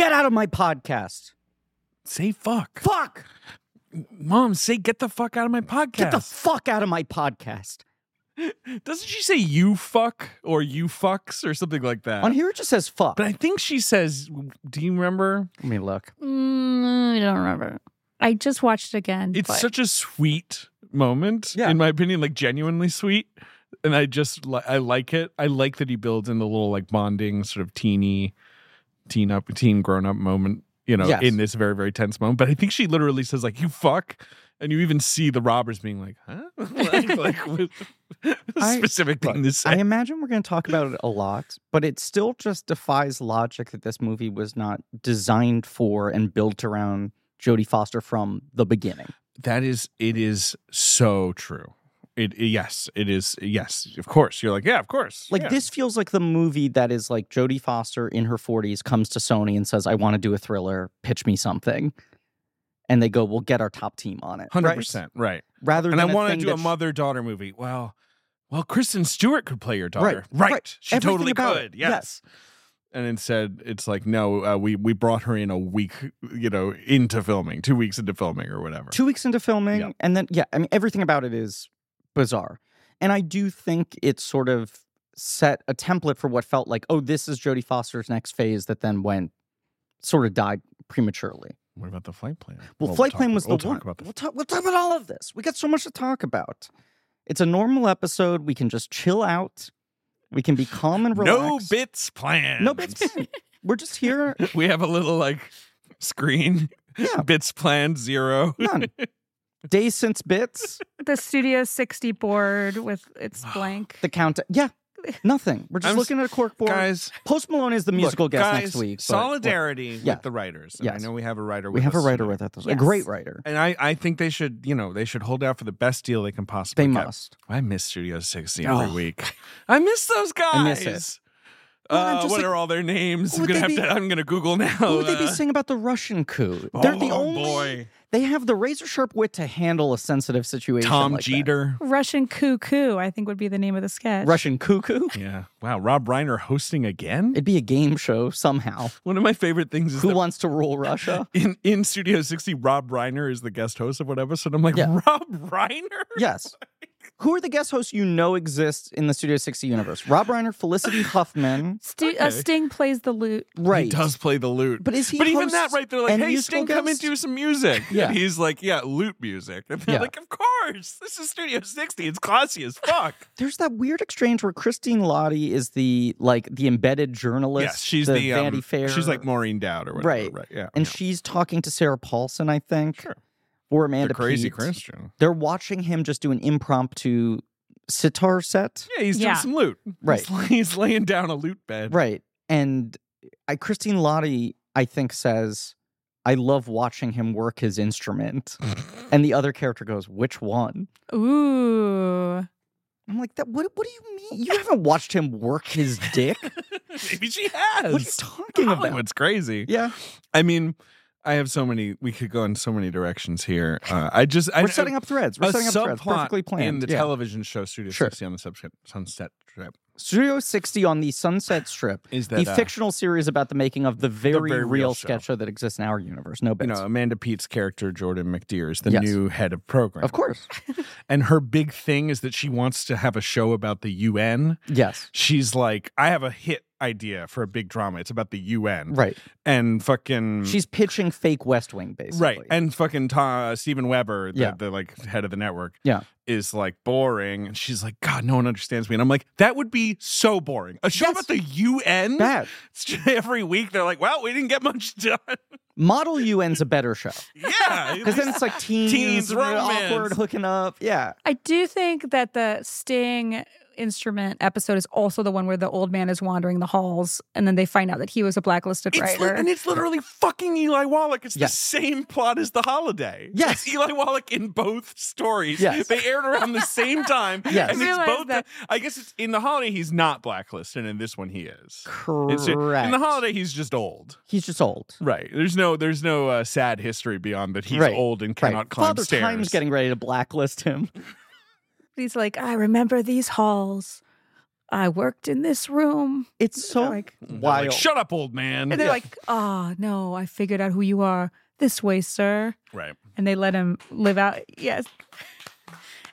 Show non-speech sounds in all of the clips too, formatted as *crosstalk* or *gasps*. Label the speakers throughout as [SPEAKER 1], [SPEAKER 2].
[SPEAKER 1] out of my podcast.
[SPEAKER 2] Say fuck.
[SPEAKER 1] Fuck!
[SPEAKER 2] Mom, say get the fuck out of my podcast.
[SPEAKER 1] Get the fuck out of my podcast.
[SPEAKER 2] Doesn't she say you fuck or you fucks or something like that?
[SPEAKER 1] On here it just says fuck.
[SPEAKER 2] but I think she says, do you remember?
[SPEAKER 1] Let me look.
[SPEAKER 3] Mm, I don't remember. I just watched it again.
[SPEAKER 2] It's
[SPEAKER 3] but-
[SPEAKER 2] such a sweet moment,
[SPEAKER 1] Yeah.
[SPEAKER 2] in my opinion, like genuinely sweet. And I just, li- I like it. I like that he builds in the little like bonding sort of teeny, teen up, teen grown up moment, you know,
[SPEAKER 1] Yes.
[SPEAKER 2] in this very, very tense moment. But I think she literally says like, you fuck. And you even see the robbers being like, huh? *laughs* like, like with
[SPEAKER 1] I-
[SPEAKER 2] specific thing to say.
[SPEAKER 1] I imagine we're going to talk about it a lot, but it still just defies logic that this movie was not designed for and built around Jodie Foster from the beginning.
[SPEAKER 2] That is, it is so true. It, it- yes, it is. Yes, of course. You're like, yeah, of course.
[SPEAKER 1] Like
[SPEAKER 2] yeah.
[SPEAKER 1] this feels like the movie that is like Jodie Foster in her 40s comes to Sony and says, "I want to do a thriller, pitch me something." And they go, "We'll get our top team on it."
[SPEAKER 2] hundred
[SPEAKER 1] right?
[SPEAKER 2] percent right.
[SPEAKER 1] Rather
[SPEAKER 2] And I
[SPEAKER 1] than
[SPEAKER 2] want to
[SPEAKER 1] thing
[SPEAKER 2] do a
[SPEAKER 1] that sh-
[SPEAKER 2] mother daughter movie. Well, well, Kristen Stewart could play your daughter,
[SPEAKER 1] Right, right.
[SPEAKER 2] She
[SPEAKER 1] Everything
[SPEAKER 2] totally
[SPEAKER 1] about
[SPEAKER 2] could.
[SPEAKER 1] it.
[SPEAKER 2] Yes. And instead, it's like, no, uh, we we brought her in a week, you know, into filming, two weeks into filming or whatever.
[SPEAKER 1] two weeks into filming
[SPEAKER 2] Yeah.
[SPEAKER 1] and then yeah i mean everything about it is bizarre and i do think it sort of set a template for what felt like oh this is jodie foster's next phase that then went sort of died prematurely
[SPEAKER 2] What about the flight plan?
[SPEAKER 1] well, flight
[SPEAKER 2] talk-
[SPEAKER 1] plan was
[SPEAKER 2] we'll
[SPEAKER 1] the
[SPEAKER 2] talk
[SPEAKER 1] one
[SPEAKER 2] About the,
[SPEAKER 1] we'll, talk, we'll talk about all of this we got so much to talk about it's a normal episode we can just chill out we can be calm and
[SPEAKER 2] *sighs* no
[SPEAKER 1] relaxed
[SPEAKER 2] bits plan.
[SPEAKER 1] no bits planned. we're just here
[SPEAKER 2] *laughs* we have a little like screen.
[SPEAKER 1] Yeah.
[SPEAKER 2] *laughs* Bits planned zero.
[SPEAKER 1] none day since bits
[SPEAKER 3] the Studio 60 board with
[SPEAKER 2] *sighs*
[SPEAKER 3] its blank.
[SPEAKER 1] the count
[SPEAKER 2] *laughs*
[SPEAKER 1] yeah nothing we're just
[SPEAKER 2] I'm s-
[SPEAKER 1] looking at a cork board
[SPEAKER 2] Guys,
[SPEAKER 1] Post Malone is the
[SPEAKER 2] look,
[SPEAKER 1] musical guest
[SPEAKER 2] guys,
[SPEAKER 1] next week. but-
[SPEAKER 2] Solidarity
[SPEAKER 1] Yeah.
[SPEAKER 2] with the writers. And I
[SPEAKER 1] Yes.
[SPEAKER 2] know we have a writer.
[SPEAKER 1] We
[SPEAKER 2] with
[SPEAKER 1] have a
[SPEAKER 2] us
[SPEAKER 1] writer
[SPEAKER 2] tonight.
[SPEAKER 1] with us, a
[SPEAKER 3] Yes.
[SPEAKER 1] great writer.
[SPEAKER 2] And I, I think they should, you know, they should hold out for the best deal they can possibly
[SPEAKER 1] They
[SPEAKER 2] get.
[SPEAKER 1] must.
[SPEAKER 2] I miss Studio 60 every
[SPEAKER 1] Oh.
[SPEAKER 2] week. I miss those guys.
[SPEAKER 1] I miss it. Well, and
[SPEAKER 2] Uh,
[SPEAKER 1] just
[SPEAKER 2] what
[SPEAKER 1] like-
[SPEAKER 2] are all their names?
[SPEAKER 1] Who
[SPEAKER 2] I'm
[SPEAKER 1] would they
[SPEAKER 2] gonna have
[SPEAKER 1] be-
[SPEAKER 2] to. I'm gonna Google now.
[SPEAKER 1] Who would they be
[SPEAKER 2] uh,
[SPEAKER 1] singing about the Russian coup? They're the
[SPEAKER 2] oh,
[SPEAKER 1] only.
[SPEAKER 2] boy.
[SPEAKER 1] They have the razor sharp wit to handle a sensitive situation.
[SPEAKER 2] Tom
[SPEAKER 1] like that.
[SPEAKER 2] Jeter.
[SPEAKER 3] Russian cuckoo, I think would be the name of the sketch.
[SPEAKER 1] Russian cuckoo.
[SPEAKER 2] Yeah. Wow. Rob Reiner hosting again.
[SPEAKER 1] It'd be a game show
[SPEAKER 2] *laughs*
[SPEAKER 1] somehow.
[SPEAKER 2] One of my favorite things is
[SPEAKER 1] Who
[SPEAKER 2] that
[SPEAKER 1] wants to rule Russia?
[SPEAKER 2] in in Studio 60, Rob Reiner is the guest host of what episode. I'm like,
[SPEAKER 1] Yeah.
[SPEAKER 2] Rob Reiner. *laughs*
[SPEAKER 1] Yes. Who are the guest hosts you know exist in the Studio 60 universe? Rob Reiner,
[SPEAKER 2] *laughs*
[SPEAKER 1] Felicity Huffman.
[SPEAKER 3] Stu-
[SPEAKER 2] Okay.
[SPEAKER 3] uh, Sting plays the lute.
[SPEAKER 1] Right.
[SPEAKER 2] He does play the lute.
[SPEAKER 1] But is he
[SPEAKER 2] But even that,
[SPEAKER 1] hosts
[SPEAKER 2] right? They're like,
[SPEAKER 1] and
[SPEAKER 2] "Hey,
[SPEAKER 1] musical
[SPEAKER 2] Sting, come and
[SPEAKER 1] guest?
[SPEAKER 2] do some music."
[SPEAKER 1] Yeah.
[SPEAKER 2] And he's like, "Yeah, lute music." And they're
[SPEAKER 1] Yeah.
[SPEAKER 2] like, "Of course, this is Studio 60. It's classy as fuck."
[SPEAKER 1] *laughs* There's that weird exchange where Christine Lottie is the like the embedded journalist.
[SPEAKER 2] yes, she's
[SPEAKER 1] the,
[SPEAKER 2] the,
[SPEAKER 1] Vanity
[SPEAKER 2] um,
[SPEAKER 1] Fair.
[SPEAKER 2] She's like Maureen Dowd or whatever.
[SPEAKER 1] Right.
[SPEAKER 2] Right. Yeah.
[SPEAKER 1] and
[SPEAKER 2] yeah.
[SPEAKER 1] she's talking to Sarah Paulson, I think,
[SPEAKER 2] Sure.
[SPEAKER 1] or
[SPEAKER 2] the
[SPEAKER 1] Amanda.
[SPEAKER 2] crazy
[SPEAKER 1] Peet.
[SPEAKER 2] Christian.
[SPEAKER 1] They're watching him just do an impromptu sitar set,
[SPEAKER 2] Yeah, he's doing
[SPEAKER 3] Yeah.
[SPEAKER 2] some lute. He's
[SPEAKER 1] Right.
[SPEAKER 2] la- *laughs* He's, laying down a lute bed.
[SPEAKER 1] right? And I, Christine Lottie, I think, says, "I love watching him work his instrument," and the other character goes, "Which one?"
[SPEAKER 3] Ooh.
[SPEAKER 1] I'm like, "That what? What do you mean? You haven't watched him work his dick?
[SPEAKER 2] *laughs* Maybe she has. *laughs*
[SPEAKER 1] what are you talking about?"
[SPEAKER 2] Hollywood's crazy.
[SPEAKER 1] Yeah,
[SPEAKER 2] I mean, I have so many. We could go in so many directions here. Uh, I just I,
[SPEAKER 1] we're setting up threads. We're
[SPEAKER 2] a
[SPEAKER 1] setting up threads.
[SPEAKER 2] subplot
[SPEAKER 1] Perfectly planned.
[SPEAKER 2] in the
[SPEAKER 1] yeah.
[SPEAKER 2] television show Studio
[SPEAKER 1] Sure.
[SPEAKER 2] 60 on the subset, Sunset Strip.
[SPEAKER 1] Studio 60 on the Sunset Strip
[SPEAKER 2] Is
[SPEAKER 1] the
[SPEAKER 2] that uh,
[SPEAKER 1] fictional series about the making of the very,
[SPEAKER 2] very
[SPEAKER 1] real
[SPEAKER 2] real
[SPEAKER 1] sketch show that exists in our universe. No
[SPEAKER 2] you
[SPEAKER 1] bits.
[SPEAKER 2] know Amanda Pete's character Jordan McDear is the
[SPEAKER 1] Yes.
[SPEAKER 2] new head of program,
[SPEAKER 1] of course.
[SPEAKER 2] and her big thing is that she wants to have a show about the UN.
[SPEAKER 1] Yes.
[SPEAKER 2] She's like, I have a hit idea for a big drama. It's about the UN,
[SPEAKER 1] Right.
[SPEAKER 2] And fucking
[SPEAKER 1] She's pitching fake West Wing, basically.
[SPEAKER 2] right, and fucking Ta- uh, Steven Weber, the,
[SPEAKER 1] Yeah.
[SPEAKER 2] the like head of the network,
[SPEAKER 1] Yeah.
[SPEAKER 2] is like boring, and she's like, God, no one understands me, and I'm like, that would be so boring. A show
[SPEAKER 1] Yes.
[SPEAKER 2] about the UN.
[SPEAKER 1] Bad.
[SPEAKER 2] Every week they're like, well, we didn't get
[SPEAKER 1] *laughs*
[SPEAKER 2] much done.
[SPEAKER 1] Model UN's a better show.
[SPEAKER 2] yeah,
[SPEAKER 1] Because then it's like teens,
[SPEAKER 2] *laughs* Teens,
[SPEAKER 1] and they're
[SPEAKER 2] romance.
[SPEAKER 1] awkward hooking up. Yeah.
[SPEAKER 3] I do think that the Sting instrument episode is also the one where the old man is wandering the halls and then they find out that he was a blacklisted
[SPEAKER 2] It's li-
[SPEAKER 3] writer.
[SPEAKER 2] and it's literally fucking Eli Wallach. It's
[SPEAKER 1] Yes.
[SPEAKER 2] the same plot as The Holiday.
[SPEAKER 1] Yes.
[SPEAKER 2] It's Eli Wallach in both stories.
[SPEAKER 1] Yes.
[SPEAKER 2] They aired around the same time.
[SPEAKER 1] *laughs* Yes.
[SPEAKER 2] And it's
[SPEAKER 3] I realized
[SPEAKER 2] both.
[SPEAKER 3] that.
[SPEAKER 2] I guess it's in The Holiday, he's not blacklisted, and in this one, he is.
[SPEAKER 1] Correct.
[SPEAKER 2] It's- in The Holiday, he's just old.
[SPEAKER 1] He's just old.
[SPEAKER 2] Right. There's no there's no uh, sad history beyond that he's
[SPEAKER 1] Right.
[SPEAKER 2] old and cannot
[SPEAKER 1] right.
[SPEAKER 2] climb
[SPEAKER 1] Father
[SPEAKER 2] stairs.
[SPEAKER 1] Time's getting ready to blacklist him.
[SPEAKER 3] He's like, I remember these halls. I worked in this room.
[SPEAKER 1] It's so
[SPEAKER 3] like-
[SPEAKER 2] Mm-hmm. They're
[SPEAKER 1] wild.
[SPEAKER 2] Like, Shut up, old man.
[SPEAKER 3] And
[SPEAKER 2] *laughs*
[SPEAKER 3] they're
[SPEAKER 2] Yeah.
[SPEAKER 3] like, oh, no, I figured out who you are this way, sir.
[SPEAKER 2] right.
[SPEAKER 3] And they let him live out. Yes.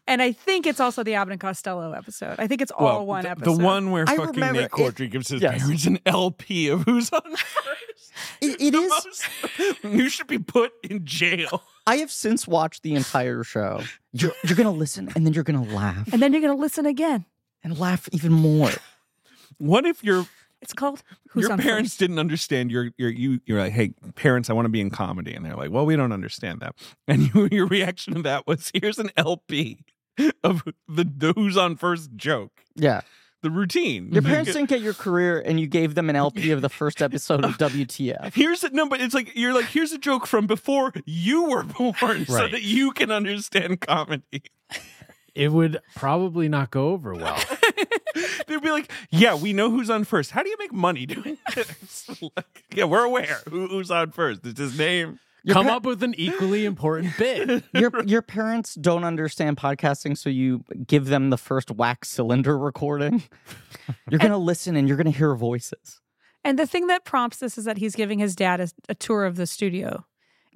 [SPEAKER 3] And I think it's also the Abbott and Costello episode. I think it's all one
[SPEAKER 2] th-
[SPEAKER 3] episode.
[SPEAKER 2] The one where
[SPEAKER 1] I
[SPEAKER 2] fucking
[SPEAKER 1] remember
[SPEAKER 2] Nate
[SPEAKER 1] it-
[SPEAKER 2] Cordry gives his
[SPEAKER 1] yes.
[SPEAKER 2] parents an LP of who's *laughs* on first.
[SPEAKER 1] It- it
[SPEAKER 2] The
[SPEAKER 1] is.
[SPEAKER 2] most- you should be put in jail.
[SPEAKER 1] I have since watched the entire show. You're, you're gonna listen and then you're gonna laugh
[SPEAKER 3] And then you're going to listen again.
[SPEAKER 1] and laugh even more.
[SPEAKER 2] What if your
[SPEAKER 3] It's called Who's
[SPEAKER 2] your
[SPEAKER 3] on
[SPEAKER 2] parents
[SPEAKER 3] First?
[SPEAKER 2] didn't understand your your you you're like, hey, parents, I want to be in comedy, and they're like, well, we don't understand that. And *laughs* you, your reaction to that was, here's an LP of the, the who's on first joke,
[SPEAKER 1] Yeah,
[SPEAKER 2] the routine.
[SPEAKER 1] your
[SPEAKER 2] You
[SPEAKER 1] parents
[SPEAKER 2] get-
[SPEAKER 1] didn't get your career, and you gave them an LP of the
[SPEAKER 2] *laughs*
[SPEAKER 1] first episode of WTF.
[SPEAKER 2] Here's a no, but it's like you're like here's a joke from before you were *laughs* born, so
[SPEAKER 4] Right.
[SPEAKER 2] that you can understand comedy.
[SPEAKER 4] It would probably not go
[SPEAKER 2] *laughs*
[SPEAKER 4] over well.
[SPEAKER 2] They'd be like, "Yeah, we know who's on first. How do you make money doing *laughs* this? Like, yeah, we're aware Who, who's on first. It's his name.
[SPEAKER 4] Come up with an equally important bit.
[SPEAKER 2] *laughs*
[SPEAKER 1] Your your parents don't understand podcasting, so you give them the first wax cylinder recording. *laughs* You're gonna listen and you're gonna hear voices.
[SPEAKER 3] And the thing that prompts this is that he's giving his dad a, a tour of the studio.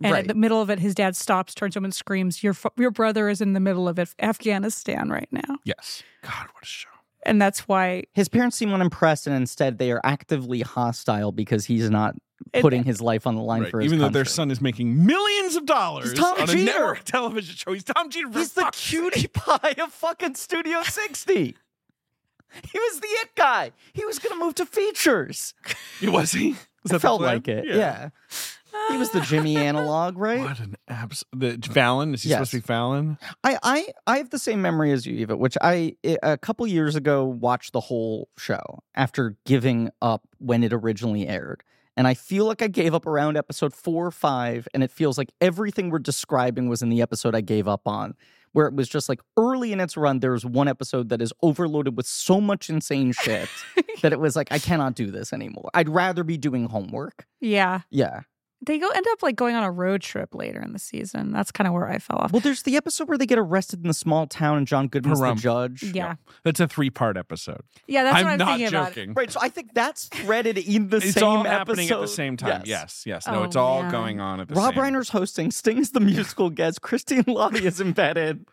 [SPEAKER 3] And
[SPEAKER 1] Right.
[SPEAKER 3] at the middle of it, his dad stops, turns to him, and screams, "Your fu- your brother is in the middle of Af- Afghanistan right now,"
[SPEAKER 2] Yes. God, what a show.
[SPEAKER 3] and that's why
[SPEAKER 1] His parents seem unimpressed, and instead they are actively hostile because he's not
[SPEAKER 3] it-
[SPEAKER 1] putting his life on the line
[SPEAKER 2] Right.
[SPEAKER 1] for his
[SPEAKER 2] Even though their
[SPEAKER 1] country.
[SPEAKER 2] son is making millions of dollars
[SPEAKER 1] He's Tom
[SPEAKER 2] on a
[SPEAKER 1] Jeter.
[SPEAKER 2] network *laughs* television show, he's Tom Jeter. for
[SPEAKER 1] He's the
[SPEAKER 2] fuck's sake.
[SPEAKER 1] cutie pie of fucking Studio
[SPEAKER 2] *laughs*
[SPEAKER 1] 60. he was the it guy. He was going to move to features.
[SPEAKER 2] Was he? Was that the
[SPEAKER 1] It felt
[SPEAKER 2] plan?
[SPEAKER 1] like it. Yeah. He was the
[SPEAKER 2] *laughs*
[SPEAKER 1] Jimmy analog, right?
[SPEAKER 2] What an abs. The Fallon is he supposed to
[SPEAKER 1] Yes.
[SPEAKER 2] be Fallon?
[SPEAKER 1] I, I I have the same memory as you, Eva, which I i- a couple years ago watched the whole show after giving up when it originally aired. And I feel like I gave up around episode four or five, and it feels like everything we're describing was in the episode I gave up on, where it was just like early in its run, there was one episode that is overloaded with so much insane shit
[SPEAKER 2] *laughs*
[SPEAKER 1] that it was like, I cannot do this anymore. I'd rather be doing homework.
[SPEAKER 3] yeah,
[SPEAKER 1] Yeah.
[SPEAKER 3] they go end up like going on a road trip later in the season. That's kind of where I fell
[SPEAKER 1] *laughs*
[SPEAKER 3] off.
[SPEAKER 1] Well, there's the episode where they get arrested in the small town and John Goodman's the
[SPEAKER 2] Harumph.
[SPEAKER 1] judge.
[SPEAKER 3] yeah,
[SPEAKER 2] That's a three part episode.
[SPEAKER 3] yeah, that's
[SPEAKER 2] I'm,
[SPEAKER 3] what I'm
[SPEAKER 2] not
[SPEAKER 3] thinking about.
[SPEAKER 2] joking. *laughs*
[SPEAKER 1] Right, so I think that's threaded in the
[SPEAKER 2] It's
[SPEAKER 1] same
[SPEAKER 2] all
[SPEAKER 1] episode.
[SPEAKER 2] happening at the same time. Yes, yes. No,
[SPEAKER 3] Oh,
[SPEAKER 2] it's all
[SPEAKER 3] man.
[SPEAKER 2] going on at the
[SPEAKER 1] Rob
[SPEAKER 2] same
[SPEAKER 1] Reiner's hosting, Sting's the
[SPEAKER 2] *laughs*
[SPEAKER 1] musical guest, Christine Lottie is embedded.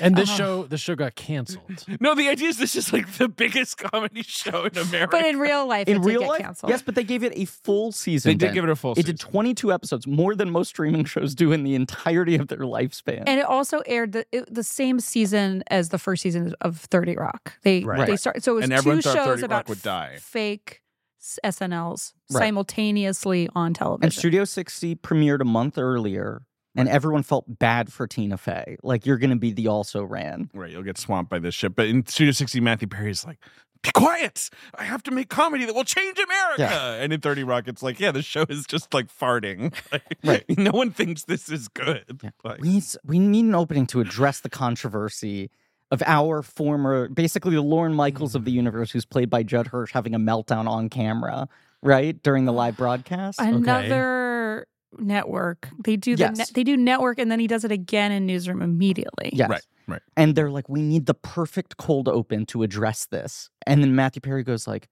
[SPEAKER 4] And
[SPEAKER 2] Uh-huh.
[SPEAKER 4] this show, this show got canceled.
[SPEAKER 2] No, the idea is this is like the biggest comedy show in America.
[SPEAKER 3] But in real life,
[SPEAKER 1] In
[SPEAKER 3] it
[SPEAKER 1] real
[SPEAKER 3] did get
[SPEAKER 1] life,
[SPEAKER 3] canceled.
[SPEAKER 1] yes, but they gave it a full season.
[SPEAKER 2] they did
[SPEAKER 1] Ben.
[SPEAKER 2] give it a full
[SPEAKER 1] It did 22 episodes, more than most streaming shows do in the entirety of their lifespan.
[SPEAKER 3] and it also aired the it, the same season as the first season of Thirty Rock. They
[SPEAKER 1] Right.
[SPEAKER 3] they start so it was
[SPEAKER 2] And everyone
[SPEAKER 3] two
[SPEAKER 2] thought 30
[SPEAKER 3] shows
[SPEAKER 2] Rock
[SPEAKER 3] about
[SPEAKER 2] would die.
[SPEAKER 3] fake s- SNLs
[SPEAKER 1] Right.
[SPEAKER 3] simultaneously on television.
[SPEAKER 1] And Studio 60 premiered a month earlier, and everyone felt bad for Tina Fey. Like, you're going to be the also ran.
[SPEAKER 2] Right, you'll get swamped by this shit. But in Studio 60, Matthew Perry's like, be quiet. I have to make comedy that will change America.
[SPEAKER 1] Yeah.
[SPEAKER 2] And in 30 Rock, it's like, yeah, the show is just like farting. *laughs* Like,
[SPEAKER 1] Right.
[SPEAKER 2] No one thinks this is good.
[SPEAKER 1] Yeah.
[SPEAKER 2] Like,
[SPEAKER 1] We need, s- we need an opening to address the controversy of our former, basically the Lauren Michaels of the universe, who's played by Judd Hirsch, having a meltdown on camera, right during the live broadcast.
[SPEAKER 3] Another network. They do the
[SPEAKER 1] Yes.
[SPEAKER 3] ne- they do network, and then he does it again in Newsroom immediately.
[SPEAKER 1] yes.
[SPEAKER 2] Right, right.
[SPEAKER 1] And they're like, we need the perfect cold open to address this. And then Matthew Perry goes like,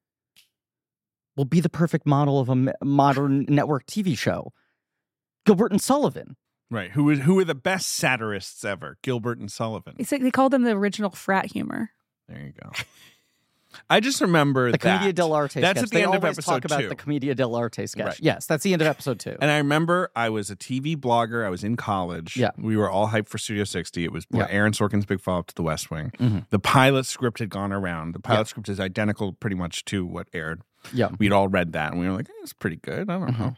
[SPEAKER 1] "We'll be the perfect model of a m- modern network TV show." Gilbert and Sullivan.
[SPEAKER 2] Right. Who is who are the best satirists ever? Gilbert and Sullivan.
[SPEAKER 3] It's like they call them the original frat humor.
[SPEAKER 2] There you
[SPEAKER 1] *laughs*
[SPEAKER 2] go. I just remember
[SPEAKER 1] The
[SPEAKER 2] that.
[SPEAKER 1] Commedia dell'arte
[SPEAKER 2] That's
[SPEAKER 1] sketch.
[SPEAKER 2] at the
[SPEAKER 1] they
[SPEAKER 2] end of
[SPEAKER 1] always talk
[SPEAKER 2] episode
[SPEAKER 1] about
[SPEAKER 2] two.
[SPEAKER 1] the Commedia dell'arte sketch.
[SPEAKER 2] Right.
[SPEAKER 1] Yes, that's the end of episode two.
[SPEAKER 2] And I remember I was a TV blogger. I was in college.
[SPEAKER 1] Yeah.
[SPEAKER 2] We were all hyped for Studio 60. It was
[SPEAKER 1] Yeah.
[SPEAKER 2] Aaron Sorkin's big follow up to The West Wing.
[SPEAKER 1] Mhm.
[SPEAKER 2] The pilot script had gone around. The pilot
[SPEAKER 1] Yeah.
[SPEAKER 2] script is identical pretty much to what aired.
[SPEAKER 1] yeah.
[SPEAKER 2] We'd all read that and we were like, eh, it's pretty good. I don't
[SPEAKER 1] Mhm.
[SPEAKER 2] know.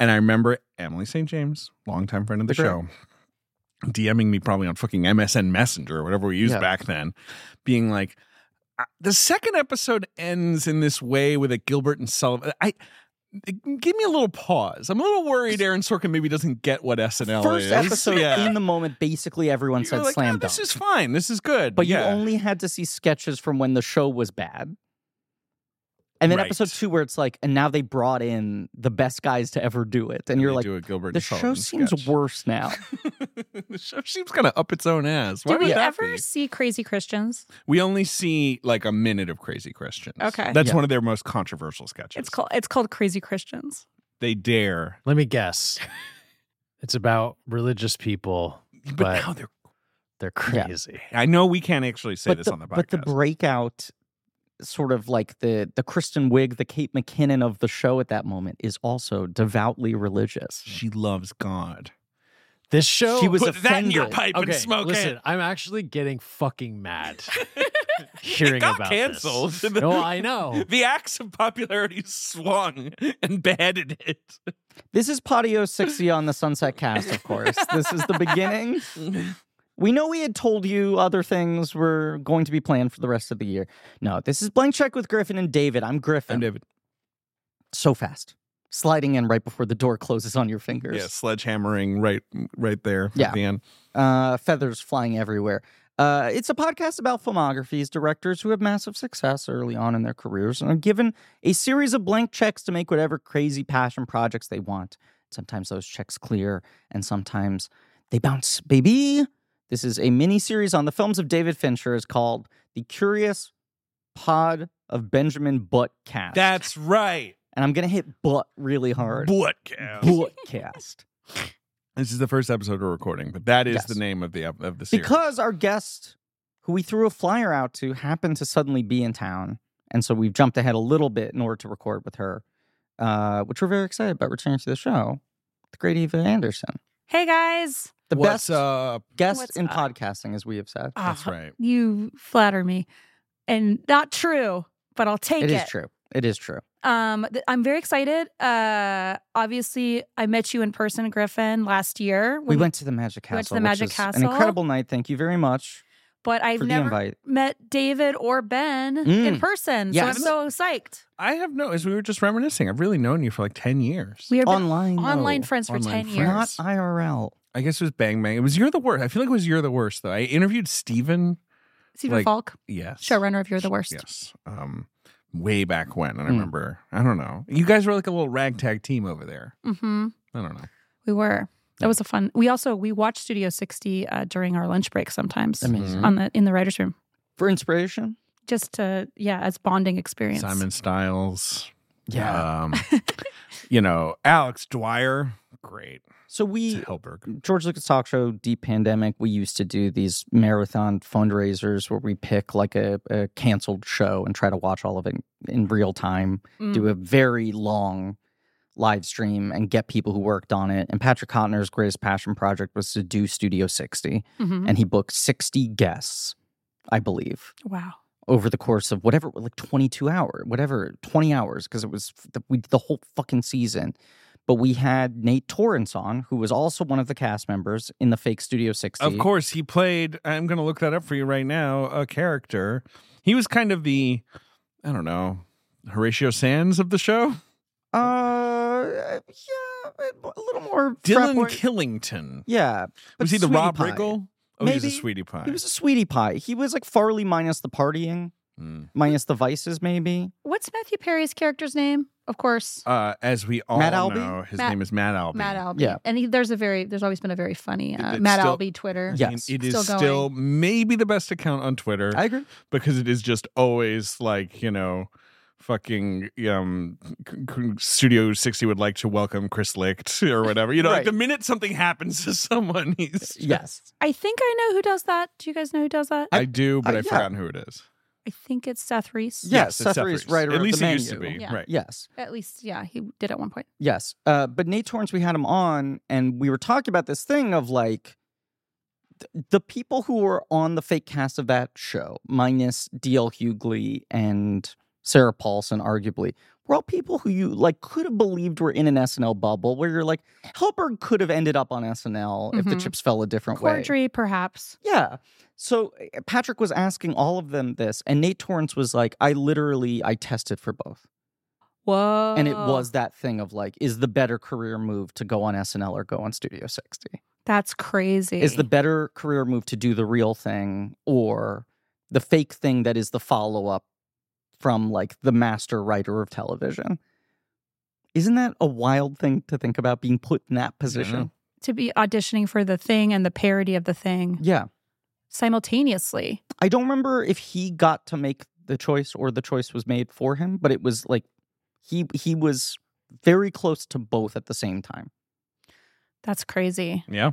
[SPEAKER 2] And I remember Emily St. James, longtime friend of the
[SPEAKER 1] Great.
[SPEAKER 2] show, DMing me probably on fucking MSN Messenger or whatever we used
[SPEAKER 1] Yeah.
[SPEAKER 2] back then, being like, "Uh, the second episode ends in this way with a Gilbert and Sullivan. I give me a little pause. I'm a little worried Aaron Sorkin maybe doesn't get what SNL
[SPEAKER 1] first
[SPEAKER 2] is.
[SPEAKER 1] episode
[SPEAKER 2] yeah.
[SPEAKER 1] in the moment, basically everyone
[SPEAKER 2] You're
[SPEAKER 1] said
[SPEAKER 2] like,
[SPEAKER 1] slam
[SPEAKER 2] "Yeah,
[SPEAKER 1] dunk.
[SPEAKER 2] This is fine. This is good.
[SPEAKER 1] but
[SPEAKER 2] yeah.
[SPEAKER 1] you only had to see sketches from when the show was bad. And then
[SPEAKER 2] Right.
[SPEAKER 1] episode two, where it's like, and now they brought in the best guys to ever do it. And you're
[SPEAKER 2] They
[SPEAKER 1] like,
[SPEAKER 2] do a Gilbert
[SPEAKER 1] the
[SPEAKER 2] and
[SPEAKER 1] show
[SPEAKER 2] Sullivan
[SPEAKER 1] seems
[SPEAKER 2] sketch.
[SPEAKER 1] worse now.
[SPEAKER 2] the show seems kind of up its own ass. Why
[SPEAKER 3] Did we
[SPEAKER 2] would that
[SPEAKER 3] ever
[SPEAKER 2] be?
[SPEAKER 3] see Crazy Christians?
[SPEAKER 2] We only see like a minute of Crazy Christians.
[SPEAKER 3] Okay.
[SPEAKER 2] that's
[SPEAKER 1] Yeah.
[SPEAKER 2] one of their most controversial sketches.
[SPEAKER 3] It's called it's called Crazy Christians.
[SPEAKER 2] They Dare,
[SPEAKER 4] Let me guess. It's about religious people.
[SPEAKER 2] but,
[SPEAKER 4] But-
[SPEAKER 2] now they're.
[SPEAKER 4] They're
[SPEAKER 1] Yeah.
[SPEAKER 4] crazy.
[SPEAKER 2] I know we can't actually *laughs* say
[SPEAKER 1] but
[SPEAKER 2] this
[SPEAKER 1] the,
[SPEAKER 2] on the podcast.
[SPEAKER 1] But the breakout, sort of like the the Kristen Wiig, the Kate McKinnon of the show at that moment, is also devoutly religious.
[SPEAKER 2] she loves God.
[SPEAKER 4] This show
[SPEAKER 1] She was
[SPEAKER 2] Put that in your
[SPEAKER 1] offended.
[SPEAKER 2] pipe and smoke
[SPEAKER 4] listen,
[SPEAKER 2] it.
[SPEAKER 4] I'm actually getting fucking mad
[SPEAKER 2] *laughs*
[SPEAKER 4] hearing
[SPEAKER 2] it got
[SPEAKER 4] about
[SPEAKER 2] canceled. *laughs*
[SPEAKER 4] this. No, I
[SPEAKER 1] Oh.
[SPEAKER 4] know.
[SPEAKER 2] The axe of popularity swung and beheaded it.
[SPEAKER 1] This is Patio 60 on the Sunset Cast, of course. this is the
[SPEAKER 2] *laughs*
[SPEAKER 1] beginning. We know we had told you other things were going to be planned for the rest of the year. No, this is Blank Check with Griffin *laughs* and David. I'm Griffin.
[SPEAKER 2] And David,
[SPEAKER 1] so fast. Sliding in right before the door closes on your fingers.
[SPEAKER 2] yeah, sledgehammering right, right there
[SPEAKER 1] Yeah.
[SPEAKER 2] at the end.
[SPEAKER 1] uh, feathers flying everywhere. Uh, it's a podcast about filmographies, directors who have massive success early on in their careers and are given a series of blank checks to make whatever crazy passion projects they want. Sometimes those checks clear and sometimes they bounce, baby. This is a mini series on the films of David Fincher is called The Curious Pod of Benjamin Butt Cast.
[SPEAKER 2] That's right.
[SPEAKER 1] and I'm going to hit butt really hard.
[SPEAKER 2] Buttcast.
[SPEAKER 1] Butt cast.
[SPEAKER 2] This is the first episode we're recording, but that is
[SPEAKER 1] Yes.
[SPEAKER 2] the name of the ep- of the series.
[SPEAKER 1] Because our guest, who we threw a flyer out to, happened to suddenly be in town. And so we've jumped ahead a little bit in order to record with her, uh, which we're very excited about returning to the show. The great Eva Anderson,
[SPEAKER 3] Hey guys.
[SPEAKER 1] the
[SPEAKER 2] What's
[SPEAKER 1] best Uh-huh.
[SPEAKER 2] up?
[SPEAKER 1] guest
[SPEAKER 3] What's
[SPEAKER 1] in
[SPEAKER 3] up?
[SPEAKER 1] podcasting, as we have said.
[SPEAKER 2] That's
[SPEAKER 3] Ah,
[SPEAKER 2] right.
[SPEAKER 3] You flatter me. And not true, but I'll take it.
[SPEAKER 1] It is true. It is true.
[SPEAKER 3] Um, th- I'm very excited. Uh, obviously, I met you in person, Griffin, last year.
[SPEAKER 1] We
[SPEAKER 3] when
[SPEAKER 1] went to the Magic
[SPEAKER 3] we
[SPEAKER 1] Castle.
[SPEAKER 3] went to the
[SPEAKER 1] which
[SPEAKER 3] Magic
[SPEAKER 1] is
[SPEAKER 3] Castle.
[SPEAKER 1] An incredible night. Thank you very much
[SPEAKER 3] but I've
[SPEAKER 1] for the
[SPEAKER 3] never
[SPEAKER 1] invite.
[SPEAKER 3] met David or Ben in
[SPEAKER 1] Mm.
[SPEAKER 3] person.
[SPEAKER 1] Yes.
[SPEAKER 3] So I'm so psyched.
[SPEAKER 2] I have no. As we were just reminiscing, I've really known you for like ten years.
[SPEAKER 3] We have been
[SPEAKER 1] Online.
[SPEAKER 3] online
[SPEAKER 1] though.
[SPEAKER 3] friends for
[SPEAKER 2] Online
[SPEAKER 3] 10
[SPEAKER 2] friends.
[SPEAKER 3] years.
[SPEAKER 1] Not IRL.
[SPEAKER 2] I guess it was Bang Bang. It was You're the Worst. I feel like it was You're the Worst though. I interviewed Steven.
[SPEAKER 3] Stephen
[SPEAKER 2] like-
[SPEAKER 3] Falk,
[SPEAKER 2] Yes.
[SPEAKER 3] showrunner of You're the Worst.
[SPEAKER 2] Yes. Um, way back when, and I
[SPEAKER 1] Mm.
[SPEAKER 2] remember. I don't know. You guys were like a little ragtag team over there.
[SPEAKER 3] Mm-hmm.
[SPEAKER 2] I don't know.
[SPEAKER 3] We were.
[SPEAKER 2] Yeah.
[SPEAKER 3] That was a fun. We also we watched Studio 60 uh, during our lunch break sometimes
[SPEAKER 1] Amazing.
[SPEAKER 3] on the in the writers' room,
[SPEAKER 1] Mm-hmm. For inspiration?
[SPEAKER 3] just to yeah, as bonding experience.
[SPEAKER 2] Simon Styles.
[SPEAKER 1] Yeah.
[SPEAKER 3] *laughs*
[SPEAKER 2] Um, you know, Alex Dwyer. Great.
[SPEAKER 1] so we
[SPEAKER 2] Hellberg.
[SPEAKER 1] George Lucas Talk Show, deep pandemic, we used to do these marathon fundraisers where we pick like a, a canceled show and try to watch all of it in real time,
[SPEAKER 3] Mm.
[SPEAKER 1] do a very long live stream and get people who worked on it. And Patrick Cotner's greatest passion project was to do Studio 60,
[SPEAKER 3] Mhm.
[SPEAKER 1] and he booked 60 guests, I believe
[SPEAKER 3] Wow.
[SPEAKER 1] over the course of whatever like 22 hour whatever 20 hours because it was the, we did the whole fucking season but we had Nate Torrance on who was also one of the cast members in the fake Studio 60
[SPEAKER 2] Of course, he played. I'm going to look that up for you right now. A character. He was kind of the, I don't know, Horatio Sands of the show.
[SPEAKER 1] uh yeah a little more frat
[SPEAKER 2] Dylan
[SPEAKER 1] boy-
[SPEAKER 2] Killington.
[SPEAKER 1] yeah but
[SPEAKER 2] was he the
[SPEAKER 1] sweetie
[SPEAKER 2] Rob
[SPEAKER 1] pie.
[SPEAKER 2] Riggle? Oh, he was a
[SPEAKER 1] Maybe.
[SPEAKER 2] sweetie pie.
[SPEAKER 1] he was a sweetie pie he was like Farley minus the partying
[SPEAKER 2] Mm.
[SPEAKER 1] minus the vices maybe
[SPEAKER 3] What's Matthew Perry's character's name? Of course,
[SPEAKER 2] Uh, as we all
[SPEAKER 1] Matt Albee?
[SPEAKER 2] know, his
[SPEAKER 3] Matt-
[SPEAKER 2] name is Matt Albee.
[SPEAKER 3] Matt Albee.
[SPEAKER 1] Yeah.
[SPEAKER 3] And he, there's a very there's always been a very funny uh,
[SPEAKER 2] It's
[SPEAKER 3] Matt
[SPEAKER 2] still-
[SPEAKER 3] Albee Twitter.
[SPEAKER 1] Yeah.
[SPEAKER 2] And
[SPEAKER 1] Yes.
[SPEAKER 2] it is
[SPEAKER 3] Still going.
[SPEAKER 2] still maybe the best account on Twitter.
[SPEAKER 1] I agree
[SPEAKER 2] because it is just always like you know fucking um c- c- studio 60 would like to welcome chris licht or whatever you know like
[SPEAKER 1] Right.
[SPEAKER 2] the minute something happens to *laughs* someone he's
[SPEAKER 1] yes
[SPEAKER 3] I think I know who does that. Do you guys know who does that?
[SPEAKER 2] i do but
[SPEAKER 1] I-
[SPEAKER 2] i've
[SPEAKER 1] yeah.
[SPEAKER 2] forgotten who it is
[SPEAKER 3] I think it's Seth Reese.
[SPEAKER 1] Yeah. Yes,
[SPEAKER 2] it's
[SPEAKER 1] Seth Reese, writer
[SPEAKER 2] at
[SPEAKER 1] of
[SPEAKER 2] least
[SPEAKER 1] the
[SPEAKER 2] it used to be
[SPEAKER 1] menu.
[SPEAKER 3] Yeah.
[SPEAKER 2] right
[SPEAKER 1] yes
[SPEAKER 3] At least, yeah, he did at one point.
[SPEAKER 1] Yes. Uh, but Nate Torrance, we had him on, and we were talking about this thing of like th- the people who were on the fake cast of that show, minus DL Hughley and Sarah Paulson, arguably, were all people who you like could have believed were in an SNL bubble where you're like, Helberg could have ended up on SNL if the
[SPEAKER 3] Mhm.
[SPEAKER 1] chips fell a different way.
[SPEAKER 3] Cordry, perhaps.
[SPEAKER 1] Yeah. So uh, Patrick was asking all of them this, and Nate Torrance was like, I literally I tested for both.
[SPEAKER 3] Whoa.
[SPEAKER 1] And it was that thing of like, is the better career move to go on SNL or go on Studio 60?
[SPEAKER 3] That's crazy.
[SPEAKER 1] Is the better career move to do the real thing or the fake thing that is the follow up from like the master writer of television. Isn't that a wild thing to think about being put in that position?
[SPEAKER 3] to be auditioning for the thing and the parody of the thing
[SPEAKER 1] Yeah.
[SPEAKER 3] simultaneously.
[SPEAKER 1] I don't remember if he got to make the choice or the choice was made for him, but it was like he he was very close to both at the same time.
[SPEAKER 3] That's crazy.
[SPEAKER 2] Yeah.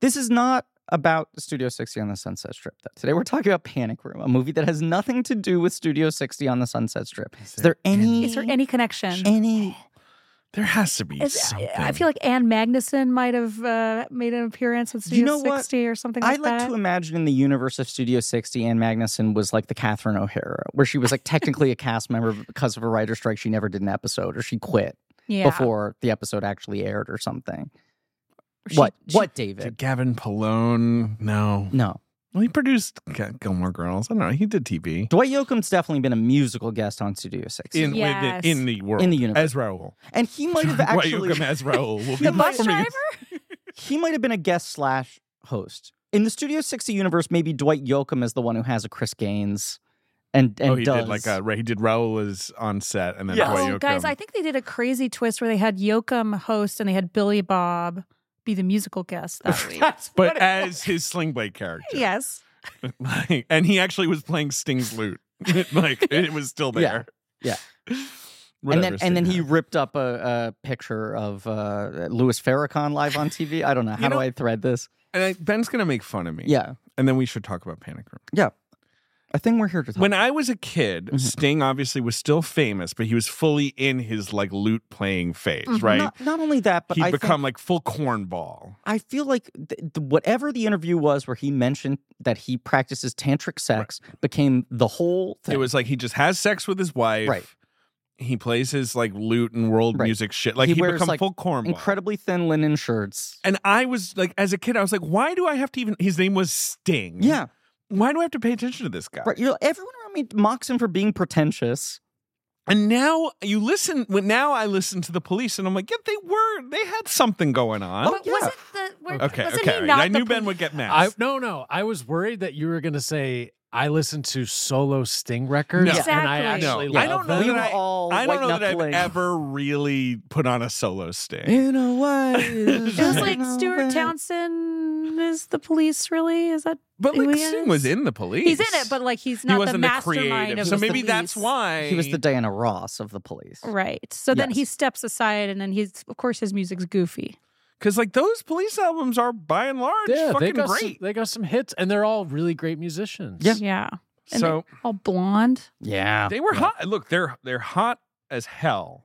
[SPEAKER 1] This is not about Studio 60 on the Sunset Strip. though. Today we're talking about Panic Room, a movie that has nothing to do with Studio 60 on the Sunset Strip. Is there any
[SPEAKER 3] Is there any connection?
[SPEAKER 1] any
[SPEAKER 2] There has to be
[SPEAKER 3] Is-
[SPEAKER 2] something.
[SPEAKER 3] I feel like Anne Magnuson might have uh, made an appearance in Studio
[SPEAKER 1] You know what?
[SPEAKER 3] 60 or something
[SPEAKER 1] I
[SPEAKER 3] like,
[SPEAKER 1] like
[SPEAKER 3] that.
[SPEAKER 1] to imagine in the universe of Studio 60 Anne Magnuson was like the Catherine O'Hara, where she was like technically a cast member but because of a writer strike she never did an episode or she quit
[SPEAKER 3] yeah.
[SPEAKER 1] before the episode actually aired or something.
[SPEAKER 3] She-
[SPEAKER 1] what?
[SPEAKER 3] she-
[SPEAKER 1] what,
[SPEAKER 2] Did
[SPEAKER 1] David?
[SPEAKER 2] Gavin Pallone. No.
[SPEAKER 1] No.
[SPEAKER 2] Well, he produced G- Gilmore Girls. I don't know. He did TV.
[SPEAKER 1] Dwight Yoakam's definitely been a musical guest on Studio 6.
[SPEAKER 2] In,
[SPEAKER 3] Yes.
[SPEAKER 2] in, the, in the world.
[SPEAKER 1] In the universe.
[SPEAKER 2] As Raul.
[SPEAKER 1] and he might
[SPEAKER 2] *laughs*
[SPEAKER 1] have actually
[SPEAKER 2] Wyukum as
[SPEAKER 3] *laughs*
[SPEAKER 2] Raul. Will be
[SPEAKER 3] The bus
[SPEAKER 2] performing-
[SPEAKER 3] driver?
[SPEAKER 1] *laughs* he might have been a guest slash host. In the Studio 60 universe, maybe Dwight Yoakam is the one who has a Chris Gaines and, and
[SPEAKER 2] oh, he
[SPEAKER 1] does.
[SPEAKER 2] did like a, right, he did Raul was on set and then
[SPEAKER 1] Yes.
[SPEAKER 2] Dwight
[SPEAKER 3] Oh, guys,
[SPEAKER 2] Yoakam.
[SPEAKER 3] I think they did a crazy twist where they had Yoakum host and they had Billy Bob be the musical guest
[SPEAKER 2] *laughs*
[SPEAKER 3] that week.
[SPEAKER 1] That's
[SPEAKER 2] but
[SPEAKER 1] what it
[SPEAKER 2] as his Sling Blade character.
[SPEAKER 3] yes.
[SPEAKER 2] *laughs* Like, and he actually was playing Sting's lute. *laughs* like it was still
[SPEAKER 1] Yeah.
[SPEAKER 2] there. *laughs*
[SPEAKER 1] Yeah.
[SPEAKER 2] Whatever
[SPEAKER 1] and then and then
[SPEAKER 2] Sting
[SPEAKER 1] he
[SPEAKER 2] had.
[SPEAKER 1] ripped up a, a picture of uh, Louis Farrakhan live on TV. I don't know. How do
[SPEAKER 2] know-
[SPEAKER 1] I thread this?
[SPEAKER 2] and I, Ben's gonna make fun of me.
[SPEAKER 1] Yeah.
[SPEAKER 2] And then we should talk about Panic Room.
[SPEAKER 1] I think we're here to talk.
[SPEAKER 2] When I was a kid,
[SPEAKER 1] Mhm.
[SPEAKER 2] Sting obviously was still famous, but he was fully in his like lute playing phase,
[SPEAKER 3] Mm-hmm.
[SPEAKER 2] right?
[SPEAKER 1] Not, not only that, but
[SPEAKER 2] He'd
[SPEAKER 1] I think-
[SPEAKER 2] become like full cornball.
[SPEAKER 1] I feel like th- th- whatever the interview was where he mentioned that he practices tantric sex became the whole thing.
[SPEAKER 2] It was like he just has sex with his wife.
[SPEAKER 1] Right.
[SPEAKER 2] He plays his like lute and world
[SPEAKER 1] Right.
[SPEAKER 2] music shit. Like
[SPEAKER 1] He
[SPEAKER 2] he,
[SPEAKER 1] wears,
[SPEAKER 2] become
[SPEAKER 1] like,
[SPEAKER 2] full cornball.
[SPEAKER 1] incredibly thin linen shirts.
[SPEAKER 2] And I was like, as a kid, I was like, why do I have to even? His name was Sting.
[SPEAKER 1] Yeah,
[SPEAKER 2] Why do I have to pay attention to this guy?
[SPEAKER 1] right. You're, everyone around me mocks him for being pretentious.
[SPEAKER 2] And now you listen. When now I listen to the police, and I'm like, yeah, they were. They had something going on.
[SPEAKER 1] Oh,
[SPEAKER 3] But
[SPEAKER 1] yeah.
[SPEAKER 3] wasn't the were-
[SPEAKER 2] okay,
[SPEAKER 3] wasn't
[SPEAKER 2] okay.
[SPEAKER 3] he
[SPEAKER 2] all right.
[SPEAKER 3] not
[SPEAKER 2] I
[SPEAKER 3] the
[SPEAKER 2] knew Ben
[SPEAKER 3] pol-
[SPEAKER 2] would get mad.
[SPEAKER 4] I no no. I was worried that you were gonna say I listened to solo Sting
[SPEAKER 2] No.
[SPEAKER 4] records, and I
[SPEAKER 3] Exactly.
[SPEAKER 4] actually
[SPEAKER 2] No.
[SPEAKER 4] love
[SPEAKER 2] I don't know
[SPEAKER 4] them.
[SPEAKER 1] we
[SPEAKER 2] that
[SPEAKER 1] were
[SPEAKER 2] I-
[SPEAKER 1] all
[SPEAKER 2] I
[SPEAKER 1] white
[SPEAKER 2] don't know that I've
[SPEAKER 1] knuckling.
[SPEAKER 2] ever really put on a solo sting.
[SPEAKER 1] In a
[SPEAKER 2] *laughs*
[SPEAKER 1] way,
[SPEAKER 3] It was like Stuart Townsend is the police, really? Is that
[SPEAKER 2] But like
[SPEAKER 3] Yes.
[SPEAKER 2] Sting was in the police.
[SPEAKER 3] he's in it, but like he's
[SPEAKER 2] he
[SPEAKER 3] not
[SPEAKER 2] wasn't
[SPEAKER 3] the
[SPEAKER 2] a
[SPEAKER 3] mastermind
[SPEAKER 2] creative.
[SPEAKER 3] of
[SPEAKER 2] so
[SPEAKER 3] the
[SPEAKER 2] maybe that's
[SPEAKER 3] police.
[SPEAKER 2] why
[SPEAKER 1] He was the Diana Ross of the police.
[SPEAKER 3] Right. So then he
[SPEAKER 1] Yes.
[SPEAKER 3] steps aside, and then he's, of course, his music's goofy.
[SPEAKER 2] because like those police albums are by and large
[SPEAKER 4] Yeah, they
[SPEAKER 2] fucking
[SPEAKER 4] got Some,
[SPEAKER 2] great.
[SPEAKER 4] they got some hits, and they're all really great musicians.
[SPEAKER 1] Yeah.
[SPEAKER 3] Yeah. and
[SPEAKER 2] so
[SPEAKER 3] All blonde.
[SPEAKER 2] *laughs*
[SPEAKER 1] Yeah,
[SPEAKER 2] they were
[SPEAKER 1] Yeah.
[SPEAKER 2] hot. Look, they're they're hot as hell.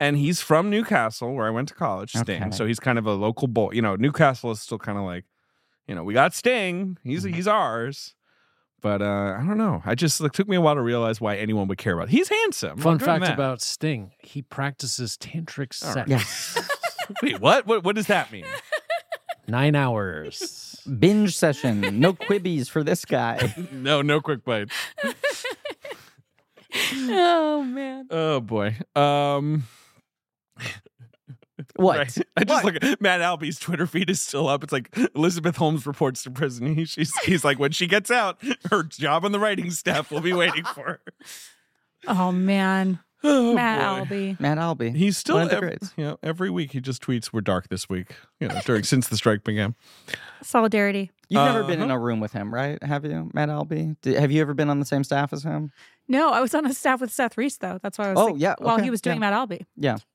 [SPEAKER 2] And he's from Newcastle, where I went to college, Sting.
[SPEAKER 1] Okay.
[SPEAKER 2] So he's kind of a local boy. You know, Newcastle is still kind of like, you know, we got Sting. He's
[SPEAKER 1] Mhm.
[SPEAKER 2] he's ours. But uh, I don't know. I just it took me a while to realize why anyone would care about. He's handsome. I'll
[SPEAKER 4] Fun
[SPEAKER 2] give him
[SPEAKER 4] fact
[SPEAKER 2] that.
[SPEAKER 4] about Sting: he practices tantric
[SPEAKER 2] All right.
[SPEAKER 4] sex
[SPEAKER 1] Yeah.
[SPEAKER 4] *laughs*
[SPEAKER 2] wait, what? What what does that mean? *laughs*
[SPEAKER 4] nine hours.
[SPEAKER 1] binge session. No quibbies for this
[SPEAKER 2] *laughs*
[SPEAKER 1] guy.
[SPEAKER 2] no, no quick bites.
[SPEAKER 3] oh, man.
[SPEAKER 2] Oh boy. Um,
[SPEAKER 1] What?
[SPEAKER 2] right. *laughs* I just look at Matt Albie's Twitter feed is still up. It's like Elizabeth Holmes reports to prison. *laughs* He, she's he's like when she gets out, her job on the writing staff will be waiting for her. *laughs*
[SPEAKER 3] Oh, man.
[SPEAKER 2] Oh,
[SPEAKER 3] Matt
[SPEAKER 2] boy.
[SPEAKER 3] Albee.
[SPEAKER 1] Matt Albee.
[SPEAKER 2] He's still
[SPEAKER 1] One of the
[SPEAKER 2] ev-
[SPEAKER 1] greats.
[SPEAKER 2] you know, every week he just tweets we're dark this week. You know, during since the strike began.
[SPEAKER 3] Solidarity.
[SPEAKER 1] You've never been in
[SPEAKER 2] Uh-huh.
[SPEAKER 1] a room with him, right? Have you, Matt Albee? Did, have you ever been on the same staff as him?
[SPEAKER 3] No, I was on a staff with Seth Reese, though. That's why I was
[SPEAKER 1] Oh,
[SPEAKER 3] like,
[SPEAKER 1] yeah,
[SPEAKER 3] while
[SPEAKER 1] okay,
[SPEAKER 3] he was doing
[SPEAKER 1] yeah.
[SPEAKER 3] Matt Albee.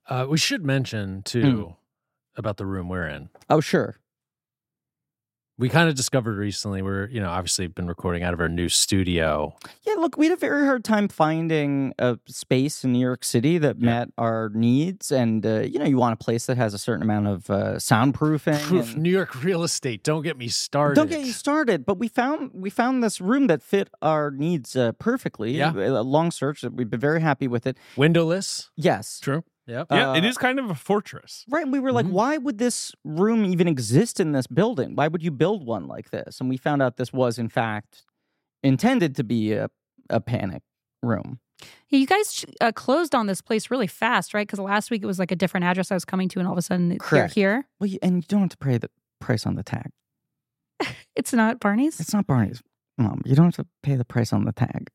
[SPEAKER 4] Uh, we should mention too about the room we're in.
[SPEAKER 1] Oh, sure.
[SPEAKER 4] We kind of discovered recently we're you know obviously been recording out of our new studio.
[SPEAKER 1] Yeah, look, we had a very hard time finding a space in New York City that met our needs, and uh, you know, you want a place that has a certain amount of uh, soundproofing.
[SPEAKER 4] Poof,
[SPEAKER 1] and-
[SPEAKER 4] New York real estate. Don't get me started.
[SPEAKER 1] Don't get you started, but we found we found this room that fit our needs uh, perfectly.
[SPEAKER 4] Yeah.
[SPEAKER 1] a long search. We've been very happy with it.
[SPEAKER 4] Windowless.
[SPEAKER 1] Yes,
[SPEAKER 4] True. Yep.
[SPEAKER 2] Yeah, it
[SPEAKER 1] Uh,
[SPEAKER 2] is kind of a fortress.
[SPEAKER 1] Right. And we were like,
[SPEAKER 4] Mhm.
[SPEAKER 1] why would this room even exist in this building? Why would you build one like this? And we found out this was, in fact, intended to be a, a panic room.
[SPEAKER 3] You guys sh- uh, closed on this place really fast, right? Because last week it was like a different address I was coming to, and all of a sudden they're
[SPEAKER 1] Correct.
[SPEAKER 3] here.
[SPEAKER 1] Well, you, and you don't have to pay the price on the tag.
[SPEAKER 3] It's not Barney's.
[SPEAKER 1] It's not Barney's mom. You don't have to pay the price on the tag.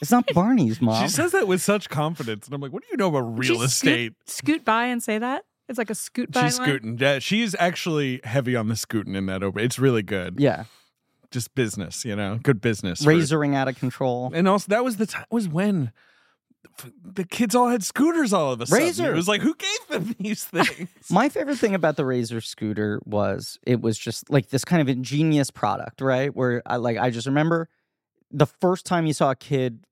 [SPEAKER 1] It's not Barney's mom.
[SPEAKER 2] *laughs* She says that with such confidence, and I'm like, "What do you know about
[SPEAKER 3] Did you
[SPEAKER 2] real
[SPEAKER 3] scoot-
[SPEAKER 2] estate?"
[SPEAKER 3] Scoot by and say that. It's like a scoot by.
[SPEAKER 2] She's
[SPEAKER 3] line.
[SPEAKER 2] scooting. Yeah, she's actually heavy on the scooting in that over. It's really good.
[SPEAKER 1] yeah,
[SPEAKER 2] Just business, you know, good business. for-
[SPEAKER 1] razoring out of control.
[SPEAKER 2] And also, that was the time was when f- the kids all had scooters all of a sudden.
[SPEAKER 1] Razor.
[SPEAKER 2] It was like, who gave them *laughs* these things?
[SPEAKER 1] *laughs* My favorite thing about the Razor scooter was it was just like this kind of ingenious product, right? Where I like I just remember the first time you saw a kid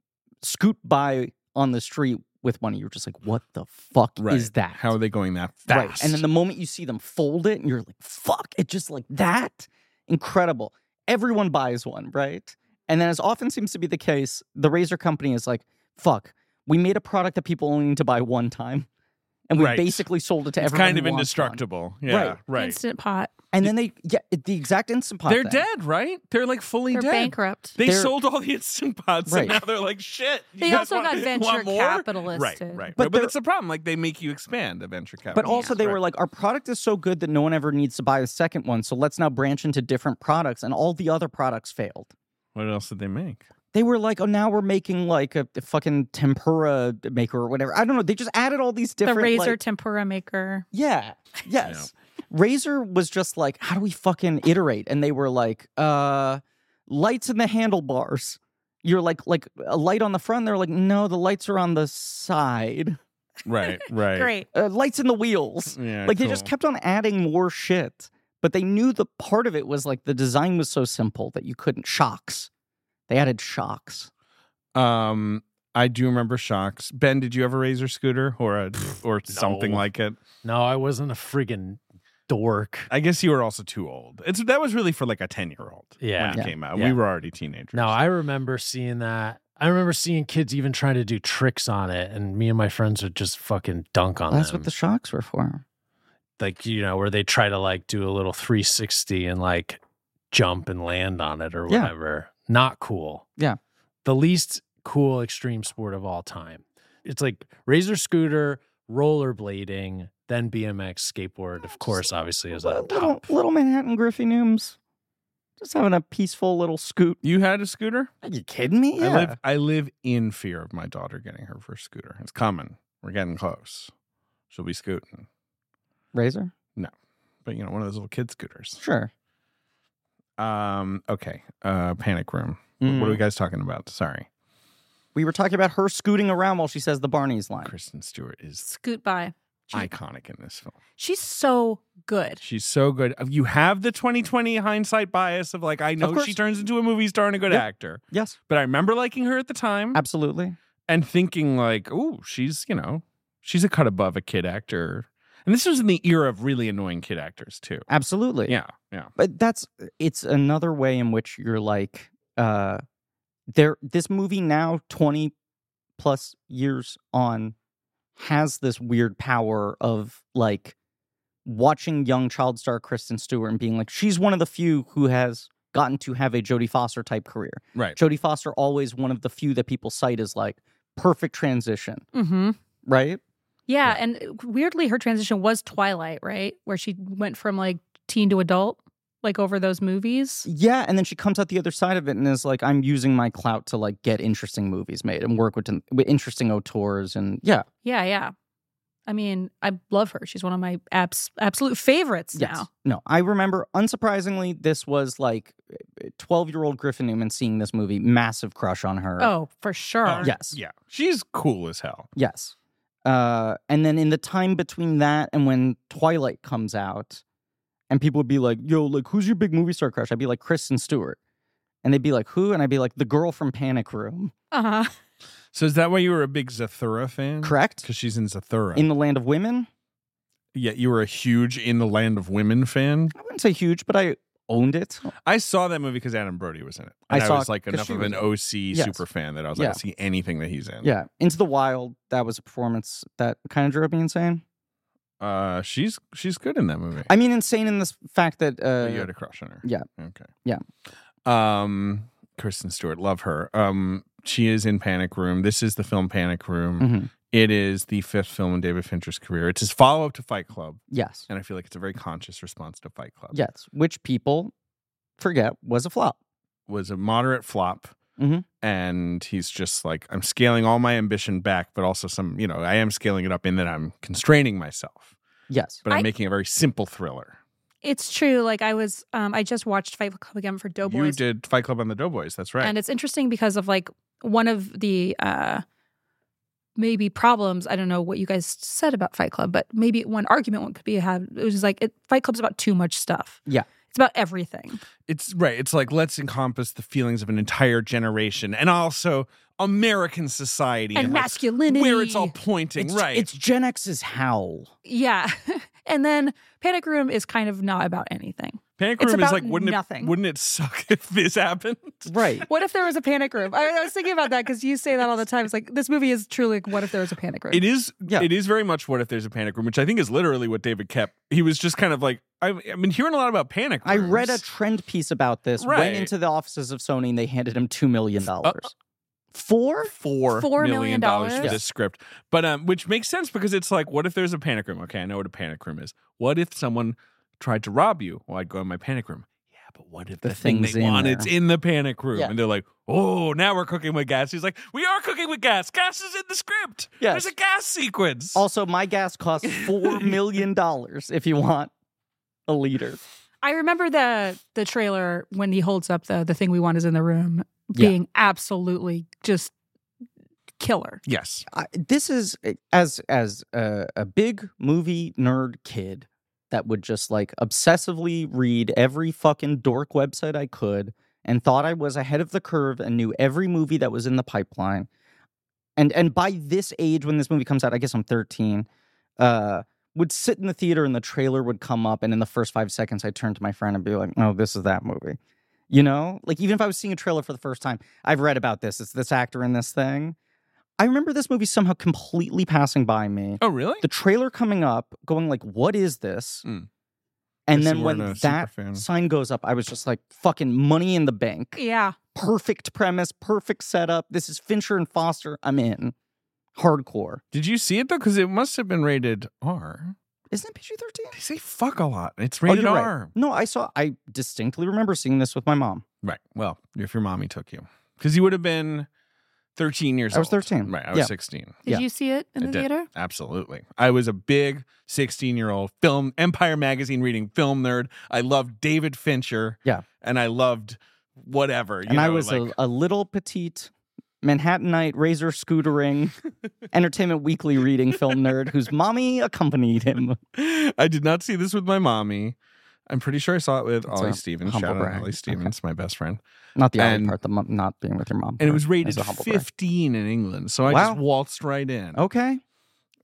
[SPEAKER 1] scoot by on the street with one, you were just like, "What the fuck
[SPEAKER 2] Right.
[SPEAKER 1] is that?"
[SPEAKER 2] How are they going that
[SPEAKER 1] right?
[SPEAKER 2] fast?
[SPEAKER 1] And then the moment you see them fold it, and you're like, "Fuck!" It just like that incredible. Everyone buys one, right? And then, as often seems to be the case, the Razor company is like, "Fuck, we made a product that people only need to buy one time." And we
[SPEAKER 2] Right.
[SPEAKER 1] basically sold it to
[SPEAKER 2] it's
[SPEAKER 1] everyone.
[SPEAKER 2] kind of
[SPEAKER 1] who wants one.
[SPEAKER 2] indestructible. Yeah,
[SPEAKER 1] Right.
[SPEAKER 2] right.
[SPEAKER 3] Instant pot.
[SPEAKER 1] And then they, yeah, it- the exact instant pot.
[SPEAKER 2] They're
[SPEAKER 1] thing.
[SPEAKER 2] dead, right? They're like fully
[SPEAKER 3] They're
[SPEAKER 2] dead.
[SPEAKER 3] bankrupt.
[SPEAKER 2] They
[SPEAKER 1] They're-
[SPEAKER 2] sold all the instant pots,
[SPEAKER 1] Right.
[SPEAKER 2] and now they're like, "Shit." you
[SPEAKER 3] They
[SPEAKER 2] guys
[SPEAKER 3] also
[SPEAKER 2] want- *laughs*
[SPEAKER 3] got
[SPEAKER 2] want
[SPEAKER 3] venture
[SPEAKER 2] more?
[SPEAKER 3] capitalistic.
[SPEAKER 2] Right, right.
[SPEAKER 1] But
[SPEAKER 2] But,
[SPEAKER 1] they're-
[SPEAKER 2] that's the problem. Like they make you expand the venture capital.
[SPEAKER 1] But also, they were like, our product is so good that no one ever needs to buy a second one. So let's now branch into different products. And all the other products failed.
[SPEAKER 2] "What else did they
[SPEAKER 3] *laughs*
[SPEAKER 2] make?"
[SPEAKER 1] They were like, oh, now we're making like a, a fucking tempura maker or whatever. I don't know. They just added all these
[SPEAKER 3] The
[SPEAKER 1] different.
[SPEAKER 3] razor
[SPEAKER 1] like-
[SPEAKER 3] tempura maker.
[SPEAKER 1] yeah. Yes. Razor was just like, how do we fucking iterate? And they were like, uh, lights in the handlebars. You're like, like a light on the front. They're like, no, the lights are on the side.
[SPEAKER 2] Right, right.
[SPEAKER 3] Great.
[SPEAKER 1] Uh, lights in the wheels.
[SPEAKER 2] Yeah,
[SPEAKER 1] like they just
[SPEAKER 2] cool.
[SPEAKER 1] kept on adding more shit but they knew the part of it was like the design was so simple that you couldn't shocks they added shocks
[SPEAKER 2] Um, I do remember shocks. Ben, did you have a razor scooter or a or something
[SPEAKER 4] no.
[SPEAKER 2] like it?
[SPEAKER 4] No, I wasn't a friggin' dork.
[SPEAKER 2] I guess you were also too old. It's that was really for like a ten year old.
[SPEAKER 4] Yeah.
[SPEAKER 2] when it
[SPEAKER 1] Yeah.
[SPEAKER 2] came out,
[SPEAKER 4] Yeah.
[SPEAKER 2] we were already teenagers.
[SPEAKER 4] No, I remember seeing that. I remember seeing kids even trying to do tricks on it, and me and my friends would just fucking dunk on
[SPEAKER 1] that's
[SPEAKER 4] them.
[SPEAKER 1] what the shocks were for
[SPEAKER 4] like you know, where they try to like do a little 360 and like jump and land on it or
[SPEAKER 1] Yeah.
[SPEAKER 4] whatever. Not cool.
[SPEAKER 1] Yeah.
[SPEAKER 4] The least cool extreme sport of all time. It's like razor scooter, rollerblading, then BMX, skateboard, of course, obviously is
[SPEAKER 1] Well, *laughs*
[SPEAKER 4] on
[SPEAKER 1] little,
[SPEAKER 4] top.
[SPEAKER 1] little manhattan griffey nooms just having a peaceful little scoot
[SPEAKER 2] you had a scooter.
[SPEAKER 1] are you kidding me yeah.
[SPEAKER 2] I live I live in fear of my daughter getting her first scooter. It's coming. We're getting close. She'll be scooting,
[SPEAKER 1] razor
[SPEAKER 2] but you know, one of those little kid scooters.
[SPEAKER 1] sure
[SPEAKER 2] Um. Okay. Uh. Panic room. What- What are we guys talking about? Sorry,
[SPEAKER 1] we were talking about her scooting around while she says the barney's line
[SPEAKER 2] Kristen Stewart is
[SPEAKER 3] Scoot by. She-
[SPEAKER 2] iconic in this film.
[SPEAKER 3] She's so good.
[SPEAKER 2] She's so good. Uh, You have the 2020 hindsight bias of like, I know
[SPEAKER 1] course.
[SPEAKER 2] she turns into a movie star and a good
[SPEAKER 1] Yep.
[SPEAKER 2] actor,
[SPEAKER 1] yes
[SPEAKER 2] but I remember liking her at the time
[SPEAKER 1] absolutely
[SPEAKER 2] and thinking like, oh, she's you know, she's a cut above a kid actor. And this was in the era of really annoying kid actors too.
[SPEAKER 1] absolutely
[SPEAKER 2] Yeah, yeah.
[SPEAKER 1] but that's uh, it's another way in which you're like uh there this movie now 20 plus years on has this weird power of like watching young child star Kristen Stewart and being like she's one of the few who has gotten to have a Jodie Foster type career.
[SPEAKER 2] Right.
[SPEAKER 1] Jodie Foster always one of the few that people cite as like perfect transition,
[SPEAKER 3] Mm-hmm.
[SPEAKER 1] right?
[SPEAKER 3] Yeah, and weirdly, her transition was Twilight, right? Where she went from like teen to adult, like over those movies.
[SPEAKER 1] Yeah, and then she comes out the other side of it and is like, "I'm using my clout to like get interesting movies made and work with, with interesting auteurs." And yeah,
[SPEAKER 3] Yeah, yeah. I mean, I love her. She's one of my abs- absolute favorites
[SPEAKER 1] yes,
[SPEAKER 3] now.
[SPEAKER 1] no, I remember. Unsurprisingly, this was like eh, twelve-year-old Griffin Newman seeing this movie, massive crush on her.
[SPEAKER 3] Oh, for sure.
[SPEAKER 2] Oh,
[SPEAKER 1] yes.
[SPEAKER 2] Yeah. She's cool as hell.
[SPEAKER 1] yes. Uh, and then in the time between that and when Twilight comes out, and people would be like, "Yo, like, who's your big movie star crush?" I'd be like, "Kristen Stewart," and they'd be like, "Who?" And I'd be like, "The girl from Panic Room."
[SPEAKER 3] Uh-huh.
[SPEAKER 2] So is that why you were a big Zathura fan?
[SPEAKER 1] Correct.
[SPEAKER 2] Because she's in Zathura.
[SPEAKER 1] In the land of women.
[SPEAKER 2] yeah, you were a huge In the Land of Women fan.
[SPEAKER 1] I wouldn't say huge, but I owned it.
[SPEAKER 2] I saw that movie because Adam Brody was in it.
[SPEAKER 1] I
[SPEAKER 2] And I,
[SPEAKER 1] saw
[SPEAKER 2] was
[SPEAKER 1] it
[SPEAKER 2] like
[SPEAKER 1] 'cause
[SPEAKER 2] enough
[SPEAKER 1] she
[SPEAKER 2] of
[SPEAKER 1] was
[SPEAKER 2] an
[SPEAKER 1] in it.
[SPEAKER 2] OC
[SPEAKER 1] Yes.
[SPEAKER 2] super fan that I was
[SPEAKER 1] Yeah.
[SPEAKER 2] like, I see anything that he's in.
[SPEAKER 1] Yeah. Into the Wild, that was a performance that kind of drove me insane.
[SPEAKER 2] Uh, she's she's good in that movie.
[SPEAKER 1] I mean, insane in this fact that
[SPEAKER 2] But you had
[SPEAKER 1] uh,
[SPEAKER 2] a crush on her.
[SPEAKER 1] yeah.
[SPEAKER 2] Okay.
[SPEAKER 1] Yeah.
[SPEAKER 2] Um, Kristen Stewart, love her. Um, she is in Panic Room. This is the film Panic Room.
[SPEAKER 1] mhm,
[SPEAKER 2] It is the fifth film in David Fincher's career. It's his follow up to Fight Club,
[SPEAKER 1] yes,
[SPEAKER 2] and I feel like it's a very conscious response to Fight Club.
[SPEAKER 1] yes, which people forget was a flop.
[SPEAKER 2] was a moderate flop.
[SPEAKER 1] Mhm.
[SPEAKER 2] and he's just like, I'm scaling all my ambition back, but also some, you know, I am scaling it up in that I'm constraining myself,
[SPEAKER 1] Yes.
[SPEAKER 2] but I'm
[SPEAKER 3] I-
[SPEAKER 2] making a very simple thriller.
[SPEAKER 3] It's true. Like I was, um, I just watched Fight Club again for
[SPEAKER 2] You
[SPEAKER 3] Doughboys,
[SPEAKER 2] did Fight Club on the Doughboys. That's right.
[SPEAKER 3] and it's interesting because of like one of the uh, maybe problems. I don't know what you guys said about Fight Club, but maybe one argument one could be had. It was just like it, Fight Club's about too much stuff.
[SPEAKER 1] Yeah.
[SPEAKER 3] it's about everything.
[SPEAKER 2] it's right. It's like let's encompass the feelings of an entire generation and also American society
[SPEAKER 3] and
[SPEAKER 2] like,
[SPEAKER 3] masculinity
[SPEAKER 2] where it's all pointing.
[SPEAKER 1] It's,
[SPEAKER 2] right.
[SPEAKER 1] It's Gen X's howl.
[SPEAKER 3] yeah *laughs* and then panic room is kind of not about anything
[SPEAKER 2] Panic
[SPEAKER 3] it's
[SPEAKER 2] Room is
[SPEAKER 3] about
[SPEAKER 2] like wouldn't
[SPEAKER 3] nothing.
[SPEAKER 2] it wouldn't it suck *laughs* if this happened? *laughs*
[SPEAKER 1] Right.
[SPEAKER 3] what if there was a panic room i, I was thinking about that because you say that all the time it's like this movie is truly like what if there was a panic room
[SPEAKER 2] It is
[SPEAKER 1] Yeah.
[SPEAKER 2] it is very much what if there's a panic room, which I think is literally what David kept. He was just kind of like I've, I've been hearing a lot about panic
[SPEAKER 1] I
[SPEAKER 2] rooms.
[SPEAKER 1] read a trend piece about this.
[SPEAKER 2] Right. Uh,
[SPEAKER 1] Went into the offices of Sony and they handed him two million dollars. Four?
[SPEAKER 2] four
[SPEAKER 3] Four million
[SPEAKER 2] million dollars for
[SPEAKER 3] dollars?
[SPEAKER 2] this script. But um which makes sense because it's like, what if there's a panic room? Okay, I know what a panic room is. What if someone tried to rob you? Well, I'd go in my panic room. Yeah, but what if
[SPEAKER 1] The
[SPEAKER 2] the, thing
[SPEAKER 1] thing's
[SPEAKER 2] they
[SPEAKER 1] in
[SPEAKER 2] want
[SPEAKER 1] there.
[SPEAKER 2] it's in the panic room?
[SPEAKER 1] Yeah.
[SPEAKER 2] And they're like, Oh, now we're cooking with gas. He's like, We are cooking with gas. Gas is in the script.
[SPEAKER 1] Yes.
[SPEAKER 2] There's a gas sequence.
[SPEAKER 1] Also, my gas costs
[SPEAKER 2] *laughs*
[SPEAKER 1] four million dollars if you want a liter.
[SPEAKER 3] i remember the the trailer when he holds up the the thing we want is in the room
[SPEAKER 1] Yeah.
[SPEAKER 3] being absolutely just killer
[SPEAKER 2] yes.
[SPEAKER 1] I, this is eh, as as a, a big movie nerd kid that would just like obsessively read every fucking dork website I could and thought I was ahead of the curve and knew every movie that was in the pipeline. And and by this age when this movie comes out, I guess I'm 13, uh would sit in the theater and the trailer would come up and in the first 5 seconds I turned to my friend and be like, "No, this is that movie." You know? Like even if I was seeing a trailer for the first time, I've read about this. It's this actor in this thing. I remember this movie somehow completely passing by me.
[SPEAKER 2] Oh really?
[SPEAKER 1] The trailer coming up, going like, "What is this?"
[SPEAKER 2] Mm.
[SPEAKER 1] And
[SPEAKER 2] Guess
[SPEAKER 1] then
[SPEAKER 2] you
[SPEAKER 1] when
[SPEAKER 2] weren't a
[SPEAKER 1] that
[SPEAKER 2] superfan.
[SPEAKER 1] sign goes up, I was just like, "Fucking money in the bank!
[SPEAKER 3] yeah
[SPEAKER 1] Perfect premise, perfect setup. This is Fincher and Foster. I'm in. Hardcore.
[SPEAKER 2] Did you see it though? Because it must have been rated R.
[SPEAKER 1] Isn't it PG-13?
[SPEAKER 2] They say fuck a lot. It's
[SPEAKER 1] Oh,
[SPEAKER 2] rated
[SPEAKER 1] you're right.
[SPEAKER 2] R.
[SPEAKER 1] No, I saw. I distinctly remember seeing this with my mom.
[SPEAKER 2] Right. Well, if your mommy took you, because you would have been 13 years
[SPEAKER 1] I
[SPEAKER 2] old.
[SPEAKER 1] was 13.
[SPEAKER 2] Right. I was
[SPEAKER 1] Yeah.
[SPEAKER 2] 16.
[SPEAKER 3] did
[SPEAKER 1] Yeah.
[SPEAKER 3] you see it in
[SPEAKER 2] I
[SPEAKER 3] the
[SPEAKER 2] did.
[SPEAKER 3] theater
[SPEAKER 2] Absolutely. I was a big 16 year old film, Empire Magazine reading film nerd. I loved David Fincher.
[SPEAKER 1] Yeah.
[SPEAKER 2] And I loved whatever. you
[SPEAKER 1] and I
[SPEAKER 2] know,
[SPEAKER 1] was
[SPEAKER 2] like- *laughs*
[SPEAKER 1] a, a little petite Manhattanite razor
[SPEAKER 2] *laughs*
[SPEAKER 1] scootering, Entertainment Weekly reading film nerd whose mommy accompanied him.
[SPEAKER 2] I did not see this with my mommy. I'm pretty sure I saw it with
[SPEAKER 1] That's
[SPEAKER 2] Ollie
[SPEAKER 1] a
[SPEAKER 2] Stevens.
[SPEAKER 1] humble
[SPEAKER 2] Shout out
[SPEAKER 1] brag.
[SPEAKER 2] Ollie
[SPEAKER 1] Okay.
[SPEAKER 2] Stevens, my best friend.
[SPEAKER 1] Not the only
[SPEAKER 2] And-
[SPEAKER 1] part, the mom, not being with your mom.
[SPEAKER 2] And it
[SPEAKER 1] part
[SPEAKER 2] was
[SPEAKER 1] is
[SPEAKER 2] rated
[SPEAKER 1] a humble brag.
[SPEAKER 2] 15 in England. So I
[SPEAKER 1] Wow. Oh.
[SPEAKER 2] just waltzed right in.
[SPEAKER 1] Okay.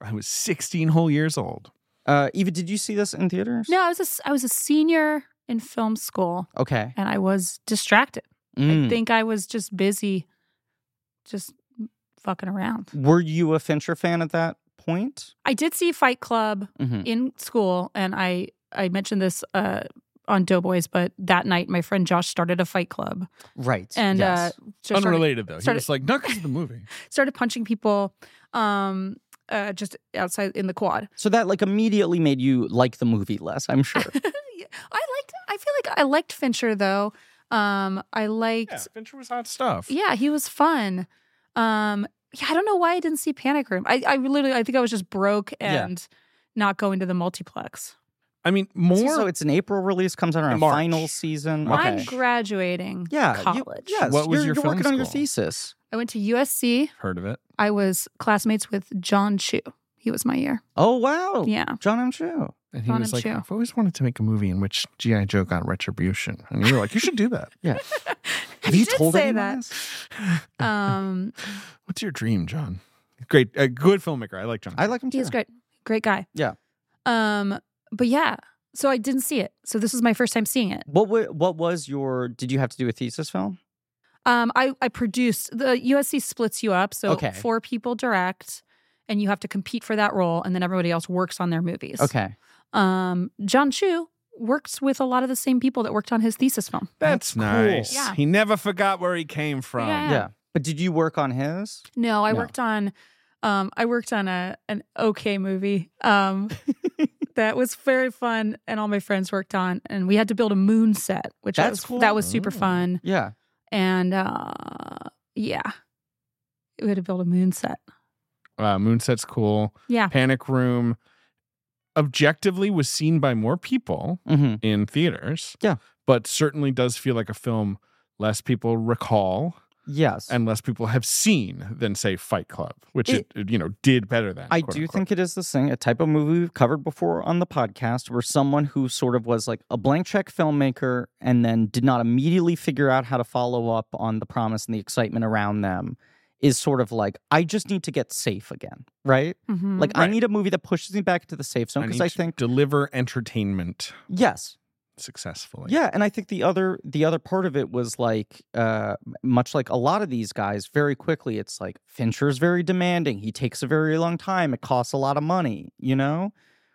[SPEAKER 2] I was 16 whole years old.
[SPEAKER 1] Uh, Eva, did you see this in theaters?
[SPEAKER 3] no i was a s- I was a senior in film school
[SPEAKER 1] Okay.
[SPEAKER 3] and i was distracted i
[SPEAKER 1] Mm.
[SPEAKER 3] think i was just busy just fucking around
[SPEAKER 1] Were you a Fincher fan at that point?
[SPEAKER 3] I did see Fight Club
[SPEAKER 1] Mhm.
[SPEAKER 3] in school, and I I mentioned this uh, on Doughboys, but that night my friend Josh started a Fight Club
[SPEAKER 1] Right.
[SPEAKER 3] and
[SPEAKER 1] yes.
[SPEAKER 3] uh, just started,
[SPEAKER 2] Unrelated though.
[SPEAKER 3] started-
[SPEAKER 2] he was like, not because of the movie.
[SPEAKER 3] started punching people, um, uh, just outside in the quad.
[SPEAKER 1] so that like immediately made you like the movie less, I'm
[SPEAKER 3] *laughs*
[SPEAKER 1] sure.
[SPEAKER 3] I liked. I feel like I liked Fincher though. Um, I liked.
[SPEAKER 2] Yeah, Fincher was hot stuff.
[SPEAKER 3] Yeah, he was fun. Um, yeah, I don't know why I didn't see Panic Room. I, I literally, I think I was just broke
[SPEAKER 1] Yeah.
[SPEAKER 3] and not going to the multiplex.
[SPEAKER 2] I mean,
[SPEAKER 1] So-
[SPEAKER 2] more.
[SPEAKER 1] so it's an April release, comes out around
[SPEAKER 2] March.
[SPEAKER 1] final season.
[SPEAKER 2] March.
[SPEAKER 1] Okay.
[SPEAKER 3] I'm graduating
[SPEAKER 1] yeah. you-
[SPEAKER 3] college.
[SPEAKER 1] yes.
[SPEAKER 2] What was
[SPEAKER 1] you're,
[SPEAKER 2] your
[SPEAKER 1] you're
[SPEAKER 2] film
[SPEAKER 1] working on your
[SPEAKER 2] school?
[SPEAKER 1] thesis?
[SPEAKER 3] I went to USC.
[SPEAKER 2] heard of it.
[SPEAKER 3] I was classmates with John Chu. He was my year.
[SPEAKER 1] Oh wow.
[SPEAKER 3] Yeah.
[SPEAKER 1] John M. Chu.
[SPEAKER 2] And he
[SPEAKER 3] Gone
[SPEAKER 2] was
[SPEAKER 3] and
[SPEAKER 2] like,
[SPEAKER 3] Chill.
[SPEAKER 2] I've always wanted to make a movie in which G.I. Joe got retribution. And you were like, you should do
[SPEAKER 3] *laughs*
[SPEAKER 2] that.
[SPEAKER 1] Yeah. Have
[SPEAKER 3] He
[SPEAKER 1] you
[SPEAKER 3] did
[SPEAKER 1] told
[SPEAKER 3] say
[SPEAKER 1] anyone
[SPEAKER 3] that.
[SPEAKER 1] this?
[SPEAKER 3] *laughs* Um,
[SPEAKER 2] *laughs* What's your dream, John? Great. A good filmmaker. I like John.
[SPEAKER 1] I like him too.
[SPEAKER 3] he's great, great guy.
[SPEAKER 1] Yeah.
[SPEAKER 3] Um, but yeah, so I didn't see it. So this was my first time seeing it.
[SPEAKER 1] What wa- what was your did you have to do a thesis film?
[SPEAKER 3] Um, I I produced the USC splits you up, so
[SPEAKER 1] Okay.
[SPEAKER 3] four people direct, and you have to compete for that role, and then everybody else works on their movies.
[SPEAKER 1] Okay.
[SPEAKER 3] Um, John Chu works with a lot of the same people that worked on his thesis film.
[SPEAKER 1] That's
[SPEAKER 2] That's,
[SPEAKER 1] cool.
[SPEAKER 2] nice.
[SPEAKER 3] Yeah.
[SPEAKER 2] He never forgot where he came from.
[SPEAKER 3] Yeah.
[SPEAKER 1] yeah. But did you work on his?
[SPEAKER 3] No, I
[SPEAKER 1] No.
[SPEAKER 3] worked on um I worked on a an okay movie.
[SPEAKER 1] *laughs*
[SPEAKER 3] Um that was very fun and all my friends worked on and we had to build a moon set, which
[SPEAKER 1] That's
[SPEAKER 3] was
[SPEAKER 1] cool.
[SPEAKER 3] that was super
[SPEAKER 2] Oh.
[SPEAKER 3] fun.
[SPEAKER 1] Yeah.
[SPEAKER 3] And uh, yeah, we had to build a moon set.
[SPEAKER 2] Uh, Moonset's cool.
[SPEAKER 3] Yeah.
[SPEAKER 2] Panic Room objectively was seen by more people
[SPEAKER 1] Mm-hmm.
[SPEAKER 2] in theaters.
[SPEAKER 1] Yeah.
[SPEAKER 2] But certainly does feel like a film less people recall
[SPEAKER 1] Yes.
[SPEAKER 2] and less people have seen than say Fight Club, which it, you know did better than.
[SPEAKER 1] I
[SPEAKER 2] quote,
[SPEAKER 1] do
[SPEAKER 2] unquote.
[SPEAKER 1] think it is this thing, a type of movie we've covered before on the podcast, where someone who sort of was like a blank check filmmaker and then did not immediately figure out how to follow up on the promise and the excitement around them is sort of like, I just need to get safe again, right?
[SPEAKER 3] Mhm.
[SPEAKER 1] Like, I
[SPEAKER 2] Mm, Right.
[SPEAKER 1] need a movie that pushes me back into the safe zone because
[SPEAKER 2] need
[SPEAKER 1] I
[SPEAKER 2] to
[SPEAKER 1] think,
[SPEAKER 2] deliver entertainment
[SPEAKER 1] yes,
[SPEAKER 2] successfully.
[SPEAKER 1] yeah, and I think the other the other part of it was like uh much like a lot of these guys very quickly it's like Fincher's very demanding. He takes a very long time. It costs a lot of money, you know?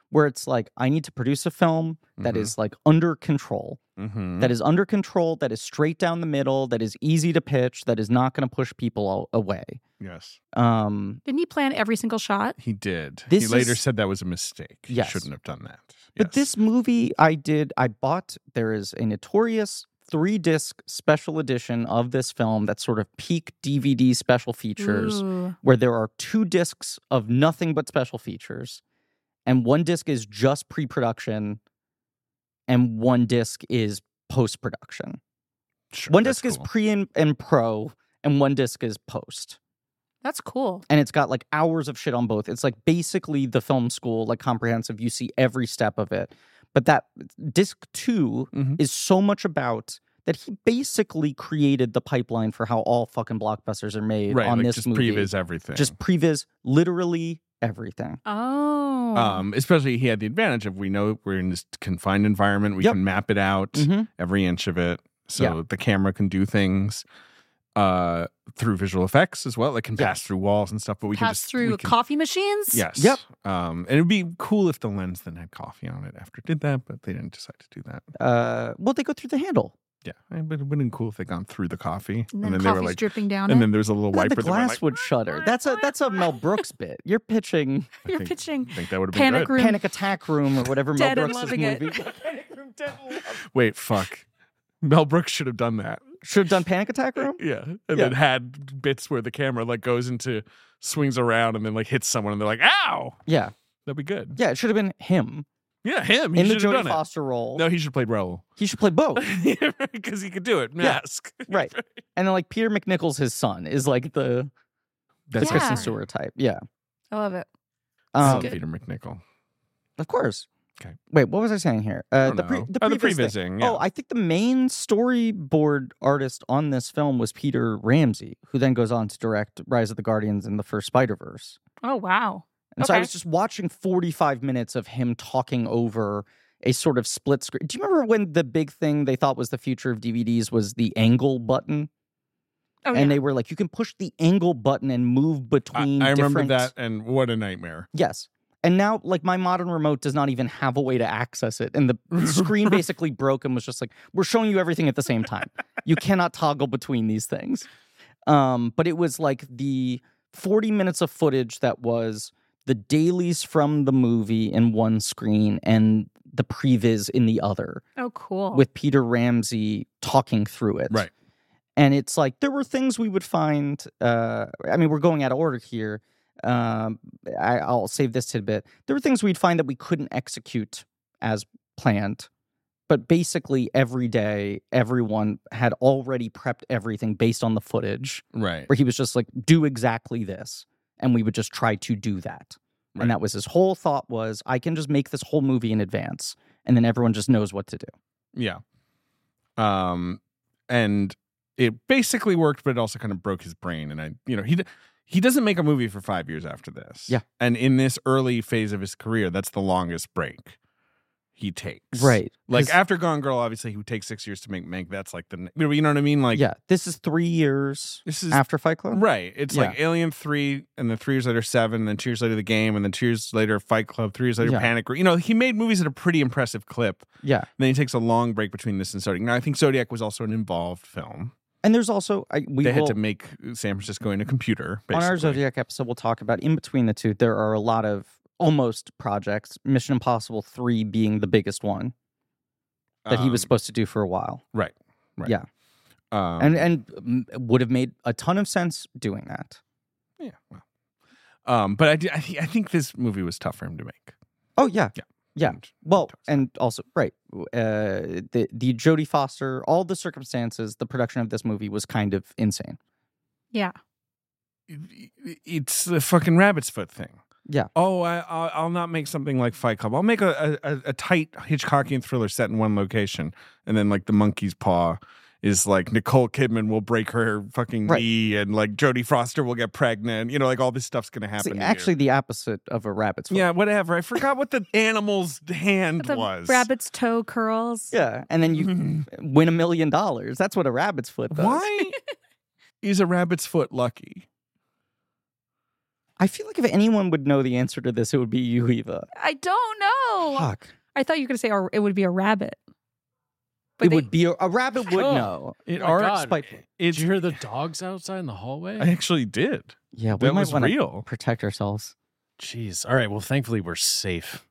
[SPEAKER 1] Where it's like I need to produce a film that
[SPEAKER 2] Mhm.
[SPEAKER 1] is like under control.
[SPEAKER 2] Mhm.
[SPEAKER 1] That is under control, that is straight down the middle, that is easy to pitch, that is not going to push people all away.
[SPEAKER 2] yes,
[SPEAKER 1] Um
[SPEAKER 3] Didn't he plan every single shot?
[SPEAKER 2] he did.
[SPEAKER 1] This
[SPEAKER 2] he later
[SPEAKER 1] is-
[SPEAKER 2] said that was a mistake.
[SPEAKER 1] Yes.
[SPEAKER 2] He shouldn't have done that.
[SPEAKER 1] But
[SPEAKER 2] Yes.
[SPEAKER 1] this movie I did, I bought, there is a notorious three disc special edition of this film that's sort of peak DVD special features,
[SPEAKER 2] Mm.
[SPEAKER 3] Ooh.
[SPEAKER 1] where there are two discs of nothing but special features, and one disc is just pre production, and one disc is post production.
[SPEAKER 2] Sure,
[SPEAKER 1] One
[SPEAKER 2] that's
[SPEAKER 1] disc is
[SPEAKER 2] cool.
[SPEAKER 1] pre and, and pro, and one disc is post.
[SPEAKER 3] That's cool.
[SPEAKER 1] And it's got like hours of shit on both. It's like basically the film school, like comprehensive. You see every step of it. But that disc two
[SPEAKER 2] Mhm.
[SPEAKER 1] is so much about that he basically created the pipeline for how all fucking blockbusters are made
[SPEAKER 2] right
[SPEAKER 1] on
[SPEAKER 2] like
[SPEAKER 1] this
[SPEAKER 2] just
[SPEAKER 1] movie.
[SPEAKER 2] previs everything.
[SPEAKER 1] Just previs literally everything.
[SPEAKER 3] Oh.
[SPEAKER 2] um, especially he had the advantage of we know we're in this confined environment. We
[SPEAKER 1] Yep.
[SPEAKER 2] can map it out
[SPEAKER 1] Mhm.
[SPEAKER 2] every inch of it, so the camera can do things uh through visual effects as well. It can pass through walls and stuff, but we can
[SPEAKER 3] Pass
[SPEAKER 2] just
[SPEAKER 3] through
[SPEAKER 2] we can
[SPEAKER 3] coffee machines?
[SPEAKER 2] Yes.
[SPEAKER 1] Yep.
[SPEAKER 2] Um, and it'd be cool if the lens then had coffee on it after it did that, but they didn't decide to do that.
[SPEAKER 1] Uh, well, they go through the handle.
[SPEAKER 2] Yeah, Eh, but it wouldn't be cool if they gone through the coffee
[SPEAKER 3] And then,
[SPEAKER 2] they
[SPEAKER 3] coffee's
[SPEAKER 2] were like,
[SPEAKER 3] dripping down
[SPEAKER 2] and
[SPEAKER 3] it.
[SPEAKER 2] then there was a little
[SPEAKER 3] *laughs*
[SPEAKER 1] Then
[SPEAKER 2] wiper.
[SPEAKER 1] the
[SPEAKER 2] that went
[SPEAKER 1] glass
[SPEAKER 2] like,
[SPEAKER 1] would shudder. That's a that's a Mel Brooks bit. You're
[SPEAKER 2] *laughs*
[SPEAKER 1] pitching
[SPEAKER 2] I
[SPEAKER 3] You're
[SPEAKER 2] think-
[SPEAKER 3] pitching
[SPEAKER 2] I think that would have been
[SPEAKER 3] panic
[SPEAKER 2] good.
[SPEAKER 3] room.
[SPEAKER 1] Panic Attack Room or
[SPEAKER 2] *laughs*
[SPEAKER 1] whatever Mel
[SPEAKER 3] Dead and
[SPEAKER 1] Brooks'
[SPEAKER 3] loving it.
[SPEAKER 1] movie.
[SPEAKER 2] Wait, fuck. *laughs* Mel Brooks should have done that.
[SPEAKER 1] Should have done Panic Attack
[SPEAKER 2] *laughs*
[SPEAKER 1] Room.
[SPEAKER 2] Yeah, and
[SPEAKER 1] Yeah.
[SPEAKER 2] then had bits where the camera like goes into swings around and then like hits someone and they're like, "Ow!"
[SPEAKER 1] Yeah,
[SPEAKER 2] That'd be good.
[SPEAKER 1] yeah. It should have been him
[SPEAKER 2] Yeah, him. He
[SPEAKER 1] in the
[SPEAKER 2] should have
[SPEAKER 1] Jodie
[SPEAKER 2] done
[SPEAKER 1] Foster role.
[SPEAKER 2] it. No, he should have played Raul
[SPEAKER 1] He should play both.
[SPEAKER 2] *laughs* because he could do it.
[SPEAKER 1] Yeah.
[SPEAKER 2] Mask.
[SPEAKER 1] Right. And then like Peter McNichols, his son, is like the the
[SPEAKER 2] That's
[SPEAKER 3] Yeah.
[SPEAKER 1] Kristen Stewart type. Yeah.
[SPEAKER 3] I love it.
[SPEAKER 1] Um,
[SPEAKER 3] good.
[SPEAKER 2] Peter McNichol.
[SPEAKER 1] of course.
[SPEAKER 2] Okay.
[SPEAKER 1] Wait, what was I saying here? Uh,
[SPEAKER 2] don't
[SPEAKER 1] the pre-
[SPEAKER 2] know.
[SPEAKER 1] the
[SPEAKER 2] Oh, the
[SPEAKER 1] previous thing.
[SPEAKER 2] prevising, yeah.
[SPEAKER 1] Oh, I think the main storyboard artist on this film was Peter Ramsey, who then goes on to direct Rise of the Guardians and the first Spider Verse.
[SPEAKER 3] Oh, wow.
[SPEAKER 1] And so I
[SPEAKER 3] Okay.
[SPEAKER 1] was just watching 45 minutes of him talking over a sort of split screen. Do you remember when the big thing they thought was the future of DVDs was the angle button?
[SPEAKER 3] Oh,
[SPEAKER 1] and
[SPEAKER 3] yeah.
[SPEAKER 1] they were like, you can push the angle button and move
[SPEAKER 2] I,
[SPEAKER 1] between.
[SPEAKER 2] I remember
[SPEAKER 1] different-
[SPEAKER 2] that, and what a nightmare.
[SPEAKER 1] Yes. And now, like, my modern remote does not even have a way to access it. And
[SPEAKER 2] *laughs*
[SPEAKER 1] the screen basically broke and was just like, we're showing you everything at the same time. You cannot toggle between these things. Um, but it was like the 40 minutes of footage that was the dailies from the movie in one screen and the previs in the other
[SPEAKER 3] oh, cool.
[SPEAKER 1] with Peter Ramsey talking through it.
[SPEAKER 2] Right.
[SPEAKER 1] And it's like there were things we would find. Uh, I mean, we're going out of order here. Um, I, I'll save this tidbit. There were things we'd find that we couldn't execute as planned, but basically every day, everyone had already prepped everything based on the footage,
[SPEAKER 2] Right.
[SPEAKER 1] where he was just like, "Do exactly this," and we would just try to do that.
[SPEAKER 2] Right.
[SPEAKER 1] And that was his whole thought was, "I can just make this whole movie in advance, and then everyone just knows what to do."
[SPEAKER 2] Yeah. Um, and it basically worked, but it also kind of broke his brain. And I, you know, he d- he doesn't make a movie for five years after this.
[SPEAKER 1] Yeah.
[SPEAKER 2] And in this early phase of his career, that's the longest break he takes.
[SPEAKER 1] Right.
[SPEAKER 2] Like
[SPEAKER 1] 'Cause-
[SPEAKER 2] after Gone Girl, obviously, he would take six years to make Mank. That's like the n- you know- you know what I mean. Like
[SPEAKER 1] yeah, this is three years
[SPEAKER 2] this is
[SPEAKER 1] after Fight Club.
[SPEAKER 2] Right. It's like Alien 3, and then three years later, Seven, and then two years later, The Game, and then two years later, Fight Club, three years later,
[SPEAKER 1] Yeah.
[SPEAKER 2] Panic. Room. You know, he made movies at a pretty impressive clip.
[SPEAKER 1] Yeah,
[SPEAKER 2] And then he takes a long break between this and Zodiac. Now, I think Zodiac was also an involved film.
[SPEAKER 1] and there's also I, we
[SPEAKER 2] they
[SPEAKER 1] will,
[SPEAKER 2] had to make uh, San Francisco in a computer,
[SPEAKER 1] on
[SPEAKER 2] basically.
[SPEAKER 1] our Zodiac episode we'll talk about in between the two. There are a lot of almost projects. Mission Impossible Three being the biggest one that he was
[SPEAKER 2] Um,
[SPEAKER 1] supposed to do for a while.
[SPEAKER 2] Right. Right.
[SPEAKER 1] Yeah.
[SPEAKER 2] Um,
[SPEAKER 1] and and mm, would have made a ton of sense doing that.
[SPEAKER 2] yeah, well. Um, but I, do- I, thi- I think this movie was tough for him to make.
[SPEAKER 1] Oh yeah, Yeah.
[SPEAKER 2] And-
[SPEAKER 1] Well, and also right, w- uh, the the Jodie Foster, all the circumstances, the production of this movie was kind of insane.
[SPEAKER 2] it's the fucking rabbit's foot thing.
[SPEAKER 1] Yeah.
[SPEAKER 2] Oh, I, I'll, I'll not make something like Fight Club. I'll make a, a, a tight Hitchcockian thriller set in one location, and then like the monkey's paw is like Nicole Kidman will break her fucking
[SPEAKER 1] Right.
[SPEAKER 2] knee, and like Jodie Foster will get pregnant. You know, like all this stuff's gonna
[SPEAKER 1] It's
[SPEAKER 2] happen. to you.
[SPEAKER 1] actually the opposite of a rabbit's foot.
[SPEAKER 2] yeah, whatever. I forgot what the animal's hand
[SPEAKER 3] *laughs* the
[SPEAKER 2] was. Hmm.
[SPEAKER 3] rabbit's toe curls.
[SPEAKER 1] Yeah, and then you win a million dollars. That's what a rabbit's foot does.
[SPEAKER 2] Mm-hmm.
[SPEAKER 1] *laughs*
[SPEAKER 2] Why is a rabbit's foot lucky?
[SPEAKER 1] I feel like if anyone would know the answer to this, it would be you, Eva.
[SPEAKER 3] I don't know.
[SPEAKER 1] Fuck.
[SPEAKER 3] Oh, I thought you were going to say or it would be a rabbit.
[SPEAKER 1] It
[SPEAKER 3] they-
[SPEAKER 1] would be a, a rabbit would
[SPEAKER 4] Oh.
[SPEAKER 1] know.
[SPEAKER 2] It
[SPEAKER 4] Oh my
[SPEAKER 2] are
[SPEAKER 4] God.
[SPEAKER 1] Spiteful.
[SPEAKER 2] it's
[SPEAKER 4] Did you hear the dogs outside in the hallway?
[SPEAKER 2] I actually did.
[SPEAKER 1] Yeah, we
[SPEAKER 2] That
[SPEAKER 1] might
[SPEAKER 2] was
[SPEAKER 1] wanna
[SPEAKER 2] real.
[SPEAKER 1] protect ourselves.
[SPEAKER 4] Jeez. All right. Well, thankfully we're safe.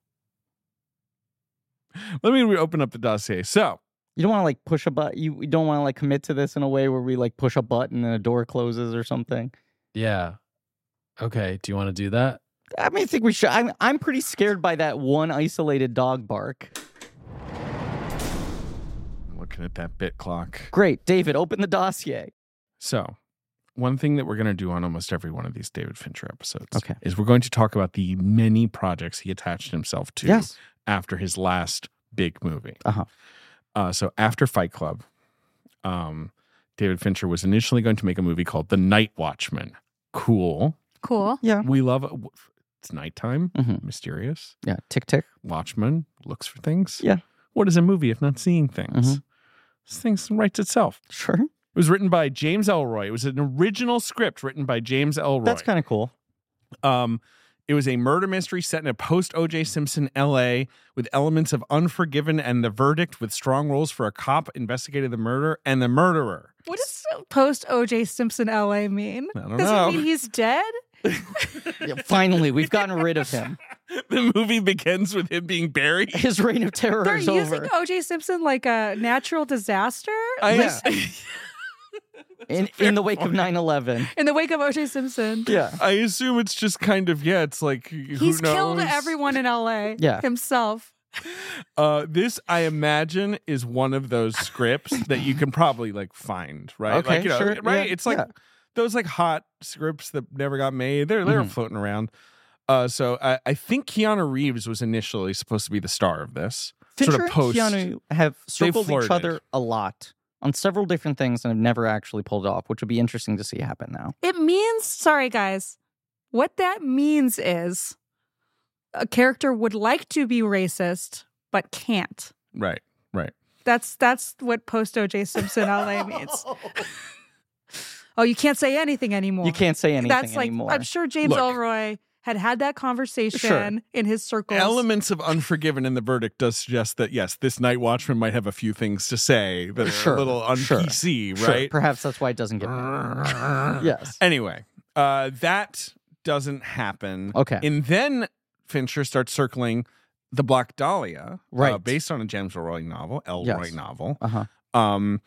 [SPEAKER 2] Let me reopen up the dossier. So,
[SPEAKER 1] You don't want to like push a button. You, you don't want to like commit to this in a way where we like push a button and a door closes or something.
[SPEAKER 4] Yeah. Okay. Do you want to do that?
[SPEAKER 1] I mean, I think we should. I'm, I'm pretty scared by that one isolated dog bark.
[SPEAKER 2] I'm looking at that bit clock.
[SPEAKER 1] Great, David, open the dossier.
[SPEAKER 2] So, one thing that we're going to do on almost every one of these David Fincher episodes
[SPEAKER 1] Okay.
[SPEAKER 2] is we're going to talk about the many projects he attached himself to
[SPEAKER 1] Yes.
[SPEAKER 2] after his last big movie.
[SPEAKER 1] Uh-huh.
[SPEAKER 2] Uh, so, after Fight Club, um, David Fincher was initially going to make a movie called The Night Watchman. Cool.
[SPEAKER 3] Cool.
[SPEAKER 1] Yeah.
[SPEAKER 2] We love it's nighttime,
[SPEAKER 1] Mhm.
[SPEAKER 2] mysterious.
[SPEAKER 1] Yeah. Tick tick.
[SPEAKER 2] Watchman looks for things.
[SPEAKER 1] Yeah.
[SPEAKER 2] What is a movie if not seeing things?
[SPEAKER 1] Mhm.
[SPEAKER 2] This thing's writes itself.
[SPEAKER 1] Sure.
[SPEAKER 2] It was written by James Elroy. It was an original script written by James Elroy.
[SPEAKER 1] That's kind of cool.
[SPEAKER 2] Um, it was a murder mystery set in a post O.J. Simpson L.A. with elements of Unforgiven and The Verdict, with strong roles for a cop investigating the murder and the murderer.
[SPEAKER 3] What does post OJ Simpson LA mean?
[SPEAKER 2] I don't
[SPEAKER 3] Does
[SPEAKER 2] know.
[SPEAKER 3] it mean he's dead?
[SPEAKER 1] Yeah, finally, we've gotten rid of him.
[SPEAKER 2] *laughs* the movie begins with him being buried.
[SPEAKER 1] His reign of terror
[SPEAKER 3] They're
[SPEAKER 1] is
[SPEAKER 3] using
[SPEAKER 1] over.
[SPEAKER 3] OJ Simpson like a natural disaster
[SPEAKER 2] *laughs* I-
[SPEAKER 1] Yeah. In, in the wake of 9 11.
[SPEAKER 3] in the wake of OJ Simpson.
[SPEAKER 1] Yeah.
[SPEAKER 2] I assume it's just kind of yeah. It's like who
[SPEAKER 3] He's killed
[SPEAKER 2] knows?
[SPEAKER 3] everyone in LA
[SPEAKER 1] Yeah.
[SPEAKER 3] himself.
[SPEAKER 2] Uh, this I imagine is one of those scripts that you can probably like find, right?
[SPEAKER 1] Okay,
[SPEAKER 2] like, you know,
[SPEAKER 1] sure,
[SPEAKER 2] Right?
[SPEAKER 1] yeah,
[SPEAKER 2] It's like
[SPEAKER 1] yeah.
[SPEAKER 2] those like hot scripts that never got made. They're they're
[SPEAKER 1] Mhm.
[SPEAKER 2] floating around. Uh, so I, I think Keanu Reeves was initially supposed to be the star of this.
[SPEAKER 1] Fincher
[SPEAKER 2] Sort of post-
[SPEAKER 1] and Keanu have circled each
[SPEAKER 2] flirted.
[SPEAKER 1] other a lot on several different things and have never actually pulled it off, which would be interesting to see happen now.
[SPEAKER 3] It means, sorry guys, what that means is a character would like to be racist but can't.
[SPEAKER 2] Right. Right.
[SPEAKER 3] That's that's what post OJ Simpson LA means. Oh, you can't say anything anymore.
[SPEAKER 1] You can't say anything
[SPEAKER 3] That's like
[SPEAKER 1] anymore.
[SPEAKER 3] I'm sure James
[SPEAKER 2] Look.
[SPEAKER 3] Elroy had had that conversation in his circles.
[SPEAKER 2] Elements of Unforgiven and the verdict does suggest that yes, this Night Watchman might have a few things to say that are
[SPEAKER 1] Sure,
[SPEAKER 2] a little on
[SPEAKER 1] sure,
[SPEAKER 2] PC,
[SPEAKER 1] Sure,
[SPEAKER 2] right?
[SPEAKER 1] Perhaps that's why it
[SPEAKER 2] *laughs*
[SPEAKER 1] doesn't get. yes.
[SPEAKER 2] Anyway, uh, that doesn't happen.
[SPEAKER 1] Okay.
[SPEAKER 2] And then Fincher starts circling the Black Dahlia, uh,
[SPEAKER 1] Right.
[SPEAKER 2] based on a James Elroy novel, Elroy
[SPEAKER 1] Yes.
[SPEAKER 2] novel,
[SPEAKER 1] Uh huh.
[SPEAKER 2] um,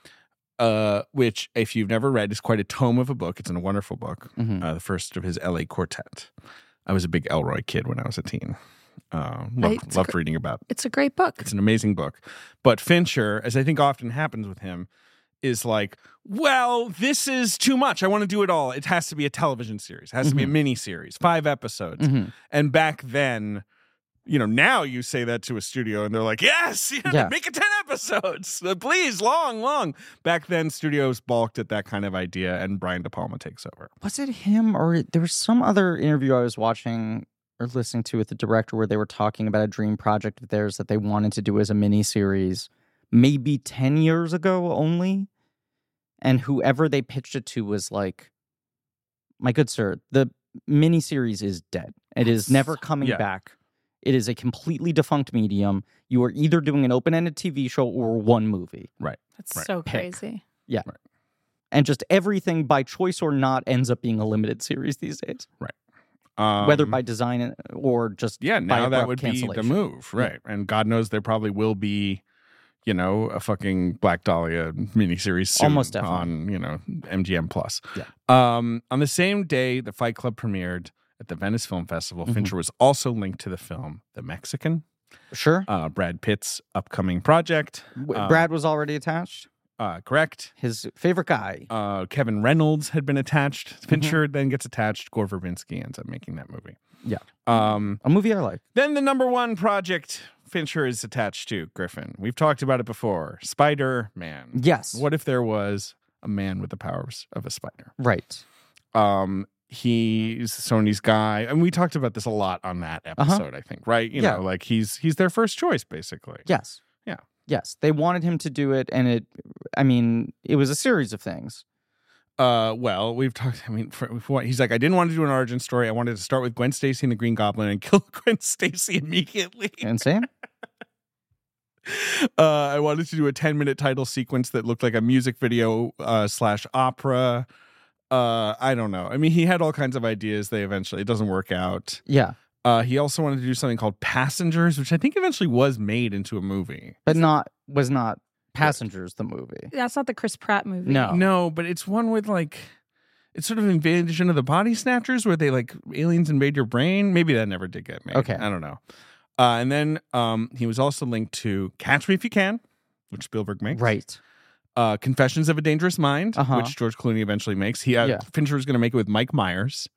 [SPEAKER 2] uh, which, if you've never read, is quite a tome of a book. It's a wonderful book,
[SPEAKER 1] Mhm.
[SPEAKER 2] uh, the first of his LA quartet. I was a big Elroy kid when I was a teen. Uh, loved,
[SPEAKER 3] Right, it's
[SPEAKER 2] loved
[SPEAKER 3] gr-
[SPEAKER 2] reading about
[SPEAKER 3] It's a great book.
[SPEAKER 2] it's an amazing book. But Fincher, as I think often happens with him, is like, well, this is too much. I want to do it all. It has to be a television series. It has
[SPEAKER 1] Mm-hmm.
[SPEAKER 2] to be a mini series, five episodes.
[SPEAKER 1] Mhm.
[SPEAKER 2] And back then, you know, now you say that to a studio and they're like, yes, you know,
[SPEAKER 1] Yeah.
[SPEAKER 2] make it 10 episodes. *laughs* Please, long, long. Back then, studios balked at that kind of idea and Brian De Palma takes over.
[SPEAKER 1] was it him or there was some other interview I was watching or listening to with the director where they were talking about a dream project of theirs that they wanted to do as a mini series maybe 10 years ago only and whoever they pitched it to was like my good sir the mini series is dead it is never coming
[SPEAKER 2] Yeah.
[SPEAKER 1] back it is a completely defunct medium you are either doing an open-ended TV show or one movie
[SPEAKER 3] That's
[SPEAKER 2] Right.
[SPEAKER 3] so
[SPEAKER 1] Pick.
[SPEAKER 3] crazy.
[SPEAKER 1] and just everything by choice or not ends up being a limited series these days
[SPEAKER 2] Um,
[SPEAKER 1] whether by design and- or just
[SPEAKER 2] yeah, now that
[SPEAKER 1] abrupt
[SPEAKER 2] would be the
[SPEAKER 1] cancellation.
[SPEAKER 2] move, right? And God knows there probably will be you know, a fucking Black Dahlia miniseries soon
[SPEAKER 1] Almost definitely.
[SPEAKER 2] on, you know, MGM Plus.
[SPEAKER 1] Yeah.
[SPEAKER 2] Um, on the same day the Fight Club premiered at the Venice Film Festival,
[SPEAKER 1] Mhm.
[SPEAKER 2] Fincher was also linked to the film The Mexican,
[SPEAKER 1] Sure.
[SPEAKER 2] uh, Brad Pitt's upcoming project.
[SPEAKER 1] W
[SPEAKER 2] um,
[SPEAKER 1] Brad was already attached.
[SPEAKER 2] Uh, correct.
[SPEAKER 1] His favorite guy.
[SPEAKER 2] Uh, Kevin Reynolds had been attached.
[SPEAKER 1] Mm-hmm.
[SPEAKER 2] Fincher then gets attached. Gore Verbinski ends up making that movie.
[SPEAKER 1] Yeah.
[SPEAKER 2] Um,
[SPEAKER 1] A movie I like.
[SPEAKER 2] then the number one project Fincher is attached to, Griffin. We've talked about it before. Spider Man.
[SPEAKER 1] Yes.
[SPEAKER 2] What if there was a man with the powers of a spider?
[SPEAKER 1] Right.
[SPEAKER 2] Um, he's Sony's guy, and we talked about this a lot on that
[SPEAKER 1] Uh-huh.
[SPEAKER 2] episode. I think, right? You
[SPEAKER 1] Yeah.
[SPEAKER 2] know, like he's he's their first choice, basically.
[SPEAKER 1] Yes.
[SPEAKER 2] Yeah.
[SPEAKER 1] Yes. They wanted him to do it, and it. I mean, it was a series of things.
[SPEAKER 2] Uh, well, we've talked. I mean, for, for what- he's like, I didn't want to do an origin story. I wanted to start with Gwen Stacy and the Green Goblin and kill *laughs* Gwen Stacy immediately. *laughs*
[SPEAKER 1] Insane.
[SPEAKER 2] Uh, I wanted to do a ten minute title sequence that looked like a music video uh, slash opera. Uh, I don't know. I mean, he had all kinds of ideas. They eventually it doesn't work out.
[SPEAKER 1] yeah,
[SPEAKER 2] Uh, he also wanted to do something called Passengers, which I think eventually was made into a movie.
[SPEAKER 1] but not was not Passengers the movie.
[SPEAKER 3] That's not the Chris Pratt movie.
[SPEAKER 1] No.
[SPEAKER 2] No, but it's one with like it's sort of invasion of the body snatchers where they like aliens invade your brain. Maybe that never did get made.
[SPEAKER 1] Okay.
[SPEAKER 2] I don't know. Uh, and then um, he was also linked to Catch Me If You Can, which Spielberg makes.
[SPEAKER 1] Right.
[SPEAKER 2] Uh, Confessions of a Dangerous Mind,
[SPEAKER 1] Uh-huh.
[SPEAKER 2] which George Clooney eventually makes. He uh,
[SPEAKER 1] Yeah.
[SPEAKER 2] Fincher was going to make it with Mike Myers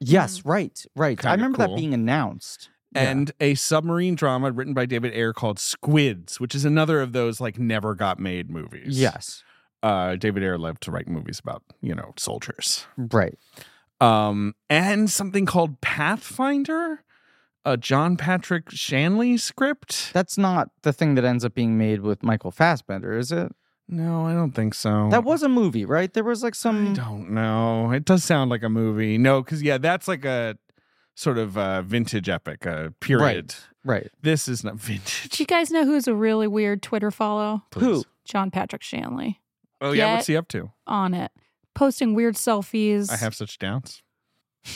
[SPEAKER 1] Yes. Right. Right. I
[SPEAKER 2] Mm. Kinda
[SPEAKER 1] remember
[SPEAKER 2] cool.
[SPEAKER 1] that being announced.
[SPEAKER 2] and a submarine drama written by David Ayer called Squids, which is another of those like never got made movies.
[SPEAKER 1] Yes.
[SPEAKER 2] Uh, David Ayer loved to write movies about, you know, soldiers.
[SPEAKER 1] Right.
[SPEAKER 2] um, and something called Pathfinder, a John Patrick Shanley script.
[SPEAKER 1] That's not the thing that ends up being made with Michael Fassbender, is it?
[SPEAKER 2] No, I don't think so.
[SPEAKER 1] That was a movie, right? There was like
[SPEAKER 2] Oh
[SPEAKER 1] some.
[SPEAKER 2] I don't know. It does sound like a movie. No, because yeah, that's like a sort of uh vintage epic, a period.
[SPEAKER 1] Right. Right.
[SPEAKER 2] This is not
[SPEAKER 3] Do you
[SPEAKER 2] vintage.
[SPEAKER 3] guys know who's a really weird Twitter follow?
[SPEAKER 1] Who?
[SPEAKER 3] John Patrick Shanley
[SPEAKER 2] Oh yeah,
[SPEAKER 3] Get-
[SPEAKER 2] what's he up to?
[SPEAKER 3] on it, posting weird selfies.
[SPEAKER 2] I have such doubts.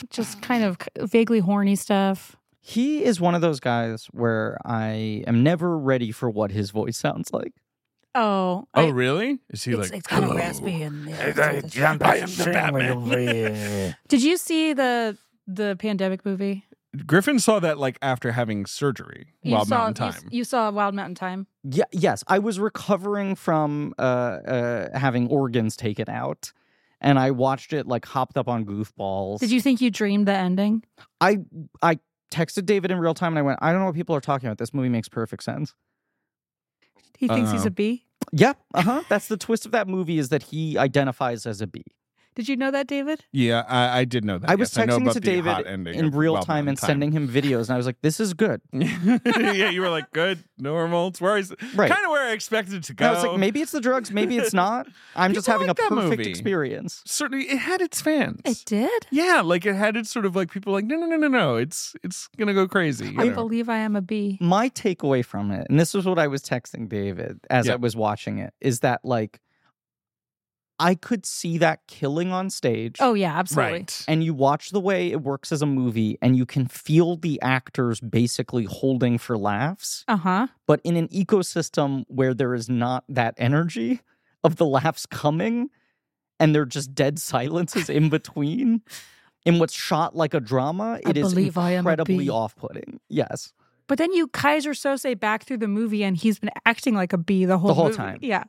[SPEAKER 3] just kind of vaguely horny stuff.
[SPEAKER 1] He is one of those guys where I am never ready for what his voice sounds like.
[SPEAKER 3] Oh,
[SPEAKER 2] Oh
[SPEAKER 3] I-
[SPEAKER 2] really? Is he
[SPEAKER 5] it's,
[SPEAKER 2] like
[SPEAKER 5] it's kind
[SPEAKER 2] "Hello,
[SPEAKER 5] of raspy and yeah, it's-
[SPEAKER 2] I-
[SPEAKER 5] it's-
[SPEAKER 2] I'm- I am the
[SPEAKER 5] Shanley
[SPEAKER 2] Batman."
[SPEAKER 5] over here.
[SPEAKER 3] did you see the the pandemic movie?
[SPEAKER 2] *laughs* Griffin saw that like after having surgery
[SPEAKER 3] You
[SPEAKER 2] while
[SPEAKER 3] saw,
[SPEAKER 2] Mountain
[SPEAKER 3] you-
[SPEAKER 2] Time.
[SPEAKER 3] You, saw Wild Mountain Time.
[SPEAKER 1] Yeah, yes, I was recovering from uh, uh, having organs taken out, and I watched it like hopped up on goofballs.
[SPEAKER 3] Did you think you dreamed the ending?
[SPEAKER 1] I I texted David in real time, and I went, I don't know what people are talking about. This movie makes perfect sense.
[SPEAKER 3] He thinks he's
[SPEAKER 2] Uh-oh.
[SPEAKER 3] a bee.
[SPEAKER 1] *laughs* Yep, uh huh. That's the twist of that movie is that he identifies as a bee
[SPEAKER 3] Did you know that, David?
[SPEAKER 2] yeah, I, I did know that.
[SPEAKER 1] I was
[SPEAKER 2] Yes, know
[SPEAKER 1] texting it
[SPEAKER 2] about
[SPEAKER 1] to
[SPEAKER 2] the
[SPEAKER 1] David
[SPEAKER 2] hot ending
[SPEAKER 1] in
[SPEAKER 2] of
[SPEAKER 1] real
[SPEAKER 2] Wild
[SPEAKER 1] time and
[SPEAKER 2] Mountain
[SPEAKER 1] sending him videos, and I was like, this is good.
[SPEAKER 2] *laughs*
[SPEAKER 1] *laughs*
[SPEAKER 2] yeah, you were like, good, normal. It's where I
[SPEAKER 1] Right.
[SPEAKER 2] kind of where I expected it to go.
[SPEAKER 1] And I was like, maybe it's the drugs, maybe
[SPEAKER 2] *laughs*
[SPEAKER 1] it's not. I'm just
[SPEAKER 2] People
[SPEAKER 1] having
[SPEAKER 2] like
[SPEAKER 1] a
[SPEAKER 2] that
[SPEAKER 1] perfect
[SPEAKER 2] movie.
[SPEAKER 1] experience.
[SPEAKER 2] certainly it had its fans.
[SPEAKER 3] It did.
[SPEAKER 2] yeah, like it had its sort of like people like, no, no, no, no, no. It's it's gonna go crazy. you
[SPEAKER 3] I
[SPEAKER 2] know?
[SPEAKER 3] believe I am a bee.
[SPEAKER 1] my takeaway from it, and this was what I was texting David as
[SPEAKER 2] Yeah.
[SPEAKER 1] I was watching it, is that like I could see that killing on stage.
[SPEAKER 3] Oh yeah, absolutely.
[SPEAKER 2] right.
[SPEAKER 1] And you watch the way it works as a movie, and you can feel the actors basically holding for laughs.
[SPEAKER 3] Uh huh.
[SPEAKER 1] But in an ecosystem where there is not that energy of the laughs coming, and there are just dead silences in between, in what's shot like a drama,
[SPEAKER 3] I
[SPEAKER 1] it is
[SPEAKER 3] believe I am a
[SPEAKER 1] incredibly
[SPEAKER 3] bee.
[SPEAKER 1] off putting. Yes.
[SPEAKER 3] But then you Kaiser Sose back through the movie, and he's been acting like a bee the whole
[SPEAKER 1] whole
[SPEAKER 3] movie.
[SPEAKER 1] time.
[SPEAKER 3] Yeah,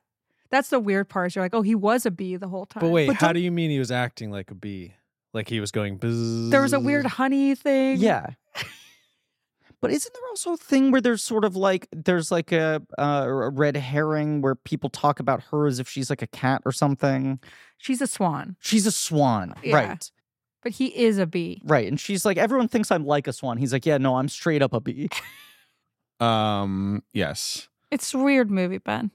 [SPEAKER 3] that's the weird part. is You're like, oh, he was a bee the whole time.
[SPEAKER 4] But wait,
[SPEAKER 1] But
[SPEAKER 4] how
[SPEAKER 1] don't-
[SPEAKER 4] do you mean he was acting like a bee? Like he was going buzz.
[SPEAKER 3] there was a weird honey thing.
[SPEAKER 1] Yeah. But isn't there also a thing where there's sort of like there's like a, uh, a red herring where people talk about her as if she's like a cat or something?
[SPEAKER 3] she's a swan,
[SPEAKER 1] She's a swan,
[SPEAKER 3] Yeah.
[SPEAKER 1] right?
[SPEAKER 3] but he is a bee.
[SPEAKER 1] Right, and she's like everyone thinks I'm like a swan. He's like, yeah, no, I'm straight up a bee.
[SPEAKER 2] Um. Yes.
[SPEAKER 3] It's a weird movie, Ben.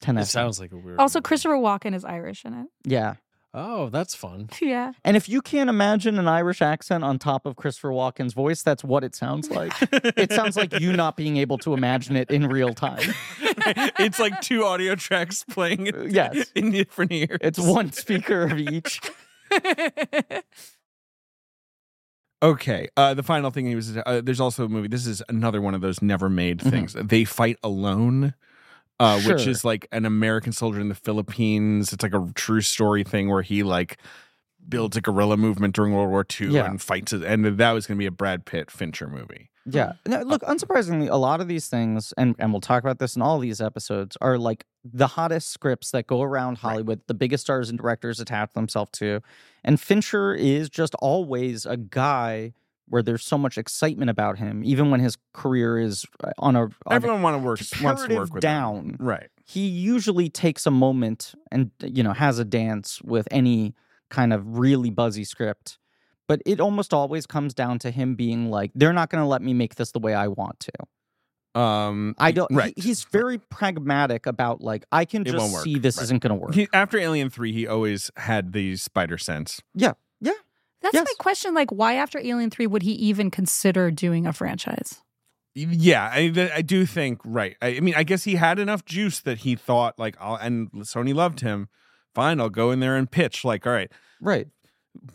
[SPEAKER 1] Ten
[SPEAKER 4] It
[SPEAKER 1] out of 10.
[SPEAKER 4] sounds like a weird.
[SPEAKER 3] Also,
[SPEAKER 4] movie.
[SPEAKER 3] Christopher Walken is Irish in it. *laughs*
[SPEAKER 1] Yeah,
[SPEAKER 4] Oh, that's fun.
[SPEAKER 3] Yeah.
[SPEAKER 1] and if you can't imagine an Irish accent on top of Christopher Walken's voice, that's what it sounds like. it sounds like you not being able to imagine it in real time.
[SPEAKER 2] *laughs* it's like two audio tracks playing. In,
[SPEAKER 1] Uh, Yes.
[SPEAKER 2] *laughs* In different ears. *laughs*
[SPEAKER 1] It's one speaker of each.
[SPEAKER 3] *laughs*
[SPEAKER 2] Okay. Uh, the final thing he was. Uh, there's also a movie. This is another one of those never made
[SPEAKER 1] Mhm.
[SPEAKER 2] things. They fight alone. Uh, uh, which
[SPEAKER 1] Sure.
[SPEAKER 2] is like an American soldier in the Philippines. It's like a true story thing where he like builds a guerrilla movement during World War II
[SPEAKER 1] Yeah.
[SPEAKER 2] and fights it. And that was going to be a Brad Pitt Fincher movie.
[SPEAKER 1] Yeah.
[SPEAKER 2] Oh.
[SPEAKER 1] No, look, unsurprisingly, a lot of these things, and, and we'll talk about this in all these episodes, are like the hottest scripts that go around Hollywood, the biggest stars and directors attach themselves to. And Fincher is just always a guy where there's so much excitement about him, even when his career is uh, on a, on a
[SPEAKER 2] Everyone want to work, wants to
[SPEAKER 1] comparative
[SPEAKER 2] work with him.
[SPEAKER 1] down
[SPEAKER 2] Right.
[SPEAKER 1] he usually takes a moment and you know has a dance with any kind of really buzzy script but it almost always comes down to him being like they're not going to let me make this the way i want to
[SPEAKER 2] Um,
[SPEAKER 1] i don't he-
[SPEAKER 2] Right.
[SPEAKER 1] he's very pragmatic about like i can
[SPEAKER 2] It
[SPEAKER 1] just
[SPEAKER 2] won't work,
[SPEAKER 1] see this
[SPEAKER 2] right.
[SPEAKER 1] isn't going to work
[SPEAKER 2] He, after Alien 3, he always had the spider sense.
[SPEAKER 3] That's
[SPEAKER 1] Yes.
[SPEAKER 3] my question. Like, why after Alien 3 would he even consider doing a franchise?
[SPEAKER 2] Yeah, I, th- I do think, right. I, I mean, I guess he had enough juice that he thought, like, I'll, and Sony loved him. Fine, I'll go in there and pitch. Like, all right,
[SPEAKER 1] right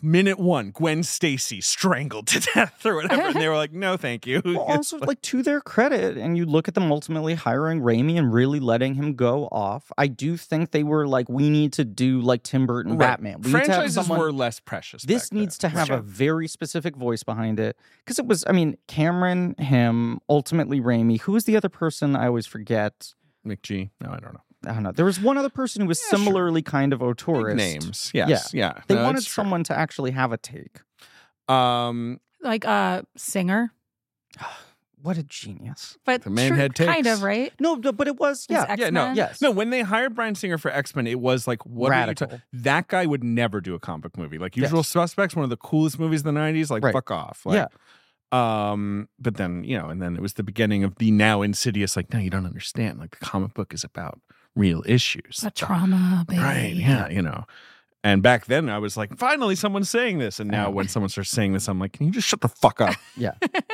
[SPEAKER 2] minute one, Gwen Stacy strangled to *laughs* death or whatever. And they were like, no, thank you.
[SPEAKER 1] well,
[SPEAKER 2] It's
[SPEAKER 1] also like to their credit and you look at them ultimately hiring Raimi and really letting him go off i do think they were like we need to do like tim burton
[SPEAKER 2] *laughs* Right.
[SPEAKER 1] batman we need to have
[SPEAKER 2] franchises
[SPEAKER 1] someone
[SPEAKER 2] were less precious.
[SPEAKER 1] this
[SPEAKER 2] back
[SPEAKER 1] needs to
[SPEAKER 2] then.
[SPEAKER 1] have a
[SPEAKER 2] Right.
[SPEAKER 1] very specific voice behind it because it was i mean cameron him ultimately Raimi. who was the other person i always forget
[SPEAKER 2] McG. No, I don't know.
[SPEAKER 1] i don't know there was one other person who was
[SPEAKER 2] Yeah, sure.
[SPEAKER 1] similarly kind of auteurist
[SPEAKER 2] Big names. Yes. Yeah.
[SPEAKER 1] they
[SPEAKER 2] No,
[SPEAKER 1] wanted
[SPEAKER 2] it's true.
[SPEAKER 1] someone to actually have a take
[SPEAKER 2] Um,
[SPEAKER 3] Like, uh, singer?
[SPEAKER 1] what a genius
[SPEAKER 3] But
[SPEAKER 2] The man
[SPEAKER 3] sure,
[SPEAKER 2] had
[SPEAKER 3] kind
[SPEAKER 2] takes.
[SPEAKER 3] of, right?
[SPEAKER 1] no no, but it was
[SPEAKER 3] His
[SPEAKER 1] yeah
[SPEAKER 2] yeah, no,
[SPEAKER 3] X-Men?
[SPEAKER 1] yes
[SPEAKER 2] No, when they hired Brian Singer for X Men, it was like, what
[SPEAKER 1] Radical.
[SPEAKER 2] are you ta- That guy would never do a comic book movie. Like
[SPEAKER 1] Yes.
[SPEAKER 2] Usual Suspects, one of the coolest movies of the '90s. Like,
[SPEAKER 1] Right.
[SPEAKER 2] fuck off. Like, yeah. Um, but then you know, and then it was the beginning of the now insidious. Like, no, you don't understand. Like, the comic book is about real issues.
[SPEAKER 3] A trauma, baby.
[SPEAKER 2] Right. Yeah. You know. And back then, I was like, finally, someone's saying this. And now, when someone starts saying this, I'm like, can you just shut the fuck up?
[SPEAKER 1] Yeah.
[SPEAKER 2] *laughs*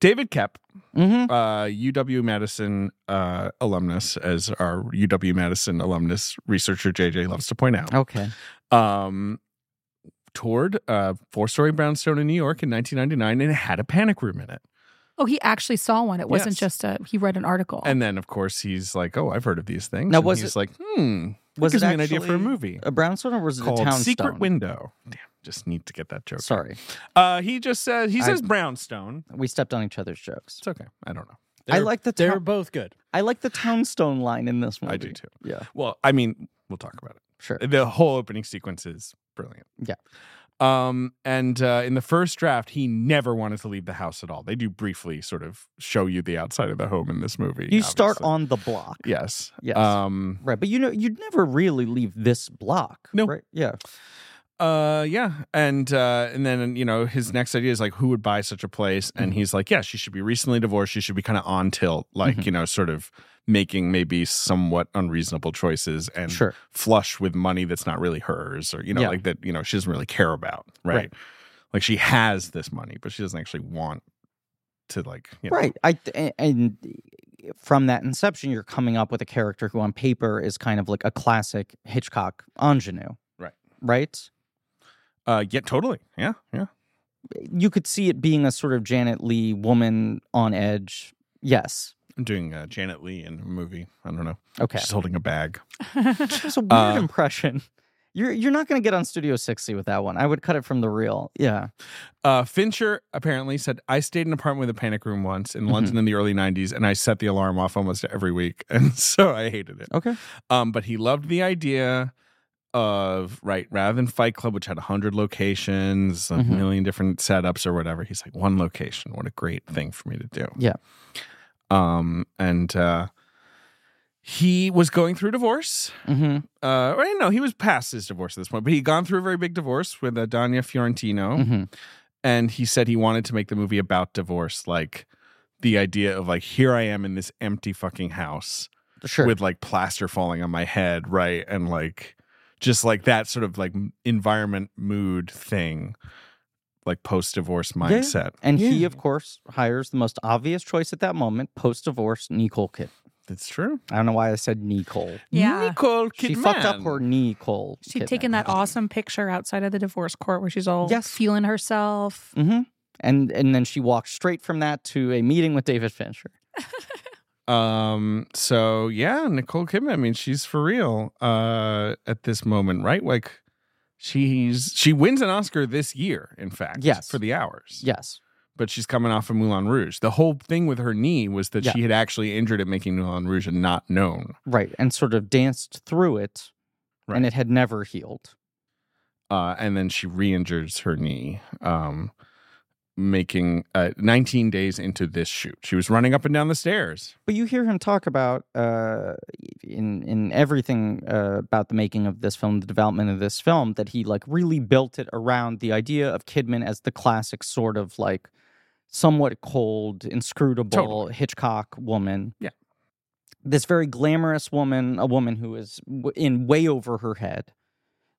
[SPEAKER 2] David Kep,
[SPEAKER 1] Mhm.
[SPEAKER 2] uh, UW Madison uh, alumnus, as our UW Madison alumnus researcher JJ loves to point out,
[SPEAKER 1] okay
[SPEAKER 2] um, toured uh, four story brownstone in New York in 1999 and it had a panic room in it.
[SPEAKER 3] Oh, he actually saw one. It wasn't
[SPEAKER 2] Yes.
[SPEAKER 3] just a, he read an article.
[SPEAKER 2] And then, of course, he's like, oh, I've heard of these things.
[SPEAKER 1] Now,
[SPEAKER 2] And
[SPEAKER 1] was
[SPEAKER 2] he's
[SPEAKER 1] it-
[SPEAKER 2] like, hmm,
[SPEAKER 1] was
[SPEAKER 2] gives
[SPEAKER 1] it
[SPEAKER 2] me an idea for a
[SPEAKER 1] actually
[SPEAKER 2] movie
[SPEAKER 1] a brownstone or was it
[SPEAKER 2] called
[SPEAKER 1] a town
[SPEAKER 2] Secret
[SPEAKER 1] stone?
[SPEAKER 2] Window. Damn, just need to get that joke.
[SPEAKER 1] sorry
[SPEAKER 2] Uh, he just says, he
[SPEAKER 1] I-
[SPEAKER 2] says brownstone.
[SPEAKER 1] we stepped on each other's jokes
[SPEAKER 2] It's okay. I don't know.
[SPEAKER 1] i
[SPEAKER 4] They're-
[SPEAKER 1] like the
[SPEAKER 4] They were
[SPEAKER 1] town-
[SPEAKER 4] both good.
[SPEAKER 1] i like the townstone line in this movie
[SPEAKER 2] I do too.
[SPEAKER 1] yeah
[SPEAKER 2] Well, I mean, we'll talk about it.
[SPEAKER 1] sure
[SPEAKER 2] The whole opening sequence is brilliant.
[SPEAKER 1] Yeah.
[SPEAKER 2] Um, and uh, in the first draft, he never wanted to leave the house at all. They do briefly sort of show you the outside of the home in this movie.
[SPEAKER 1] you start
[SPEAKER 2] obviously.
[SPEAKER 1] on the block
[SPEAKER 2] yes,
[SPEAKER 1] Yes.
[SPEAKER 2] um,
[SPEAKER 1] right. But you know, you'd never really leave this block.
[SPEAKER 2] No.
[SPEAKER 1] Right? Yeah.
[SPEAKER 2] uh, yeah, and uh, and then you know his next idea is like, who would buy such a place? And
[SPEAKER 1] Mhm.
[SPEAKER 2] he's like, yeah, she should be recently divorced. She should be kind of on tilt, like
[SPEAKER 1] Mhm.
[SPEAKER 2] you know, sort of making maybe somewhat unreasonable choices and
[SPEAKER 1] Sure.
[SPEAKER 2] flush with money that's not really hers or you know
[SPEAKER 1] Yeah.
[SPEAKER 2] like that you know she doesn't really care about right?
[SPEAKER 1] Right.
[SPEAKER 2] like she has this money but she doesn't actually want to like you know,
[SPEAKER 1] Right. I and, and from that inception, you're coming up with a character who, on paper, is kind of like a classic Hitchcock ingenue.
[SPEAKER 2] Right.
[SPEAKER 1] Right.
[SPEAKER 2] uh yeah totally yeah yeah
[SPEAKER 1] You could see it being a sort of Janet Lee woman on edge. Yes.
[SPEAKER 2] i'm doing uh, janet lee in a movie i don't know *laughs*
[SPEAKER 1] Okay.
[SPEAKER 2] she's holding a bag
[SPEAKER 1] That was a weird
[SPEAKER 2] Uh,
[SPEAKER 1] impression. You're you're not going to get on Studio 60 with that one. I would cut it from the reel. Yeah.
[SPEAKER 2] uh fincher apparently said i stayed in an apartment with a panic room once
[SPEAKER 1] Mm-hmm.
[SPEAKER 2] in london in the early 90s and i set the alarm off almost every week *laughs* and so i hated it
[SPEAKER 1] Okay.
[SPEAKER 2] Um, but he loved the idea of right rather than Fight Club, which had hundred locations, a
[SPEAKER 1] Mhm.
[SPEAKER 2] million different setups or whatever. He's like one location. What a great thing for me to do.
[SPEAKER 1] Yeah.
[SPEAKER 2] Um, and uh, he was going through divorce.
[SPEAKER 1] hmm
[SPEAKER 2] Uh, or no, he was past his divorce at this point, but he'd gone through a very big divorce with uh, Danya Fiorentino,
[SPEAKER 1] hmm
[SPEAKER 2] and he said he wanted to make the movie about divorce, like the idea of like here I am in this empty fucking house
[SPEAKER 1] Sure.
[SPEAKER 2] with like plaster falling on my head, right? And like just like that sort of like m- environment mood thing, like post divorce
[SPEAKER 1] yeah.
[SPEAKER 2] mindset.
[SPEAKER 1] and he, of course, hires the most obvious choice at that moment, post-divorce Nicole Kidman.
[SPEAKER 2] It's true.
[SPEAKER 1] I don't know why I said Nicole.
[SPEAKER 3] yeah.
[SPEAKER 2] Nicole Kidman.
[SPEAKER 1] She fucked up her Nicole.
[SPEAKER 3] She'd taken that awesome picture outside of the divorce court where she's all
[SPEAKER 1] Yes.
[SPEAKER 3] feeling
[SPEAKER 2] Mm.
[SPEAKER 3] herself.
[SPEAKER 1] Mm-hmm. And and then she walked straight from that to a meeting with David Fincher.
[SPEAKER 2] Um, so yeah, Nicole Kidman, I mean, she's for real uh at this moment, right? Like she's she wins an Oscar this year, in fact,
[SPEAKER 1] Yes.
[SPEAKER 2] for the hours.
[SPEAKER 1] Yes.
[SPEAKER 2] But she's coming off of Moulin Rouge. The whole thing with her knee was that
[SPEAKER 1] Yeah.
[SPEAKER 2] she had actually injured it making Moulin Rouge and not known.
[SPEAKER 1] Right. And sort of danced through it
[SPEAKER 2] Right.
[SPEAKER 1] and it had never healed.
[SPEAKER 2] Uh and then she re-injures her knee. Um making uh 19 days into this shoot. She was running up and down the stairs.
[SPEAKER 1] But you hear him talk about uh, in in everything uh, about the making of this film, the development of this film, that he like really built it around the idea of Kidman as the classic sort of like somewhat cold, inscrutable
[SPEAKER 2] Totally.
[SPEAKER 1] Hitchcock woman.
[SPEAKER 2] Yeah.
[SPEAKER 1] this very glamorous woman, a woman who is w- in way over her head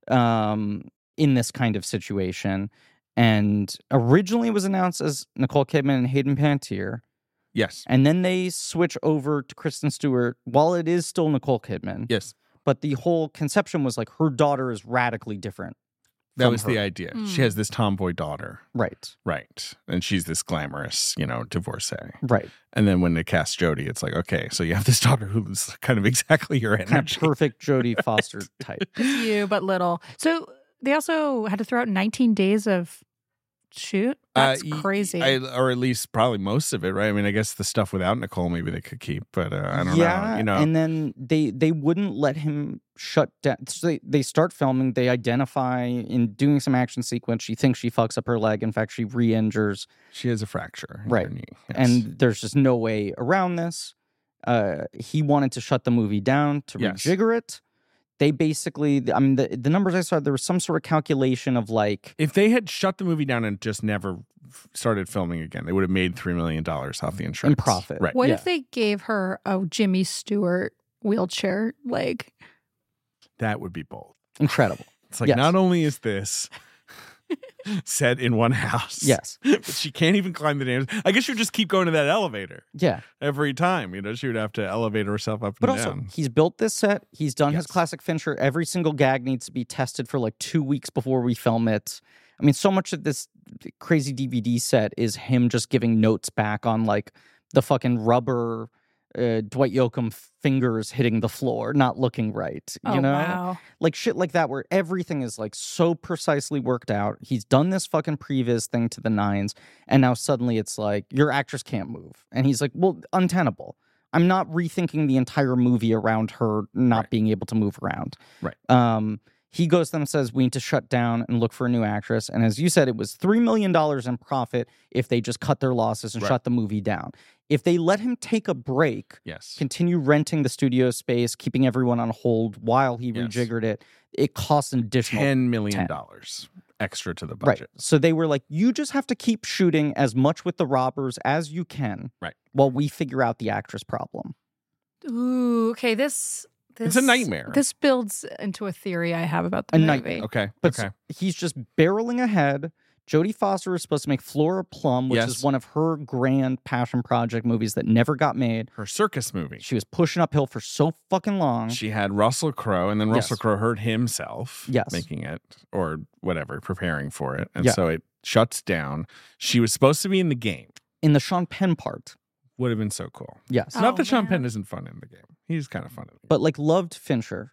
[SPEAKER 1] um, in this kind of situation. And originally it was announced as Nicole Kidman and Hayden Pantier.
[SPEAKER 2] Yes.
[SPEAKER 1] And then they switch over to Kristen Stewart while it is still Nicole Kidman.
[SPEAKER 2] Yes.
[SPEAKER 1] But the whole conception was like her daughter is radically different.
[SPEAKER 2] That
[SPEAKER 1] from
[SPEAKER 2] was the
[SPEAKER 1] her.
[SPEAKER 2] idea.
[SPEAKER 3] Mm.
[SPEAKER 2] She has this tomboy daughter.
[SPEAKER 1] Right.
[SPEAKER 2] Right. And she's this glamorous, you know, divorcee. *laughs*
[SPEAKER 1] Right.
[SPEAKER 2] And then when they cast Jodie, it's like, okay, so you have this *laughs* daughter who's kind of exactly your
[SPEAKER 1] Kind of
[SPEAKER 2] energy.
[SPEAKER 1] perfect Jodie
[SPEAKER 2] *laughs*
[SPEAKER 1] Foster type.
[SPEAKER 3] It's you, but little. So they also had to throw out 19 days of shoot.
[SPEAKER 2] Uh,
[SPEAKER 3] That's
[SPEAKER 2] y-
[SPEAKER 3] crazy.
[SPEAKER 2] I, or at least probably most of it, right? I mean, I guess the stuff without Nicole maybe they could keep, but uh, I don't
[SPEAKER 1] yeah,
[SPEAKER 2] know. You know,
[SPEAKER 1] And then they they wouldn't let him shut down. So they, they start filming, they identify in doing some action sequence. She thinks she fucks up her leg. In fact, she re injures
[SPEAKER 2] she has a fracture. in her
[SPEAKER 1] Right.
[SPEAKER 2] knee. Yes.
[SPEAKER 1] and there's just no way around this. Uh, he wanted to shut the movie down to
[SPEAKER 2] Yes.
[SPEAKER 1] rejigger it. They basically, I mean, the, the numbers I saw, there was some sort of calculation of like,
[SPEAKER 2] if they had shut the movie down and just never f- started filming again, they would have made $3 million off the insurance.
[SPEAKER 1] profit.
[SPEAKER 2] Right.
[SPEAKER 3] what
[SPEAKER 1] yeah.
[SPEAKER 3] if they gave her a Jimmy Stewart wheelchair leg?
[SPEAKER 2] That would be bold.
[SPEAKER 1] incredible.
[SPEAKER 2] It's like,
[SPEAKER 1] Yes.
[SPEAKER 2] not only is
[SPEAKER 1] *laughs*
[SPEAKER 2] this set in one house.
[SPEAKER 1] *sniffs* yes.
[SPEAKER 2] *laughs* but she can't even climb the damn. I guess you just keep going to that elevator
[SPEAKER 1] Yeah.
[SPEAKER 2] every time. You know, she would have to elevate herself up
[SPEAKER 1] But
[SPEAKER 2] and
[SPEAKER 1] also,
[SPEAKER 2] down.
[SPEAKER 1] he's built this set. He's done his
[SPEAKER 2] Hmm. Yes.
[SPEAKER 1] classic Fincher. Every single gag needs to be tested for like two weeks before we film it. I mean, so much of this crazy DVD set is him just giving notes back on like the fucking rubber uh, Dwight Yoakam fingers hitting the floor, not looking right. You
[SPEAKER 3] oh,
[SPEAKER 1] know,
[SPEAKER 3] wow.
[SPEAKER 1] like shit like that, where everything is like so precisely worked out. He's done this fucking previs thing to the nines, and now suddenly it's like your actress can't move, and he's like, well, untenable. I'm not rethinking the entire movie around her not
[SPEAKER 2] Right.
[SPEAKER 1] being able to move around.
[SPEAKER 2] Right.
[SPEAKER 1] Um, he goes to them and says, We need to shut down and look for a new actress. And as you said, it was $3 million in profit if they just cut their losses and
[SPEAKER 2] Right.
[SPEAKER 1] shut the movie down. If they let him take a break,
[SPEAKER 2] Yes.
[SPEAKER 1] continue renting the studio space, keeping everyone on hold while he
[SPEAKER 2] Yes.
[SPEAKER 1] rejiggered it, it cost an additional
[SPEAKER 2] Ten million
[SPEAKER 1] Ten.
[SPEAKER 2] dollars extra to the
[SPEAKER 1] right.
[SPEAKER 2] budget.
[SPEAKER 1] So they were like, you just have to keep shooting as much with the robbers as you can,
[SPEAKER 2] Right.
[SPEAKER 1] While we figure out the actress problem.
[SPEAKER 3] Ooh, okay. This, this
[SPEAKER 2] It's a nightmare.
[SPEAKER 3] This builds into a theory I have about the
[SPEAKER 1] A
[SPEAKER 3] movie.
[SPEAKER 1] nightmare.
[SPEAKER 2] Okay.
[SPEAKER 1] But
[SPEAKER 2] okay.
[SPEAKER 1] s- he's just barreling ahead. Jodie Foster is supposed to make Flora Plum, which
[SPEAKER 2] Yes.
[SPEAKER 1] is one of her grand passion project movies that never got made.
[SPEAKER 2] Her circus movie.
[SPEAKER 1] She was pushing uphill for so fucking long.
[SPEAKER 2] She had Russell Crowe, and then
[SPEAKER 1] Yes.
[SPEAKER 2] Russell Crowe hurt himself
[SPEAKER 1] Yes.
[SPEAKER 2] making it or whatever, preparing for it. And
[SPEAKER 1] Yeah.
[SPEAKER 2] so it shuts down. She was supposed to be in the game.
[SPEAKER 1] In the Sean Penn part,
[SPEAKER 2] Would have been so cool.
[SPEAKER 1] yes.
[SPEAKER 2] It's not
[SPEAKER 3] Oh,
[SPEAKER 2] that Sean
[SPEAKER 3] man.
[SPEAKER 2] Penn isn't fun in the game. He's kind of fun in the game.
[SPEAKER 1] But like loved Fincher,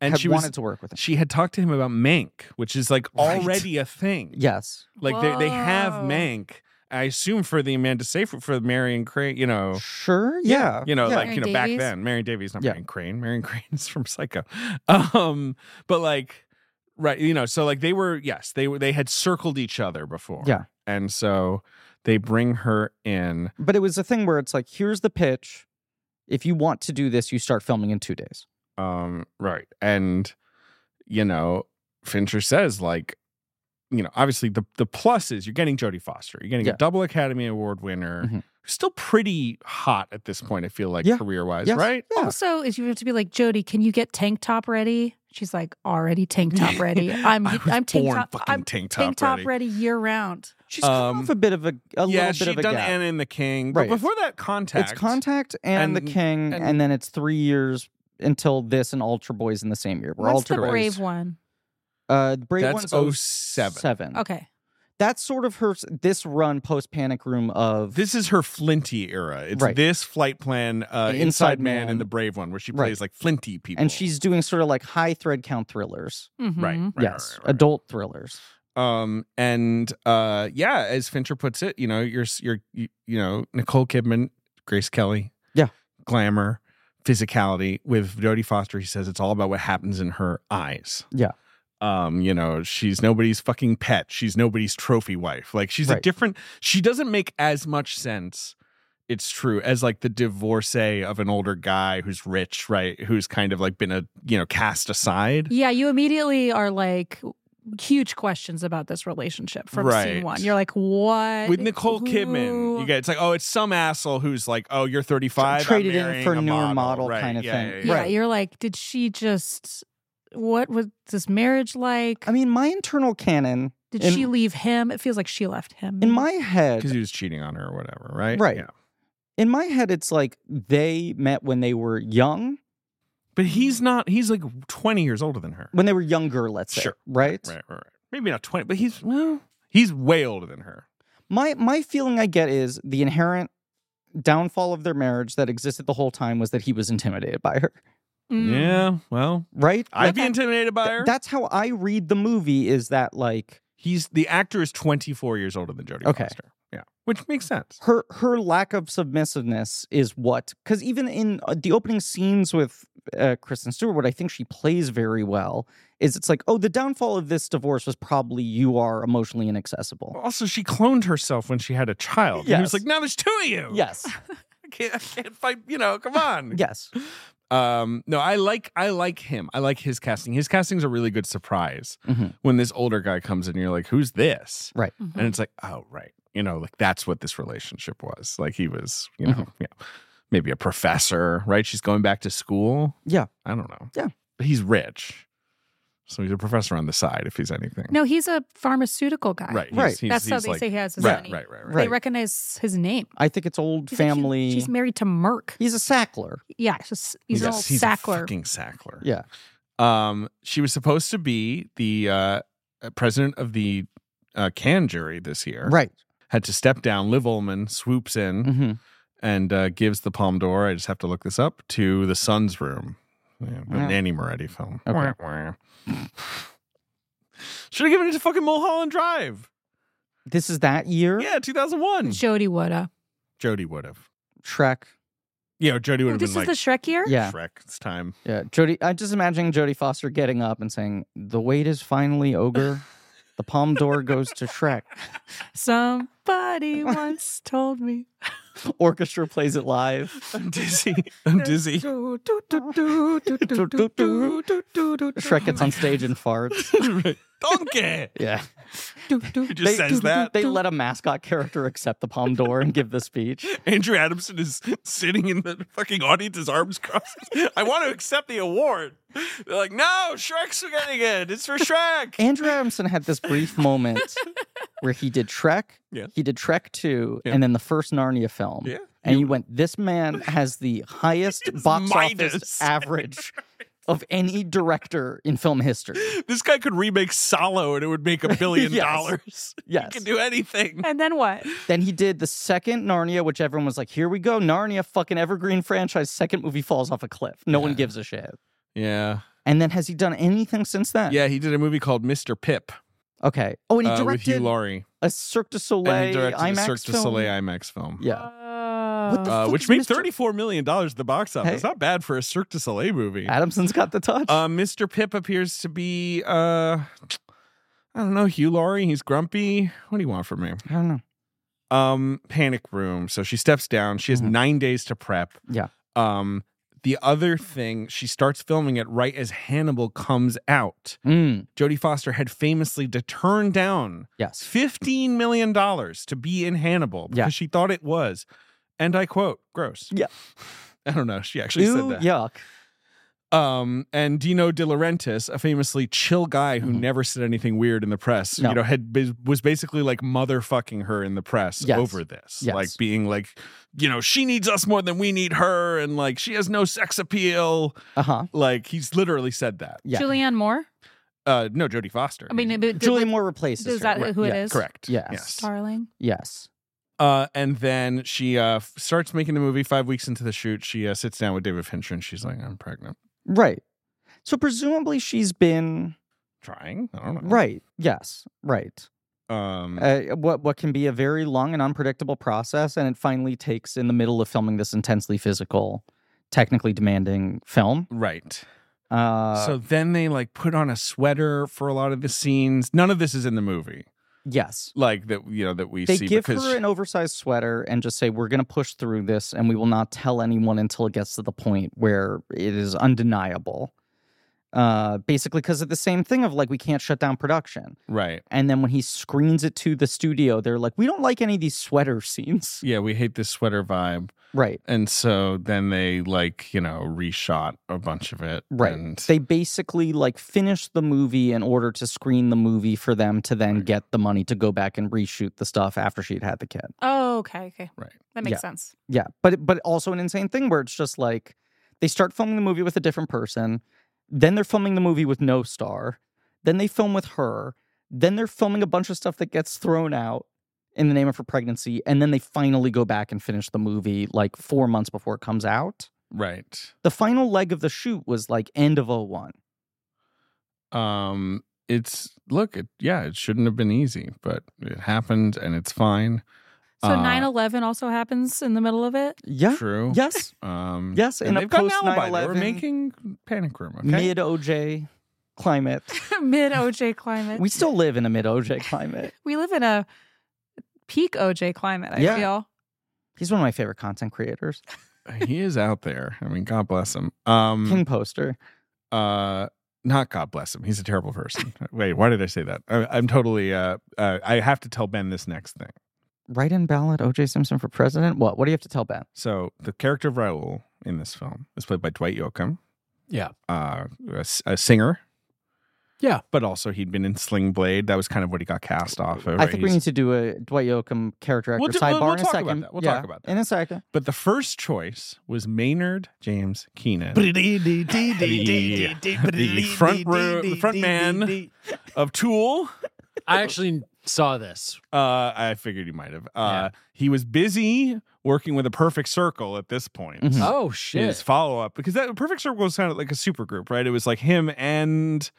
[SPEAKER 2] and
[SPEAKER 1] had
[SPEAKER 2] she was
[SPEAKER 1] wanted to work with him.
[SPEAKER 2] she had talked to him about Mank, which is like
[SPEAKER 1] Right.
[SPEAKER 2] already a thing.
[SPEAKER 1] Yes.
[SPEAKER 2] Like they, they have
[SPEAKER 3] Whoa.
[SPEAKER 2] Mank. I assume for the Amanda Seyfried for Marion Crane, you know.
[SPEAKER 1] Sure. Yeah.
[SPEAKER 2] Oh. You know,
[SPEAKER 1] yeah.
[SPEAKER 2] like you know,
[SPEAKER 3] Marion
[SPEAKER 2] back
[SPEAKER 3] Davies?
[SPEAKER 2] then, Marion Davies, not
[SPEAKER 1] Yeah.
[SPEAKER 2] Marion Crane. Marion *laughs* Crane's from Psycho. Um, but like, right, you know, so like they were, yes, they were, they had circled each other before.
[SPEAKER 1] Yeah.
[SPEAKER 2] and so they bring her in.
[SPEAKER 1] but it was a thing where it's like, here's the pitch. If you want to do this, you start filming in two days.
[SPEAKER 2] Um, right. And, you know, Fincher says, like, you know, obviously the the plus is you're getting Jodie Foster. You're getting
[SPEAKER 1] Yeah.
[SPEAKER 2] a double Academy Award winner.
[SPEAKER 1] Mhm.
[SPEAKER 2] who's Still pretty hot at this point, I feel like
[SPEAKER 1] Yeah.
[SPEAKER 2] career wise,
[SPEAKER 1] Yes.
[SPEAKER 2] right?
[SPEAKER 1] Yeah.
[SPEAKER 3] Also, is you have to be like Jody, can you get tank top ready? She's like already tank
[SPEAKER 2] *laughs*
[SPEAKER 3] top ready. I'm
[SPEAKER 2] I was
[SPEAKER 3] I'm tank
[SPEAKER 2] born
[SPEAKER 3] top
[SPEAKER 2] fucking
[SPEAKER 3] I'm
[SPEAKER 2] tank top
[SPEAKER 3] tank top
[SPEAKER 2] ready.
[SPEAKER 3] ready. year round.
[SPEAKER 1] She's come
[SPEAKER 2] Um,
[SPEAKER 1] off a bit of a, a
[SPEAKER 2] yeah,
[SPEAKER 1] little
[SPEAKER 2] she
[SPEAKER 1] bit of a
[SPEAKER 2] done
[SPEAKER 1] gap.
[SPEAKER 2] Anna and the King, but
[SPEAKER 1] Right.
[SPEAKER 2] before that, contact.
[SPEAKER 1] It's Contact and,
[SPEAKER 2] And-
[SPEAKER 1] The King,
[SPEAKER 2] and-
[SPEAKER 1] and, then it's three years until this and Ultra Boys in the same year. We're
[SPEAKER 3] What's
[SPEAKER 1] Ultra
[SPEAKER 3] the
[SPEAKER 1] Boys.
[SPEAKER 3] brave one?
[SPEAKER 1] Uh, the Brave
[SPEAKER 2] That's
[SPEAKER 1] One's
[SPEAKER 2] 07.
[SPEAKER 1] seven.
[SPEAKER 3] Okay.
[SPEAKER 1] That's sort of her s- this run post Panic Room of
[SPEAKER 2] This is her Flinty era. It's
[SPEAKER 1] Right.
[SPEAKER 2] this flight plan, uh,
[SPEAKER 1] Inside
[SPEAKER 2] Inside, Man,
[SPEAKER 1] Man.
[SPEAKER 2] and the Brave One, where she
[SPEAKER 1] Right.
[SPEAKER 2] plays like Flinty people.
[SPEAKER 1] and she's doing sort of like high thread count thrillers.
[SPEAKER 2] right,
[SPEAKER 3] Mhm.
[SPEAKER 2] right,
[SPEAKER 1] yes,
[SPEAKER 2] right, right, right.
[SPEAKER 1] adult thrillers.
[SPEAKER 2] um and uh yeah as fincher puts it you know you're you're you, you know nicole kidman grace kelly
[SPEAKER 1] Yeah.
[SPEAKER 2] glamour physicality with jodie foster he says it's all about what happens in her eyes
[SPEAKER 1] Yeah.
[SPEAKER 2] um you know she's nobody's fucking pet she's nobody's trophy wife like she's a
[SPEAKER 1] Right.
[SPEAKER 2] different she doesn't make as much sense it's true as like the divorcee of an older guy who's rich right who's kind of like been a you know cast aside
[SPEAKER 3] Yeah, you immediately are like huge questions about this relationship from
[SPEAKER 2] Right.
[SPEAKER 3] scene one. You're like, what?
[SPEAKER 2] with Nicole
[SPEAKER 3] Who?
[SPEAKER 2] Kidman. You get it's like, oh, it's some asshole who's like, oh, you're 35, I'm
[SPEAKER 1] Traded in
[SPEAKER 2] marrying
[SPEAKER 1] for
[SPEAKER 2] a
[SPEAKER 1] newer
[SPEAKER 2] model,
[SPEAKER 1] model
[SPEAKER 2] Right,
[SPEAKER 1] kind of
[SPEAKER 2] yeah,
[SPEAKER 1] thing.
[SPEAKER 2] yeah, yeah.
[SPEAKER 3] Yeah,
[SPEAKER 1] Right.
[SPEAKER 3] you're like, did she just? What was this marriage like?
[SPEAKER 1] I mean, my internal canon
[SPEAKER 3] did
[SPEAKER 1] in-
[SPEAKER 3] she leave him? It feels like she left him.
[SPEAKER 1] in my head
[SPEAKER 2] Because he was cheating on her or whatever, right?
[SPEAKER 1] Right.
[SPEAKER 2] Yeah.
[SPEAKER 1] in my head it's like they met when they were young
[SPEAKER 2] But he's not. He's like 20 years older than her.
[SPEAKER 1] when they were younger let's say
[SPEAKER 2] Sure.
[SPEAKER 1] right?
[SPEAKER 2] Right, right, right. Maybe not 20, but he's well, he's way older than her.
[SPEAKER 1] my my feeling i get is the inherent downfall of their marriage that existed the whole time was that he was intimidated by her
[SPEAKER 3] Mm.
[SPEAKER 2] Yeah. Well,
[SPEAKER 1] right
[SPEAKER 2] I'd
[SPEAKER 1] Like,
[SPEAKER 2] be intimidated by her.
[SPEAKER 1] th- that's how i read the movie is that like
[SPEAKER 2] he's the actor is 24 years older than Jodie
[SPEAKER 1] Okay.
[SPEAKER 2] Foster. Yeah, which makes sense.
[SPEAKER 1] her her lack of submissiveness is what because even in uh, the opening scenes with uh, Kristen Stewart, what I think she plays very well is it's like, oh, the downfall of this divorce was probably you are emotionally inaccessible.
[SPEAKER 2] Also, she cloned herself when she had a child. He
[SPEAKER 1] Yes.
[SPEAKER 2] was like, now there's two of you. *laughs*
[SPEAKER 1] Yes,
[SPEAKER 2] I can't, I can't fight. You know, come on.
[SPEAKER 1] yes,
[SPEAKER 2] um no i like i like him i like his casting his casting's a really good surprise
[SPEAKER 1] Mhm.
[SPEAKER 2] when this older guy comes in you're like who's this
[SPEAKER 3] Mhm.
[SPEAKER 2] and it's like oh right you know like that's what this relationship was like he was you know
[SPEAKER 1] Mm-hmm.
[SPEAKER 2] yeah, maybe a professor right she's going back to school
[SPEAKER 1] Yeah.
[SPEAKER 2] i don't know
[SPEAKER 1] Yeah.
[SPEAKER 2] but he's rich so he's a professor on the side if he's anything
[SPEAKER 3] No, he's a pharmaceutical guy.
[SPEAKER 2] right he's-
[SPEAKER 1] Right.
[SPEAKER 2] he's-
[SPEAKER 3] That's how
[SPEAKER 2] he's
[SPEAKER 3] they
[SPEAKER 2] like-
[SPEAKER 3] say he has his
[SPEAKER 2] right,
[SPEAKER 3] money.
[SPEAKER 2] right right right
[SPEAKER 3] They recognize his name.
[SPEAKER 1] I think it's old
[SPEAKER 3] He's like, she-
[SPEAKER 1] family.
[SPEAKER 3] she's married to Merck.
[SPEAKER 1] He's a sackler.
[SPEAKER 3] Yeah, it's just, he's,
[SPEAKER 2] a-
[SPEAKER 3] an old
[SPEAKER 2] he's a
[SPEAKER 3] sackler.
[SPEAKER 2] fucking sackler
[SPEAKER 1] Yeah.
[SPEAKER 2] um, she was supposed to be the uh, president of the uh, can jury this year.
[SPEAKER 1] Right.
[SPEAKER 2] Had to step down. Liv Ullman swoops in
[SPEAKER 1] hmm
[SPEAKER 2] and uh, gives the Palm d'Or. I just have to look this up to the Sun's Room, yeah, the
[SPEAKER 1] Yeah.
[SPEAKER 2] Nanny Moretti film.
[SPEAKER 1] Okay.
[SPEAKER 2] Should have given it to fucking Mulholland Drive.
[SPEAKER 1] This is that year.
[SPEAKER 2] Yeah, 2001.
[SPEAKER 3] Jody Wada.
[SPEAKER 2] Jody would have.
[SPEAKER 1] Shrek.
[SPEAKER 2] Yeah, Jody would
[SPEAKER 3] Oh,
[SPEAKER 2] have
[SPEAKER 3] this
[SPEAKER 2] been
[SPEAKER 3] is
[SPEAKER 2] like,
[SPEAKER 3] the Shrek year?
[SPEAKER 1] Yeah.
[SPEAKER 2] Shrek,
[SPEAKER 1] *laughs*
[SPEAKER 2] it's time.
[SPEAKER 1] Yeah. Jody. I'm just imagining Jodie Foster getting up and saying, "The wait is finally over. The palm door goes to
[SPEAKER 2] *laughs*
[SPEAKER 1] Shrek."
[SPEAKER 3] Somebody once told me.
[SPEAKER 1] Orchestra plays it live.
[SPEAKER 2] I'm dizzy. *laughs*
[SPEAKER 1] *laughs*
[SPEAKER 2] I'm
[SPEAKER 3] *laughs*
[SPEAKER 2] dizzy.
[SPEAKER 1] Shrek gets on stage and
[SPEAKER 2] *laughs*
[SPEAKER 1] farts.
[SPEAKER 2] Donkey!
[SPEAKER 1] Yeah.
[SPEAKER 2] He just says that.
[SPEAKER 1] They let a mascot character accept the palm d'or and give the speech.
[SPEAKER 2] Andrew Adamson is sitting in the fucking audience, his arms crossed. *laughs* I want to accept the award. They're like, no, Shrek's getting it. It's for *laughs* Shrek.
[SPEAKER 1] Andrew Adamson had this
[SPEAKER 2] *laughs*
[SPEAKER 1] brief moment where he did Shrek,
[SPEAKER 2] Yeah.
[SPEAKER 1] he did Trek 2,
[SPEAKER 2] Yeah.
[SPEAKER 1] and then the first Narnia film.
[SPEAKER 2] Yeah.
[SPEAKER 1] And you went, this
[SPEAKER 2] *laughs*
[SPEAKER 1] man has the highest
[SPEAKER 2] It's
[SPEAKER 1] box office
[SPEAKER 2] *laughs* Midas.
[SPEAKER 1] average of any director in film
[SPEAKER 2] *laughs*
[SPEAKER 1] history.
[SPEAKER 2] This guy could remake Solo and it would make a *laughs* billion
[SPEAKER 1] Yes.
[SPEAKER 2] dollars.
[SPEAKER 1] Yes.
[SPEAKER 2] He can do anything.
[SPEAKER 3] *laughs* And then what?
[SPEAKER 1] Then he did the second Narnia, which everyone was like, here we go, Narnia, fucking evergreen franchise. Second movie falls off a cliff. No one
[SPEAKER 2] Yeah.
[SPEAKER 1] gives a shit.
[SPEAKER 2] Yeah.
[SPEAKER 1] And then has he done anything since then?
[SPEAKER 2] Yeah, he did a movie called Mr. Pip
[SPEAKER 1] Okay. Oh, and he
[SPEAKER 2] uh, with Hugh
[SPEAKER 1] directed
[SPEAKER 2] Laurie.
[SPEAKER 1] a Cirque du Soleil
[SPEAKER 2] and he directed a
[SPEAKER 1] IMAX
[SPEAKER 2] Cirque du
[SPEAKER 1] film.
[SPEAKER 2] Soleil IMAX film.
[SPEAKER 1] Yeah. What the
[SPEAKER 3] Oh.
[SPEAKER 1] f-
[SPEAKER 2] Uh,
[SPEAKER 1] fuck
[SPEAKER 2] which
[SPEAKER 1] is
[SPEAKER 2] made
[SPEAKER 1] Mr.
[SPEAKER 2] $34 million at the box office.
[SPEAKER 1] Hey.
[SPEAKER 2] Not bad for a Cirque du Soleil movie.
[SPEAKER 1] Adamson's got the touch.
[SPEAKER 2] Uh, Mr. Pip appears to be, uh, I don't know, Hugh Laurie. He's grumpy. What do you want from me?
[SPEAKER 1] I don't know.
[SPEAKER 2] Um, panic room. So she steps down. She has
[SPEAKER 1] Mhm.
[SPEAKER 2] nine days to prep.
[SPEAKER 1] Yeah.
[SPEAKER 2] Um, the other thing, she starts filming it right as Hannibal comes out.
[SPEAKER 1] Mm,
[SPEAKER 2] Jodie Foster had famously to turn down
[SPEAKER 1] yes.
[SPEAKER 2] fifteen million dollars to be in Hannibal because
[SPEAKER 1] Yeah.
[SPEAKER 2] she thought it was, and I quote, "gross."
[SPEAKER 1] Yeah.
[SPEAKER 2] *laughs* I don't know. She actually said
[SPEAKER 1] Ew,
[SPEAKER 2] that.
[SPEAKER 1] Yuck.
[SPEAKER 2] Um, and Dino De Laurentiis, a famously chill guy who
[SPEAKER 1] Mhm.
[SPEAKER 2] never said anything weird in the press,
[SPEAKER 1] No.
[SPEAKER 2] you know, had bas- was basically like motherfucking her in the press
[SPEAKER 1] Yes.
[SPEAKER 2] over this,
[SPEAKER 1] Yes.
[SPEAKER 2] like being like, you know, she needs us more than we need her, and like she has no sex appeal.
[SPEAKER 1] Uh huh.
[SPEAKER 2] Like he's literally said that.
[SPEAKER 1] Yeah.
[SPEAKER 3] Julianne Moore?
[SPEAKER 2] Uh, no, Jodie Foster.
[SPEAKER 3] I mean, it- it-
[SPEAKER 1] Julian Moore replaces
[SPEAKER 3] is
[SPEAKER 1] her.
[SPEAKER 3] that
[SPEAKER 2] Right.
[SPEAKER 3] who it
[SPEAKER 1] Yeah,
[SPEAKER 3] is?
[SPEAKER 2] correct.
[SPEAKER 1] Yes.
[SPEAKER 3] Starling.
[SPEAKER 1] Yes.
[SPEAKER 2] Uh, and then she uh, f- starts making the movie. Five weeks into the shoot, she uh, sits down with David Fincher and she's like, "I'm pregnant."
[SPEAKER 1] Right. So presumably she's been
[SPEAKER 2] Trying, I don't know.
[SPEAKER 1] right. Yes. Right.
[SPEAKER 2] Um,
[SPEAKER 1] Uh, what what can be a very long and unpredictable process, and it finally takes in the middle of filming this intensely physical, technically demanding film.
[SPEAKER 2] right.
[SPEAKER 1] Uh,
[SPEAKER 2] so then they like put on a sweater for a lot of the scenes. None of this is in the movie,
[SPEAKER 1] yes,
[SPEAKER 2] like that you know that we
[SPEAKER 1] they
[SPEAKER 2] see
[SPEAKER 1] give
[SPEAKER 2] because
[SPEAKER 1] her an oversized sweater and just say we're going to push through this, and we will not tell anyone until it gets to the point where it is undeniable. Uh, basically, because of the same thing of like we can't shut down production,
[SPEAKER 2] right.
[SPEAKER 1] and then when he screens it to the studio, they're like, we don't like any of these sweater *laughs* scenes,
[SPEAKER 2] Yeah, we hate this sweater vibe,
[SPEAKER 1] right?
[SPEAKER 2] and so then they like you know reshot a bunch of it.
[SPEAKER 1] Right.
[SPEAKER 2] and-
[SPEAKER 1] They basically like finish the movie in order to screen the movie for them to then
[SPEAKER 2] Right.
[SPEAKER 1] get the money to go back and reshoot the stuff after she'd had the kid.
[SPEAKER 3] Oh, okay, okay.
[SPEAKER 2] Right.
[SPEAKER 3] That makes
[SPEAKER 1] Yeah.
[SPEAKER 3] sense.
[SPEAKER 1] Yeah, but but also an insane thing where it's just like they start filming the movie with a different person, then they're filming the movie with no star, then they film with her, then they're filming a bunch of stuff that gets thrown out in the name of her pregnancy, and then they finally go back and finish the movie like four months before it comes out.
[SPEAKER 2] right.
[SPEAKER 1] The final leg of the shoot was like end of 01.
[SPEAKER 2] um it's look it yeah it shouldn't have been easy but it happened and it's fine
[SPEAKER 3] So
[SPEAKER 2] Uh,
[SPEAKER 3] nine eleven also happens in the middle of *laughs* it.
[SPEAKER 2] *laughs*
[SPEAKER 1] Yeah.
[SPEAKER 2] true
[SPEAKER 1] Yes.
[SPEAKER 2] um
[SPEAKER 1] Yes,
[SPEAKER 2] and
[SPEAKER 1] in a
[SPEAKER 2] they've got an
[SPEAKER 1] post
[SPEAKER 2] alibi. They
[SPEAKER 1] 9/11
[SPEAKER 2] we're making panic room okay
[SPEAKER 1] mid OJ climate.
[SPEAKER 3] Mid OJ climate.
[SPEAKER 1] We still live in a mid OJ climate.
[SPEAKER 3] we live in a peak OJ climate. I
[SPEAKER 1] Yeah.
[SPEAKER 3] feel.
[SPEAKER 1] He's one of my favorite content creators.
[SPEAKER 2] he is out there i mean god bless him um
[SPEAKER 1] King poster.
[SPEAKER 2] uh not god bless him he's a terrible person wait why did i say that I, i'm totally uh, uh i have to tell ben this next thing
[SPEAKER 1] Write in ballot OJ Simpson for president. What? What do you have to tell Ben?
[SPEAKER 2] so the character of raul in this film is played by dwight yoakam
[SPEAKER 4] Yeah.
[SPEAKER 2] uh a, s- a singer
[SPEAKER 4] Yeah.
[SPEAKER 2] but also he'd been in Sling Blade. That was kind of what he got cast off of.
[SPEAKER 1] I
[SPEAKER 2] right?
[SPEAKER 1] think we
[SPEAKER 2] He's-
[SPEAKER 1] need to do a Dwight Yoakam character actor
[SPEAKER 2] We'll do- we'll-
[SPEAKER 1] sidebar
[SPEAKER 2] we'll
[SPEAKER 1] in a
[SPEAKER 2] talk about
[SPEAKER 1] second.
[SPEAKER 2] that. We'll
[SPEAKER 1] Yeah,
[SPEAKER 2] talk about that.
[SPEAKER 1] in a
[SPEAKER 2] *laughs*
[SPEAKER 1] second.
[SPEAKER 2] But the first choice was Maynard James Keenan
[SPEAKER 6] the
[SPEAKER 2] front row- the front man. of Tool.
[SPEAKER 4] I actually saw this.
[SPEAKER 2] Uh, I figured you might have. Uh, He was busy working with a Perfect Circle at this point.
[SPEAKER 1] Mhm.
[SPEAKER 4] Oh
[SPEAKER 2] His follow up because that Perfect Circle was kind of like a super group, right? It was like him and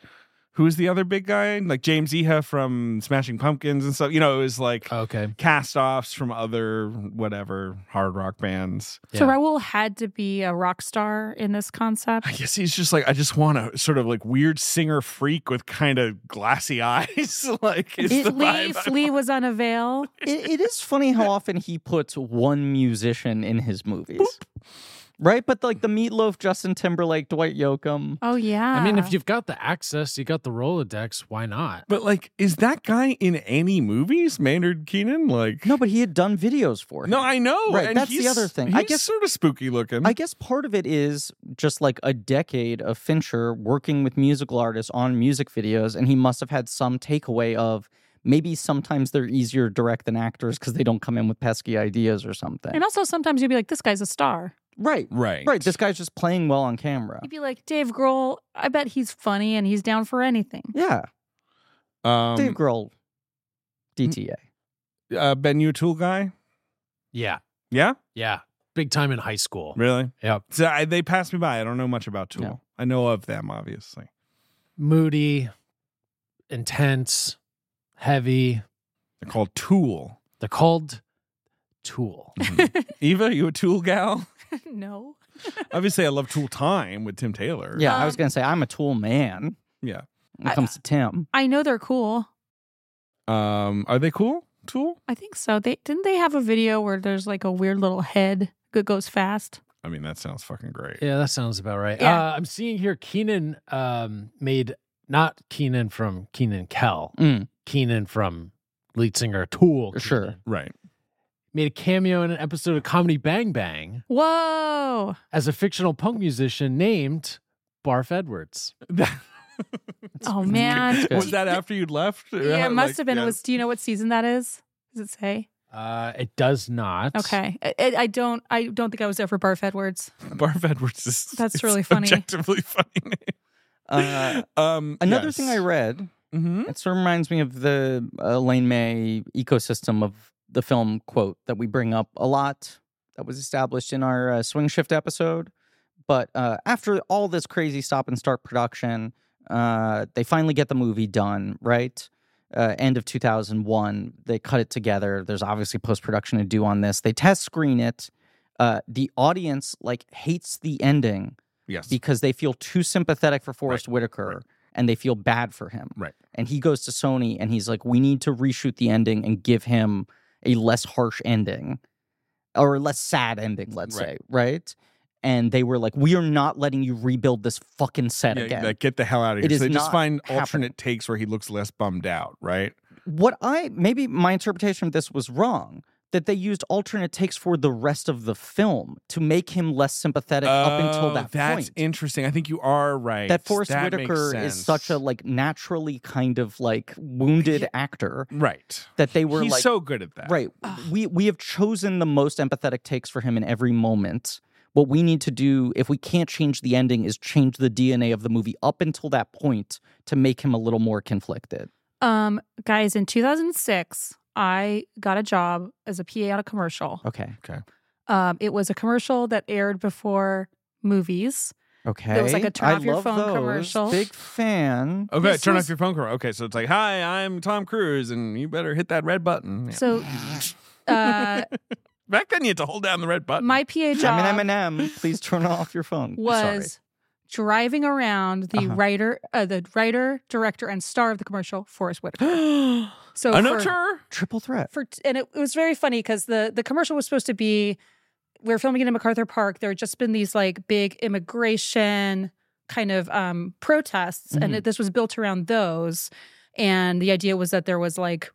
[SPEAKER 2] who was the other big guy? Like James Iha from Smashing Pumpkins and stuff. You know, it was like
[SPEAKER 4] Okay.
[SPEAKER 2] cast offs from other whatever hard rock bands.
[SPEAKER 3] So
[SPEAKER 4] Yeah.
[SPEAKER 3] Raul had to be a rock star in this concept.
[SPEAKER 1] *laughs*
[SPEAKER 2] I guess he's just like I just want a sort of like weird singer freak with kind of glassy *laughs* eyes. like is
[SPEAKER 3] It-
[SPEAKER 2] the
[SPEAKER 3] Lee,
[SPEAKER 2] vibe I
[SPEAKER 3] Flea was on a veil.
[SPEAKER 1] It, it is funny how often he puts one musician in his movies, right? But like the Meatloaf, Justin Timberlake, Dwight Yoakam.
[SPEAKER 3] Oh yeah.
[SPEAKER 4] I mean, if you've got the access, you got the Rolodex, why not?
[SPEAKER 2] But like, is that guy in any movies? Maynard Keenan? Like,
[SPEAKER 1] No, but he had done videos for him.
[SPEAKER 2] no, I know.
[SPEAKER 1] Right,
[SPEAKER 2] and
[SPEAKER 1] that's the
[SPEAKER 2] he's-
[SPEAKER 1] other thing.
[SPEAKER 2] He's
[SPEAKER 1] I guess-
[SPEAKER 2] sort of spooky looking.
[SPEAKER 1] I guess part of it is just like a decade of Fincher working with musical artists on music videos, and he must have had some takeaway of maybe sometimes they're easier to direct than actors because they don't come in with pesky ideas or something.
[SPEAKER 3] and also sometimes you'd be like, this guy's a star.
[SPEAKER 1] right,
[SPEAKER 2] right,
[SPEAKER 1] right. This guy's just playing well on camera.
[SPEAKER 3] You'd be like, Dave Grohl. I bet he's funny and he's down
[SPEAKER 2] *laughs*
[SPEAKER 3] for anything.
[SPEAKER 1] Yeah,
[SPEAKER 2] um,
[SPEAKER 1] Dave Grohl, DTA.
[SPEAKER 2] uh, Ben O'Toole guy.
[SPEAKER 4] Yeah.
[SPEAKER 2] Yeah,
[SPEAKER 4] Yeah. Big time in high school.
[SPEAKER 2] really.
[SPEAKER 4] Yep.
[SPEAKER 2] So I, they passed me by. I don't know much about Tool.
[SPEAKER 1] No.
[SPEAKER 2] I know of them, obviously.
[SPEAKER 4] Moody, intense, heavy.
[SPEAKER 2] They're called
[SPEAKER 1] *laughs*
[SPEAKER 2] Tool. *laughs*
[SPEAKER 4] They're called Tool.
[SPEAKER 2] Eva, you a Tool gal?
[SPEAKER 3] no.
[SPEAKER 2] obviously, I love Tool Time with Tim Taylor.
[SPEAKER 1] Yeah, I was
[SPEAKER 3] Um,
[SPEAKER 1] gonna say I'm a tool man.
[SPEAKER 2] Yeah.
[SPEAKER 1] when
[SPEAKER 3] I-
[SPEAKER 1] it comes to Tim.
[SPEAKER 3] I know they're cool.
[SPEAKER 2] Um, are they cool? Tool?
[SPEAKER 3] I think so. They didn't they have a video where there's like a weird little head that goes fast.
[SPEAKER 2] I mean, that sounds fucking great.
[SPEAKER 4] yeah, that sounds about right.
[SPEAKER 3] Yeah.
[SPEAKER 4] Uh, I'm seeing here Keenan um, made not Keenan from Keenan Kel,
[SPEAKER 1] Mm,
[SPEAKER 4] Keenan from lead singer Tool. Keenan.
[SPEAKER 1] Sure.
[SPEAKER 2] Right. *laughs*
[SPEAKER 4] Made a cameo in an episode of Comedy Bang Bang
[SPEAKER 3] Whoa.
[SPEAKER 4] as a fictional punk musician named Barf Edwards.
[SPEAKER 3] Oh man.
[SPEAKER 1] good.
[SPEAKER 2] *laughs* was that after you'd left? Or
[SPEAKER 3] Yeah,
[SPEAKER 2] how-
[SPEAKER 3] it
[SPEAKER 2] *laughs*
[SPEAKER 3] must
[SPEAKER 2] like,
[SPEAKER 3] have been.
[SPEAKER 2] yeah.
[SPEAKER 3] It was do you know what season that is? Does it say?
[SPEAKER 4] Uh, it does not.
[SPEAKER 3] Okay. I, I- I don't I don't think I was there for Barf Edwards.
[SPEAKER 2] Barf Edwards. Is,
[SPEAKER 3] That's
[SPEAKER 2] it's
[SPEAKER 3] really funny.
[SPEAKER 2] Objectively funny. name.
[SPEAKER 1] *laughs* Uh,
[SPEAKER 2] *laughs* um,
[SPEAKER 1] another thing I read,
[SPEAKER 2] hmm
[SPEAKER 1] it sort of reminds me of the uh, Lane May ecosystem of the film quote that we bring up a lot that was established in our uh, swing shift episode. But uh, after all this crazy stop and start production, uh, they finally get the movie done, right? Uh, end of 2001. They cut it together. There's obviously post production to do on this. They test screen it. Uh, the audience like hates the ending
[SPEAKER 2] Yes.
[SPEAKER 1] because they feel too sympathetic for Forrest Whitaker
[SPEAKER 2] right.
[SPEAKER 1] and they feel bad for him.
[SPEAKER 2] Right.
[SPEAKER 1] And he goes to Sony and he's like, we need to reshoot the ending and give him a less harsh ending or a less sad ending, let's
[SPEAKER 2] Right.
[SPEAKER 1] say. Right. And they were like, we are not letting you rebuild this fucking set
[SPEAKER 2] Yeah,
[SPEAKER 1] again.
[SPEAKER 2] like, get the hell out of
[SPEAKER 1] It
[SPEAKER 2] here.
[SPEAKER 1] is
[SPEAKER 2] So they just
[SPEAKER 1] not
[SPEAKER 2] find
[SPEAKER 1] happening.
[SPEAKER 2] alternate takes where he looks less bummed out, right?
[SPEAKER 1] what I maybe my interpretation of this was wrong. That they used alternate takes for the rest of the film to make him less sympathetic up until
[SPEAKER 2] Oh,
[SPEAKER 1] that
[SPEAKER 2] that's
[SPEAKER 1] point.
[SPEAKER 2] interesting. I think you are right.
[SPEAKER 1] that Forrest
[SPEAKER 2] That makes
[SPEAKER 1] Whitaker is
[SPEAKER 2] sense.
[SPEAKER 1] such a like naturally kind of like wounded actor
[SPEAKER 2] right.
[SPEAKER 1] that they were
[SPEAKER 2] He's
[SPEAKER 1] like
[SPEAKER 2] so good at that.
[SPEAKER 1] right.
[SPEAKER 3] Ugh.
[SPEAKER 1] We we have chosen the most empathetic takes for him in every moment. What we need to do if we can't change the ending is change the DNA of the movie up until that point to make him a little more conflicted.
[SPEAKER 3] Um, guys, in 2006, I got a job as a PA on a commercial.
[SPEAKER 1] Okay.
[SPEAKER 3] Um, it was a commercial that aired before movies.
[SPEAKER 1] Okay.
[SPEAKER 3] like a turn
[SPEAKER 1] I
[SPEAKER 3] off your
[SPEAKER 1] love
[SPEAKER 3] phone
[SPEAKER 1] those.
[SPEAKER 3] commercial.
[SPEAKER 1] Big fan.
[SPEAKER 2] Okay,
[SPEAKER 3] This
[SPEAKER 2] turn
[SPEAKER 3] was-
[SPEAKER 2] off your phone call. Okay, so it's like, hi, I'm Tom Cruise, and you better hit that red button. Yeah.
[SPEAKER 3] So, uh,
[SPEAKER 2] *laughs* Back then, you had to hold down the red button. *gasps*
[SPEAKER 3] my PA job
[SPEAKER 1] I'm an Eminem. Please turn off your phone. Sorry.
[SPEAKER 3] *laughs* was driving around the
[SPEAKER 1] Uh-huh.
[SPEAKER 3] writer, uh, the writer, director, and star of the commercial, Forrest
[SPEAKER 2] *gasps*
[SPEAKER 3] Whitaker.
[SPEAKER 2] an
[SPEAKER 3] So for-
[SPEAKER 2] tour?
[SPEAKER 1] triple threat.
[SPEAKER 3] for and it, it was very funny because the the commercial was supposed to be we were filming it in MacArthur Park. There had just been these like big immigration kind of um, protests, and
[SPEAKER 1] Mhm.
[SPEAKER 3] it, this was built around those. And the idea was that there was like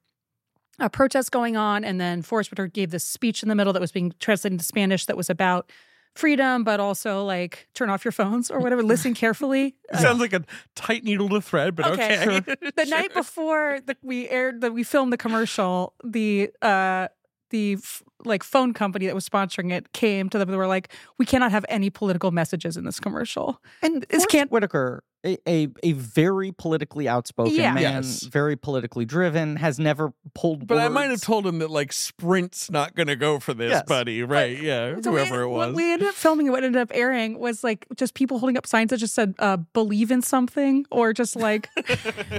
[SPEAKER 3] a protest going on, and then Forrest Whitaker gave this speech in the middle that was being translated into Spanish that was about freedom, but also like turn off your phones or whatever, listen carefully.
[SPEAKER 2] It sounds like a tight needle to thread, but
[SPEAKER 3] Uh, Okay,
[SPEAKER 2] okay.
[SPEAKER 3] *laughs*
[SPEAKER 2] *laughs*
[SPEAKER 3] the night before the, we aired the we filmed the commercial the uh the f- like phone company that was sponsoring it came to them and they were like we cannot have any political messages in this commercial
[SPEAKER 1] And
[SPEAKER 3] This
[SPEAKER 1] Forrest
[SPEAKER 3] can't-
[SPEAKER 1] Whitaker, a, a a very politically outspoken
[SPEAKER 3] Yeah.
[SPEAKER 1] man,
[SPEAKER 2] Yes.
[SPEAKER 1] very politically driven, has never pulled.
[SPEAKER 2] But I might have
[SPEAKER 1] words.
[SPEAKER 2] told him that like Sprint's not gonna go for this,
[SPEAKER 1] Yes.
[SPEAKER 2] buddy. Right? yeah.
[SPEAKER 3] So we-
[SPEAKER 2] whoever it was.
[SPEAKER 3] what we ended up filming and what ended up airing was like just people holding up signs that just said uh, believe in something or just
[SPEAKER 2] *laughs*
[SPEAKER 3] like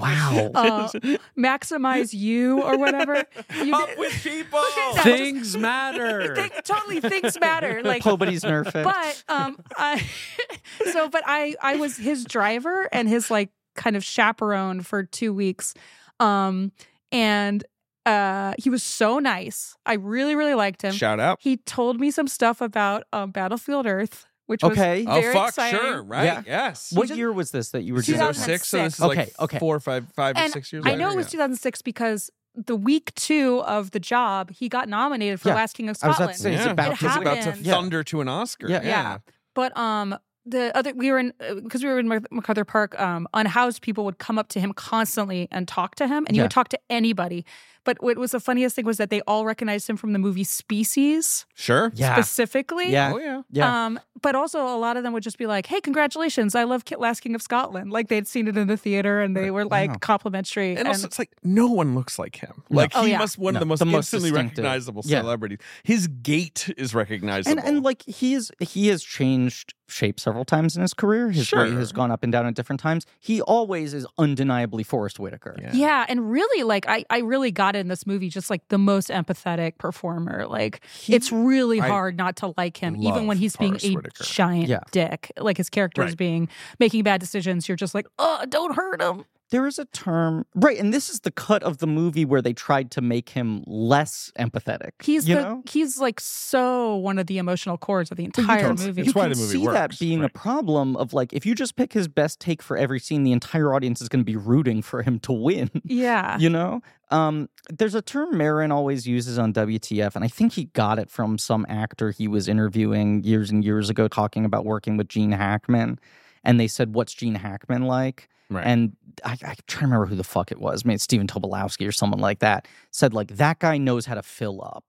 [SPEAKER 1] Wow.
[SPEAKER 3] uh, maximize you
[SPEAKER 2] *laughs*
[SPEAKER 3] or whatever You-
[SPEAKER 2] Up
[SPEAKER 1] *laughs*
[SPEAKER 3] *laughs*
[SPEAKER 2] with people.
[SPEAKER 3] *laughs* that.
[SPEAKER 4] Things matter.
[SPEAKER 3] Think- totally things matter
[SPEAKER 2] *laughs*
[SPEAKER 3] like
[SPEAKER 1] Nobody's nerfing. *laughs*
[SPEAKER 3] but um I, *laughs* so but i i was his driver and his like kind of chaperone for two weeks um and uh he was so nice i really really liked him
[SPEAKER 2] Shout out.
[SPEAKER 3] he told me some stuff about um battlefield earth which
[SPEAKER 1] Okay.
[SPEAKER 3] was
[SPEAKER 2] Oh
[SPEAKER 3] very
[SPEAKER 2] fuck,
[SPEAKER 3] exciting
[SPEAKER 2] sure, right?
[SPEAKER 1] Yeah.
[SPEAKER 2] Yes.
[SPEAKER 1] what
[SPEAKER 3] just-
[SPEAKER 1] year was this that you were
[SPEAKER 2] This
[SPEAKER 1] doing?
[SPEAKER 2] is 06, so this is like
[SPEAKER 1] Okay, okay.
[SPEAKER 2] four, five, five or
[SPEAKER 3] And
[SPEAKER 2] six years
[SPEAKER 3] i
[SPEAKER 2] later,
[SPEAKER 3] know it was
[SPEAKER 2] yeah.
[SPEAKER 3] 2006 because the week two of the job he got nominated for
[SPEAKER 1] Yeah.
[SPEAKER 3] last king of
[SPEAKER 1] I was
[SPEAKER 3] scotland
[SPEAKER 1] about to say it's
[SPEAKER 2] Yeah.
[SPEAKER 1] about
[SPEAKER 3] It
[SPEAKER 1] to
[SPEAKER 2] It's about to
[SPEAKER 3] happened.
[SPEAKER 1] Yeah.
[SPEAKER 2] thunder to an Oscar.
[SPEAKER 1] Yeah.
[SPEAKER 3] Yeah. But um, the other we were in because we were in Mac- MacArthur Park. Um, unhoused people would come up to him constantly and talk to him, and he
[SPEAKER 1] Yeah.
[SPEAKER 3] would talk to anybody. But what was the funniest thing was that they all recognized him from the movie Species
[SPEAKER 2] Sure.
[SPEAKER 1] Yeah.
[SPEAKER 3] specifically.
[SPEAKER 1] Yeah.
[SPEAKER 2] Oh yeah.
[SPEAKER 1] Yeah.
[SPEAKER 3] Um, but also a lot of them would just be like, "Hey, congratulations! I love Kit Last King of Scotland." Like they'd seen it in the theater, and they were like
[SPEAKER 1] Wow.
[SPEAKER 3] complimentary.
[SPEAKER 2] And also, it's like no one looks like him.
[SPEAKER 1] No.
[SPEAKER 2] Like
[SPEAKER 3] Oh,
[SPEAKER 2] he
[SPEAKER 3] yeah.
[SPEAKER 2] must one
[SPEAKER 1] No,
[SPEAKER 2] of the most
[SPEAKER 1] the most
[SPEAKER 2] instantly
[SPEAKER 1] distinctive.
[SPEAKER 2] recognizable
[SPEAKER 1] Yeah.
[SPEAKER 2] celebrities. His gait is recognizable.
[SPEAKER 1] and and like he is he has changed shape several times in his career. His weight has
[SPEAKER 2] Sure.
[SPEAKER 1] gone up and down at different times. He always is undeniably Forrest Whitaker.
[SPEAKER 2] Yeah.
[SPEAKER 3] yeah, and really, like I, I really got in this movie just like the most empathetic performer. Like
[SPEAKER 1] He-
[SPEAKER 3] it's really
[SPEAKER 2] I
[SPEAKER 3] hard not to like him, even when
[SPEAKER 2] love
[SPEAKER 3] he's being
[SPEAKER 2] Forrest
[SPEAKER 3] a
[SPEAKER 2] Whitaker.
[SPEAKER 3] giant
[SPEAKER 1] Yeah.
[SPEAKER 3] dick. Like his character is
[SPEAKER 2] Right.
[SPEAKER 3] being making bad decisions. You're just like, oh, don't hurt him.
[SPEAKER 1] there is a term right and this is the cut of the movie where they tried to make him less empathetic
[SPEAKER 3] He's
[SPEAKER 1] you
[SPEAKER 3] the,
[SPEAKER 1] know
[SPEAKER 3] he's like so one of the emotional cores of the
[SPEAKER 1] But you
[SPEAKER 3] entire
[SPEAKER 1] can-
[SPEAKER 3] movie.
[SPEAKER 1] you
[SPEAKER 2] It's why
[SPEAKER 1] can
[SPEAKER 2] the movie
[SPEAKER 1] see
[SPEAKER 2] works,
[SPEAKER 1] that being
[SPEAKER 2] right.
[SPEAKER 1] a problem of like if you just pick his best take for every scene the entire audience is going to be rooting for him to win
[SPEAKER 3] yeah.
[SPEAKER 1] you know um, there's a term marin always uses on wtf and i think he got it from some actor he was interviewing years and years ago talking about working with gene hackman and they said what's gene hackman like
[SPEAKER 2] Right.
[SPEAKER 1] and I, I try to remember who the fuck it was maybe it's steven tobolowsky or someone like that said like that guy knows how to fill up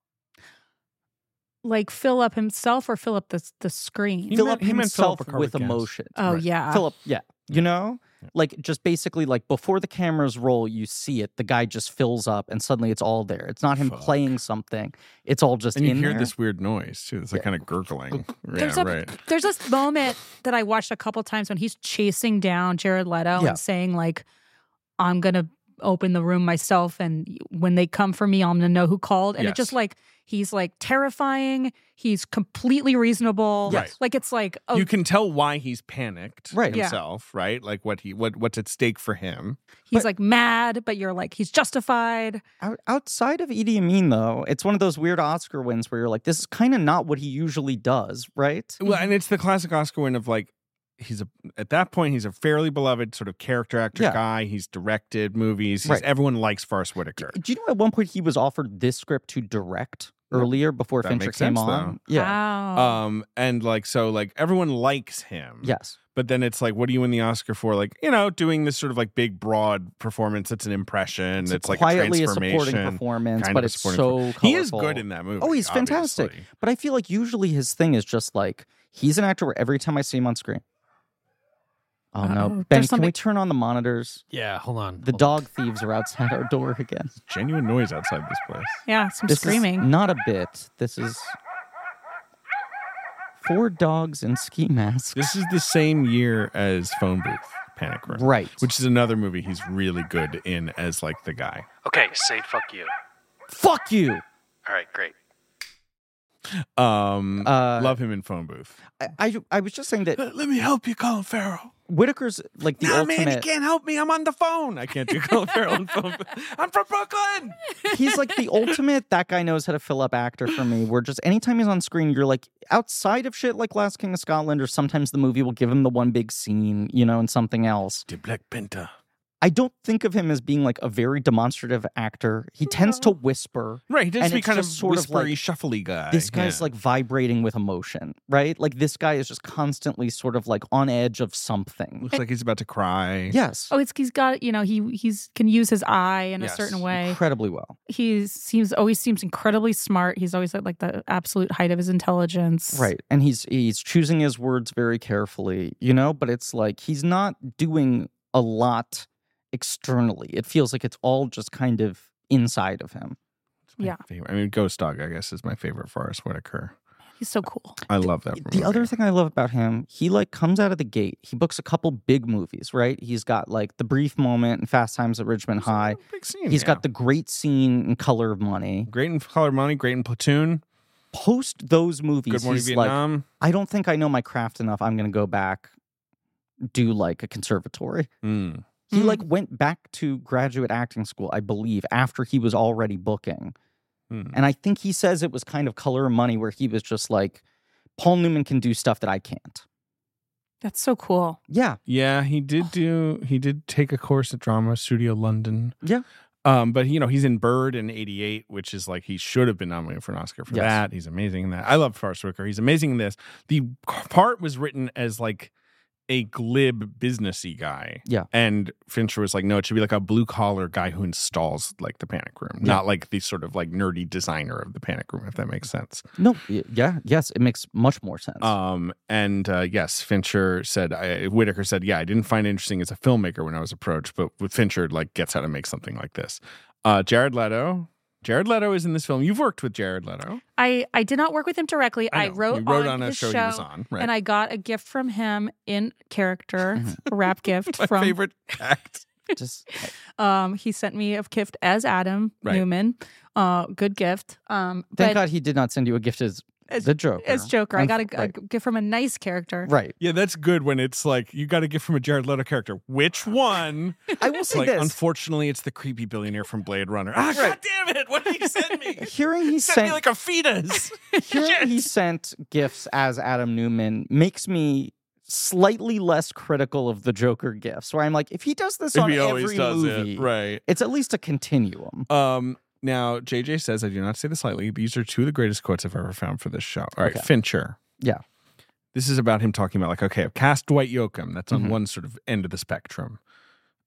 [SPEAKER 3] Like fill up himself or fill up the the screen.
[SPEAKER 2] He
[SPEAKER 1] fill
[SPEAKER 2] meant-
[SPEAKER 1] up
[SPEAKER 2] he meant fill
[SPEAKER 1] himself
[SPEAKER 2] up Picard
[SPEAKER 1] with
[SPEAKER 2] with gas.
[SPEAKER 1] emotion
[SPEAKER 3] oh
[SPEAKER 2] Right.
[SPEAKER 3] yeah.
[SPEAKER 1] Philip, yeah, You know? Like just basically like before the cameras roll, you see it. The guy just fills up and suddenly it's all there. It's not him
[SPEAKER 2] Fuck.
[SPEAKER 1] playing something. It's all just
[SPEAKER 2] And you
[SPEAKER 1] in
[SPEAKER 2] hear
[SPEAKER 1] there.
[SPEAKER 2] this weird noise too. It's like kind of gurgling.
[SPEAKER 3] There's
[SPEAKER 2] yeah,
[SPEAKER 3] a
[SPEAKER 2] right.
[SPEAKER 3] there's this moment that I watched a couple times when he's chasing down Jared Leto
[SPEAKER 1] Yeah.
[SPEAKER 3] and saying like, "I'm gonna open the room myself, and when they come for me, I'm gonna know who called." And it just
[SPEAKER 2] Yes.
[SPEAKER 3] like he's like terrifying. He's completely reasonable.
[SPEAKER 2] Yes.
[SPEAKER 3] Like it's like oh,
[SPEAKER 2] You can tell why he's panicked
[SPEAKER 1] Right.
[SPEAKER 3] Yeah.
[SPEAKER 2] himself, right? Like what he what what's at stake for him.
[SPEAKER 3] he's
[SPEAKER 1] but-
[SPEAKER 3] like mad, but you're like he's justified.
[SPEAKER 1] Out- outside of Idi Amin though, it's one of those weird Oscar wins where you're like, this is kind of not what he usually does, right?
[SPEAKER 3] Mm-hmm.
[SPEAKER 2] Well, and it's the classic Oscar win of like he's a at that point he's a fairly beloved sort of character actor
[SPEAKER 1] Yeah.
[SPEAKER 2] guy. He's directed movies. He's,
[SPEAKER 1] Right.
[SPEAKER 2] Everyone likes Forrest Whitaker.
[SPEAKER 1] Do you know at one point he was offered this script to direct earlier before
[SPEAKER 2] That
[SPEAKER 1] Fincher
[SPEAKER 2] makes
[SPEAKER 1] came
[SPEAKER 2] sense,
[SPEAKER 1] on?
[SPEAKER 3] Ah.
[SPEAKER 1] Yeah.
[SPEAKER 3] Wow.
[SPEAKER 2] Um and like so like everyone likes him.
[SPEAKER 1] yes.
[SPEAKER 2] But then it's like what are you in the Oscar for? Like, you know, doing this sort of like big broad performance that's an impression,
[SPEAKER 1] So
[SPEAKER 2] that's like
[SPEAKER 1] quietly
[SPEAKER 2] a
[SPEAKER 1] a, supporting
[SPEAKER 2] transformation.
[SPEAKER 1] performance,
[SPEAKER 2] kind
[SPEAKER 1] but
[SPEAKER 2] of a
[SPEAKER 1] it's so
[SPEAKER 2] supporting
[SPEAKER 1] colorful.
[SPEAKER 2] he is good in that movie.
[SPEAKER 1] Oh, he's fantastic.
[SPEAKER 2] obviously.
[SPEAKER 1] But I feel like usually his thing is just like he's an actor where every time I see him on screen. Oh
[SPEAKER 3] Uh-oh,
[SPEAKER 1] no.
[SPEAKER 3] there's
[SPEAKER 1] Ben, can we
[SPEAKER 3] something- Oh.
[SPEAKER 1] turn on the monitors?
[SPEAKER 4] Yeah, hold on.
[SPEAKER 1] The dog thieves are outside our door
[SPEAKER 3] *laughs*
[SPEAKER 1] again.
[SPEAKER 2] Genuine noise outside this place.
[SPEAKER 3] yeah, some
[SPEAKER 1] This
[SPEAKER 3] screaming.
[SPEAKER 1] Is not a bit. This is four dogs in ski
[SPEAKER 2] *laughs*
[SPEAKER 1] masks.
[SPEAKER 2] This is the same year as Phone Booth Panic Room.
[SPEAKER 1] Right.
[SPEAKER 2] Which is another movie he's really good in as like the guy.
[SPEAKER 6] Okay, say fuck you.
[SPEAKER 1] fuck you.
[SPEAKER 6] All right, great.
[SPEAKER 2] Um
[SPEAKER 1] Uh,
[SPEAKER 2] love him in Phone Booth.
[SPEAKER 1] I, I I was just saying that
[SPEAKER 2] Let me help you, Colin Farrell.
[SPEAKER 1] Whitaker's like
[SPEAKER 2] *laughs*
[SPEAKER 1] the ultimate.
[SPEAKER 2] help me. I'm on the phone. I can't do Colin Farrell in Phone Booth. I'm from Brooklyn.
[SPEAKER 1] he's like the ultimate that guy knows how to fill up actor for me where just anytime he's on screen you're like outside of shit like last king of scotland or sometimes the movie will give him the one big scene you know and something else
[SPEAKER 2] The Black Panther.
[SPEAKER 1] i don't think of him as being like a very demonstrative actor he tends to whisper
[SPEAKER 2] Right, he
[SPEAKER 1] And
[SPEAKER 2] does be
[SPEAKER 1] it's
[SPEAKER 2] kind of
[SPEAKER 1] just sort of
[SPEAKER 2] whispery,
[SPEAKER 1] like,
[SPEAKER 2] shuffly guy.
[SPEAKER 1] this guy's
[SPEAKER 2] Yeah.
[SPEAKER 1] like vibrating with emotion right like this guy is just constantly sort of like on edge of something
[SPEAKER 2] looks like he's about to cry.
[SPEAKER 1] yes
[SPEAKER 3] Oh, it's he's got you know he he's can use his eye in
[SPEAKER 2] Yes.
[SPEAKER 3] a certain way.
[SPEAKER 1] incredibly well
[SPEAKER 3] he seems always seems incredibly smart. He's always at like the absolute height of his intelligence.
[SPEAKER 1] Right. And he's he's choosing his words very carefully, you know, but it's like he's not doing a lot externally. It feels like it's all just kind of inside of him.
[SPEAKER 2] It's my
[SPEAKER 3] Yeah.
[SPEAKER 2] favorite. I mean, Ghost Dog, I guess, is my favorite Forrest Whitaker.
[SPEAKER 3] He's so cool.
[SPEAKER 2] I love that.
[SPEAKER 1] The other
[SPEAKER 2] movie.
[SPEAKER 1] thing I love about him, he like comes out of the gate. He books a couple big movies, right? He's got like The Brief Moment and Fast Times at Richmond
[SPEAKER 2] It's a
[SPEAKER 1] High.
[SPEAKER 2] big scene.
[SPEAKER 1] He's
[SPEAKER 2] yeah.
[SPEAKER 1] got the great scene in Color of Money.
[SPEAKER 2] Great in Color Money, Great in Platoon,
[SPEAKER 1] Post those movies,
[SPEAKER 2] Good Morning
[SPEAKER 1] he's like,
[SPEAKER 2] Vietnam.
[SPEAKER 1] I don't think I know my craft enough. I'm going to go back, do like a conservatory.
[SPEAKER 2] Mm.
[SPEAKER 1] He
[SPEAKER 3] Mm.
[SPEAKER 1] like went back to graduate acting school, I believe, after he was already booking.
[SPEAKER 2] Mm.
[SPEAKER 3] Hmm.
[SPEAKER 1] And I think he says it was kind of color and money where he was just like, Paul Newman can do stuff that I can't.
[SPEAKER 3] That's so cool.
[SPEAKER 1] Yeah.
[SPEAKER 2] Yeah, he did do. He did take a course at Drama Studio London.
[SPEAKER 1] Yeah.
[SPEAKER 2] Um, but you know he's in Bird in '88, which is like he should have been nominated for an Oscar for
[SPEAKER 1] Yes.
[SPEAKER 2] that. He's amazing in that. I love Forrest Whitaker. He's amazing in this. The part was written as like a glib businessy guy.
[SPEAKER 1] Yeah.
[SPEAKER 2] And Fincher was like, no, it should be like a blue collar guy who installs like the panic room,
[SPEAKER 1] Yeah.
[SPEAKER 2] not like the sort of like nerdy designer of the panic room, if that makes sense.
[SPEAKER 1] No. y- Yeah. Yes. It makes much more sense.
[SPEAKER 3] Oh.
[SPEAKER 2] Um, and uh, yes, Fincher said I, Whitaker said, yeah, I didn't find it interesting as a filmmaker when I was approached, but with Fincher like gets how to make something like this. Uh, Jared Leto. Jared Leto is in this film. You've worked with Jared Leto.
[SPEAKER 3] I I did not work with him directly. I,
[SPEAKER 2] know.
[SPEAKER 3] wrote,
[SPEAKER 2] You wrote
[SPEAKER 3] on,
[SPEAKER 2] on, a
[SPEAKER 3] his
[SPEAKER 2] show,
[SPEAKER 3] show,
[SPEAKER 2] he was on. Right. *laughs*
[SPEAKER 3] and I got a gift from him in character, a wrap
[SPEAKER 2] *laughs*
[SPEAKER 3] gift
[SPEAKER 2] My
[SPEAKER 3] from.
[SPEAKER 2] favorite act.
[SPEAKER 3] *laughs*
[SPEAKER 1] just
[SPEAKER 3] Um, he sent me a gift as Adam
[SPEAKER 2] Right.
[SPEAKER 3] Newman. Uh, good gift. Um,
[SPEAKER 1] thank
[SPEAKER 3] but
[SPEAKER 1] God he did not send you a gift as,
[SPEAKER 3] As-
[SPEAKER 1] the Joker.
[SPEAKER 3] as Joker, I
[SPEAKER 1] Unf-
[SPEAKER 3] got a, a
[SPEAKER 1] right.
[SPEAKER 3] gift from a nice character.
[SPEAKER 1] Right.
[SPEAKER 2] Yeah, that's good when it's like you got to get from a Jared Leto character.
[SPEAKER 3] *laughs*
[SPEAKER 2] Which one?
[SPEAKER 1] I will
[SPEAKER 2] It's
[SPEAKER 1] say
[SPEAKER 2] like,
[SPEAKER 1] this.
[SPEAKER 2] unfortunately, it's the creepy billionaire from Blade Runner. Ah,
[SPEAKER 1] Right.
[SPEAKER 2] God damn it! What did he send me?
[SPEAKER 1] Hearing he
[SPEAKER 2] he sent me
[SPEAKER 1] sent
[SPEAKER 2] like a fetus.
[SPEAKER 1] hearing he sent gifts as Adam Newman makes me slightly less critical of the Joker gifts. Where I'm like, if he does this on every movie,
[SPEAKER 2] right?
[SPEAKER 1] it's at least a continuum.
[SPEAKER 2] Um, now JJ says, I do not say this lightly. These are two of the greatest quotes I've ever found for this show. All right,
[SPEAKER 1] Okay.
[SPEAKER 2] Fincher.
[SPEAKER 1] Yeah.
[SPEAKER 2] This is about him talking about like, okay, I've cast Dwight Yoakam. That's on
[SPEAKER 1] Mhm.
[SPEAKER 2] one sort of end of the spectrum.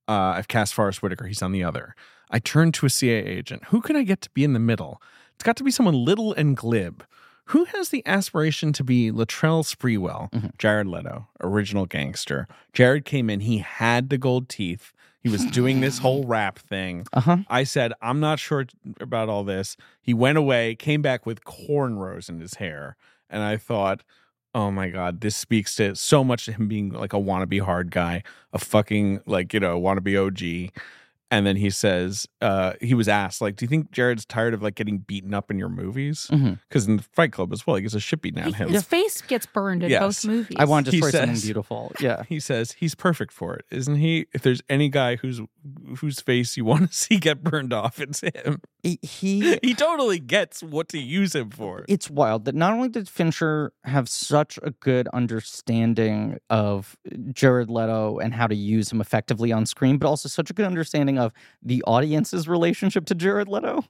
[SPEAKER 2] Uh, I've cast Forrest Whitaker. He's on the other. I turned to a CIA agent. Who can I get to be in the middle? It's got to be someone little and glib Who has the aspiration to be Latrell Sprewell,
[SPEAKER 1] Mhm.
[SPEAKER 2] Jared Leto, original gangster? Jared came in, he had the gold teeth. He was doing this whole rap thing.
[SPEAKER 1] Uh huh.
[SPEAKER 2] I said, I'm not sure about all this. He went away, came back with cornrows in his hair. And I thought, oh my God, this speaks to so much to him being like a wannabe hard guy, a fucking, like, you know, wannabe OG. And then he says, uh, he was asked, like, do you think Jared's tired of like getting beaten up in your movies?
[SPEAKER 1] Mhm.
[SPEAKER 2] Because in the Fight Club as well, he gets a shit beaten out of him.
[SPEAKER 3] His face gets burned in
[SPEAKER 2] Yes.
[SPEAKER 3] both movies.
[SPEAKER 1] I want to
[SPEAKER 2] He
[SPEAKER 1] destroy something
[SPEAKER 2] says-
[SPEAKER 1] beautiful. Yeah.
[SPEAKER 2] He says he's perfect for it, isn't he? If there's any guy whose whose face you want to *laughs* see get burned off, it's him.
[SPEAKER 1] *laughs* He- He. *laughs*
[SPEAKER 2] *laughs* he totally gets what to use him for.
[SPEAKER 1] It's wild that not only did Fincher have such a good understanding of uh, Jared Leto and how to use him effectively on screen, but also such a good understanding of the audience's relationship to Jared Leto.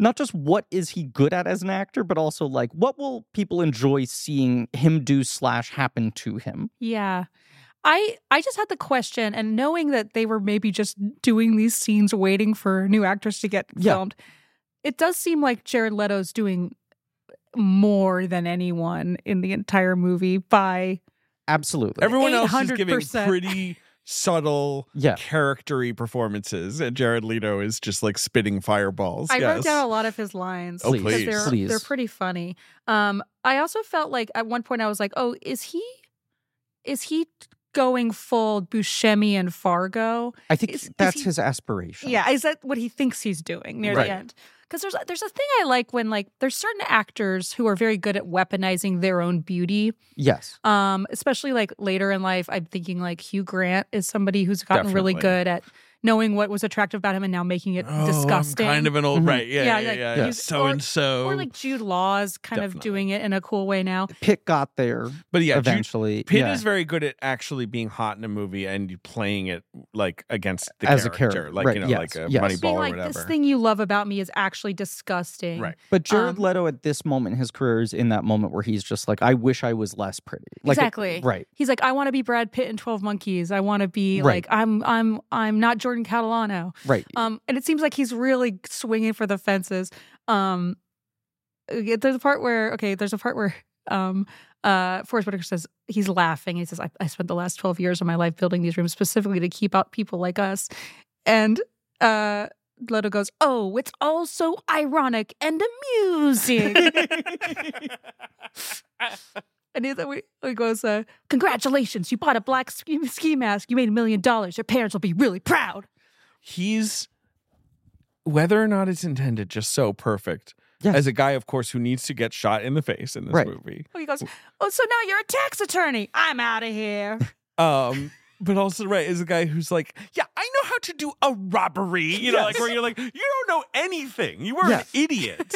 [SPEAKER 1] Not just what is he good at as an actor, but also like what will people enjoy seeing him do slash happen to him.
[SPEAKER 3] Yeah. I I just had the question and knowing that they were maybe just doing these scenes waiting for new actors to get
[SPEAKER 1] Yeah.
[SPEAKER 3] filmed. It does seem like Jared Leto's doing more than anyone in the entire movie by
[SPEAKER 1] Absolutely.
[SPEAKER 2] Everyone else is giving
[SPEAKER 3] 800%.
[SPEAKER 2] pretty subtle,
[SPEAKER 1] yeah.
[SPEAKER 2] charactery performances, and Jared Leto is just like spitting fireballs.
[SPEAKER 3] I
[SPEAKER 2] yes.
[SPEAKER 3] wrote down a lot of his lines.
[SPEAKER 2] Oh,
[SPEAKER 3] 'cause
[SPEAKER 2] please.
[SPEAKER 3] They're,
[SPEAKER 1] Please.
[SPEAKER 3] they're pretty funny. Um, I also felt like at one point I was like, oh, is he is he going full Buscemi and Fargo?
[SPEAKER 1] I think
[SPEAKER 3] Is- is
[SPEAKER 1] that's
[SPEAKER 3] he-
[SPEAKER 1] his aspiration.
[SPEAKER 3] Yeah, is that what he thinks he's doing near
[SPEAKER 1] Right.
[SPEAKER 3] the end? Because there's there's a thing I like when like there's certain actors who are very good at weaponizing their own beauty.
[SPEAKER 1] Yes.
[SPEAKER 3] Um, especially like later in life, I'm thinking like Hugh Grant is somebody who's gotten really
[SPEAKER 2] Definitely.
[SPEAKER 3] good at knowing what was attractive about him and now making it
[SPEAKER 2] Oh, I'm
[SPEAKER 3] disgusting.
[SPEAKER 2] kind of an old
[SPEAKER 1] Mhm.
[SPEAKER 2] right. Yeah,
[SPEAKER 3] Yeah,
[SPEAKER 2] yeah, yeah.
[SPEAKER 3] like,
[SPEAKER 2] yeah,
[SPEAKER 1] he's-
[SPEAKER 2] So
[SPEAKER 3] or-
[SPEAKER 2] and so.
[SPEAKER 3] Or like Jude Law is kind of
[SPEAKER 2] Definitely.
[SPEAKER 3] doing it in a cool way now.
[SPEAKER 1] Pitt got there
[SPEAKER 2] but yeah, Jude,
[SPEAKER 1] eventually.
[SPEAKER 2] Pitt
[SPEAKER 1] yeah.
[SPEAKER 2] is very good at actually being hot in a movie and playing it like against the
[SPEAKER 1] As a
[SPEAKER 2] character,
[SPEAKER 1] character,
[SPEAKER 2] like
[SPEAKER 1] right,
[SPEAKER 2] you know,
[SPEAKER 1] yes,
[SPEAKER 2] like a
[SPEAKER 1] yes.
[SPEAKER 2] Moneyball
[SPEAKER 3] Being
[SPEAKER 2] or
[SPEAKER 3] like
[SPEAKER 2] whatever.
[SPEAKER 3] this thing you love about me is actually disgusting.
[SPEAKER 2] Right.
[SPEAKER 1] But Jared
[SPEAKER 3] Um,
[SPEAKER 1] Leto at this moment in his career is in that moment where he's just like, I wish I was less pretty. Like, it-
[SPEAKER 3] Exactly.
[SPEAKER 1] right.
[SPEAKER 3] He's like, I want to be Brad Pitt in Twelve Monkeys. I want to be
[SPEAKER 1] Right.
[SPEAKER 3] like, I'm, I'm, I'm not Jordan Catalano.
[SPEAKER 1] Right.
[SPEAKER 3] Um, and it seems like he's really swinging for the fences. Um, yeah, there's a part where, okay, there's a part where, *laughs* um, uh, Forrest Whitaker says he's laughing. He says, I, "I spent the last twelve years of my life building these rooms specifically to keep out people like us," and uh. Leto goes, Oh, it's also ironic and amusing. And he, we, he goes, uh, Congratulations, you bought a black ski, ski mask. You made a million dollars. Your parents will be really proud.
[SPEAKER 2] he's whether or not it's intended just so perfect
[SPEAKER 1] Yes.
[SPEAKER 2] as a guy of course who needs to get shot in the face in this
[SPEAKER 1] Right.
[SPEAKER 2] movie
[SPEAKER 3] Oh, he goes, Oh, so now you're a tax attorney. I'm out of here.
[SPEAKER 2] um but also right as a guy who's like yeah i know how to do a robbery you know like where you're like you don't know anything you were
[SPEAKER 1] Yeah.
[SPEAKER 2] an
[SPEAKER 1] *laughs*
[SPEAKER 2] idiot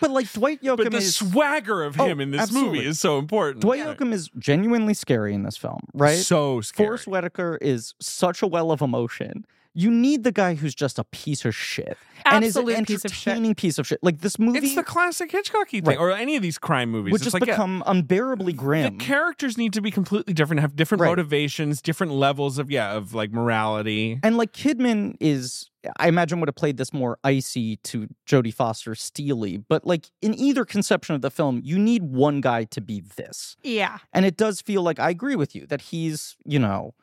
[SPEAKER 1] But like Dwight Yoakam
[SPEAKER 2] but the
[SPEAKER 1] is
[SPEAKER 2] swagger of
[SPEAKER 1] Oh,
[SPEAKER 2] him in this
[SPEAKER 1] absolutely.
[SPEAKER 2] movie is so important
[SPEAKER 1] Dwight Yoakam is genuinely scary in this film, right?
[SPEAKER 2] so scary
[SPEAKER 1] Forrest Whitaker is such a well of emotion. You need the guy who's just a piece of shit *laughs* and is an
[SPEAKER 3] Absolute piece of shit.
[SPEAKER 1] entertaining piece of shit. Like this movie
[SPEAKER 2] it's the classic hitchcocky thing
[SPEAKER 1] Right.
[SPEAKER 2] or any of these crime movies
[SPEAKER 1] would
[SPEAKER 2] It's
[SPEAKER 1] just
[SPEAKER 2] like, yeah,
[SPEAKER 1] become unbearably
[SPEAKER 2] the
[SPEAKER 1] grim.
[SPEAKER 2] characters need to be completely different have different
[SPEAKER 1] Right.
[SPEAKER 2] motivations different levels of yeah of like morality
[SPEAKER 1] And like Kidman is, I imagine would have played this more icy to Jodie Foster steely, but like in either conception of the film, you need one guy to be this,
[SPEAKER 3] Yeah.
[SPEAKER 1] and it does feel like I agree with you that he's, you know,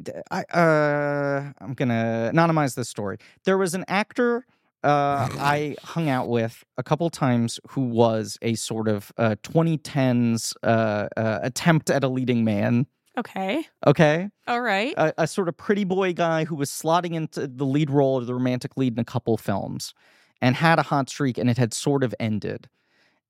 [SPEAKER 1] d- I uh, I'm gonna anonymize this story. There was an actor. Uh, I hung out with a couple times who was a sort of uh, 2010s uh, uh, attempt at a leading man.
[SPEAKER 3] Okay.
[SPEAKER 1] Okay
[SPEAKER 3] All right.
[SPEAKER 1] a, a sort of pretty boy guy who was slotting into the lead role or the romantic lead in a couple films and had a hot streak and it had sort of ended.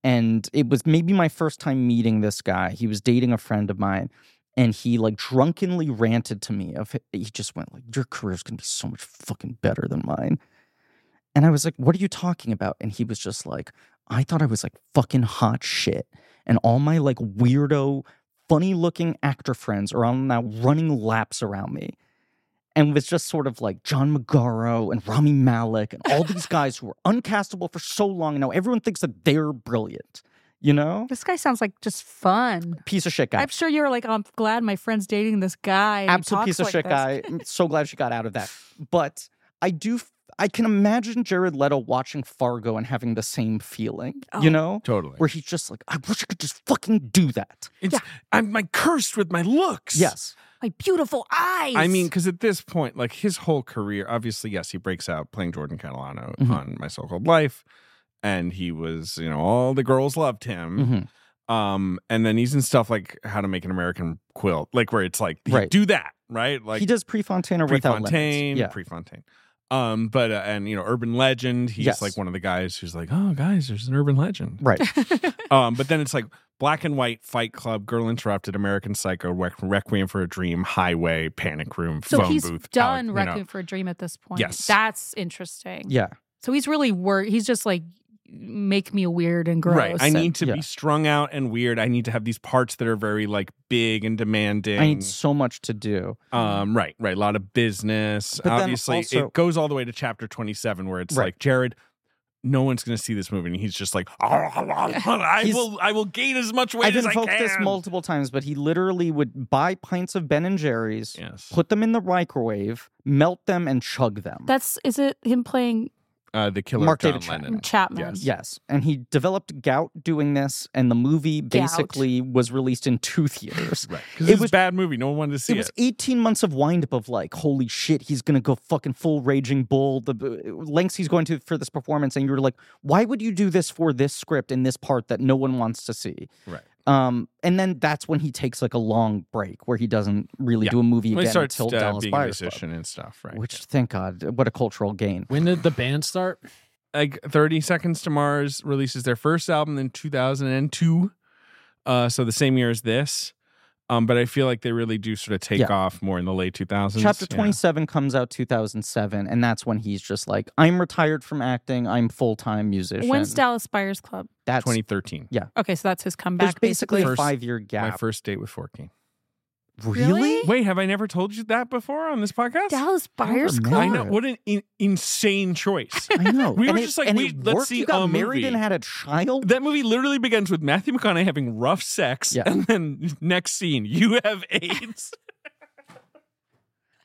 [SPEAKER 1] And it was maybe my first time meeting this guy. He was dating a friend of mine and he like drunkenly ranted to me of he just went like your career's going to be so much fucking better than mine. And I was like, "What are you talking about?" And he was just like, "I thought I was like fucking hot shit and all my like weirdo funny looking actor friends are on now running laps around me and was just sort of like John Magaro and Rami Malik and all
[SPEAKER 3] *laughs*
[SPEAKER 1] these guys who were uncastable for so long. and Now everyone thinks that they're brilliant, you know?
[SPEAKER 3] this guy sounds like just fun.
[SPEAKER 1] Piece of shit guy.
[SPEAKER 3] I'm sure you're like, "Oh, I'm glad my friend's dating this guy. and he
[SPEAKER 1] Absolute
[SPEAKER 3] talks
[SPEAKER 1] piece of
[SPEAKER 3] *laughs* like
[SPEAKER 1] shit
[SPEAKER 3] this."
[SPEAKER 1] guy. I'm so glad she got out of that. But I do, f- I can imagine Jared Leto watching Fargo and having the same feeling, you
[SPEAKER 3] Oh.
[SPEAKER 1] know?
[SPEAKER 2] Totally.
[SPEAKER 1] Where he's just like, I wish I could just fucking do that.
[SPEAKER 2] I'm like cursed with my looks.
[SPEAKER 1] Yes.
[SPEAKER 3] My beautiful eyes.
[SPEAKER 2] I mean, because at this point, like his whole career, obviously, yes, he breaks out playing Jordan Catalano
[SPEAKER 1] Mhm.
[SPEAKER 2] on My So Called Life, and he was, you know, all the girls loved him.
[SPEAKER 1] Mhm.
[SPEAKER 2] Um, and then he's in stuff like How to Make an American Quilt, like where it's like he-
[SPEAKER 1] Right.
[SPEAKER 2] do that, right? Like
[SPEAKER 1] he does Prefontaine or without
[SPEAKER 2] Prefontaine,
[SPEAKER 1] limits. Yeah.
[SPEAKER 2] Prefontaine. Um, but uh, and you know, urban legend. He's
[SPEAKER 1] Yes.
[SPEAKER 2] like one of the guys who's like, oh, guys, there's an urban legend.
[SPEAKER 1] right.
[SPEAKER 2] Um, but then it's like black and white, Fight Club, Girl Interrupted, American Psycho, Re- Requiem for a Dream, Highway, Panic Room,
[SPEAKER 3] so
[SPEAKER 2] Phone
[SPEAKER 3] he's
[SPEAKER 2] Booth. Alec-
[SPEAKER 3] done
[SPEAKER 2] you know.
[SPEAKER 3] Requiem for a Dream at this point.
[SPEAKER 2] Yes.
[SPEAKER 3] That's interesting.
[SPEAKER 1] Yeah.
[SPEAKER 3] So he's really worried. He's just like, make me weird and gross.
[SPEAKER 2] Right. I
[SPEAKER 3] and-
[SPEAKER 2] need to
[SPEAKER 1] yeah.
[SPEAKER 2] be strung out and weird. I need to have these parts that are very like big and demanding.
[SPEAKER 1] I need
[SPEAKER 2] *laughs*
[SPEAKER 1] so much to do.
[SPEAKER 2] um, right, right. A lot of business.
[SPEAKER 1] But then
[SPEAKER 2] Obviously,
[SPEAKER 1] also-
[SPEAKER 2] it goes all the way to chapter 27 where it's
[SPEAKER 1] Right.
[SPEAKER 2] like, Jared, no one's going to see this movie. And he's just like, *laughs* I
[SPEAKER 1] He's-
[SPEAKER 2] will I will gain as much weight
[SPEAKER 1] I've
[SPEAKER 2] as I
[SPEAKER 1] invoked
[SPEAKER 2] can.
[SPEAKER 1] this multiple times, but he literally would buy pints of Ben and Jerry's,
[SPEAKER 2] yes.
[SPEAKER 1] put them in the microwave, melt them, and chug them.
[SPEAKER 3] That's, is it him playing
[SPEAKER 2] Uh, the killer
[SPEAKER 1] Mark
[SPEAKER 2] John
[SPEAKER 1] David Chapman.
[SPEAKER 2] Lennon.
[SPEAKER 3] Chapman?
[SPEAKER 2] Yes.
[SPEAKER 1] yes. And he developed gout doing this, and the movie
[SPEAKER 3] Gout.
[SPEAKER 1] basically was released in two *laughs* theaters.
[SPEAKER 2] Right. Because
[SPEAKER 1] It
[SPEAKER 2] it was
[SPEAKER 1] was-
[SPEAKER 2] a bad movie. No one wanted to see
[SPEAKER 1] It was 18 months of windup of like, holy shit, he's gonna go fucking full raging bull. The uh, lengths he's going to for this performance, and you were like, why would you do this for this script in this part that no one wants to see?
[SPEAKER 2] Right.
[SPEAKER 1] Um, and then that's when he takes like a long break where he doesn't really
[SPEAKER 2] Yeah.
[SPEAKER 1] do a movie
[SPEAKER 2] Well, he
[SPEAKER 1] again
[SPEAKER 2] starts
[SPEAKER 1] until
[SPEAKER 2] uh,
[SPEAKER 1] Dallas
[SPEAKER 2] being a
[SPEAKER 1] Buyers Club,
[SPEAKER 2] musician and stuff, right?
[SPEAKER 1] which thank God, what a cultural gain.
[SPEAKER 4] When did the band start?
[SPEAKER 2] like 30 Seconds to Mars releases their first album in 2002. Uh, so the same year as this. Um, but I feel like they really do sort of take
[SPEAKER 1] Yeah.
[SPEAKER 2] off more in the late 2000s.
[SPEAKER 1] Chapter
[SPEAKER 2] Yeah.
[SPEAKER 1] 27 comes out 2007, and that's when he's just like, I'm retired from acting, I'm full time musician.
[SPEAKER 3] When's Dallas Buyers Club?
[SPEAKER 1] That's
[SPEAKER 2] 2013.
[SPEAKER 3] Okay, so that's his
[SPEAKER 1] there's
[SPEAKER 3] comeback.
[SPEAKER 1] basically a
[SPEAKER 2] First-
[SPEAKER 1] five year
[SPEAKER 2] My
[SPEAKER 1] gap.
[SPEAKER 2] first date with 14.
[SPEAKER 3] Really?
[SPEAKER 2] Wait, have I never told you that before on this podcast?
[SPEAKER 3] *laughs* Dallas Buyers
[SPEAKER 1] remember.
[SPEAKER 3] Club.
[SPEAKER 2] I know. What an in- insane choice. *laughs*
[SPEAKER 1] I know.
[SPEAKER 2] We were
[SPEAKER 1] and it-
[SPEAKER 2] just like,
[SPEAKER 1] and
[SPEAKER 2] we-
[SPEAKER 1] it
[SPEAKER 2] let's
[SPEAKER 1] worked.
[SPEAKER 2] see
[SPEAKER 1] You got
[SPEAKER 2] a
[SPEAKER 1] married and
[SPEAKER 2] movie.
[SPEAKER 1] had a child.
[SPEAKER 2] that movie literally begins with Matthew McConaughey having rough sex,
[SPEAKER 1] Yeah.
[SPEAKER 2] and then next scene, you have AIDS.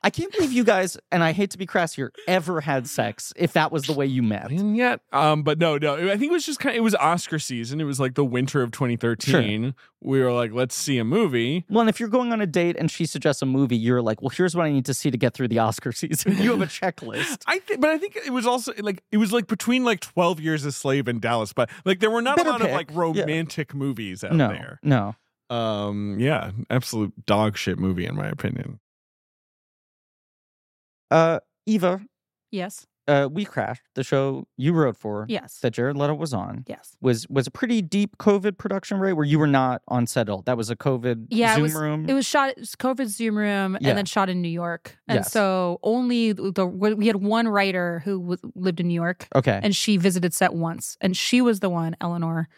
[SPEAKER 1] I can't believe you guys, and I hate to be crass here, ever had sex if that was the way you met.
[SPEAKER 2] And yet. Um, but no, no. I think it was just kind of, it was Oscar season. It was like the winter of 2013. We were like, let's see a movie.
[SPEAKER 1] Well, and if you're going on a date and she suggests a movie, you're like, well, here's what I need to see to get through the Oscar *laughs* season. You have a checklist.
[SPEAKER 2] I think, but I think it was also like it was like between like Twelve Years a Slave and Dallas, but like there were not
[SPEAKER 1] Better
[SPEAKER 2] a lot of
[SPEAKER 1] pick.
[SPEAKER 2] like
[SPEAKER 1] Yeah.
[SPEAKER 2] romantic movies *laughs* out
[SPEAKER 1] no,
[SPEAKER 2] there.
[SPEAKER 1] no.
[SPEAKER 2] Um, yeah, absolute dog shit movie in my opinion.
[SPEAKER 1] Uh, Eva,
[SPEAKER 3] Yes.
[SPEAKER 1] uh, we crashed the show you wrote for
[SPEAKER 3] Yes.
[SPEAKER 1] that Jared Leto was on.
[SPEAKER 3] yes.
[SPEAKER 1] Was was a pretty deep COVID production, right? Where you were not on set at all. That was a COVID
[SPEAKER 3] Yeah, it
[SPEAKER 1] Zoom
[SPEAKER 3] was-
[SPEAKER 1] room.
[SPEAKER 3] It was shot it was COVID Zoom room
[SPEAKER 1] Mm. Yeah.
[SPEAKER 3] and then shot in New York. And
[SPEAKER 1] Yes.
[SPEAKER 3] so only the we had one writer who w- lived in New York
[SPEAKER 1] okay.
[SPEAKER 3] and she visited set once and she was the one Eleanor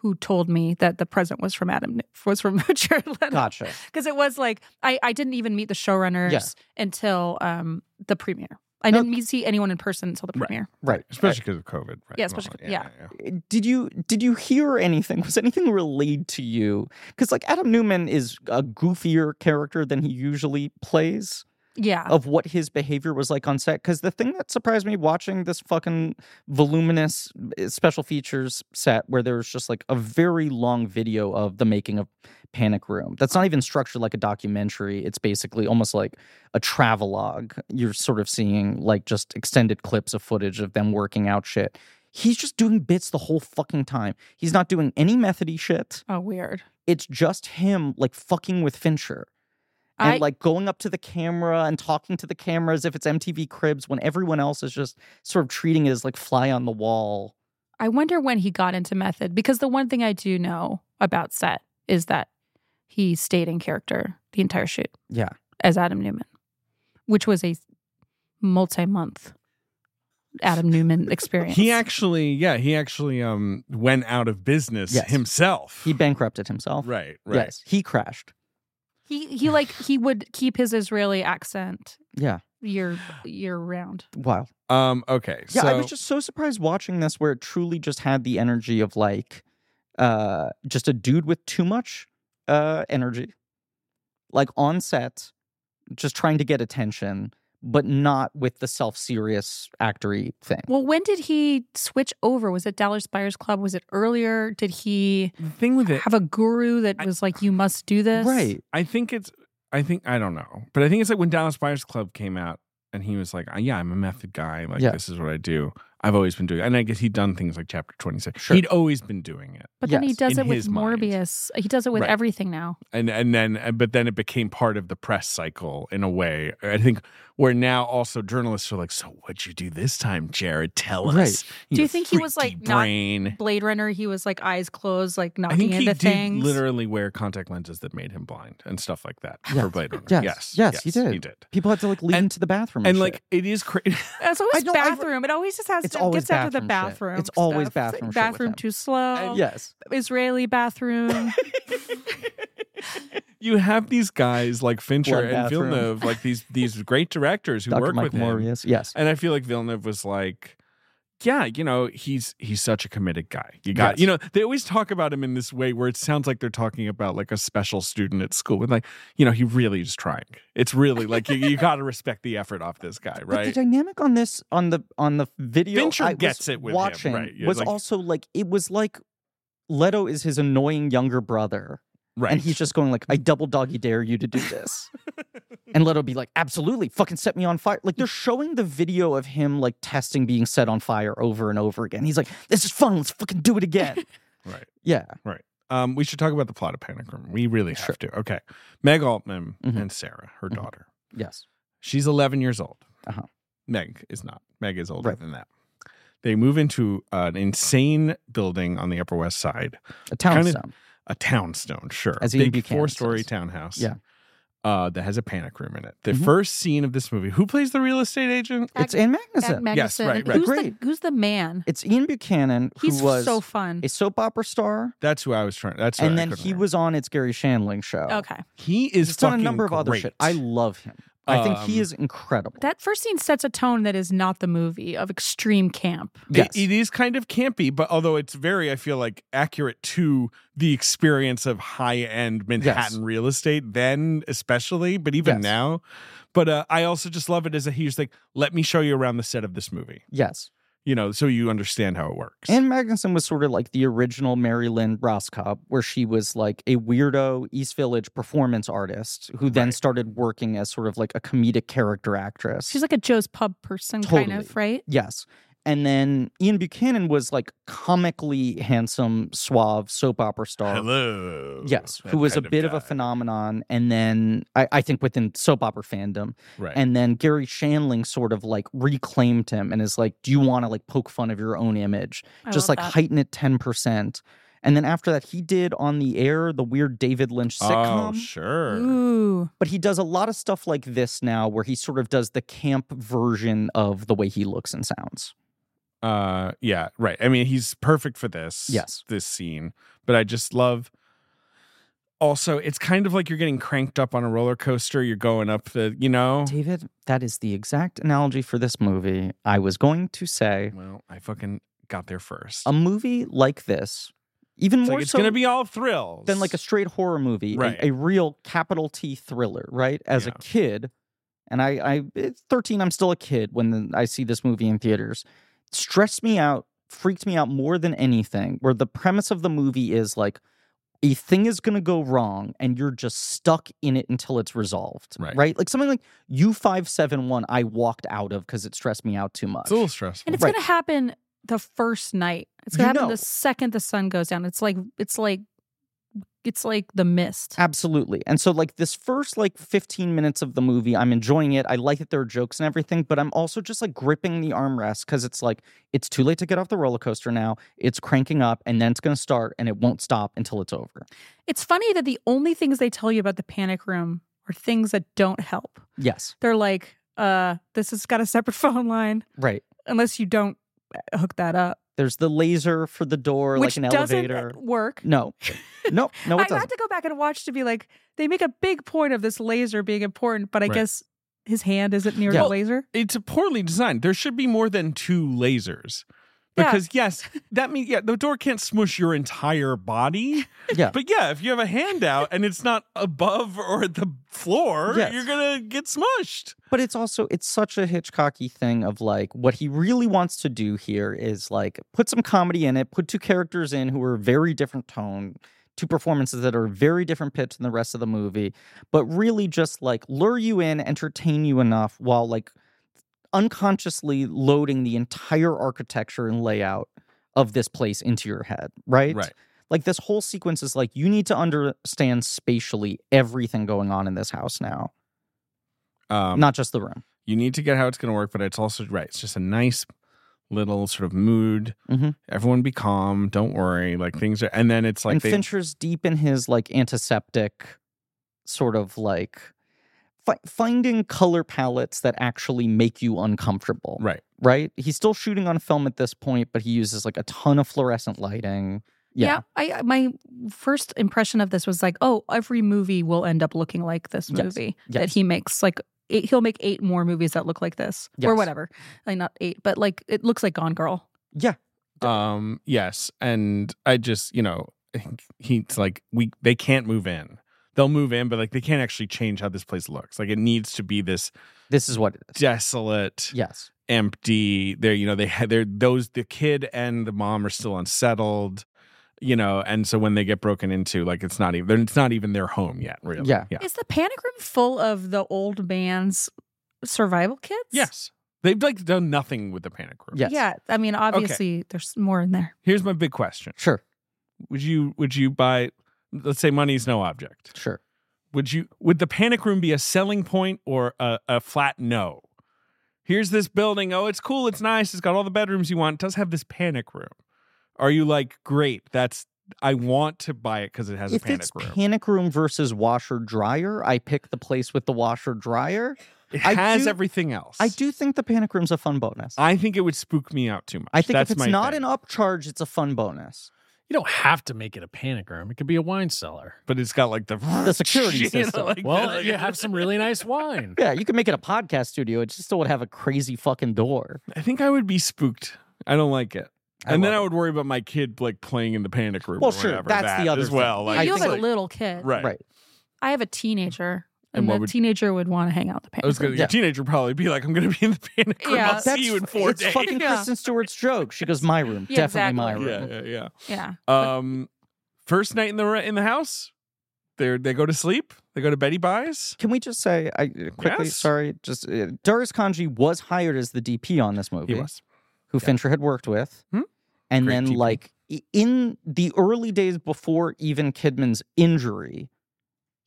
[SPEAKER 3] who told me that the present was from Adam was from *laughs* Jared Leto. *laughs*
[SPEAKER 1] gotcha.
[SPEAKER 3] because it was like I, I didn't even meet the showrunners
[SPEAKER 1] Yeah.
[SPEAKER 3] until um the premiere. I
[SPEAKER 1] No.
[SPEAKER 3] didn't meet, see anyone in person until the
[SPEAKER 2] Right.
[SPEAKER 3] premiere.
[SPEAKER 1] Right.
[SPEAKER 2] Especially because of COVID, right?
[SPEAKER 3] Yeah, especially-
[SPEAKER 2] Well,
[SPEAKER 1] did you did you hear anything was anything relayed to you because like adam newman is a goofier character than he usually plays
[SPEAKER 3] Yeah,
[SPEAKER 1] of what his behavior was like on set because the thing that surprised me watching this fucking voluminous uh, special features set where there was just like a very long video of the making of panic room that's not even structured like a documentary it's basically almost like a travelogue you're sort of seeing like just extended clips of footage of them working out shit he's just doing bits the whole fucking time he's not doing any methody shit
[SPEAKER 3] oh weird.
[SPEAKER 1] it's just him like fucking with fincher and
[SPEAKER 3] I
[SPEAKER 1] like going up to the camera and talking to the camera as if it's MTV Cribs when everyone else is just sort of treating it as like fly on the wall.
[SPEAKER 3] I wonder when he got into method because the one thing I do know about set is that he stayed in character the entire shoot.
[SPEAKER 1] Yeah.
[SPEAKER 3] as Adam Newman, which was a multi-month Adam
[SPEAKER 1] *laughs*
[SPEAKER 3] Newman
[SPEAKER 2] yeah.
[SPEAKER 3] experience.
[SPEAKER 2] He actually, yeah, he actually um went out of business
[SPEAKER 1] Yes.
[SPEAKER 2] himself. *sighs*
[SPEAKER 1] He bankrupted himself.
[SPEAKER 2] right, right.
[SPEAKER 1] Yes, he crashed.
[SPEAKER 3] he he like he would keep his Israeli accent
[SPEAKER 1] Yeah,
[SPEAKER 3] year year round.
[SPEAKER 1] wow.
[SPEAKER 2] Um. Okay.
[SPEAKER 1] Yeah,
[SPEAKER 2] so,
[SPEAKER 1] I was just so surprised watching this where it truly just had the energy of like uh just a dude with too much uh energy. Like on set, just trying to get attention, but not with the self-serious actory thing.
[SPEAKER 3] Well, when did he switch over? Was it Dallas Buyers Club? Was it earlier? Did he
[SPEAKER 2] The thing with it,
[SPEAKER 3] have a guru that was like, "You must do this"?
[SPEAKER 1] right.
[SPEAKER 2] I think it's, I think, I don't know, but I think it's like when Dallas Buyers Club came out and he was like, "Ah, yeah, I'm a method guy. Like,
[SPEAKER 1] Yeah.
[SPEAKER 2] this is what I do. I've always been doing it. And I guess he'd done things like Chapter 26.
[SPEAKER 1] Sure.
[SPEAKER 2] He'd always been doing it.
[SPEAKER 3] But then he
[SPEAKER 1] Yes,
[SPEAKER 3] does
[SPEAKER 2] in
[SPEAKER 3] it with
[SPEAKER 2] his mind.
[SPEAKER 3] Morbius. He does it with
[SPEAKER 2] Right.
[SPEAKER 3] everything now.
[SPEAKER 2] And, and then, and- but then it became part of the press cycle in a way. I think where now also journalists are like, so what'd you do this time, Jared? Tell us.
[SPEAKER 1] Right.
[SPEAKER 3] Do you think he was,
[SPEAKER 2] freaky
[SPEAKER 3] like, not-
[SPEAKER 2] brain.
[SPEAKER 3] Blade Runner. He was like eyes closed, like
[SPEAKER 2] I
[SPEAKER 3] knocking
[SPEAKER 2] think he
[SPEAKER 3] into
[SPEAKER 2] did
[SPEAKER 3] things.
[SPEAKER 2] literally wear contact lenses that made him blind and stuff like that for
[SPEAKER 1] Yes.
[SPEAKER 2] Blade Runner.
[SPEAKER 1] Yes. Yes,
[SPEAKER 2] Yes.
[SPEAKER 1] he did.
[SPEAKER 2] He did.
[SPEAKER 1] People had to like lead
[SPEAKER 2] And-
[SPEAKER 1] into the bathroom and,
[SPEAKER 2] and
[SPEAKER 1] shit.
[SPEAKER 2] like it is *laughs* crazy.
[SPEAKER 3] It's always
[SPEAKER 1] don't- I've-
[SPEAKER 3] bathroom. it always just has
[SPEAKER 1] It's
[SPEAKER 3] to
[SPEAKER 1] always
[SPEAKER 3] gets after the
[SPEAKER 1] bathroom shit.
[SPEAKER 3] bathroom.
[SPEAKER 1] It's always
[SPEAKER 3] stuff.
[SPEAKER 1] bathroom
[SPEAKER 3] It's like,
[SPEAKER 1] shit with
[SPEAKER 3] bathroom
[SPEAKER 1] him.
[SPEAKER 3] too slow.
[SPEAKER 1] yes. *laughs*
[SPEAKER 3] Israeli bathroom.
[SPEAKER 2] you have these guys like Fincher
[SPEAKER 1] Blood
[SPEAKER 2] and
[SPEAKER 1] bathroom.
[SPEAKER 2] Villeneuve, like these
[SPEAKER 1] *laughs*
[SPEAKER 2] these great directors who
[SPEAKER 1] Dr.
[SPEAKER 2] work
[SPEAKER 1] Mike
[SPEAKER 2] with him.
[SPEAKER 1] Morius. Yes.
[SPEAKER 2] And I feel like Villeneuve was like, yeah, you know, he's he's such a committed guy. You got,
[SPEAKER 1] Yes.
[SPEAKER 2] you know, they always talk about him in this way where it sounds like they're talking about like a special student at school, but like, you know, he really is trying.
[SPEAKER 1] *laughs*
[SPEAKER 2] It's really like you, you got to respect the effort off this guy,
[SPEAKER 1] But the
[SPEAKER 2] right?
[SPEAKER 1] dynamic on this on the on the video
[SPEAKER 2] Fincher
[SPEAKER 1] I was
[SPEAKER 2] gets it with him,
[SPEAKER 1] watching
[SPEAKER 2] right? Yeah,
[SPEAKER 1] was
[SPEAKER 2] like-
[SPEAKER 1] also like it was like Leto is his annoying younger brother,
[SPEAKER 2] Right.
[SPEAKER 1] and he's just going like, "I double doggy dare you to do
[SPEAKER 2] *laughs*
[SPEAKER 1] this," and Leto be like, "Absolutely, fucking set me on fire!" Like they're showing the video of him like testing being set on fire over and over again. He's like, "This is fun. Let's fucking do it again."
[SPEAKER 2] *laughs* right.
[SPEAKER 1] yeah,
[SPEAKER 2] Um, we should talk about the plot of Panic Room. We really have
[SPEAKER 1] Sure.
[SPEAKER 2] to. Okay. Meg Altman
[SPEAKER 1] Mhm.
[SPEAKER 2] and Sarah, her
[SPEAKER 1] Mhm.
[SPEAKER 2] daughter.
[SPEAKER 1] yes,
[SPEAKER 2] She's 11 years old.
[SPEAKER 1] Uh-huh.
[SPEAKER 2] Meg is not. Meg is older
[SPEAKER 1] Right.
[SPEAKER 2] than that. They move into an insane building on the Upper West Side,
[SPEAKER 1] a town
[SPEAKER 2] Kinda-
[SPEAKER 1] stone.
[SPEAKER 2] a townstone, sure.
[SPEAKER 1] As E Ian
[SPEAKER 2] big
[SPEAKER 1] Buchanan
[SPEAKER 2] four story
[SPEAKER 1] says.
[SPEAKER 2] townhouse.
[SPEAKER 1] Yeah.
[SPEAKER 2] Uh, that has a panic room in it. The
[SPEAKER 1] Mhm.
[SPEAKER 2] first scene of this movie, who plays the real estate agent?
[SPEAKER 3] Ag-
[SPEAKER 1] It's Anne
[SPEAKER 3] Ag
[SPEAKER 1] Magnuson.
[SPEAKER 3] Magnuson.
[SPEAKER 2] Yes, right, right.
[SPEAKER 3] Who's
[SPEAKER 1] Great.
[SPEAKER 3] the who's the man?
[SPEAKER 1] it's Ian Buchanan,
[SPEAKER 3] He's
[SPEAKER 1] who was
[SPEAKER 3] so fun.
[SPEAKER 1] a soap opera star,
[SPEAKER 2] That's who I was trying. That's who I
[SPEAKER 1] and then
[SPEAKER 2] couldn't
[SPEAKER 1] he
[SPEAKER 2] remember.
[SPEAKER 1] was on its Gary Shandling show.
[SPEAKER 3] Okay.
[SPEAKER 2] He is
[SPEAKER 1] He's done a
[SPEAKER 2] fucking
[SPEAKER 1] number of other
[SPEAKER 2] great.
[SPEAKER 1] shit. I love him. I think he
[SPEAKER 2] Um,
[SPEAKER 1] is incredible.
[SPEAKER 3] That first scene sets a tone that is not the movie of extreme camp.
[SPEAKER 1] yes.
[SPEAKER 2] It, it is kind of campy, but although it's very, I feel like, accurate to the experience of high end Manhattan real estate then, especially, but even
[SPEAKER 1] Yes.
[SPEAKER 2] now. But uh, I also just love it as a huge like, let me show you around the set of this movie,
[SPEAKER 1] yes.
[SPEAKER 2] you know, so you understand how it works.
[SPEAKER 1] Anne Magnuson was sort of like the original Mary Lynn Roscoe, where she was like a weirdo East Village performance artist who then
[SPEAKER 2] Right.
[SPEAKER 1] started working as sort of like a comedic character actress.
[SPEAKER 3] She's like a Joe's Pub person, kind
[SPEAKER 1] Totally.
[SPEAKER 3] of, right?
[SPEAKER 1] yes. And then Ian Buchanan was like comically handsome, suave soap opera star.
[SPEAKER 2] Hello.
[SPEAKER 1] Yes,
[SPEAKER 2] That
[SPEAKER 1] who was a
[SPEAKER 2] kind
[SPEAKER 1] bit of, a
[SPEAKER 2] guy.
[SPEAKER 1] phenomenon, and then I, I think within soap opera fandom,
[SPEAKER 2] Right.
[SPEAKER 1] and then Gary Shanling sort of like reclaimed him and is like, "Do you want to like poke fun of your own image?
[SPEAKER 3] I
[SPEAKER 1] Just
[SPEAKER 3] love
[SPEAKER 1] like
[SPEAKER 3] that.
[SPEAKER 1] heighten it ten percent." And then after that, he did on the air the weird David Lynch sitcom.
[SPEAKER 2] Oh, sure.
[SPEAKER 3] Ooh.
[SPEAKER 1] But he does a lot of stuff like this now, where he sort of does the camp version of the way he looks and sounds.
[SPEAKER 2] uh yeah right i mean he's perfect for this
[SPEAKER 1] Yes.
[SPEAKER 2] this scene but i just love also it's kind of like you're getting cranked up on a roller coaster you're going up the you know
[SPEAKER 1] David, that is the exact analogy for this movie. I was going to say
[SPEAKER 2] well i fucking got there first
[SPEAKER 1] a movie like this, even
[SPEAKER 2] it's
[SPEAKER 1] Um, more
[SPEAKER 2] like it's
[SPEAKER 1] so
[SPEAKER 2] gonna be all thrills
[SPEAKER 1] than like a straight horror movie, a-
[SPEAKER 2] Right.
[SPEAKER 1] a, real capital T thriller, right? As
[SPEAKER 2] Yeah.
[SPEAKER 1] a kid, and I, I at 13, I'm still a kid when the, I see this movie in theaters. Stressed me out, freaked me out more than anything. Where the premise of the movie is like a thing is going to go wrong, and you're just stuck in it until it's resolved,
[SPEAKER 2] Right.
[SPEAKER 1] Like something like U five seven one, I walked out of because it stressed me out too much.
[SPEAKER 2] it's a little stressful
[SPEAKER 3] And it's
[SPEAKER 1] Right.
[SPEAKER 3] gonna happen the first night. It's gonna
[SPEAKER 1] You
[SPEAKER 3] happen
[SPEAKER 1] know.
[SPEAKER 3] the second the sun goes down. It's like it's like it's like the mist.
[SPEAKER 1] Absolutely. And so like this first like 15 minutes of the movie, I'm enjoying it. I like that there are jokes and everything, but I'm also just like gripping the armrest cuz it's like it's too late to get off the roller coaster now. It's cranking up and then it's going to start and it won't stop until it's over.
[SPEAKER 3] It's funny that the only things they tell you about the panic room are things that don't help.
[SPEAKER 1] Yes.
[SPEAKER 3] They're like, uh, this has got a separate *laughs* phone line
[SPEAKER 1] Right.
[SPEAKER 3] unless you don't uh, hook that up.
[SPEAKER 1] There's the laser for the door
[SPEAKER 3] Which
[SPEAKER 1] like an
[SPEAKER 3] doesn't uh,
[SPEAKER 1] elevator.
[SPEAKER 3] work.
[SPEAKER 1] No. No, no it
[SPEAKER 3] I had
[SPEAKER 1] doesn't.
[SPEAKER 3] to go back and watch to be like, they make a big point of this laser being important, but I
[SPEAKER 2] Right.
[SPEAKER 3] guess his hand isn't near
[SPEAKER 1] Yeah.
[SPEAKER 3] the laser.
[SPEAKER 2] it's a poorly designed there should be more than two lasers
[SPEAKER 3] Yeah.
[SPEAKER 2] Because yes, that means yeah, the door can't smush your entire body.
[SPEAKER 1] Yeah.
[SPEAKER 2] But yeah, if you have a hand out and it's not above or at the floor,
[SPEAKER 1] Yes.
[SPEAKER 2] you're gonna get smushed.
[SPEAKER 1] But it's also it's such a Hitchcocky thing of like what he really wants to do here is like put some comedy in it, put two characters in who are very different tone, two performances that are very different pitch than the rest of the movie, but really just like lure you in, entertain you enough while like unconsciously loading the entire architecture and layout of this place into your head, right?
[SPEAKER 2] Right.
[SPEAKER 1] Like this whole sequence is like you need to understand spatially everything going on in this house now,
[SPEAKER 2] Um,
[SPEAKER 1] not just the room.
[SPEAKER 2] you need to get how it's going to work, but it's also right. It's just a nice little sort of mood.
[SPEAKER 1] Mhm.
[SPEAKER 2] Everyone be calm. Don't worry. Like things are, and then it's like
[SPEAKER 1] and
[SPEAKER 2] they,
[SPEAKER 1] Fincher's deep in his like antiseptic sort of like fi- finding color palettes that actually make you uncomfortable.
[SPEAKER 2] right.
[SPEAKER 1] Right? He's still shooting on film at this point, but he uses like a ton of fluorescent lighting. Yeah.
[SPEAKER 3] I I- my first impression of this was like, oh, every movie will end up looking like this
[SPEAKER 1] Yes.
[SPEAKER 3] movie that
[SPEAKER 1] Yes.
[SPEAKER 3] he makes. Like eight, he'll make eight more movies that look like this or
[SPEAKER 1] Yes.
[SPEAKER 3] whatever. Like not eight, but like it looks like Gone Girl.
[SPEAKER 1] Yeah.
[SPEAKER 2] Um. Yes. And I just you know he's like we they can't move in. They'll move in, but like they can't actually change how this place looks. Like it needs to be this
[SPEAKER 1] This is what it is.
[SPEAKER 2] desolate,
[SPEAKER 1] Yes.
[SPEAKER 2] empty. There, you know, they had they're those the kid and the mom are still unsettled, you know, and so when they get broken into, like it's not even it's not even their home yet, really.
[SPEAKER 1] Yeah.
[SPEAKER 2] Yeah.
[SPEAKER 3] Is the panic room full of the old man's survival kits?
[SPEAKER 2] Yes. They've like done nothing with the panic room.
[SPEAKER 1] Yes.
[SPEAKER 3] Yeah. I mean, obviously, there's more in there.
[SPEAKER 2] Here's my big question.
[SPEAKER 1] Sure.
[SPEAKER 2] Would you would you buy let's say money's no object.
[SPEAKER 1] Sure.
[SPEAKER 2] Would you would the panic room be a selling point or a, a flat no? Here's this building. Oh, it's cool, it's nice, it's got all the bedrooms you want. It does have this panic room. Are you like, great, that's I want to buy it because it has a
[SPEAKER 1] if
[SPEAKER 2] panic
[SPEAKER 1] it's
[SPEAKER 2] room.
[SPEAKER 1] panic room versus washer dryer, I pick the place with the washer dryer.
[SPEAKER 2] it
[SPEAKER 1] I
[SPEAKER 2] has
[SPEAKER 1] do-
[SPEAKER 2] everything else.
[SPEAKER 1] I do think the panic room's a fun bonus. I,
[SPEAKER 2] I think it would spook me out too much.
[SPEAKER 1] think
[SPEAKER 2] That's
[SPEAKER 1] if it's
[SPEAKER 2] my
[SPEAKER 1] not
[SPEAKER 2] thing.
[SPEAKER 1] an upcharge, it's a fun bonus.
[SPEAKER 4] You don't have to make it a panic room. It could be a wine cellar.
[SPEAKER 2] but it's got like the,
[SPEAKER 1] The
[SPEAKER 2] *laughs*
[SPEAKER 1] security
[SPEAKER 2] you know,
[SPEAKER 1] system.
[SPEAKER 2] like
[SPEAKER 4] Well,
[SPEAKER 2] the-
[SPEAKER 4] you have some really nice wine.
[SPEAKER 1] Yeah, you could make it a podcast studio. It just still would have a crazy fucking door.
[SPEAKER 2] I think I would be spooked. I don't like it.
[SPEAKER 1] I
[SPEAKER 2] and then
[SPEAKER 1] love
[SPEAKER 2] I would worry about my kid like playing in the panic room.
[SPEAKER 1] Well,
[SPEAKER 2] or
[SPEAKER 1] sure,
[SPEAKER 2] whatever,
[SPEAKER 1] that's
[SPEAKER 2] that
[SPEAKER 1] the other
[SPEAKER 2] as well.
[SPEAKER 1] thing.
[SPEAKER 2] Like,
[SPEAKER 1] I
[SPEAKER 3] you
[SPEAKER 2] it's
[SPEAKER 3] have a
[SPEAKER 2] like-
[SPEAKER 3] little kid.
[SPEAKER 2] right.
[SPEAKER 1] Right.
[SPEAKER 3] I have a teenager.
[SPEAKER 2] And
[SPEAKER 3] And,
[SPEAKER 2] what
[SPEAKER 3] the
[SPEAKER 2] would-
[SPEAKER 3] teenager would want to hang out in the panic
[SPEAKER 2] I was gonna.
[SPEAKER 3] room.
[SPEAKER 1] Yeah.
[SPEAKER 2] Your teenager would probably be like, "I'm gonna be in the panic room.
[SPEAKER 3] Yeah.
[SPEAKER 2] I'll see you in
[SPEAKER 1] *laughs*
[SPEAKER 2] four
[SPEAKER 1] it's
[SPEAKER 2] days."
[SPEAKER 1] fucking
[SPEAKER 3] Yeah.
[SPEAKER 1] Kristen Stewart's joke. She goes, "My room,
[SPEAKER 3] Yeah,
[SPEAKER 1] definitely my
[SPEAKER 3] exactly.
[SPEAKER 1] room." *laughs*
[SPEAKER 2] yeah, yeah,
[SPEAKER 3] Yeah.
[SPEAKER 2] yeah. Um, first night in the re- in the house, they they go to sleep. They go to Betty Buys.
[SPEAKER 1] Can we just say, I uh, quickly,
[SPEAKER 2] Yes.
[SPEAKER 1] sorry, just uh, Doris Kanji was hired as the DP on this movie,
[SPEAKER 2] He was.
[SPEAKER 1] who
[SPEAKER 2] yeah.
[SPEAKER 1] Fincher had worked with,
[SPEAKER 2] Hmm?
[SPEAKER 1] and
[SPEAKER 2] Great
[SPEAKER 1] then
[SPEAKER 2] DP.
[SPEAKER 1] like i- in the early days before even Kidman's injury,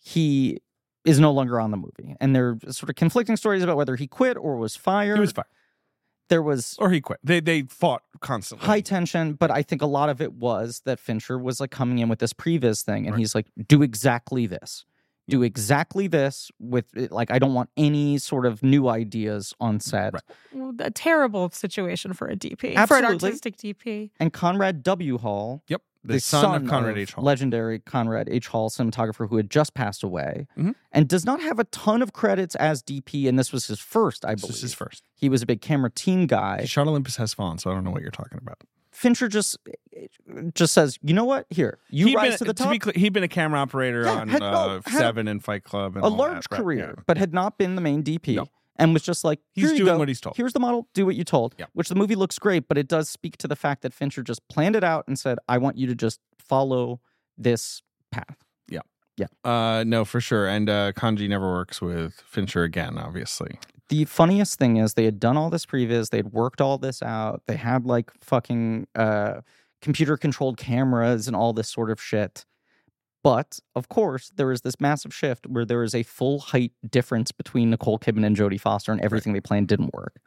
[SPEAKER 1] he is no longer on the movie, and there are sort of conflicting stories about whether he quit or was fired.
[SPEAKER 2] He was fine,
[SPEAKER 1] there was
[SPEAKER 2] or he quit. They they fought constantly.
[SPEAKER 1] high tension, but I think a lot of it was that Fincher was like coming in with this previs thing, and
[SPEAKER 2] Right.
[SPEAKER 1] he's like, do exactly this, do exactly this with it- like I don't want any sort of new ideas on set.
[SPEAKER 2] Mm, Right.
[SPEAKER 3] Well, a terrible situation for a DP, for an
[SPEAKER 1] Absolutely.
[SPEAKER 3] artistic DP.
[SPEAKER 1] And Conrad W. Hall,
[SPEAKER 2] Yep. The, son, of Conrad H. Hall.
[SPEAKER 1] legendary Conrad H. Hall, cinematographer who had just passed away,
[SPEAKER 2] Mhm.
[SPEAKER 1] and does not have a ton of credits as DP, and this was his first, I
[SPEAKER 2] This
[SPEAKER 1] believe.
[SPEAKER 2] is his first.
[SPEAKER 1] He was a big camera team guy.
[SPEAKER 2] Shot Olympus has fallen, so I don't know what you're talking about.
[SPEAKER 1] Fincher just eh, just says, you know what? Here, you
[SPEAKER 2] He'd
[SPEAKER 1] rise
[SPEAKER 2] been,
[SPEAKER 1] to the top.
[SPEAKER 2] be clear, he'd been a camera operator
[SPEAKER 1] Yeah,
[SPEAKER 2] on
[SPEAKER 1] had- no,
[SPEAKER 2] uh,
[SPEAKER 1] had a-
[SPEAKER 2] Seven and Fight Club,
[SPEAKER 1] a
[SPEAKER 2] and all that,
[SPEAKER 1] large
[SPEAKER 2] right?
[SPEAKER 1] career,
[SPEAKER 2] Yeah.
[SPEAKER 1] but had not been the main DP
[SPEAKER 2] No.
[SPEAKER 1] and was just like,
[SPEAKER 2] He's
[SPEAKER 1] "Here you
[SPEAKER 2] doing
[SPEAKER 1] go.
[SPEAKER 2] what he's told.
[SPEAKER 1] Here's the model. Do what you told.
[SPEAKER 2] Yep.
[SPEAKER 1] Which the movie looks great, but it does speak to the fact that Fincher just planned it out and said, "I want you to just follow this path."
[SPEAKER 2] Uh, no, for sure. And uh, Kanji never works with Fincher again, obviously.
[SPEAKER 1] The funniest thing is they had done all this previs, they had worked all this out, they had like fucking uh, computer controlled cameras and all this sort of shit. But of course, there is this massive shift where there is a full height difference between Nicole Kidman and Jodie Foster, and everything they planned didn't work.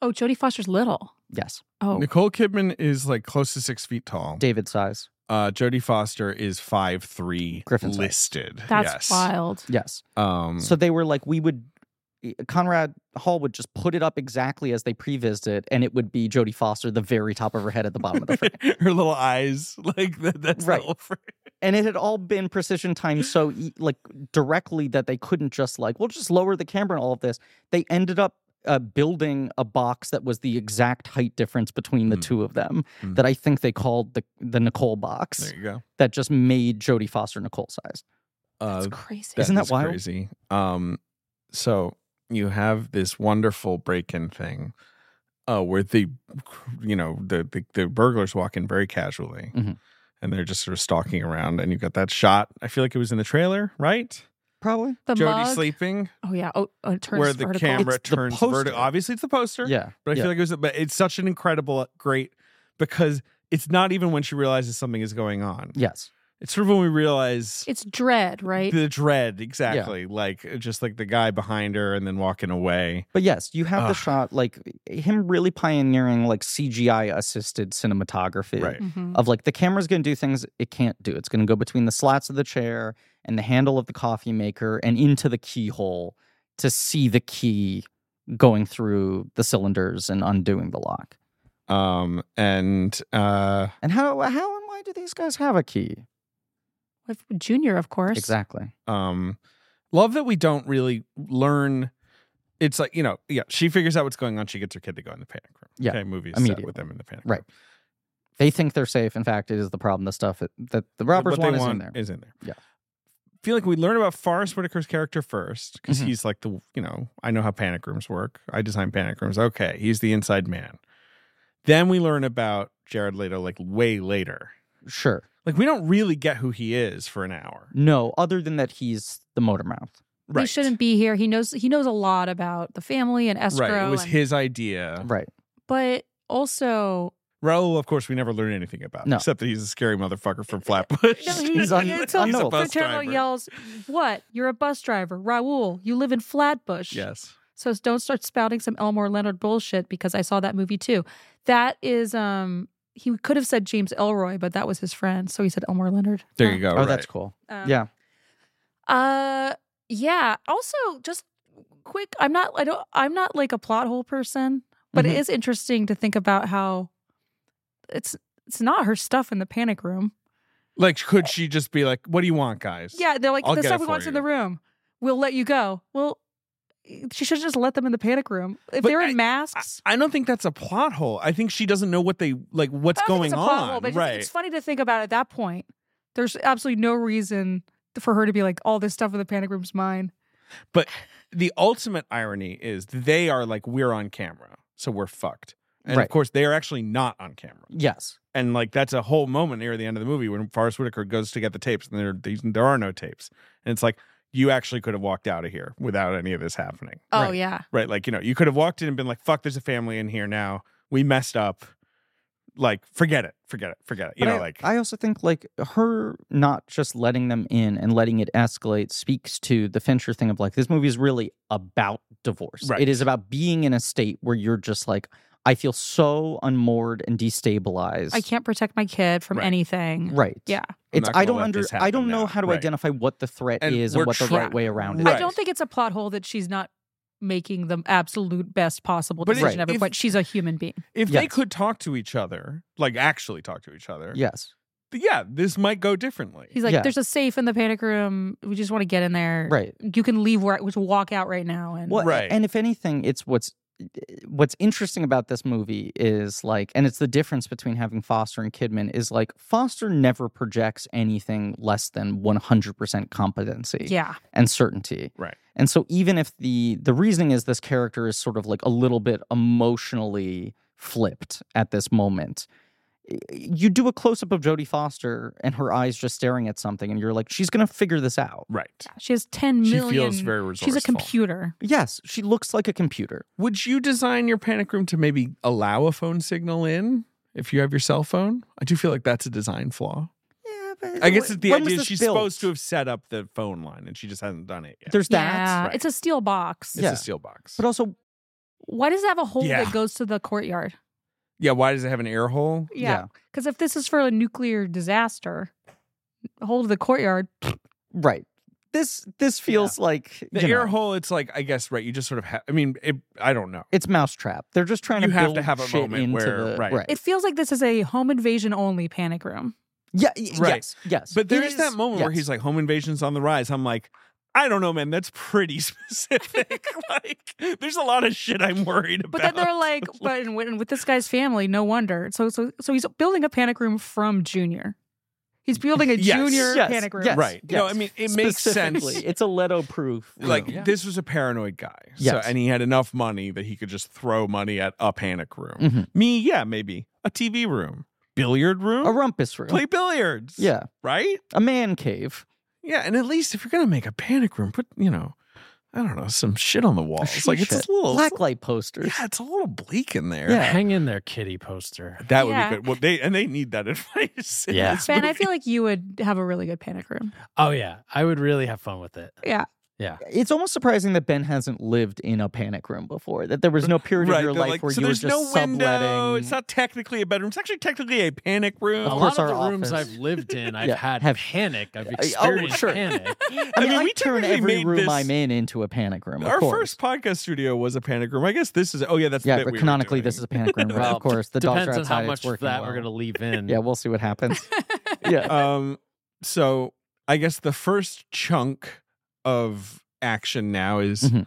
[SPEAKER 3] Oh, Jodie Foster's little.
[SPEAKER 1] Yes,
[SPEAKER 2] *laughs*
[SPEAKER 3] Oh,
[SPEAKER 2] Nicole Kidman is like close to six feet tall.
[SPEAKER 1] David size.
[SPEAKER 2] Uh, Jodie Foster is five three.
[SPEAKER 1] Griffin size.
[SPEAKER 2] listed. yes.
[SPEAKER 3] that's wild.
[SPEAKER 1] Yes.
[SPEAKER 2] Um,
[SPEAKER 1] So they were like, we would, eh, Conrad Hall would just put it up exactly as they prevised it, and it would be Jodie Foster, the very top of her head at the bottom of the *laughs* frame.
[SPEAKER 2] *laughs* her little eyes, like that, that's
[SPEAKER 1] Right.
[SPEAKER 2] the whole frame.
[SPEAKER 1] And it had all been precision timed so e- like directly that they couldn't just like, we'll just lower the camera and all of this. They ended up uh, building a box that was the exact height difference between the
[SPEAKER 2] Mm.
[SPEAKER 1] two of them
[SPEAKER 2] Mm.
[SPEAKER 1] that I think they called the the Nicole box
[SPEAKER 2] There you go.
[SPEAKER 1] that just made Jodie Foster Nicole sized.
[SPEAKER 2] Uh,
[SPEAKER 3] That's crazy.
[SPEAKER 1] Isn't that
[SPEAKER 2] is
[SPEAKER 1] wild?
[SPEAKER 2] Crazy. Um, so you have this wonderful break-in thing, uh, where the, you know, the the, the burglars walk in very casually,
[SPEAKER 1] Mhm.
[SPEAKER 2] and they're just sort of stalking around, and you've got that shot. I feel like it was in the trailer, right?
[SPEAKER 1] Probably.
[SPEAKER 3] the
[SPEAKER 2] Jody
[SPEAKER 3] mug.
[SPEAKER 2] sleeping,
[SPEAKER 3] Oh yeah. Oh, oh, it turns
[SPEAKER 2] where the
[SPEAKER 3] vertical.
[SPEAKER 2] camera
[SPEAKER 1] It's the
[SPEAKER 2] turns
[SPEAKER 1] poster.
[SPEAKER 2] vertical. Obviously, it's the poster.
[SPEAKER 1] Yeah.
[SPEAKER 2] But I
[SPEAKER 1] yeah.
[SPEAKER 2] feel like it was, but it's such an incredible, uh, great, because it's not even when she realizes something is going on.
[SPEAKER 1] yes.
[SPEAKER 2] It's sort of when we realize
[SPEAKER 3] It's dread, right?
[SPEAKER 2] the dread, exactly. Like uh, just like the guy behind her and then walking away.
[SPEAKER 1] But yes, you have the
[SPEAKER 2] Ugh.
[SPEAKER 1] shot like eh, him really pioneering like CGI assisted cinematography.
[SPEAKER 2] Right.
[SPEAKER 3] Mhm.
[SPEAKER 1] Of like the camera's going to do things it can't do. It's going to go between the slats of the chair and the handle of the coffee maker and into the keyhole to see the key going through the cylinders and undoing the lock.
[SPEAKER 2] Um and uh
[SPEAKER 1] And how how and why do these guys have a key?
[SPEAKER 3] With Junior, of course.
[SPEAKER 1] Exactly.
[SPEAKER 2] um love that we don't really learn it's like, you know, yeah, she figures out what's going on, she gets her kid to go in the panic room.
[SPEAKER 1] Yeah,
[SPEAKER 2] Okay, movies
[SPEAKER 1] immediately.
[SPEAKER 2] with them in the panic
[SPEAKER 1] Right.
[SPEAKER 2] room.
[SPEAKER 1] They think they're safe. In fact, it is the problem. The stuff that, that the robbers
[SPEAKER 2] What
[SPEAKER 1] want
[SPEAKER 2] they
[SPEAKER 1] is in there.
[SPEAKER 2] Is in there.
[SPEAKER 1] Yeah.
[SPEAKER 2] Feel like we learn about Forrest Whitaker's character first because
[SPEAKER 1] Mhm.
[SPEAKER 2] he's like the you know I know how panic rooms work. I design panic rooms. Okay, he's the inside man. Then we learn about Jared Leto like way later.
[SPEAKER 1] sure.
[SPEAKER 2] Like we don't really get who he is for an hour.
[SPEAKER 1] No, other than that, he's the motor mouth.
[SPEAKER 3] He shouldn't be here. He knows. He knows a lot about the family and escrow.
[SPEAKER 2] Right. It was
[SPEAKER 3] and-
[SPEAKER 2] his idea.
[SPEAKER 1] Right.
[SPEAKER 3] But also,
[SPEAKER 2] Raul, of course, we never learn anything about
[SPEAKER 1] No.
[SPEAKER 2] except that he's a scary motherfucker from Flatbush.
[SPEAKER 3] *laughs* No, he-
[SPEAKER 1] He's un-
[SPEAKER 3] until
[SPEAKER 1] unknowable.
[SPEAKER 2] bus
[SPEAKER 3] Paterno
[SPEAKER 2] driver.
[SPEAKER 3] yells, "What? You're a bus driver, Raul? You live in Flatbush?
[SPEAKER 2] Yes.
[SPEAKER 3] So don't start spouting some Elmore Leonard bullshit because I saw that movie too. That is, um, he could have said James Elroy, but that was his friend, so he said Elmore Leonard.
[SPEAKER 2] There you go.
[SPEAKER 1] Oh,
[SPEAKER 2] right.
[SPEAKER 1] that's cool.
[SPEAKER 3] Um,
[SPEAKER 1] yeah.
[SPEAKER 3] Uh, yeah. Also, just quick. I'm not. I don't. I'm not like a plot hole person, but it
[SPEAKER 2] Mm-hmm.
[SPEAKER 1] Mhm.
[SPEAKER 3] is interesting to think about how it's it's not her stuff in the panic room.
[SPEAKER 2] Like, could she just be like, "What do you want, guys?"
[SPEAKER 3] Yeah, they're like
[SPEAKER 2] I'll
[SPEAKER 3] the
[SPEAKER 2] get it
[SPEAKER 3] stuff we
[SPEAKER 2] for
[SPEAKER 3] want's in
[SPEAKER 2] you."
[SPEAKER 3] the room. We'll let you go. Well, she should just let them in the panic room if
[SPEAKER 2] But
[SPEAKER 3] they're in
[SPEAKER 2] I- I,
[SPEAKER 3] masks.
[SPEAKER 2] I don't think that's a plot hole. I think she doesn't know what they like. What's
[SPEAKER 3] I don't
[SPEAKER 2] going
[SPEAKER 3] think it's a plot
[SPEAKER 2] on?
[SPEAKER 3] hole, but it's just-
[SPEAKER 2] right.
[SPEAKER 3] It's funny to think about at that point. There's absolutely no reason for her to be like, all this stuff in the panic room's mine.
[SPEAKER 2] But the ultimate irony is they are like we're on camera, so we're fucked. And
[SPEAKER 1] Right.
[SPEAKER 2] of course, they are actually not on camera.
[SPEAKER 1] Yes.
[SPEAKER 2] And like that's a whole moment near the end of the movie when Forrest Whitaker goes to get the tapes, and there these- there are no tapes. And it's like you actually could have walked out of here without any of this happening.
[SPEAKER 3] Oh
[SPEAKER 1] Right.
[SPEAKER 3] yeah,
[SPEAKER 2] right? Like, you know, you could have walked in and been like, fuck, there's a family in here now. We messed up. Like, forget it, forget it, forget it. You
[SPEAKER 1] But
[SPEAKER 2] know,
[SPEAKER 1] I,
[SPEAKER 2] like,
[SPEAKER 1] I also think like her not just letting them in and letting it escalate speaks to the Fincher thing of like this movie is really about divorce.
[SPEAKER 2] Right.
[SPEAKER 1] It is about being in a state where you're just like I feel so unmoored and destabilized.
[SPEAKER 3] I can't protect my kid from
[SPEAKER 2] Right.
[SPEAKER 3] anything.
[SPEAKER 1] Right.
[SPEAKER 3] Yeah,
[SPEAKER 1] It's
[SPEAKER 2] not
[SPEAKER 1] I
[SPEAKER 2] gonna
[SPEAKER 1] don't
[SPEAKER 2] let
[SPEAKER 1] under
[SPEAKER 2] this
[SPEAKER 1] I don't
[SPEAKER 2] happen
[SPEAKER 1] know
[SPEAKER 2] now.
[SPEAKER 1] how to
[SPEAKER 2] Right.
[SPEAKER 1] identify what the threat
[SPEAKER 2] And
[SPEAKER 1] is
[SPEAKER 2] we're
[SPEAKER 1] and what the
[SPEAKER 2] try-
[SPEAKER 1] right way around
[SPEAKER 2] Right.
[SPEAKER 3] I
[SPEAKER 1] is.
[SPEAKER 3] don't think it's a plot hole that she's not making the absolute best possible
[SPEAKER 2] But it-
[SPEAKER 3] decision ever.
[SPEAKER 2] if-
[SPEAKER 3] But she's a human being.
[SPEAKER 2] if they
[SPEAKER 1] Yes.
[SPEAKER 2] could talk to each other, like actually talk to each other,
[SPEAKER 1] Yes.
[SPEAKER 2] th- yeah, this might go differently.
[SPEAKER 3] He's like,
[SPEAKER 1] Yeah.
[SPEAKER 3] there's a safe in the panic room. We just want to get in there.
[SPEAKER 1] Right.
[SPEAKER 3] You can leave where just walk out right now. And
[SPEAKER 1] Well, a-
[SPEAKER 2] Right.
[SPEAKER 1] And if anything, it's what's eh, what's interesting about this movie is like, and it's the difference between having Foster and Kidman is like Foster never projects anything less than one hundred percent competency
[SPEAKER 3] yeah,
[SPEAKER 1] and certainty.
[SPEAKER 2] Right.
[SPEAKER 1] And so even if the the reasoning is this character is sort of like a little bit emotionally flipped at this moment. y- You do a close up of Jodie Foster and her eyes just staring at something, and you're like, she's gonna figure this out.
[SPEAKER 2] right.
[SPEAKER 3] she has ten
[SPEAKER 2] She
[SPEAKER 3] million.
[SPEAKER 2] feels very resourceful.
[SPEAKER 3] she's a computer.
[SPEAKER 1] Yes, she looks like a computer.
[SPEAKER 2] Would you design your panic room to maybe allow a phone signal in if you have your cell phone? I do feel like that's a design flaw.
[SPEAKER 1] Yeah, but
[SPEAKER 2] I guess it's the
[SPEAKER 1] when was
[SPEAKER 2] idea
[SPEAKER 1] this
[SPEAKER 2] is she's
[SPEAKER 1] built?
[SPEAKER 2] supposed to have set up the phone line and she just hasn't done it yet.
[SPEAKER 1] There's that.
[SPEAKER 3] yeah,
[SPEAKER 2] Right.
[SPEAKER 3] it's a steel box.
[SPEAKER 2] it's
[SPEAKER 1] yeah.
[SPEAKER 2] a steel box.
[SPEAKER 1] But also,
[SPEAKER 3] Why does it have a hole
[SPEAKER 2] Yeah.
[SPEAKER 3] that goes to the courtyard?
[SPEAKER 2] yeah, why does it have an air hole?
[SPEAKER 1] yeah,
[SPEAKER 3] because if this is for a nuclear disaster, hole to the courtyard.
[SPEAKER 1] right. This this feels like
[SPEAKER 2] The
[SPEAKER 1] you
[SPEAKER 2] air
[SPEAKER 1] know,
[SPEAKER 2] hole, it's like I guess right. You just sort of have. I mean, it, I don't know.
[SPEAKER 1] It's mousetrap. They're just trying
[SPEAKER 2] You
[SPEAKER 1] to
[SPEAKER 2] have
[SPEAKER 1] build
[SPEAKER 2] to have a
[SPEAKER 1] shit
[SPEAKER 2] moment
[SPEAKER 1] into
[SPEAKER 2] where-
[SPEAKER 1] the,
[SPEAKER 2] right.
[SPEAKER 3] It feels like this is a home invasion only panic room.
[SPEAKER 1] Yeah. y-
[SPEAKER 2] Right.
[SPEAKER 1] Yes. Yes.
[SPEAKER 2] But
[SPEAKER 1] there
[SPEAKER 2] there is that moment where he's like, "Home invasion's on the rise." I'm like, I don't know, man. That's pretty *laughs* specific. *laughs* like, there's a lot of shit I'm worried about.
[SPEAKER 3] But then
[SPEAKER 1] *laughs*
[SPEAKER 3] they're like, but and with, and with this guy's family, no wonder. So so so he's building a panic room from Junior. He's building a
[SPEAKER 2] Yes.
[SPEAKER 3] Junior
[SPEAKER 1] *laughs* Yes,
[SPEAKER 3] panic room.
[SPEAKER 1] yes.
[SPEAKER 2] right. No, I mean, it makes sense.
[SPEAKER 1] Specifically, It's a Leto proof.
[SPEAKER 2] *laughs* like
[SPEAKER 1] room.
[SPEAKER 2] this was a paranoid guy. So
[SPEAKER 1] Yes.
[SPEAKER 2] and he had enough money that he could just throw money at a panic room.
[SPEAKER 1] Mhm.
[SPEAKER 2] Me, yeah, maybe. A TV room. Billiard room.
[SPEAKER 1] a rumpus room.
[SPEAKER 2] Play billiards.
[SPEAKER 1] Yeah,
[SPEAKER 2] Right?
[SPEAKER 1] a man cave.
[SPEAKER 2] Yeah. And at least if you're gonna make a panic room, put, you know, I don't know, some shit on the walls. Like it's
[SPEAKER 1] Shit.
[SPEAKER 2] a little
[SPEAKER 1] blacklight posters.
[SPEAKER 2] Yeah, it's a little bleak in there.
[SPEAKER 1] Yeah.
[SPEAKER 4] Hang in there,
[SPEAKER 1] *laughs*
[SPEAKER 4] kitty poster.
[SPEAKER 2] That would
[SPEAKER 3] Yeah.
[SPEAKER 2] be good. Well, they and they need that *laughs* advice. in
[SPEAKER 4] Yeah.
[SPEAKER 2] this
[SPEAKER 3] Ben, I
[SPEAKER 2] movie.
[SPEAKER 3] feel like you would have a really good panic room.
[SPEAKER 4] Oh yeah, I would really have fun with it.
[SPEAKER 1] It's almost surprising that Ben hasn't lived in a panic room before. That there was no period
[SPEAKER 2] Right,
[SPEAKER 1] of your
[SPEAKER 2] they're
[SPEAKER 1] life
[SPEAKER 2] like,
[SPEAKER 1] where
[SPEAKER 2] so
[SPEAKER 1] you were
[SPEAKER 2] there's
[SPEAKER 1] just
[SPEAKER 2] no
[SPEAKER 1] subletting.
[SPEAKER 2] window. It's not technically a bedroom. It's actually technically a panic room.
[SPEAKER 1] *laughs*
[SPEAKER 4] a
[SPEAKER 1] Of
[SPEAKER 4] lot
[SPEAKER 1] course
[SPEAKER 4] of the
[SPEAKER 1] our
[SPEAKER 4] rooms
[SPEAKER 1] office-
[SPEAKER 4] I've lived in, I've
[SPEAKER 1] *laughs* Yeah,
[SPEAKER 4] had
[SPEAKER 1] have-
[SPEAKER 4] panic. I've
[SPEAKER 1] Oh,
[SPEAKER 4] experienced
[SPEAKER 1] sure.
[SPEAKER 4] panic.
[SPEAKER 1] I mean, we turn
[SPEAKER 2] technically
[SPEAKER 1] every
[SPEAKER 2] made
[SPEAKER 1] room
[SPEAKER 2] this-
[SPEAKER 1] I'm in into a panic room. Of
[SPEAKER 2] Our
[SPEAKER 1] course.
[SPEAKER 2] first podcast studio was a panic room. I guess this is. Oh yeah, that's the
[SPEAKER 1] yeah,
[SPEAKER 2] bit
[SPEAKER 1] but
[SPEAKER 2] we were
[SPEAKER 1] canonically,
[SPEAKER 2] doing.
[SPEAKER 1] this is a panic room. Right?
[SPEAKER 4] Well,
[SPEAKER 1] Of course, *laughs* the dogs
[SPEAKER 4] Depends
[SPEAKER 1] are
[SPEAKER 4] on
[SPEAKER 1] outside.
[SPEAKER 4] how
[SPEAKER 1] it's
[SPEAKER 4] much of
[SPEAKER 1] working
[SPEAKER 4] that
[SPEAKER 1] well.
[SPEAKER 4] we're gonna leave
[SPEAKER 1] *laughs*
[SPEAKER 4] in.
[SPEAKER 1] Yeah, we'll see what
[SPEAKER 4] *laughs*
[SPEAKER 1] happens.
[SPEAKER 3] *laughs*
[SPEAKER 1] yeah,
[SPEAKER 2] *laughs* Um, so I guess the first chunk of action now is,
[SPEAKER 1] Mhm.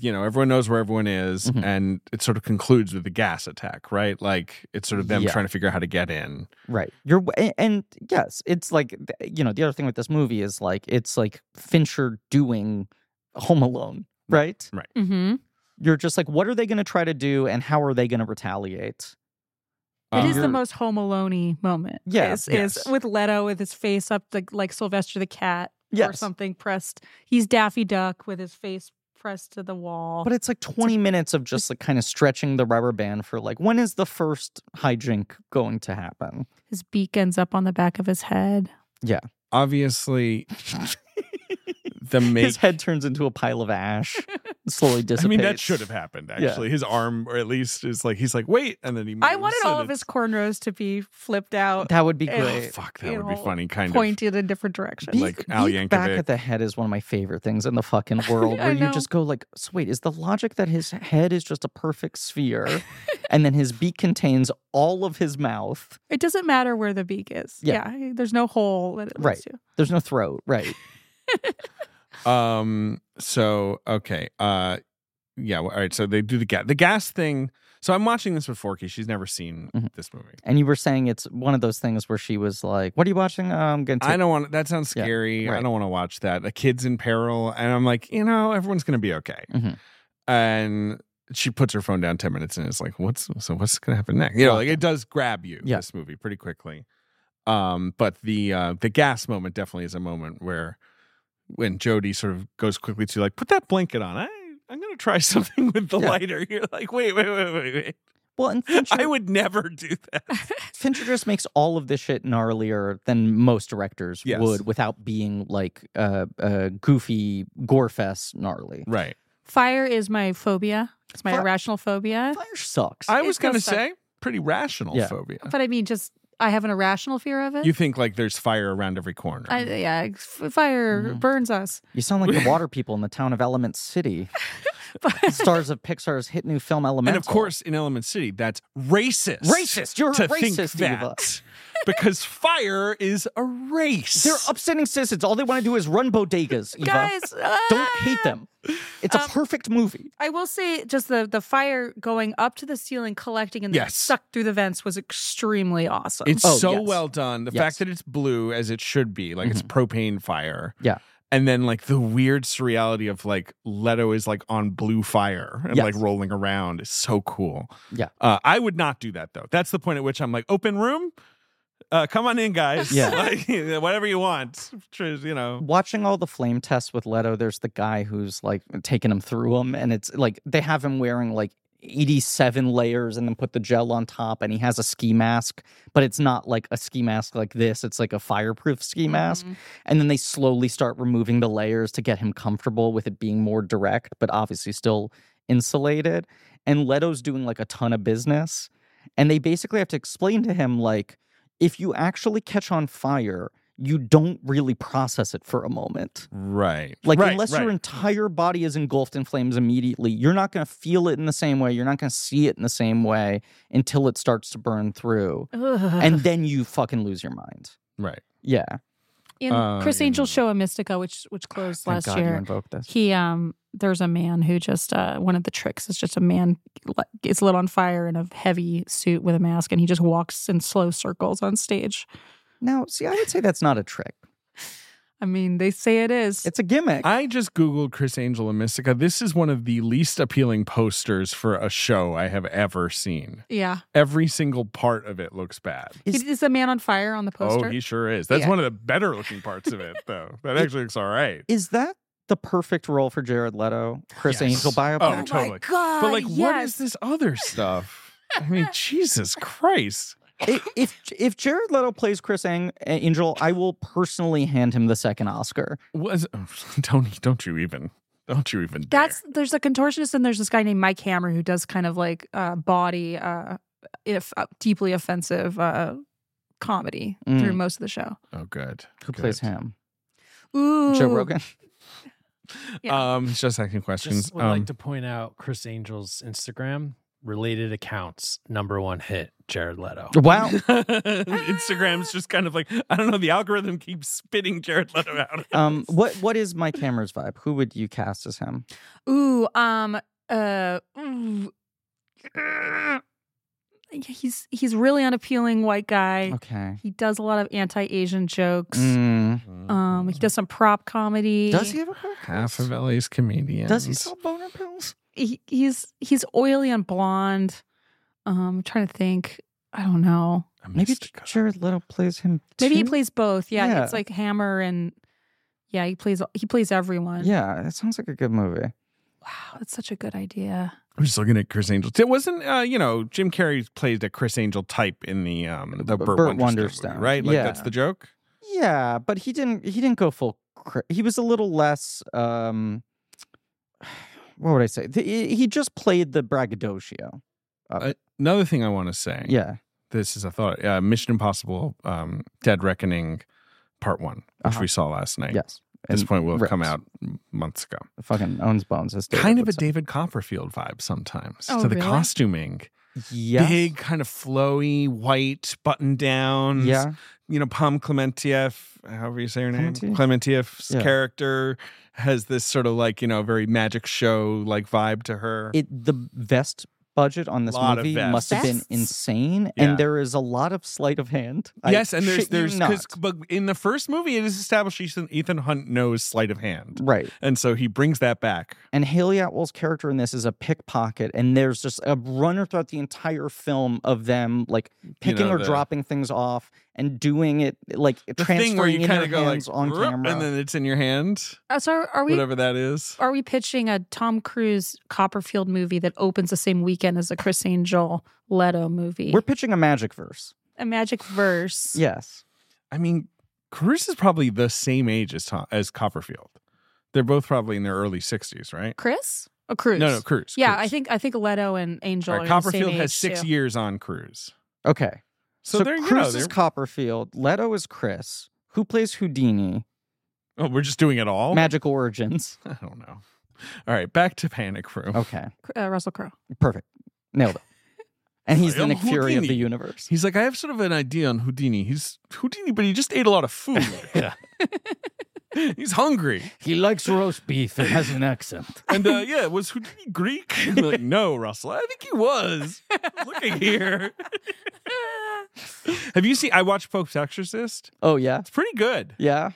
[SPEAKER 2] you know, everyone knows where everyone is,
[SPEAKER 1] Mhm.
[SPEAKER 2] and it sort of concludes with the gas attack, right? Like it's sort of them
[SPEAKER 1] Yeah.
[SPEAKER 2] trying to figure out how to get in.
[SPEAKER 1] right. You're a- and yes, it's like th- you know the other thing with this movie is like it's like Fincher doing Home Alone, right?
[SPEAKER 3] Mm-hmm.
[SPEAKER 1] You're just like, what are they going to try to do, and how are they going to retaliate?
[SPEAKER 3] It
[SPEAKER 2] Um,
[SPEAKER 3] is the
[SPEAKER 2] you're-
[SPEAKER 3] most Home Alone moment.
[SPEAKER 1] Yeah,
[SPEAKER 3] is, is
[SPEAKER 2] yes.
[SPEAKER 3] with Leto with his face up like like Sylvester the cat or
[SPEAKER 1] Yes.
[SPEAKER 3] something pressed. He's Daffy Duck with his face pressed to the wall.
[SPEAKER 1] But it's like 20 minutes of just like kind of stretching the rubber band for like, when is the first hijink going to happen?
[SPEAKER 3] his beak ends up on the back of his head.
[SPEAKER 1] *laughs*
[SPEAKER 2] obviously the make.
[SPEAKER 1] His head turns into a pile of
[SPEAKER 2] *laughs*
[SPEAKER 1] ash, slowly dissipates.
[SPEAKER 2] I mean, that should have happened.
[SPEAKER 1] Yeah.
[SPEAKER 2] Actually, his arm, or at least, is like he's like, wait, and then he. Moves
[SPEAKER 3] I wanted all
[SPEAKER 2] and
[SPEAKER 3] of
[SPEAKER 2] it's-
[SPEAKER 3] his cornrows to be flipped out,
[SPEAKER 1] That would be
[SPEAKER 3] Oh,
[SPEAKER 2] Oh,
[SPEAKER 1] great.
[SPEAKER 2] fuck,
[SPEAKER 3] you
[SPEAKER 2] that would be
[SPEAKER 3] know,
[SPEAKER 2] funny. Kind of.
[SPEAKER 3] pointed in different directions.
[SPEAKER 2] like Al
[SPEAKER 1] Beak back
[SPEAKER 2] Yankovic.
[SPEAKER 1] at the head is one of my favorite things in the
[SPEAKER 2] *laughs*
[SPEAKER 1] fucking world,
[SPEAKER 3] I
[SPEAKER 1] where you
[SPEAKER 3] know.
[SPEAKER 1] just go like, so wait, is the logic that his head is just a perfect
[SPEAKER 2] *laughs*
[SPEAKER 1] sphere, and then his beak contains all of his mouth?
[SPEAKER 3] It doesn't matter where the beak is.
[SPEAKER 1] Yeah.
[SPEAKER 3] Yeah, there's no hole that it leads
[SPEAKER 1] Right.
[SPEAKER 3] to.
[SPEAKER 1] There's no throat, right?
[SPEAKER 2] Um. So okay. Uh. Yeah. well, All right. So they do the gas. The gas thing. So I'm watching this with Forky. She's never seen
[SPEAKER 1] Mhm.
[SPEAKER 2] this movie.
[SPEAKER 1] And you were saying it's one of those things where she was like, "What are you watching? Uh, I'm going to."
[SPEAKER 2] I don't want. That sounds
[SPEAKER 1] Yeah,
[SPEAKER 2] scary. I
[SPEAKER 1] right.
[SPEAKER 2] don't want to watch that. A kid's in peril, and I'm like, you know, everyone's gonna be okay.
[SPEAKER 1] Mhm.
[SPEAKER 2] And she puts her phone down ten minutes, and it's like, what's so? What's gonna happen next? You know, like it does grab you.
[SPEAKER 1] Yeah.
[SPEAKER 2] This movie pretty quickly. Um. But the uh, the gas moment definitely is a moment where when Jody sort of goes quickly to like put that blanket on. I I'm gonna try *laughs* something with the
[SPEAKER 1] Yeah.
[SPEAKER 2] lighter. You're like, wait, wait, wait, wait, wait.
[SPEAKER 1] Well, and Fincher,
[SPEAKER 2] *laughs* I would never do
[SPEAKER 1] *laughs*
[SPEAKER 2] that.
[SPEAKER 1] Fincher just makes all of this shit gnarlier than most directors
[SPEAKER 2] Yes.
[SPEAKER 1] would without being like uh, uh, goofy gore fest gnarly.
[SPEAKER 2] right.
[SPEAKER 3] Fire is my phobia. It's my
[SPEAKER 1] Fi-
[SPEAKER 3] irrational phobia.
[SPEAKER 1] Fire sucks.
[SPEAKER 2] I
[SPEAKER 3] It
[SPEAKER 2] was gonna
[SPEAKER 3] does suck.
[SPEAKER 2] say pretty rational
[SPEAKER 1] Yeah.
[SPEAKER 2] phobia.
[SPEAKER 3] But I mean, just I have an irrational fear of it.
[SPEAKER 2] You think like there's fire around every corner.
[SPEAKER 3] I, yeah, f- fire
[SPEAKER 1] Mhm. *laughs*
[SPEAKER 3] burns us.
[SPEAKER 1] you sound
[SPEAKER 2] *laughs*
[SPEAKER 1] like the water people in the town of Element City,
[SPEAKER 3] But
[SPEAKER 1] stars of Pixar's hit new film Elemental.
[SPEAKER 2] and of course, in Element City, that's racist.
[SPEAKER 1] Racist. You're a
[SPEAKER 2] to think
[SPEAKER 1] racist, Eva.
[SPEAKER 2] that. *laughs* because fire is a race.
[SPEAKER 1] they're upsetting citizens. All they want to do is run bodegas. Eva,
[SPEAKER 3] guys,
[SPEAKER 1] don't hate
[SPEAKER 3] ah!
[SPEAKER 1] them. It's a
[SPEAKER 3] Um,
[SPEAKER 1] perfect movie.
[SPEAKER 3] I will say, just the the fire going up to the ceiling, collecting, and then
[SPEAKER 2] Yes.
[SPEAKER 3] sucked through the vents was extremely awesome.
[SPEAKER 2] It's
[SPEAKER 1] Oh,
[SPEAKER 2] so
[SPEAKER 1] yes.
[SPEAKER 2] well done. The
[SPEAKER 1] Yes. Mm-hmm.
[SPEAKER 2] fact that it's blue as it should be, like it's propane fire.
[SPEAKER 1] Yeah.
[SPEAKER 2] And then like the weird surreality of like Leto is like on blue fire and
[SPEAKER 1] Yes.
[SPEAKER 2] like rolling around is so cool.
[SPEAKER 1] Yeah.
[SPEAKER 2] Uh, I would not do that though. That's the point at which I'm like, open room. Uh, come on in, guys.
[SPEAKER 1] Yeah.
[SPEAKER 2] *laughs* Like, whatever you want. Tr- You know.
[SPEAKER 1] Watching all the flame tests with Leto, there's the guy who's like taking him through them, and it's like they have him wearing like 87 layers and then put the gel on top, and he has a ski mask, but it's not like a ski mask like this, it's like a fireproof ski mask.
[SPEAKER 3] Mhm.
[SPEAKER 1] And then they slowly start removing the layers to get him comfortable with it being more direct, but obviously still insulated. And Leto's doing like a ton of business, and they basically have to explain to him, like, if you actually catch on fire, you don't really process it for a moment.
[SPEAKER 2] Right.
[SPEAKER 1] Like,
[SPEAKER 2] Right,
[SPEAKER 1] unless
[SPEAKER 2] right.
[SPEAKER 1] your entire body is engulfed in flames immediately, you're not going to feel it in the same way. You're not going to see it in the same way until it starts to burn through.
[SPEAKER 3] Mm-hmm. Ugh.
[SPEAKER 1] And then you fucking lose your mind.
[SPEAKER 2] Right.
[SPEAKER 1] Yeah.
[SPEAKER 3] in
[SPEAKER 2] Uh,
[SPEAKER 3] Chris
[SPEAKER 2] yeah.
[SPEAKER 3] Angel's show, A Mystica, which which closed
[SPEAKER 1] um, Thank
[SPEAKER 3] last
[SPEAKER 1] God you
[SPEAKER 3] year,
[SPEAKER 1] invoked this.
[SPEAKER 3] he um there's a man who just uh one of the tricks is just a man li- gets lit on fire in a heavy suit with a mask and he just walks in slow circles on stage.
[SPEAKER 1] Now, see, I would say that's not a trick.
[SPEAKER 3] I mean, they say it is.
[SPEAKER 1] It's a gimmick.
[SPEAKER 2] I just Googled Chris Angel and Mystica. This is one of the least appealing posters for a show I have ever seen.
[SPEAKER 3] yeah.
[SPEAKER 2] Every single part of it looks bad.
[SPEAKER 1] Is-
[SPEAKER 3] Is, the man on fire on the poster?
[SPEAKER 2] Oh, he sure is. That's
[SPEAKER 3] Yeah.
[SPEAKER 2] one of the better looking parts of it, though. That
[SPEAKER 1] It-
[SPEAKER 2] actually looks all right.
[SPEAKER 1] Is that the perfect role for Jared Leto? Chris
[SPEAKER 2] Yes.
[SPEAKER 1] Angel biopic?
[SPEAKER 2] Oh, totally.
[SPEAKER 3] God.
[SPEAKER 2] but like, what
[SPEAKER 3] Uh, yes.
[SPEAKER 2] is this other stuff? I mean, Jesus Christ.
[SPEAKER 1] I- if if Jared Leto plays Chris Ang- Angel, I will personally hand him the second Oscar.
[SPEAKER 2] Was *laughs* don't don't you even don't you even dare.
[SPEAKER 3] That's there's a contortionist and there's this guy named Mike Hammer who does kind of like uh, body uh, if uh, deeply offensive uh, comedy
[SPEAKER 1] Mm.
[SPEAKER 3] through most of the show.
[SPEAKER 2] oh good
[SPEAKER 1] Who plays him?
[SPEAKER 3] Ooh,
[SPEAKER 1] Joe
[SPEAKER 2] *laughs*
[SPEAKER 1] Rogan.
[SPEAKER 3] Yeah.
[SPEAKER 2] um it's just asking questions
[SPEAKER 4] Just would
[SPEAKER 2] um,
[SPEAKER 4] like to point out Chris Angel's Instagram related accounts number one hit Jared Leto.
[SPEAKER 1] Wow.
[SPEAKER 2] Instagram's just kind of like I don't know. The algorithm keeps spitting Jared Leto out.
[SPEAKER 1] Um, what what is Mike Hammer's vibe? Who would you cast as him?
[SPEAKER 3] Ooh, um, uh, ooh. Yeah, he's he's really unappealing white guy.
[SPEAKER 1] Okay.
[SPEAKER 3] He does a lot of anti-Asian jokes.
[SPEAKER 1] Mm.
[SPEAKER 3] Um, he does some prop comedy.
[SPEAKER 1] Does he have a crack?
[SPEAKER 2] half of LA's comedians.
[SPEAKER 1] Does he sell boner pills?
[SPEAKER 3] he, he's he's oily and blonde. Um, I'm trying to think. I don't know.
[SPEAKER 2] A
[SPEAKER 1] Maybe
[SPEAKER 2] mystic-
[SPEAKER 1] Jared Leto plays him.
[SPEAKER 3] Maybe he
[SPEAKER 1] too?
[SPEAKER 3] plays both. Yeah,
[SPEAKER 1] Yeah.
[SPEAKER 3] it's like Hammer and yeah, he plays he plays everyone.
[SPEAKER 1] Yeah, that sounds like a good movie.
[SPEAKER 3] Wow, that's such a good idea.
[SPEAKER 2] I'm just looking at Chris Angel. It wasn't, uh, you know, Jim Carrey played a Chris Angel type in the um the
[SPEAKER 1] B-
[SPEAKER 2] Burt,
[SPEAKER 1] Burt
[SPEAKER 2] Wonderstone, movie,
[SPEAKER 1] Wonderstone.
[SPEAKER 2] right? Like
[SPEAKER 1] Yeah.
[SPEAKER 2] that's the joke.
[SPEAKER 1] Yeah, but he didn't. He didn't go full. cra- He was a little less. Um, *sighs* what would I say? The- he- he just played the braggadocio.
[SPEAKER 2] Another thing I want to say.
[SPEAKER 1] Yeah.
[SPEAKER 2] this is a thought. Uh, Mission Impossible, um, Dead Reckoning, Part One, which
[SPEAKER 1] Uh-huh.
[SPEAKER 2] we saw last night.
[SPEAKER 1] Yes.
[SPEAKER 2] At this
[SPEAKER 1] And
[SPEAKER 2] point will have come
[SPEAKER 1] rips.
[SPEAKER 2] out months ago.
[SPEAKER 1] Fucking owns bones. As David
[SPEAKER 2] kind of
[SPEAKER 1] would
[SPEAKER 2] a
[SPEAKER 1] say.
[SPEAKER 2] David Copperfield vibe sometimes
[SPEAKER 3] Oh,
[SPEAKER 2] to the
[SPEAKER 3] really?
[SPEAKER 2] costuming.
[SPEAKER 1] Yes.
[SPEAKER 2] Big, kind of flowy, white button downs.
[SPEAKER 1] Yeah.
[SPEAKER 2] You know, Pom Clementieff, however you say her name,
[SPEAKER 1] Clementieff?
[SPEAKER 2] Clementieff's
[SPEAKER 1] Yeah.
[SPEAKER 2] character has this sort of like, you know, very magic show like vibe to her.
[SPEAKER 1] It the vest budget on this
[SPEAKER 2] Lot of
[SPEAKER 1] movie must have been
[SPEAKER 3] vests.
[SPEAKER 1] insane,
[SPEAKER 2] Yeah.
[SPEAKER 1] and there is a lot of sleight of hand. I
[SPEAKER 2] yes, and
[SPEAKER 1] shit
[SPEAKER 2] there's
[SPEAKER 1] you
[SPEAKER 2] there's
[SPEAKER 1] not.
[SPEAKER 2] because but in the first movie it is established Ethan, Ethan Hunt knows sleight of hand,
[SPEAKER 1] right.
[SPEAKER 2] and so he brings that back.
[SPEAKER 1] And Haley Atwell's character in this is a pickpocket, and there's just a runner throughout the entire film of them like picking
[SPEAKER 2] know,
[SPEAKER 1] or
[SPEAKER 2] the-
[SPEAKER 1] dropping things off and doing it like
[SPEAKER 2] The
[SPEAKER 1] transferring
[SPEAKER 2] thing where you
[SPEAKER 1] in
[SPEAKER 2] kind
[SPEAKER 1] your
[SPEAKER 2] of go like
[SPEAKER 1] hands on
[SPEAKER 2] "Rup,"
[SPEAKER 1] camera.
[SPEAKER 2] and then it's in your hand,
[SPEAKER 3] Uh, so are, are we
[SPEAKER 2] whatever that is.
[SPEAKER 3] are we pitching a Tom Cruise Copperfield movie that opens the same weekend as a Chris Angel Leto movie?
[SPEAKER 1] We're pitching a magic verse.
[SPEAKER 3] a magic verse.
[SPEAKER 1] Yes.
[SPEAKER 2] I mean, Cruise is probably the same age as Tom, as Copperfield. They're both probably in their early sixties, right?
[SPEAKER 3] Chris? A Cruise.
[SPEAKER 2] No, no, Cruise.
[SPEAKER 3] Yeah,
[SPEAKER 2] Cruise.
[SPEAKER 3] I think I think Leto and Angel
[SPEAKER 2] All
[SPEAKER 3] are
[SPEAKER 2] right,
[SPEAKER 3] the same
[SPEAKER 2] Copperfield has
[SPEAKER 3] age,
[SPEAKER 2] six
[SPEAKER 3] too.
[SPEAKER 2] years on Cruise.
[SPEAKER 1] Okay.
[SPEAKER 2] So, there you
[SPEAKER 1] Cruz
[SPEAKER 2] know,
[SPEAKER 1] is
[SPEAKER 2] they're-
[SPEAKER 1] Copperfield. Leto is Chris. Who plays Houdini?
[SPEAKER 2] oh, we're just doing it all.
[SPEAKER 1] Magic
[SPEAKER 2] *laughs*
[SPEAKER 1] Origins.
[SPEAKER 2] I don't know. All right, back to Panic Room.
[SPEAKER 1] Okay.
[SPEAKER 3] Uh, Russell Crowe.
[SPEAKER 1] Perfect. Nailed it. And he's
[SPEAKER 2] I
[SPEAKER 1] the
[SPEAKER 2] am
[SPEAKER 1] Nick Fury of the
[SPEAKER 2] Houdini.
[SPEAKER 1] universe.
[SPEAKER 2] He's like, I have sort of an idea on Houdini. He's Houdini, but he just ate a lot of food.
[SPEAKER 4] Yeah.
[SPEAKER 2] *laughs* He's hungry.
[SPEAKER 5] He likes roast beef and has an accent.
[SPEAKER 2] And uh, yeah, was Houdini Greek? *laughs* like, no, Russell. I think he was. Look at
[SPEAKER 4] *laughs*
[SPEAKER 2] here. have you seen? I watched Pope's Exorcist.
[SPEAKER 1] Oh yeah.
[SPEAKER 2] It's pretty good.
[SPEAKER 1] Yeah.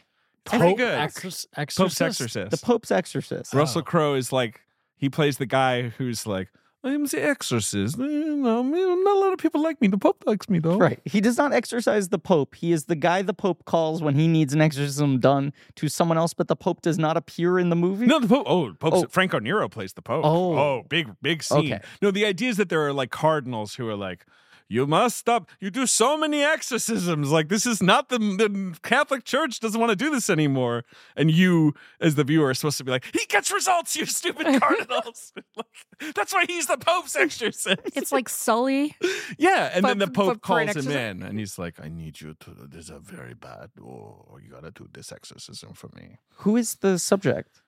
[SPEAKER 2] Pretty
[SPEAKER 4] Pope
[SPEAKER 2] good.
[SPEAKER 4] Exorcist- oh.
[SPEAKER 2] Pope's
[SPEAKER 4] Exorcist?
[SPEAKER 2] Exorcist.
[SPEAKER 1] The Pope's exorcist.
[SPEAKER 2] Russell Crowe is like he plays the guy who's like, I'm the exorcist. Mm, um, You know, not a lot of people like me. The Pope likes me though.
[SPEAKER 1] Right. He does not exercise the Pope. He is the guy the Pope calls when he needs an exorcism done to someone else, but the Pope does not appear in the movie.
[SPEAKER 2] *laughs* No, the Pope. Oh, Pope's,
[SPEAKER 1] Oh.
[SPEAKER 2] Franco Nero plays the Pope.
[SPEAKER 1] Oh.
[SPEAKER 2] big, big scene.
[SPEAKER 1] Okay.
[SPEAKER 2] No, the idea is that there are like cardinals who are like, you must stop. You do so many exorcisms. Like this is not the, the Catholic Church doesn't want to do this anymore. And you, as the viewer, are supposed to be like, he gets results. You
[SPEAKER 3] *laughs*
[SPEAKER 2] stupid cardinals. *laughs* like, that's why he's the Pope's exorcist.
[SPEAKER 3] It's like Sully.
[SPEAKER 2] *laughs* Yeah, and then
[SPEAKER 3] But-
[SPEAKER 2] the Pope
[SPEAKER 3] but for an
[SPEAKER 2] calls him
[SPEAKER 3] exorcism-
[SPEAKER 2] in, and he's like, "I need you to. This is a very bad. Oh, you gotta do this exorcism for me."
[SPEAKER 1] Who is the subject?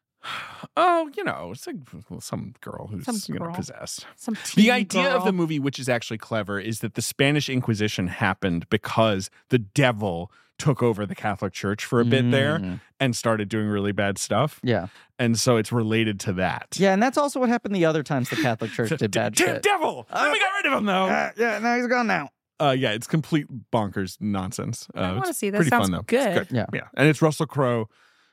[SPEAKER 2] Oh, you know, it's like well, some girl who's
[SPEAKER 3] Some
[SPEAKER 2] you know
[SPEAKER 3] girl.
[SPEAKER 2] possessed.
[SPEAKER 3] Some
[SPEAKER 2] The
[SPEAKER 3] teen
[SPEAKER 2] idea of
[SPEAKER 3] girl.
[SPEAKER 2] the movie, which is actually clever, is that the Spanish Inquisition happened because the devil took over the Catholic Church for a bit there
[SPEAKER 1] Mm.
[SPEAKER 2] and started doing really bad stuff.
[SPEAKER 1] Yeah.
[SPEAKER 2] And so it's related to that.
[SPEAKER 1] Yeah, and that's also what happened the other times the Catholic Church
[SPEAKER 2] *laughs*
[SPEAKER 1] did
[SPEAKER 2] D-
[SPEAKER 1] bad
[SPEAKER 2] d-
[SPEAKER 1] shit.
[SPEAKER 2] devil!
[SPEAKER 1] Uh,
[SPEAKER 2] we got rid of him though.
[SPEAKER 1] Uh, yeah, now he's gone now.
[SPEAKER 2] Uh, yeah, it's complete bonkers nonsense. Uh,
[SPEAKER 3] I want to
[SPEAKER 2] it's
[SPEAKER 3] see that.
[SPEAKER 2] pretty
[SPEAKER 3] Sounds
[SPEAKER 2] fun though. It's
[SPEAKER 3] good.
[SPEAKER 1] Yeah.
[SPEAKER 2] yeah, and it's Russell Crowe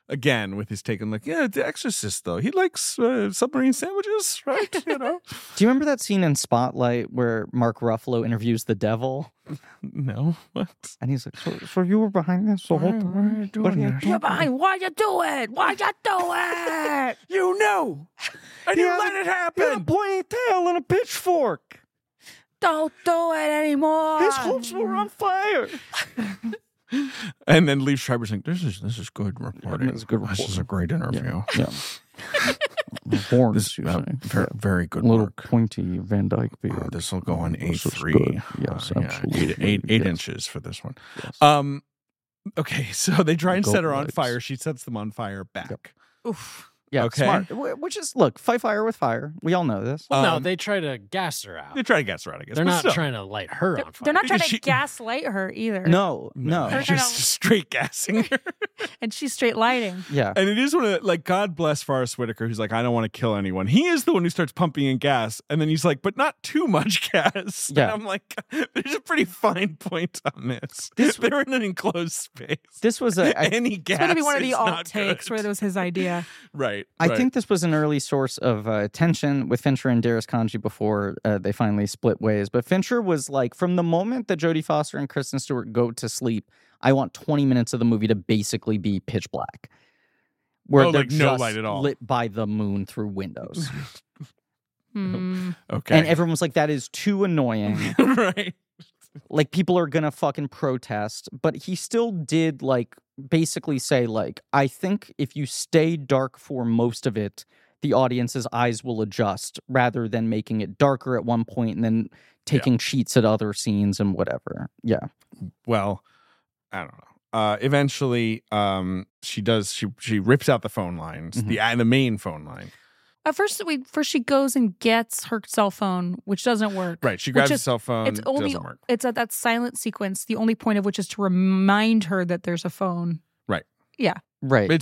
[SPEAKER 2] again with his take on like, yeah, The Exorcist though. He likes uh, submarine sandwiches, right? You know,
[SPEAKER 1] Do you remember that scene in Spotlight where Mark Ruffalo interviews the devil?
[SPEAKER 2] no, *laughs* what?
[SPEAKER 1] And he's like, So, so you were behind this the whole
[SPEAKER 2] Why- why are
[SPEAKER 1] time?
[SPEAKER 2] you doing
[SPEAKER 1] What are you
[SPEAKER 2] that?
[SPEAKER 1] doing?
[SPEAKER 3] Why you do it? Why you do
[SPEAKER 2] *laughs*
[SPEAKER 3] it?
[SPEAKER 2] You know,
[SPEAKER 1] Yeah,
[SPEAKER 2] and it
[SPEAKER 1] You had a
[SPEAKER 2] happen.
[SPEAKER 1] pointy tail and a pitchfork.
[SPEAKER 3] Don't do it anymore.
[SPEAKER 1] His hopes were on fire.
[SPEAKER 2] And then Lee Schreiber's like, this is this is good reporting.
[SPEAKER 1] it's good
[SPEAKER 2] This is a great interview. *laughs*
[SPEAKER 1] Yeah. Horns,
[SPEAKER 2] This
[SPEAKER 1] you
[SPEAKER 2] uh,
[SPEAKER 1] say.
[SPEAKER 2] very,
[SPEAKER 1] Yeah.
[SPEAKER 2] very good
[SPEAKER 1] Little
[SPEAKER 2] work.
[SPEAKER 1] pointy Van Dyke beard.
[SPEAKER 2] Uh, this will go on A
[SPEAKER 1] This is
[SPEAKER 2] three. Oh, Uh,
[SPEAKER 1] good. Yes,
[SPEAKER 2] eight,
[SPEAKER 1] absolutely.
[SPEAKER 2] eight, eight
[SPEAKER 1] Yes.
[SPEAKER 2] inches for this one.
[SPEAKER 1] Yes.
[SPEAKER 2] Um, okay, *laughs* so they try and
[SPEAKER 1] Go
[SPEAKER 2] set her on
[SPEAKER 1] legs.
[SPEAKER 2] fire. She sets them on fire back.
[SPEAKER 3] Oof.
[SPEAKER 1] yeah,
[SPEAKER 2] okay.
[SPEAKER 1] smart. Wh- Which is, look, fight fire with fire. We all know this.
[SPEAKER 4] Well, no,
[SPEAKER 2] Um,
[SPEAKER 4] they try to gas her out.
[SPEAKER 2] They try to guess her out, I guess.
[SPEAKER 4] They're
[SPEAKER 2] but
[SPEAKER 4] not
[SPEAKER 2] still,
[SPEAKER 4] trying to light her
[SPEAKER 3] They're,
[SPEAKER 4] on fire.
[SPEAKER 3] they're not
[SPEAKER 2] Because
[SPEAKER 3] trying to
[SPEAKER 2] *laughs* she-
[SPEAKER 3] gaslight her either.
[SPEAKER 1] No, no.
[SPEAKER 2] They're *laughs*
[SPEAKER 3] They're
[SPEAKER 2] just
[SPEAKER 3] gonna-
[SPEAKER 2] straight gassing her.
[SPEAKER 3] And she's straight lighting.
[SPEAKER 1] Yeah.
[SPEAKER 2] and it is one of the, like, God bless Forrest Whitaker, who's like, I don't want to kill anyone. He is the one who starts pumping in gas. And then he's like, but not too much *laughs* gas. And
[SPEAKER 1] Yeah.
[SPEAKER 2] I'm like, *laughs* there's a pretty fine point on this.
[SPEAKER 1] This-
[SPEAKER 2] They're in an enclosed space.
[SPEAKER 1] This was a. I,
[SPEAKER 2] *laughs* Any
[SPEAKER 3] uh, It's
[SPEAKER 2] gas.
[SPEAKER 3] going to be one of
[SPEAKER 2] is
[SPEAKER 3] the
[SPEAKER 2] not
[SPEAKER 3] alt takes
[SPEAKER 2] good.
[SPEAKER 3] where that was his idea.
[SPEAKER 2] *laughs* Right.
[SPEAKER 1] I
[SPEAKER 2] right.
[SPEAKER 1] think this was an early source of uh, tension with Fincher and Darius Kanji before uh, they finally split ways. But Fincher was like, from the moment that Jodie Foster and Kristen Stewart go to sleep, I want 20 minutes of the movie to basically be pitch black. Where
[SPEAKER 2] Oh,
[SPEAKER 1] they're
[SPEAKER 2] like no
[SPEAKER 1] just
[SPEAKER 2] light at all.
[SPEAKER 1] lit by the moon through
[SPEAKER 2] *laughs*
[SPEAKER 1] windows.
[SPEAKER 3] Hmm.
[SPEAKER 2] Okay. *laughs*
[SPEAKER 1] and everyone was like, that is too annoying.
[SPEAKER 2] right.
[SPEAKER 1] like people are gonna fucking protest but he still did like basically say like i think if you stay dark for most of it the audience's eyes will adjust rather than making it darker at one point and then taking cheats at other scenes and whatever yeah
[SPEAKER 2] well, I don't know. Uh, eventually, um, she does. She she rips out the phone lines,
[SPEAKER 3] Mm-hmm.
[SPEAKER 2] the uh, the main phone line.
[SPEAKER 3] At first, we first she goes and gets her cell phone, which doesn't work.
[SPEAKER 2] Right. She
[SPEAKER 3] Which
[SPEAKER 2] grabs the
[SPEAKER 3] is-
[SPEAKER 2] cell phone.
[SPEAKER 3] it's only-
[SPEAKER 2] doesn't work.
[SPEAKER 3] It's at that silent sequence, the only point of which is to remind her that there's a phone.
[SPEAKER 1] right
[SPEAKER 2] It's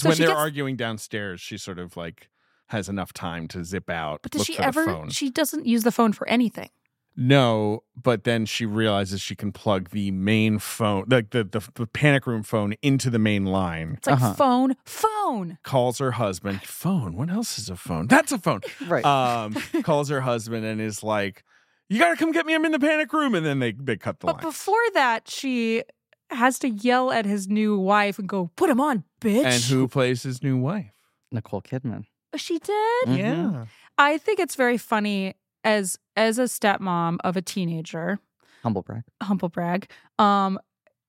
[SPEAKER 3] So
[SPEAKER 2] when
[SPEAKER 3] she
[SPEAKER 2] they're
[SPEAKER 3] gets-
[SPEAKER 2] arguing downstairs. She sort of like has enough time to zip out.
[SPEAKER 3] But does
[SPEAKER 2] look
[SPEAKER 3] she
[SPEAKER 2] for the
[SPEAKER 3] ever?
[SPEAKER 2] phone.
[SPEAKER 3] She doesn't use the phone for anything.
[SPEAKER 2] No, but then she realizes she can plug the main phone, like the, the the panic room phone, into the main line.
[SPEAKER 3] It's like
[SPEAKER 1] Uh-huh.
[SPEAKER 3] phone, phone.
[SPEAKER 2] Calls her husband. Phone. What else is a phone? That's a
[SPEAKER 3] *laughs*
[SPEAKER 2] phone.
[SPEAKER 1] right
[SPEAKER 2] um, calls her husband and is like, "You gotta come get me. I'm in the panic room." And then they they cut the
[SPEAKER 3] But
[SPEAKER 2] line.
[SPEAKER 3] before that, she has to yell at his new wife and go, "Put him on, bitch!"
[SPEAKER 2] and who plays his new wife?
[SPEAKER 1] nicole kidman
[SPEAKER 3] she did.
[SPEAKER 1] Mhm.
[SPEAKER 2] Mm-hmm.
[SPEAKER 3] I think it's very funny as as a stepmom of a teenager.
[SPEAKER 1] humble brag
[SPEAKER 3] humble brag. Um,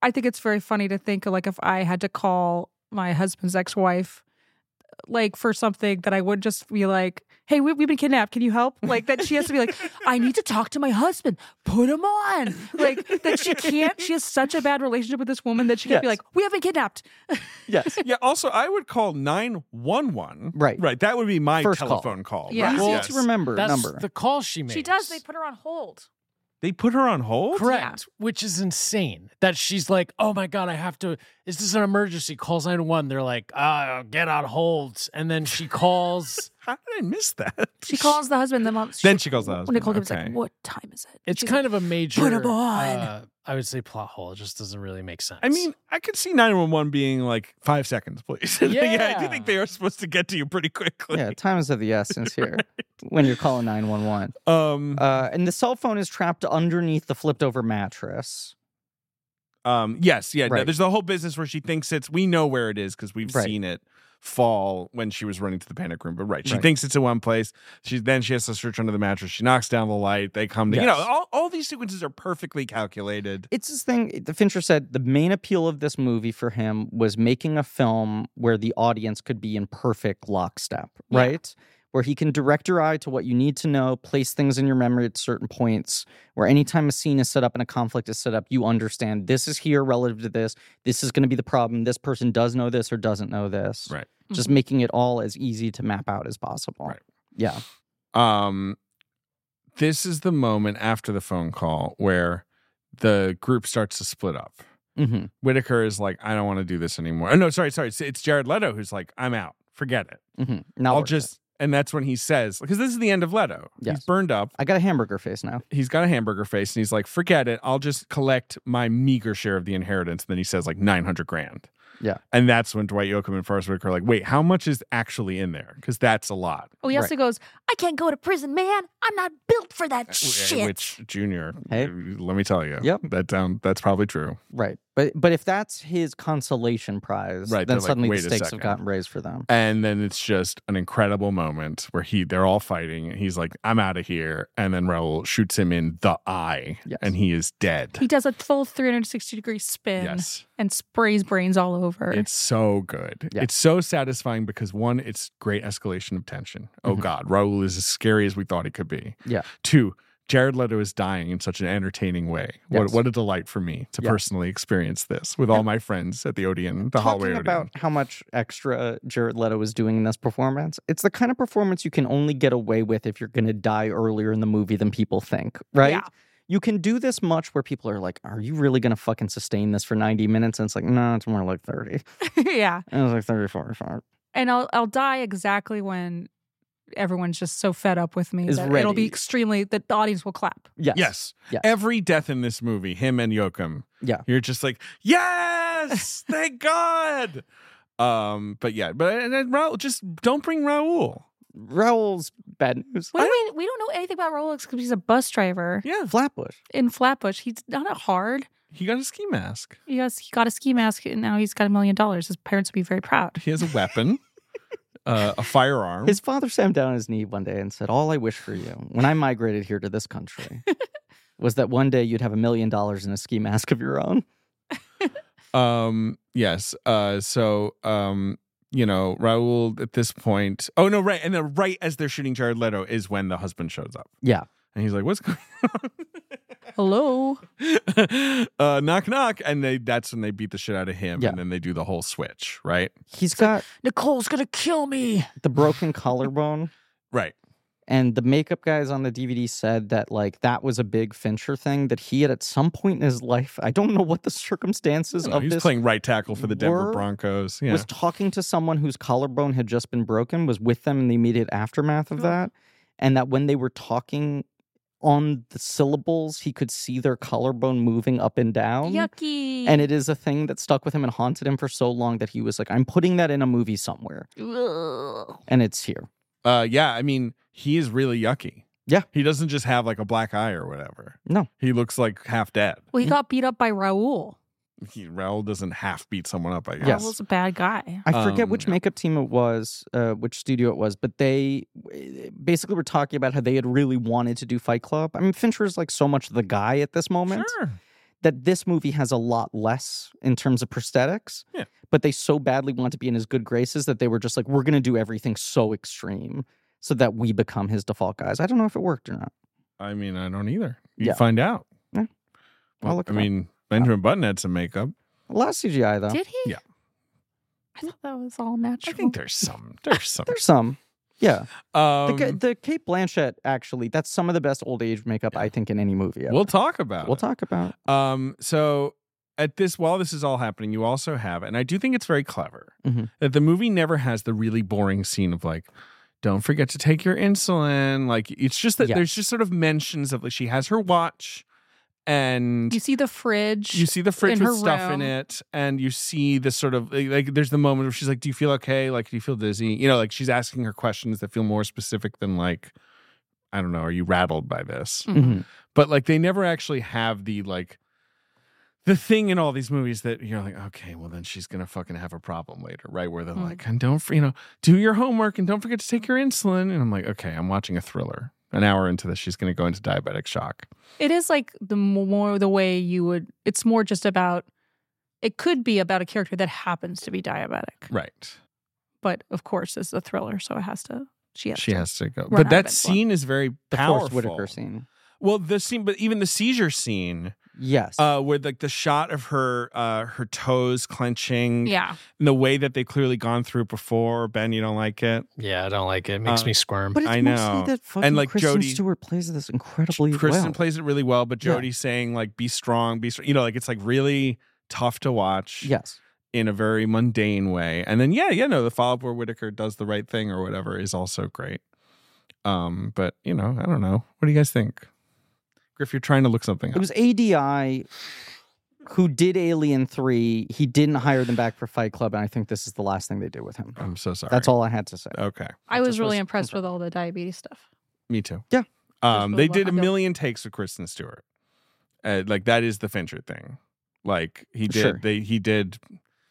[SPEAKER 3] I think it's very funny to think like if I had to call my husband's ex wife, like for something that I would just be like, "Hey, we, we've been kidnapped. Can you help?" Like that she has to be like, "I need to talk to my husband. Put him on." Like that she can't. She has such a bad relationship with this woman that she can't be
[SPEAKER 1] Yes.
[SPEAKER 3] like, "We have been kidnapped."
[SPEAKER 1] yes
[SPEAKER 2] *laughs* yeah. Also, I would call nine one one.
[SPEAKER 1] Right.
[SPEAKER 2] Right. That would be my
[SPEAKER 1] First call.
[SPEAKER 2] telephone call.
[SPEAKER 3] Yeah.
[SPEAKER 2] right?
[SPEAKER 1] easy
[SPEAKER 4] Yes.
[SPEAKER 1] to remember
[SPEAKER 4] That's
[SPEAKER 1] number
[SPEAKER 4] the call she makes.
[SPEAKER 3] She does. They put her on hold.
[SPEAKER 2] They put her on hold.
[SPEAKER 4] Correct, which is insane. That she's like, oh my god, I have to. Is this an emergency? Calls nine one. They're like, uh, get on hold, and then
[SPEAKER 3] *laughs*
[SPEAKER 4] she calls.
[SPEAKER 2] How did I miss that?
[SPEAKER 3] She calls the husband. The mom.
[SPEAKER 2] *laughs* Then she calls the husband,
[SPEAKER 3] Nicole Kidman's
[SPEAKER 2] okay.
[SPEAKER 3] like, "What time is it?"
[SPEAKER 4] It's
[SPEAKER 3] She's
[SPEAKER 4] kind of a major.
[SPEAKER 3] 'em on.
[SPEAKER 4] uh, I would say plot hole. It just doesn't really make sense.
[SPEAKER 2] I mean, I could see 911 being like five seconds, please. *laughs* I do
[SPEAKER 4] Yeah.
[SPEAKER 2] think they are supposed to get to you pretty
[SPEAKER 1] *laughs*
[SPEAKER 2] quickly.
[SPEAKER 1] yeah time is of the essence here when you're calling 911
[SPEAKER 2] Um,
[SPEAKER 1] uh, and the cell phone is trapped underneath the flipped over mattress
[SPEAKER 2] Um, yes, yeah. no,
[SPEAKER 1] Right.
[SPEAKER 2] there's the whole business where she thinks it's. We know where it is because we've
[SPEAKER 1] Right.
[SPEAKER 2] seen it fall when she was running to the panic room. But right, she
[SPEAKER 1] Right.
[SPEAKER 2] thinks it's in one place. She then she has to search under the mattress. She knocks down the light. They come. To, You
[SPEAKER 1] Yes.
[SPEAKER 2] know, all, all these sequences are perfectly calculated.
[SPEAKER 1] it's this thing the fincher said the main appeal of this movie for him was making a film where the audience could be in perfect lockstep
[SPEAKER 3] Yeah.
[SPEAKER 1] right where he can direct your eye to what you need to know place things in your memory at certain points where anytime a scene is set up and a conflict is set up you understand this is here relative to this this is going to be the problem this person does know this or doesn't know this
[SPEAKER 2] Right.
[SPEAKER 1] just making it all as easy to map out as possible
[SPEAKER 2] Right.
[SPEAKER 1] yeah
[SPEAKER 2] Um, this is the moment after the phone call where the group starts to split up.
[SPEAKER 1] hmm
[SPEAKER 2] Whitaker is like, I don't want to do this anymore. Oh, no, sorry, sorry. It's, it's Jared Leto who's like, I'm out. Forget it.
[SPEAKER 1] hmm Not
[SPEAKER 2] I'll
[SPEAKER 1] worth it.
[SPEAKER 2] just, and that's when he says, because this is the end of Leto. He's
[SPEAKER 1] Yes.
[SPEAKER 2] burned up.
[SPEAKER 1] I got a hamburger face now.
[SPEAKER 2] He's got a hamburger face and he's like, forget it. I'll just collect my meager share of the inheritance. And then he says like 900 grand.
[SPEAKER 1] Yeah.
[SPEAKER 2] And that's when Dwight Yoakam and Forrest Whitaker are like, wait, how much is actually in there? Because that's a lot.
[SPEAKER 3] Oh, he also goes, I can't go to prison, man. I'm not built for that shit.
[SPEAKER 2] Uh, Which, Junior,
[SPEAKER 1] Hey.
[SPEAKER 2] let me tell you.
[SPEAKER 1] Yep.
[SPEAKER 2] That down, that's probably true.
[SPEAKER 1] Right. But but if that's his consolation prize,
[SPEAKER 2] Right, they're
[SPEAKER 1] then
[SPEAKER 2] like,
[SPEAKER 1] suddenly
[SPEAKER 2] "Wait a
[SPEAKER 1] the stakes have
[SPEAKER 2] second."
[SPEAKER 1] gotten raised for them.
[SPEAKER 2] and then it's just an incredible moment where he they're all fighting and he's like i'm out of here and then raul shoots him in the eye
[SPEAKER 1] Yes.
[SPEAKER 2] and he is dead
[SPEAKER 3] he does a full 360 degree spin
[SPEAKER 2] yes
[SPEAKER 3] and sprays brains all over.
[SPEAKER 2] it's so good
[SPEAKER 1] Yeah.
[SPEAKER 2] it's so satisfying because one it's great escalation of tension oh
[SPEAKER 1] Mhm.
[SPEAKER 2] god raul is as scary as we thought he could be
[SPEAKER 1] Yeah.
[SPEAKER 2] two Jared Leto is dying in such an entertaining way. What,
[SPEAKER 1] Yes.
[SPEAKER 2] what a delight for me to
[SPEAKER 1] Yeah.
[SPEAKER 2] personally experience this with all my friends at the Odeon, the hallway
[SPEAKER 1] Talking
[SPEAKER 2] Odeon.
[SPEAKER 1] about how much extra Jared Leto is doing in this performance, it's the kind of performance you can only get away with if you're going to die earlier in the movie than people think, right?
[SPEAKER 3] Yeah.
[SPEAKER 1] You can do this much where people are like, "Are you really going to fucking sustain this for 90 minutes?" And it's like, "No, it's more like 30."
[SPEAKER 3] *laughs* yeah.
[SPEAKER 1] And it was like 34 or five.
[SPEAKER 3] and I'll I'll die exactly when everyone's just so fed up with me
[SPEAKER 1] Is
[SPEAKER 3] that it'll be
[SPEAKER 1] ready.
[SPEAKER 3] extremely the audience will clap.
[SPEAKER 1] Yes.
[SPEAKER 2] Yes.
[SPEAKER 1] Yes.
[SPEAKER 2] Every death in this movie, him and Yoakum.
[SPEAKER 1] Yeah.
[SPEAKER 2] You're just like,
[SPEAKER 1] *laughs*
[SPEAKER 2] yes, thank God. Um, but yeah, but and then Raul, just don't bring Raul.
[SPEAKER 1] Raul's bad news.
[SPEAKER 3] We don't, we, we don't know anything about Rolex because he's a bus driver
[SPEAKER 2] Yeah.
[SPEAKER 1] Flatbush.
[SPEAKER 3] in Flatbush. He's not a hard.
[SPEAKER 2] He got a ski mask.
[SPEAKER 3] He has he got a ski mask and now he's got a million dollars. His parents would be very proud.
[SPEAKER 2] He has a
[SPEAKER 1] *laughs*
[SPEAKER 2] weapon, uh, a firearm.
[SPEAKER 1] His father sat him down on his knee one day and said, All I wish for you when I migrated here to this country was that one day you'd have a million dollars and a ski mask of your own.
[SPEAKER 2] um, yes. Uh, so um, you know, Raul at this point. Oh no, right, and then right as they're shooting Jared Leto is when the husband shows up.
[SPEAKER 1] Yeah.
[SPEAKER 2] And he's like, What's going on?
[SPEAKER 3] Hello.
[SPEAKER 2] *laughs* uh, knock knock, and they that's when they beat the shit out of him,
[SPEAKER 1] Yeah.
[SPEAKER 2] and then they do the whole switch, right?
[SPEAKER 1] He's got
[SPEAKER 3] Nicole's gonna kill me.
[SPEAKER 1] the broken collarbone,
[SPEAKER 2] Right.
[SPEAKER 1] and the makeup guys on the DVD said that, like, that was a big Fincher thing that he had at some point in his life. I don't know what the circumstances of
[SPEAKER 2] he's
[SPEAKER 1] this
[SPEAKER 2] playing right tackle for the Denver
[SPEAKER 1] were-
[SPEAKER 2] Broncos. Yeah,
[SPEAKER 1] was talking to someone whose collarbone had just been broken, was with them in the immediate aftermath
[SPEAKER 2] Oh.
[SPEAKER 1] of that, and that when they were talking on the syllables, he could see their collarbone moving up and down.
[SPEAKER 3] Yucky.
[SPEAKER 1] Um, And it is a thing that stuck with him and haunted him for so long that he was like, I'm putting that in a movie somewhere.
[SPEAKER 3] Ugh.
[SPEAKER 1] And it's here.
[SPEAKER 2] uh, yeah. I mean, he is really yucky.
[SPEAKER 1] Yeah.
[SPEAKER 2] he doesn't just have like a black eye or whatever.
[SPEAKER 1] No.
[SPEAKER 2] he looks like half dead.
[SPEAKER 3] well, he got beat up by Raul.
[SPEAKER 2] He, Raul doesn't half beat someone up. I guess.
[SPEAKER 1] Yes.
[SPEAKER 3] Raul's a bad guy.
[SPEAKER 1] I forget
[SPEAKER 2] Um,
[SPEAKER 1] which
[SPEAKER 2] yeah.
[SPEAKER 1] makeup team it was, uh, which studio it was, but they uh, basically were talking about how they had really wanted to do Fight Club. I mean, Fincher is like so much the guy at this moment.
[SPEAKER 2] Sure.
[SPEAKER 1] that this movie has a lot less in terms of prosthetics.
[SPEAKER 2] Yeah.
[SPEAKER 1] But they so badly want to be in his good graces that they were just like, we're going to do everything so extreme so that we become his default guys. I don't know if it worked or not.
[SPEAKER 2] I mean, I don't either. You
[SPEAKER 1] Yeah.
[SPEAKER 2] find out.
[SPEAKER 1] Yeah. I'll
[SPEAKER 2] Well,
[SPEAKER 1] look
[SPEAKER 2] I
[SPEAKER 1] it up.
[SPEAKER 2] mean, Benjamin Button had some makeup.
[SPEAKER 1] A lot of CGI, though.
[SPEAKER 3] Did he?
[SPEAKER 2] Yeah.
[SPEAKER 3] I thought that was all natural.
[SPEAKER 2] I think there's some. *laughs* There's some.
[SPEAKER 1] There's some. Yeah.
[SPEAKER 2] um,
[SPEAKER 1] the, the Kate Blanchett, actually, that's some of the best old age makeup, I think, in any movie. ever.
[SPEAKER 2] We'll talk about.
[SPEAKER 1] We'll
[SPEAKER 2] it.
[SPEAKER 1] talk about
[SPEAKER 2] *clears throat*
[SPEAKER 1] it.
[SPEAKER 2] Um, so at this, while this is all happening, you also have, and I do think it's very clever
[SPEAKER 3] Mm-hmm.
[SPEAKER 1] Mhm.
[SPEAKER 2] that the movie never has the really boring scene of like, don't forget to take your insulin. Like, it's just that
[SPEAKER 1] Yeah.
[SPEAKER 2] there's just sort of mentions of like she has her watch, and
[SPEAKER 3] you see the fridge.
[SPEAKER 2] you see the fridge
[SPEAKER 3] in
[SPEAKER 2] with
[SPEAKER 3] her
[SPEAKER 2] stuff in
[SPEAKER 3] room.
[SPEAKER 2] it, and you see the sort of like, like, there's the moment where she's like, "Do you feel okay? Like, do you feel dizzy?" You know, like she's asking her questions that feel more specific than like, I don't know, are you rattled by this?
[SPEAKER 3] Mhm.
[SPEAKER 1] Mhm.
[SPEAKER 2] but like they never actually have the like the thing in all these movies that you're like okay well then she's gonna fucking have a problem later right where they're
[SPEAKER 3] Mm.
[SPEAKER 2] like and don't f- you know do your homework and don't forget to take your insulin and i'm like okay i'm watching a thriller an hour into this she's gonna go into diabetic shock
[SPEAKER 3] it is like the more the way you would it's more just about it could be about a character that happens to be diabetic
[SPEAKER 2] right
[SPEAKER 3] but of course it's a thriller so it has to she has
[SPEAKER 2] she
[SPEAKER 3] to.
[SPEAKER 2] has to go
[SPEAKER 3] Run
[SPEAKER 2] but
[SPEAKER 3] out of
[SPEAKER 2] that
[SPEAKER 3] insulin.
[SPEAKER 2] scene is very
[SPEAKER 1] The
[SPEAKER 2] powerful
[SPEAKER 1] Forrest Whitaker scene.
[SPEAKER 2] well the scene but even the seizure scene
[SPEAKER 1] Yes.
[SPEAKER 2] uh where like the shot of her uh her toes clenching
[SPEAKER 3] yeah
[SPEAKER 2] and the way that they've clearly gone through before ben you don't like it
[SPEAKER 4] Yeah, I don't like it. It makes
[SPEAKER 2] Uh,
[SPEAKER 4] me squirm.
[SPEAKER 1] but it's
[SPEAKER 2] I know.
[SPEAKER 1] mostly that fucking
[SPEAKER 2] like,
[SPEAKER 1] Kristen
[SPEAKER 2] Jodie-
[SPEAKER 1] Stewart plays this incredibly
[SPEAKER 2] Kristen
[SPEAKER 1] well.
[SPEAKER 2] plays it really well, but
[SPEAKER 1] Yeah.
[SPEAKER 2] Jody's saying like, "Be strong, be strong." You know, like it's like really tough to watch
[SPEAKER 1] Yes.
[SPEAKER 2] in a very mundane way. And then yeah, yeah, no, the follow up where Whitaker does the right thing or whatever is also great. Um, but you know, I don't know. What do you guys think? Griff, you're trying to look something up.
[SPEAKER 1] It was ADI who did Alien 3. He didn't hire them back for Fight Club, and I think this is the last thing they do with him.
[SPEAKER 2] I'm so sorry.
[SPEAKER 1] That's all Uh, I had to say.
[SPEAKER 2] Okay.
[SPEAKER 3] I
[SPEAKER 1] That's
[SPEAKER 3] was
[SPEAKER 1] just
[SPEAKER 3] really
[SPEAKER 1] what's
[SPEAKER 3] impressed with
[SPEAKER 1] confirmed.
[SPEAKER 3] all the diabetes stuff.
[SPEAKER 2] Me too.
[SPEAKER 1] Yeah.
[SPEAKER 2] Um, they
[SPEAKER 3] Just
[SPEAKER 2] did a
[SPEAKER 3] what I feel.
[SPEAKER 2] million takes with Kristen Stewart. Uh, like that is the Fincher thing. Like he did.
[SPEAKER 1] Sure.
[SPEAKER 2] They he did.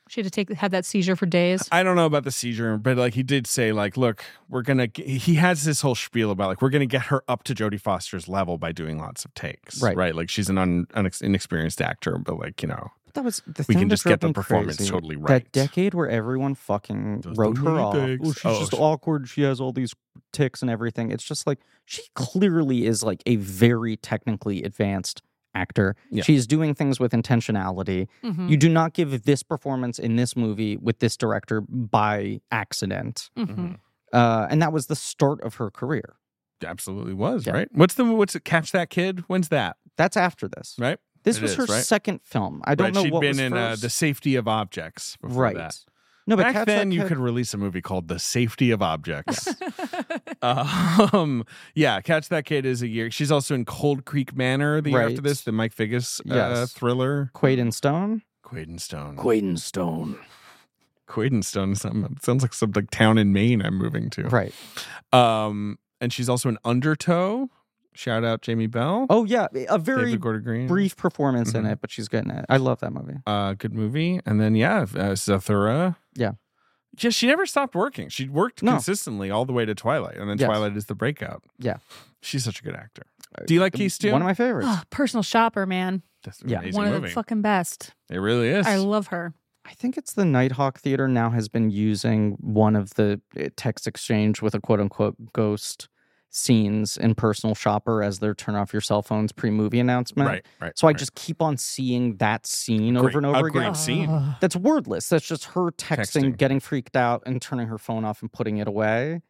[SPEAKER 3] She had to take had that seizure for
[SPEAKER 2] *laughs*
[SPEAKER 3] days.
[SPEAKER 2] I don't know about the seizure, but like he did say, like, look, we're gonna. g- He has this whole spiel about like we're gonna get her up to Jodie Foster's level by doing lots of takes.
[SPEAKER 1] Right.
[SPEAKER 2] Right. Like she's an un, unex inexperienced actor, but like you know
[SPEAKER 1] That was the
[SPEAKER 2] we
[SPEAKER 1] thing
[SPEAKER 2] can
[SPEAKER 1] that
[SPEAKER 2] just
[SPEAKER 1] drove
[SPEAKER 2] get the
[SPEAKER 1] me
[SPEAKER 2] performance
[SPEAKER 1] crazy.
[SPEAKER 2] totally right.
[SPEAKER 1] That decade where everyone fucking
[SPEAKER 2] Does the
[SPEAKER 1] wrote her off. Oh,
[SPEAKER 2] lyrics.
[SPEAKER 1] she's
[SPEAKER 2] Oh,
[SPEAKER 1] just
[SPEAKER 2] she-
[SPEAKER 1] awkward. She has all these ticks and everything. It's just like she clearly is like a very technically advanced actor.
[SPEAKER 2] Yeah.
[SPEAKER 1] She's doing things with intentionality.
[SPEAKER 3] Mhm.
[SPEAKER 1] You do not give this performance in this movie with this director by accident.
[SPEAKER 2] Mm-hmm.
[SPEAKER 3] Mhm.
[SPEAKER 1] Uh, and that was the start of her career.
[SPEAKER 2] Absolutely was
[SPEAKER 1] Yeah.
[SPEAKER 2] right. What's the what's it? Catch that kid. When's that?
[SPEAKER 1] That's after this.
[SPEAKER 2] Right.
[SPEAKER 1] This
[SPEAKER 2] It
[SPEAKER 1] was
[SPEAKER 2] is,
[SPEAKER 1] her
[SPEAKER 2] right?
[SPEAKER 1] second film. I don't
[SPEAKER 2] right.
[SPEAKER 1] know
[SPEAKER 2] She'd
[SPEAKER 1] what
[SPEAKER 2] been
[SPEAKER 1] was
[SPEAKER 2] in uh,
[SPEAKER 1] first.
[SPEAKER 2] the safety of objects. Before
[SPEAKER 1] right.
[SPEAKER 2] That.
[SPEAKER 1] No, but
[SPEAKER 2] Back
[SPEAKER 1] Catch That
[SPEAKER 2] then, you
[SPEAKER 1] Kid-
[SPEAKER 2] could release a movie called "The Safety of Objects." Uh, um, yeah, "Catch That Kid" is a year. She's also in "Cold Creek Manor" the year after
[SPEAKER 1] Right.
[SPEAKER 2] this, the Mike Figgis uh,
[SPEAKER 1] Yes.
[SPEAKER 2] thriller.
[SPEAKER 1] Quaid and Stone.
[SPEAKER 2] Quaidenstone.
[SPEAKER 5] Quadenstone.
[SPEAKER 2] Quaidenstone some- sounds like some like town in Maine. I'm moving to.
[SPEAKER 1] Right.
[SPEAKER 2] Um, and she's also in Undertow. Shout out Jamie Bell.
[SPEAKER 1] Oh yeah, a very
[SPEAKER 2] David Gordon Green.
[SPEAKER 1] brief performance in
[SPEAKER 2] Mhm.
[SPEAKER 1] it, but she's good in it. I love that movie.
[SPEAKER 2] uh good movie and then yeah uh, zathura
[SPEAKER 1] Yeah.
[SPEAKER 2] yeah she never stopped working she worked
[SPEAKER 1] No.
[SPEAKER 2] consistently all the way to twilight and then
[SPEAKER 1] Yes.
[SPEAKER 2] twilight is the breakout
[SPEAKER 1] Yeah. Uh,
[SPEAKER 2] she's such a good actor do you like keys too
[SPEAKER 1] One of my favorites.
[SPEAKER 3] Ah, personal shopper, man.
[SPEAKER 2] that's an
[SPEAKER 1] Yeah.
[SPEAKER 2] amazing
[SPEAKER 3] One of
[SPEAKER 2] movie
[SPEAKER 3] the fucking best.
[SPEAKER 2] it really is
[SPEAKER 3] I love her.
[SPEAKER 1] I think it's the Nighthawk Theater now has been using one of the uh, text exchange with a quote unquote ghost scenes in Personal Shopper as their turn off your cell phones pre movie announcement.
[SPEAKER 2] right right
[SPEAKER 1] So I
[SPEAKER 2] right.
[SPEAKER 1] just keep on seeing that scene
[SPEAKER 2] Great.
[SPEAKER 1] over and over
[SPEAKER 2] A great
[SPEAKER 1] again.
[SPEAKER 2] scene
[SPEAKER 3] Ah.
[SPEAKER 1] That's wordless. That's just her texting,
[SPEAKER 2] Texting.
[SPEAKER 1] getting freaked out, and turning her phone off and putting it away.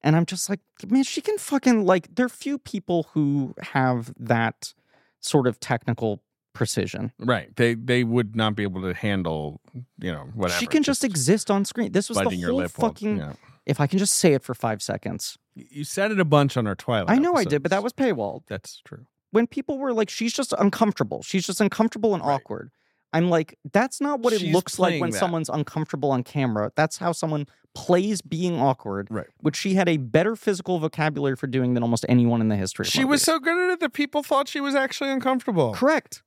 [SPEAKER 1] And I'm just like, man, she can fucking like. There are few people who have that sort of technical precision.
[SPEAKER 2] right they they would not be able to handle you know whatever
[SPEAKER 1] She can just, exist on screen. This was the
[SPEAKER 2] biting your
[SPEAKER 1] whole
[SPEAKER 2] lip while-
[SPEAKER 1] fucking.
[SPEAKER 2] yeah.
[SPEAKER 1] If I can just say it for five seconds,
[SPEAKER 2] you said it a bunch on our twilight
[SPEAKER 1] I know I did, but that
[SPEAKER 2] episodes.
[SPEAKER 1] was paywalled.
[SPEAKER 2] that's true
[SPEAKER 1] When people were like, she's just uncomfortable. She's just uncomfortable and
[SPEAKER 2] Right.
[SPEAKER 1] awkward. I'm like, that's not what
[SPEAKER 2] She's
[SPEAKER 1] it looks like
[SPEAKER 2] playing
[SPEAKER 1] when
[SPEAKER 2] that.
[SPEAKER 1] someone's uncomfortable on camera. That's how someone plays being awkward.
[SPEAKER 2] right
[SPEAKER 1] which she had a better physical vocabulary for doing than almost anyone in the history. Of
[SPEAKER 2] she was
[SPEAKER 1] movies.
[SPEAKER 2] so Oh. good at it that people thought she was actually uncomfortable
[SPEAKER 1] correct.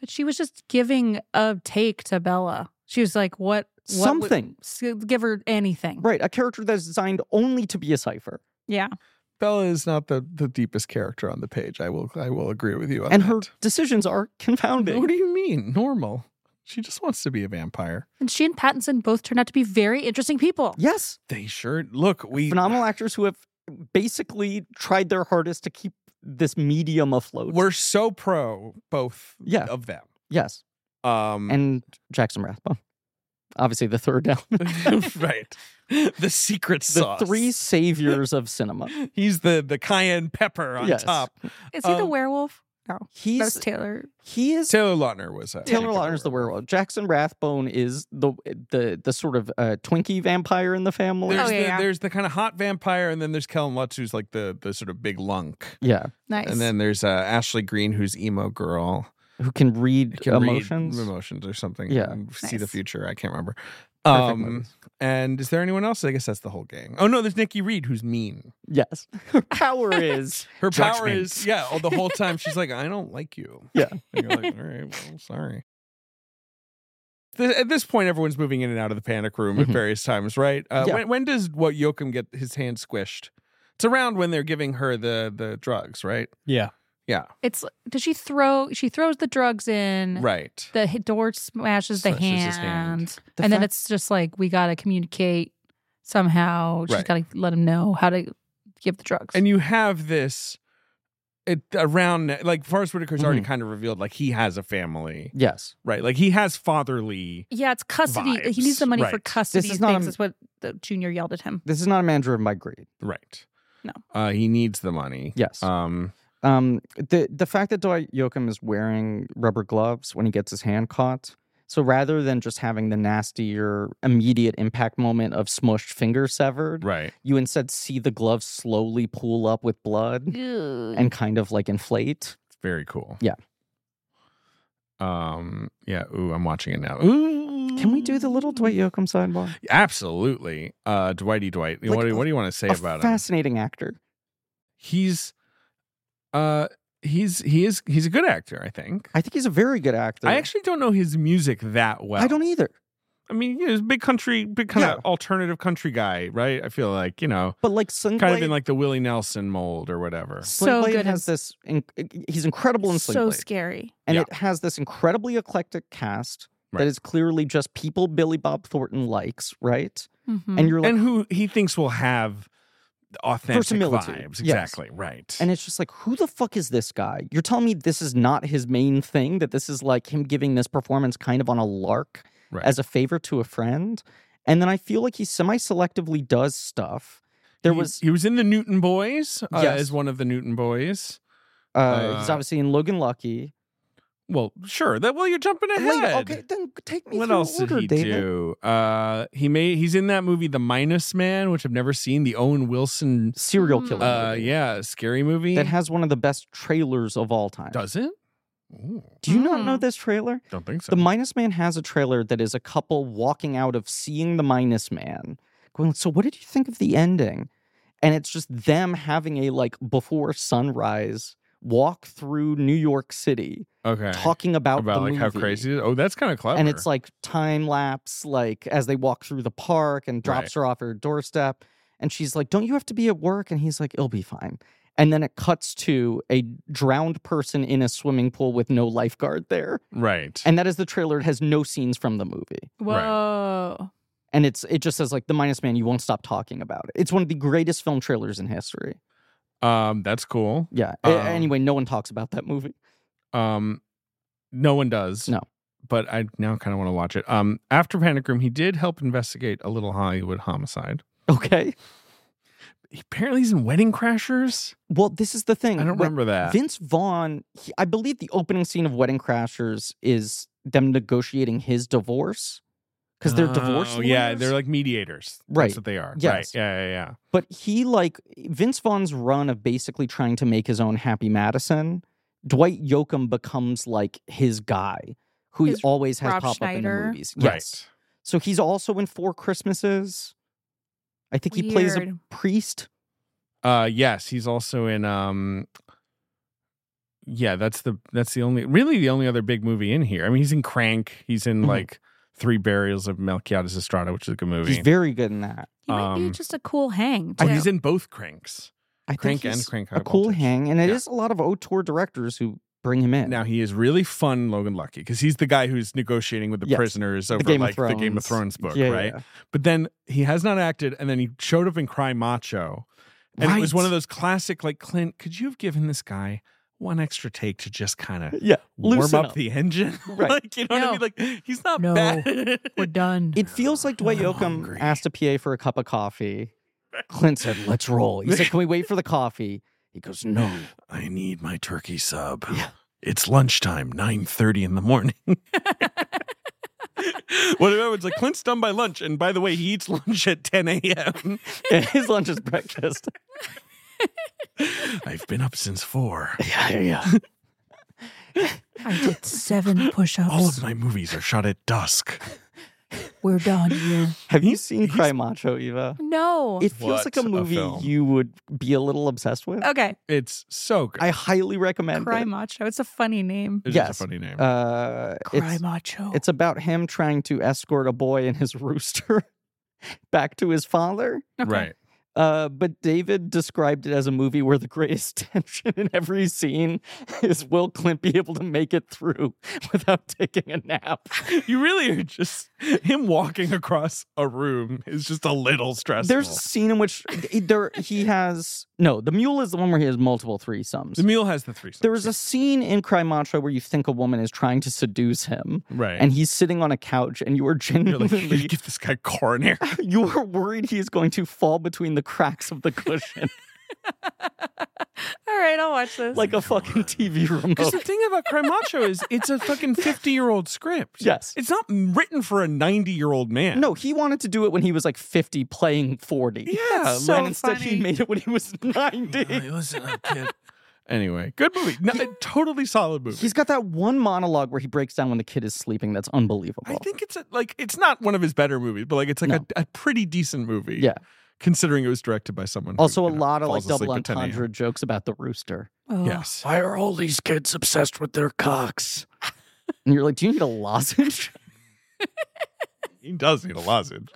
[SPEAKER 3] But she was just giving a take to Bella. She was like, "What? what would-
[SPEAKER 1] Something
[SPEAKER 3] s- give her anything."
[SPEAKER 1] right. A character that is designed only to be a cipher,
[SPEAKER 3] Yeah.
[SPEAKER 2] Bella is not the, the deepest character on the page. I will I will agree with you on
[SPEAKER 1] and
[SPEAKER 2] that.
[SPEAKER 1] her decisions are confounding.
[SPEAKER 2] What do you mean? Normal. She just wants to be a vampire.
[SPEAKER 3] And she and Pattinson both turned out to be very interesting people.
[SPEAKER 2] *laughs*
[SPEAKER 1] yes,
[SPEAKER 2] They sure look. We
[SPEAKER 1] phenomenal actors who have basically tried their hardest to keep this medium afloat.
[SPEAKER 2] we're so pro both
[SPEAKER 1] Yeah.
[SPEAKER 2] of them.
[SPEAKER 1] yes,
[SPEAKER 2] Um
[SPEAKER 1] and *laughs* Jackson Rathbone, obviously the third *laughs* element,
[SPEAKER 2] *laughs* right. The secret
[SPEAKER 1] the
[SPEAKER 2] sauce. *laughs*
[SPEAKER 1] three saviors of cinema.
[SPEAKER 2] He's the the cayenne pepper on
[SPEAKER 1] Yes.
[SPEAKER 2] top.
[SPEAKER 3] Is he the
[SPEAKER 2] Um,
[SPEAKER 3] werewolf? No, that's
[SPEAKER 1] He's
[SPEAKER 3] Taylor.
[SPEAKER 1] he is
[SPEAKER 2] Taylor Lautner was a
[SPEAKER 1] Taylor
[SPEAKER 2] was a
[SPEAKER 1] Lautner's the werewolf. Jackson Rathbone is the the the sort of uh, Twinkie vampire in the family.
[SPEAKER 2] There's,
[SPEAKER 3] Oh, yeah,
[SPEAKER 2] the,
[SPEAKER 3] yeah.
[SPEAKER 2] there's the kind of hot vampire, and then there's Kellen Lutz, who's like the the sort of big lunk,
[SPEAKER 1] yeah,
[SPEAKER 3] Nice.
[SPEAKER 2] and then there's uh, Ashley Green, who's emo girl,
[SPEAKER 1] who can read
[SPEAKER 2] can read
[SPEAKER 1] emotions.
[SPEAKER 2] emotions or something.
[SPEAKER 1] Yeah.
[SPEAKER 2] and see the
[SPEAKER 3] Nice.
[SPEAKER 2] future. I can't remember.
[SPEAKER 1] Perfect
[SPEAKER 2] Um,
[SPEAKER 1] movies.
[SPEAKER 2] and is there anyone else? I guess that's the whole gang. Oh no, there's Nikki Reed, who's mean.
[SPEAKER 1] Yes, *laughs* her power is
[SPEAKER 2] Her power
[SPEAKER 5] Judgment.
[SPEAKER 2] is yeah. All the whole time she's like, I don't like you.
[SPEAKER 1] Yeah.
[SPEAKER 2] And you're like, all right, well, sorry. Th- At this point, everyone's moving in and out of the panic room at
[SPEAKER 1] Mhm.
[SPEAKER 2] various times, right? Uh,
[SPEAKER 1] Yeah.
[SPEAKER 2] when, when does what Yoakum get his hand squished? It's around when they're giving her the the drugs, right?
[SPEAKER 4] Yeah.
[SPEAKER 2] Yeah,
[SPEAKER 3] it's does she throw? She throws the drugs in.
[SPEAKER 2] right.
[SPEAKER 3] The h- door smashes the
[SPEAKER 2] Smashes his
[SPEAKER 3] hand,
[SPEAKER 2] hand.
[SPEAKER 1] The
[SPEAKER 3] and then
[SPEAKER 1] fact-
[SPEAKER 3] it's just like we gotta communicate somehow. She's
[SPEAKER 2] Right.
[SPEAKER 3] gotta let him know how to give the drugs.
[SPEAKER 2] and you have this it around like Forrest Whitaker's already
[SPEAKER 1] Mhm.
[SPEAKER 2] kind of revealed like he has a family,
[SPEAKER 1] yes.
[SPEAKER 2] right? Like he has fatherly.
[SPEAKER 3] yeah, it's custody. He needs the
[SPEAKER 2] Vibes,
[SPEAKER 3] money for
[SPEAKER 2] right.
[SPEAKER 3] custody
[SPEAKER 1] This is not
[SPEAKER 3] things.
[SPEAKER 1] a-
[SPEAKER 3] That's what the junior yelled at him.
[SPEAKER 1] This is not a man driven by greed.
[SPEAKER 2] Right.
[SPEAKER 3] No.
[SPEAKER 2] Uh, he needs the money.
[SPEAKER 1] Yes.
[SPEAKER 2] Um.
[SPEAKER 1] Um, the the fact that Dwight Yoakam is wearing rubber gloves when he gets his hand caught So rather than just having the nastier immediate impact moment of smushed finger severed,
[SPEAKER 2] Right.
[SPEAKER 1] you instead see the glove slowly pool up with blood
[SPEAKER 3] Mm.
[SPEAKER 1] and kind of like inflate.
[SPEAKER 2] Very cool.
[SPEAKER 1] Yeah.
[SPEAKER 2] Um. Yeah. Ooh, I'm watching it now. Ooh.
[SPEAKER 1] Can we do the little Dwight
[SPEAKER 3] Mm.
[SPEAKER 1] Yoakam sidebar?
[SPEAKER 2] Absolutely. Uh, Dwighty Dwight.
[SPEAKER 1] Like
[SPEAKER 2] what, do,
[SPEAKER 1] a-
[SPEAKER 2] what do you want to say
[SPEAKER 1] A
[SPEAKER 2] about him?
[SPEAKER 1] fascinating actor.
[SPEAKER 2] He's, uh, he's he is he's a good actor. I think.
[SPEAKER 1] I think he's a very good actor.
[SPEAKER 2] I actually don't know his music that well.
[SPEAKER 1] I don't either.
[SPEAKER 2] I mean, you know, he's a big country, big kind of
[SPEAKER 1] Yeah.
[SPEAKER 2] alternative country guy, right? I feel like you know,
[SPEAKER 1] But like Sling
[SPEAKER 2] kind of
[SPEAKER 1] Blade-
[SPEAKER 2] in like the Willie Nelson mold or whatever.
[SPEAKER 1] Sling
[SPEAKER 3] So
[SPEAKER 1] Blade
[SPEAKER 3] good.
[SPEAKER 1] has
[SPEAKER 3] and
[SPEAKER 1] this. In, he's incredible in Sling
[SPEAKER 3] so
[SPEAKER 1] Blade.
[SPEAKER 3] scary.
[SPEAKER 1] and
[SPEAKER 2] Yeah.
[SPEAKER 1] it has this incredibly eclectic cast
[SPEAKER 2] Right.
[SPEAKER 1] that is clearly just people Billy Bob Thornton likes, right?
[SPEAKER 3] Mhm.
[SPEAKER 1] And you're like,
[SPEAKER 2] Mm-hmm. and who he thinks will have authentic
[SPEAKER 1] Verisimilitude, yes.
[SPEAKER 2] vibes. Exactly. Right.
[SPEAKER 1] and it's just like, who the fuck is this guy? You're telling me this is not his main thing. That this is like him giving this performance kind of on a lark
[SPEAKER 2] Right.
[SPEAKER 1] as a favor to a friend. And then I feel like he semi-selectively does stuff. There
[SPEAKER 2] He-
[SPEAKER 1] was
[SPEAKER 2] he was in the Newton Boys uh,
[SPEAKER 1] Yes.
[SPEAKER 2] as one of the Newton Boys.
[SPEAKER 1] uh, he's
[SPEAKER 2] uh,
[SPEAKER 1] obviously in Logan Lucky.
[SPEAKER 2] Well, sure. That well, you're jumping ahead.
[SPEAKER 1] Later, okay, then take me
[SPEAKER 2] What
[SPEAKER 1] through
[SPEAKER 2] else
[SPEAKER 1] order,
[SPEAKER 2] did he
[SPEAKER 1] David.
[SPEAKER 2] do? Uh, he made he's in that movie The Minus Man, which I've never seen. The Owen Wilson,
[SPEAKER 1] Serial
[SPEAKER 3] Hmm.
[SPEAKER 1] killer.
[SPEAKER 2] uh,
[SPEAKER 1] movie
[SPEAKER 2] yeah, scary movie.
[SPEAKER 1] That has one of the best trailers of all time.
[SPEAKER 2] does it? Ooh,
[SPEAKER 1] Do you not know
[SPEAKER 3] Mm.
[SPEAKER 1] this trailer?
[SPEAKER 2] don't think so.
[SPEAKER 1] The Minus Man has a trailer that is a couple walking out of seeing the Minus Man, going, So, what did you think of the ending? And it's just them having a like before sunrise walk through New York City,
[SPEAKER 2] okay,
[SPEAKER 1] talking about,
[SPEAKER 2] about
[SPEAKER 1] the
[SPEAKER 2] like how
[SPEAKER 1] movie.
[SPEAKER 2] crazy. It is. Oh, that's kind of clever.
[SPEAKER 1] And it's like time lapse, like as they walk through the park and drops
[SPEAKER 2] Right.
[SPEAKER 1] her off at her doorstep. And she's like, Don't you have to be at work? And he's like, It'll be fine. And then it cuts to a drowned person in a swimming pool with no lifeguard there.
[SPEAKER 2] right.
[SPEAKER 1] And that is the trailer. It has no scenes from the movie.
[SPEAKER 3] Whoa.
[SPEAKER 1] And it's it just says like the minus man, you won't stop talking about it. It's one of the greatest film trailers in history.
[SPEAKER 2] um, that's cool.
[SPEAKER 1] Yeah. A-
[SPEAKER 2] Um,
[SPEAKER 1] anyway, no one talks about that movie. *laughs*
[SPEAKER 2] Um, no one does.
[SPEAKER 1] No.
[SPEAKER 2] But I now kind of want to watch it. Um, after Panic Room, he did help investigate a little Hollywood homicide.
[SPEAKER 1] Okay.
[SPEAKER 2] Apparently, he's in Wedding Crashers.
[SPEAKER 1] Hmm. Well, this is the thing.
[SPEAKER 2] I don't
[SPEAKER 1] When-
[SPEAKER 2] remember that.
[SPEAKER 1] Vince Vaughn, he, I believe the opening scene of Wedding Crashers is them negotiating his divorce because they're divorce.
[SPEAKER 2] Oh, yeah,
[SPEAKER 1] lawyers.
[SPEAKER 2] they're like mediators.
[SPEAKER 1] Right.
[SPEAKER 2] That's what they are.
[SPEAKER 1] Yes.
[SPEAKER 2] Right. Yeah, yeah, yeah.
[SPEAKER 1] But he like Vince Vaughn's run of basically trying to make his own Happy Madison. Dwight Yoakam becomes like his guy, who
[SPEAKER 3] His
[SPEAKER 1] he always has
[SPEAKER 3] Rob
[SPEAKER 1] pop up in
[SPEAKER 3] Schneider.
[SPEAKER 1] the movies. Yes. So he's also in Four Christmases. I think he plays a
[SPEAKER 3] Weird.
[SPEAKER 1] priest.
[SPEAKER 2] Right. Uh yes, he's also in um Yeah, that's the that's the only really the only other big movie in here. I mean, he's in Crank, he's in
[SPEAKER 1] Mhm.
[SPEAKER 2] like Three Burials of Melchiades Estrada, which is a good movie.
[SPEAKER 1] He's very good in that.
[SPEAKER 3] He might be
[SPEAKER 2] Um,
[SPEAKER 3] just a cool hang.
[SPEAKER 2] Oh,
[SPEAKER 3] too.
[SPEAKER 2] he's in both Cranks.
[SPEAKER 1] I think
[SPEAKER 2] Crank and
[SPEAKER 1] he's
[SPEAKER 2] Crank High
[SPEAKER 1] a cool
[SPEAKER 2] Voltage.
[SPEAKER 1] hang, and it is
[SPEAKER 2] Yeah.
[SPEAKER 1] a lot of auteur directors who bring him in.
[SPEAKER 2] Now he is really fun, Logan Lucky, because he's the guy who's negotiating with the
[SPEAKER 1] Yes.
[SPEAKER 2] prisoners
[SPEAKER 1] the
[SPEAKER 2] over
[SPEAKER 1] Game
[SPEAKER 2] like
[SPEAKER 1] of Thrones.
[SPEAKER 2] the Game of Thrones book,
[SPEAKER 1] Yeah,
[SPEAKER 2] right?
[SPEAKER 1] yeah.
[SPEAKER 2] But then he has not acted, and then he showed up in Cry Macho. And it was
[SPEAKER 1] Right.
[SPEAKER 2] one of those classic, like, Clint, could you have given this guy one extra take to just kind of
[SPEAKER 1] Yeah, *laughs*
[SPEAKER 2] warm
[SPEAKER 1] loosen
[SPEAKER 2] up, the engine? *laughs*
[SPEAKER 1] Right.
[SPEAKER 2] like, you know what I mean? Like, he's not
[SPEAKER 3] No. *laughs*
[SPEAKER 2] bad.
[SPEAKER 3] We're done.
[SPEAKER 1] It feels like Dwight
[SPEAKER 2] I'm
[SPEAKER 1] Yoakam
[SPEAKER 2] hungry.
[SPEAKER 1] asked a PA for a cup of coffee. Clint said, "Let's roll." He said, "Can we wait for the coffee?" He goes, "No." *laughs*
[SPEAKER 2] I need my turkey sub.
[SPEAKER 1] Yeah.
[SPEAKER 2] It's lunchtime, 9.30 in the morning. *laughs* what if everyone's like, Clint's done by lunch. And by the way, he eats lunch at
[SPEAKER 1] *laughs*
[SPEAKER 2] 10 a.m.
[SPEAKER 1] Yeah, his lunch is breakfast.
[SPEAKER 2] I've been up since 4.
[SPEAKER 1] yeah, yeah, yeah.
[SPEAKER 3] I did seven push-ups.
[SPEAKER 2] All of my movies are shot at dusk.
[SPEAKER 3] We're done here.
[SPEAKER 1] Have you seen Cry Macho, Eva?
[SPEAKER 3] No.
[SPEAKER 1] It feels like a
[SPEAKER 2] What a
[SPEAKER 1] movie
[SPEAKER 2] film.
[SPEAKER 1] you would be a little obsessed with.
[SPEAKER 3] okay.
[SPEAKER 2] It's so good.
[SPEAKER 1] I highly recommend
[SPEAKER 3] Oh. Cry
[SPEAKER 1] it.
[SPEAKER 3] Macho. It's a funny name.
[SPEAKER 2] It's
[SPEAKER 1] Yes.
[SPEAKER 2] just a funny name.
[SPEAKER 1] Uh,
[SPEAKER 3] Cry
[SPEAKER 1] it's,
[SPEAKER 3] Macho.
[SPEAKER 1] it's about him trying to escort a boy and his *laughs* rooster back to his father.
[SPEAKER 3] Okay.
[SPEAKER 2] Right. *laughs*
[SPEAKER 1] Uh, but David described it as a movie where the greatest *laughs* tension in every scene is will Clint be able to make it through *laughs* without taking a nap?
[SPEAKER 2] You really are just him walking across a room is just a little stressful.
[SPEAKER 1] There's a scene in which there he has no. The mule is the one where he has multiple
[SPEAKER 2] the
[SPEAKER 1] threesomes.
[SPEAKER 2] meal has the three.
[SPEAKER 1] There is a scene in Cry Macho where you think a woman is trying to seduce him,
[SPEAKER 2] right,
[SPEAKER 1] and he's sitting on a couch, and you are
[SPEAKER 2] you're like you
[SPEAKER 1] genuinely
[SPEAKER 2] give this guy *laughs* coronary.
[SPEAKER 1] *laughs* you are
[SPEAKER 2] *laughs*
[SPEAKER 1] worried he is going to fall between the cracks of the cushion.
[SPEAKER 3] All right, I'll watch this.
[SPEAKER 1] like a fucking
[SPEAKER 2] *laughs*
[SPEAKER 1] TV
[SPEAKER 2] Because
[SPEAKER 1] remote.
[SPEAKER 2] the thing about Cry Macho is it's a fucking 50 year old script.
[SPEAKER 1] Yes.
[SPEAKER 2] It's not written for a 90 year old man.
[SPEAKER 1] No, he wanted to do it when he was like 50 playing 40. *laughs*
[SPEAKER 2] Yeah.
[SPEAKER 1] and
[SPEAKER 3] so
[SPEAKER 1] instead he
[SPEAKER 3] funny.
[SPEAKER 1] made it when he was
[SPEAKER 2] *laughs*
[SPEAKER 1] 90.
[SPEAKER 2] listen up, kid. *laughs* Anyway, good movie. No, a totally solid movie.
[SPEAKER 1] He's got that one monologue where he breaks down when the kid is sleeping. That's unbelievable.
[SPEAKER 2] I think it's a, like it's not one of his better movies, but like it's like
[SPEAKER 1] No.
[SPEAKER 2] a, a pretty decent movie.
[SPEAKER 1] Yeah.
[SPEAKER 2] Considering it was directed by someone. who,
[SPEAKER 1] also, a
[SPEAKER 2] you know,
[SPEAKER 1] lot of like
[SPEAKER 2] falls
[SPEAKER 1] double
[SPEAKER 2] asleep at 10 a.m.
[SPEAKER 1] entendre jokes about the rooster.
[SPEAKER 3] Ugh.
[SPEAKER 2] Yes.
[SPEAKER 5] Why are all these kids obsessed with their cocks?
[SPEAKER 1] And you're like, do you need a
[SPEAKER 2] *laughs*
[SPEAKER 1] lozenge?
[SPEAKER 2] He does need
[SPEAKER 1] *laughs*
[SPEAKER 2] a lozenge.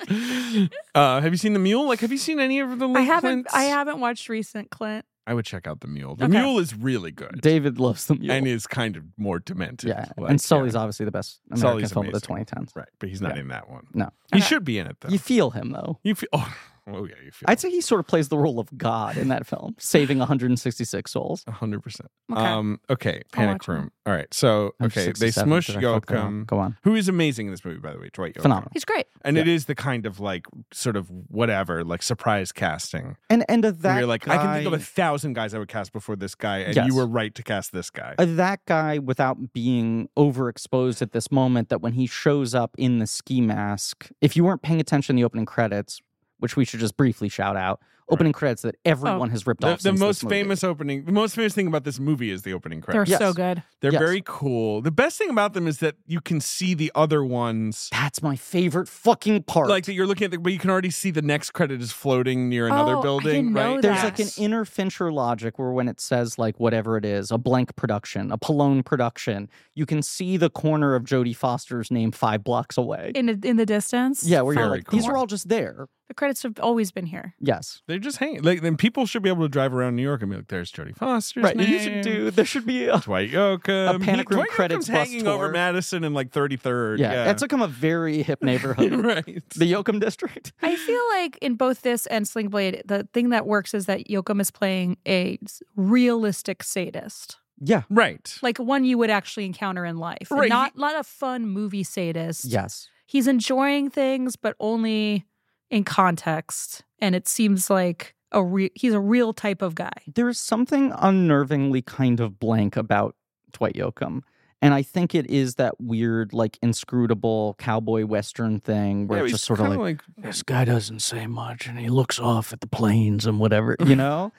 [SPEAKER 2] uh, have you seen The Mule? Like, have you seen any of the
[SPEAKER 3] I
[SPEAKER 2] Lil
[SPEAKER 3] haven't.
[SPEAKER 2] Clint's?
[SPEAKER 3] I haven't watched recent Clint.
[SPEAKER 2] I would check out The Mule. The
[SPEAKER 3] Okay.
[SPEAKER 2] Mule is really good.
[SPEAKER 1] David loves them.
[SPEAKER 2] and is kind of more demented.
[SPEAKER 1] yeah.
[SPEAKER 2] Like,
[SPEAKER 1] and Sully's obviously the best American
[SPEAKER 2] Sully's
[SPEAKER 1] film of the
[SPEAKER 2] amazing.
[SPEAKER 1] 2010s.
[SPEAKER 2] Right, but he's not
[SPEAKER 1] Yeah.
[SPEAKER 2] in that one.
[SPEAKER 1] No.
[SPEAKER 2] He
[SPEAKER 3] Okay.
[SPEAKER 2] should be in it though.
[SPEAKER 1] You feel him though.
[SPEAKER 2] You feel *laughs* oh, oh yeah, you feel
[SPEAKER 1] I'd say he sort of plays the role of God in that film, saving 166 souls.
[SPEAKER 2] hundred percent.
[SPEAKER 3] Okay.
[SPEAKER 2] Um okay, Panic
[SPEAKER 3] watch it.
[SPEAKER 2] Room. All right. So okay, they
[SPEAKER 1] 167,
[SPEAKER 2] smush
[SPEAKER 1] did I fuck that up?
[SPEAKER 2] Yoakum,
[SPEAKER 1] Go on.
[SPEAKER 2] who is amazing in this movie, by the way, Dwight Yoakam.
[SPEAKER 1] Phenomenal.
[SPEAKER 3] He's great.
[SPEAKER 2] And
[SPEAKER 1] Yeah.
[SPEAKER 2] it is the kind of like sort of whatever, like surprise casting.
[SPEAKER 1] And and of that
[SPEAKER 2] where you're like, I can think of
[SPEAKER 1] guy-
[SPEAKER 2] a thousand guys I would cast before this guy, and
[SPEAKER 1] Yes.
[SPEAKER 2] you were right to cast this guy.
[SPEAKER 1] uh, that guy without being overexposed at this moment that when he shows up in the ski mask if you weren't paying attention to the opening credits which we should just briefly shout out opening credits that
[SPEAKER 2] Oh.
[SPEAKER 1] everyone has ripped
[SPEAKER 2] the
[SPEAKER 1] off
[SPEAKER 2] the
[SPEAKER 1] since this
[SPEAKER 2] most
[SPEAKER 1] movie.
[SPEAKER 2] famous opening, the most famous thing about this movie is the opening
[SPEAKER 3] They're
[SPEAKER 2] credits.
[SPEAKER 3] so
[SPEAKER 1] Yes.
[SPEAKER 3] good.
[SPEAKER 2] They're
[SPEAKER 1] Yes.
[SPEAKER 2] very cool. The best thing about them is that you can see the other ones.
[SPEAKER 1] that's my favorite fucking part
[SPEAKER 2] Like that you're looking at the, but you can already see the next credit is floating near another
[SPEAKER 3] Oh, I
[SPEAKER 2] building.
[SPEAKER 3] didn't know
[SPEAKER 2] right?
[SPEAKER 1] there's like
[SPEAKER 3] that.
[SPEAKER 1] an inner Fincher logic where when it says like whatever it is, a blank production, a Palone production, you can see the corner of Jodie Foster's name five blocks away.
[SPEAKER 3] In in the distance.
[SPEAKER 1] yeah, where you're
[SPEAKER 2] Very
[SPEAKER 1] like, these
[SPEAKER 2] cool.
[SPEAKER 1] are all just there.
[SPEAKER 3] The credits have always been here.
[SPEAKER 1] Yes.
[SPEAKER 2] They're just hanging. Like then people should be able to drive around New York and be like, "There's Jodie Foster's
[SPEAKER 1] right.
[SPEAKER 2] name."
[SPEAKER 1] You should do there should be a
[SPEAKER 2] Dwight Yoakam.
[SPEAKER 1] A Panic Room
[SPEAKER 2] Dwight
[SPEAKER 1] credits
[SPEAKER 2] Yoakam's
[SPEAKER 1] bus
[SPEAKER 2] hanging over
[SPEAKER 1] tour.
[SPEAKER 2] Madison and like 33rd.
[SPEAKER 1] Yeah,
[SPEAKER 2] Yeah, *laughs*
[SPEAKER 1] that's become a very hip neighborhood.
[SPEAKER 2] right.
[SPEAKER 1] The Yoakum district.
[SPEAKER 3] I feel like in both this and Sling Blade, the thing that works is that Yoakum is playing a s- realistic sadist,
[SPEAKER 1] Yeah.
[SPEAKER 2] right.
[SPEAKER 3] like one you would actually encounter in life, and
[SPEAKER 2] Right, he-
[SPEAKER 3] not not a fun movie sadist.
[SPEAKER 1] Yes.
[SPEAKER 3] he's enjoying things, but only in context, and it seems like a re- he's a real type of guy.
[SPEAKER 1] There is something unnervingly kind of blank about Dwight Yoakam. And I think it is that weird, like, inscrutable cowboy western thing where
[SPEAKER 2] Yeah,
[SPEAKER 1] it's
[SPEAKER 2] he's
[SPEAKER 1] just sort of
[SPEAKER 2] kinda
[SPEAKER 1] like,
[SPEAKER 5] This guy doesn't say much and he looks off at the planes
[SPEAKER 1] planes and whatever,
[SPEAKER 2] *laughs*
[SPEAKER 1] you know?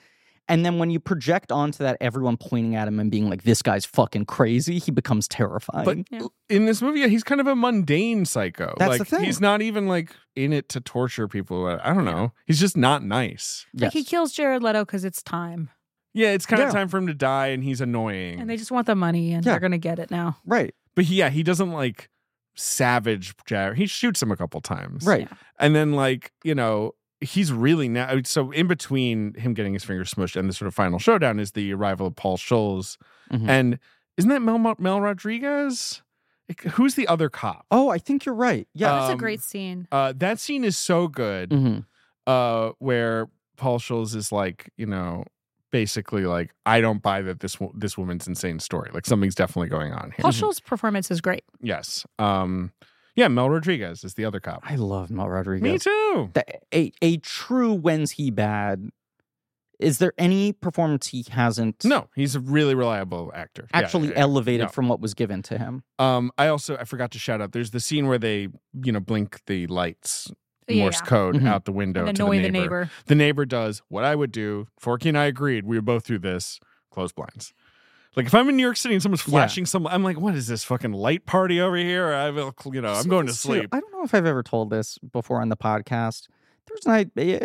[SPEAKER 1] And then when you project onto that, everyone pointing at him and being like, this guy's fucking crazy, he becomes terrifying.
[SPEAKER 2] But
[SPEAKER 3] Yeah.
[SPEAKER 2] in this movie, yeah, he's kind of a mundane psycho.
[SPEAKER 1] That's the
[SPEAKER 2] like,
[SPEAKER 1] thing.
[SPEAKER 2] He's not even like in it to torture people. I don't know. He's just not nice.
[SPEAKER 1] yes.
[SPEAKER 3] Like he kills Jared Leto because it's time,
[SPEAKER 2] Yeah, it's kind
[SPEAKER 1] Yeah.
[SPEAKER 2] of time for him to die, and he's annoying.
[SPEAKER 3] and they just want the money, and
[SPEAKER 1] Yeah.
[SPEAKER 3] they're gonna get it now.
[SPEAKER 1] right,
[SPEAKER 2] but he, yeah, he doesn't like savage Jared. He shoots him a couple times,
[SPEAKER 1] right.
[SPEAKER 2] And then like you know he's really now. So in between him getting his fingers smushed and the sort of final showdown is the arrival of Paul Scholes,
[SPEAKER 1] Mhm.
[SPEAKER 2] and isn't that Mel Mo- Mel Rodriguez? Like, Who's the other cop?
[SPEAKER 1] Oh, I think you're right. Yeah.
[SPEAKER 2] Uh,
[SPEAKER 3] That's a
[SPEAKER 2] Um,
[SPEAKER 3] great scene.
[SPEAKER 2] Uh, that scene is so good.
[SPEAKER 1] Mhm.
[SPEAKER 2] uh, where Paul Scholes is like, you know, basically like, I don't buy that this wo- this woman's insane story. Like something's definitely going on here.
[SPEAKER 3] Paul Scholes' performance is great.
[SPEAKER 2] Yes. Um. Yeah. Mel Rodriguez is the other cop.
[SPEAKER 1] I love Mel Rodriguez.
[SPEAKER 2] Me too.
[SPEAKER 1] that a, a true when's he bad is there any performance he hasn't
[SPEAKER 2] No, he's a really reliable actor. Yeah,
[SPEAKER 1] actually
[SPEAKER 2] yeah, yeah.
[SPEAKER 1] elevated
[SPEAKER 2] No.
[SPEAKER 1] from what was given to him
[SPEAKER 2] Um. I also I forgot to shout out. There's the scene where they you know blink the lights.
[SPEAKER 3] Yeah,
[SPEAKER 2] Morse
[SPEAKER 3] yeah. Mm-hmm.
[SPEAKER 2] code
[SPEAKER 1] Mhm.
[SPEAKER 2] out the window
[SPEAKER 3] and
[SPEAKER 2] to
[SPEAKER 3] annoy
[SPEAKER 2] the neighbor. The neighbor does what I would do. Forky and I agreed. We would both do this. Close blinds. Like if I'm in New York City and someone's
[SPEAKER 1] Yeah.
[SPEAKER 2] flashing some, I'm like, what is this fucking light party over here? I will, you know, I'm going to
[SPEAKER 1] Someone said-
[SPEAKER 2] sleep.
[SPEAKER 1] i don't know if i've ever told this before on the podcast there was a night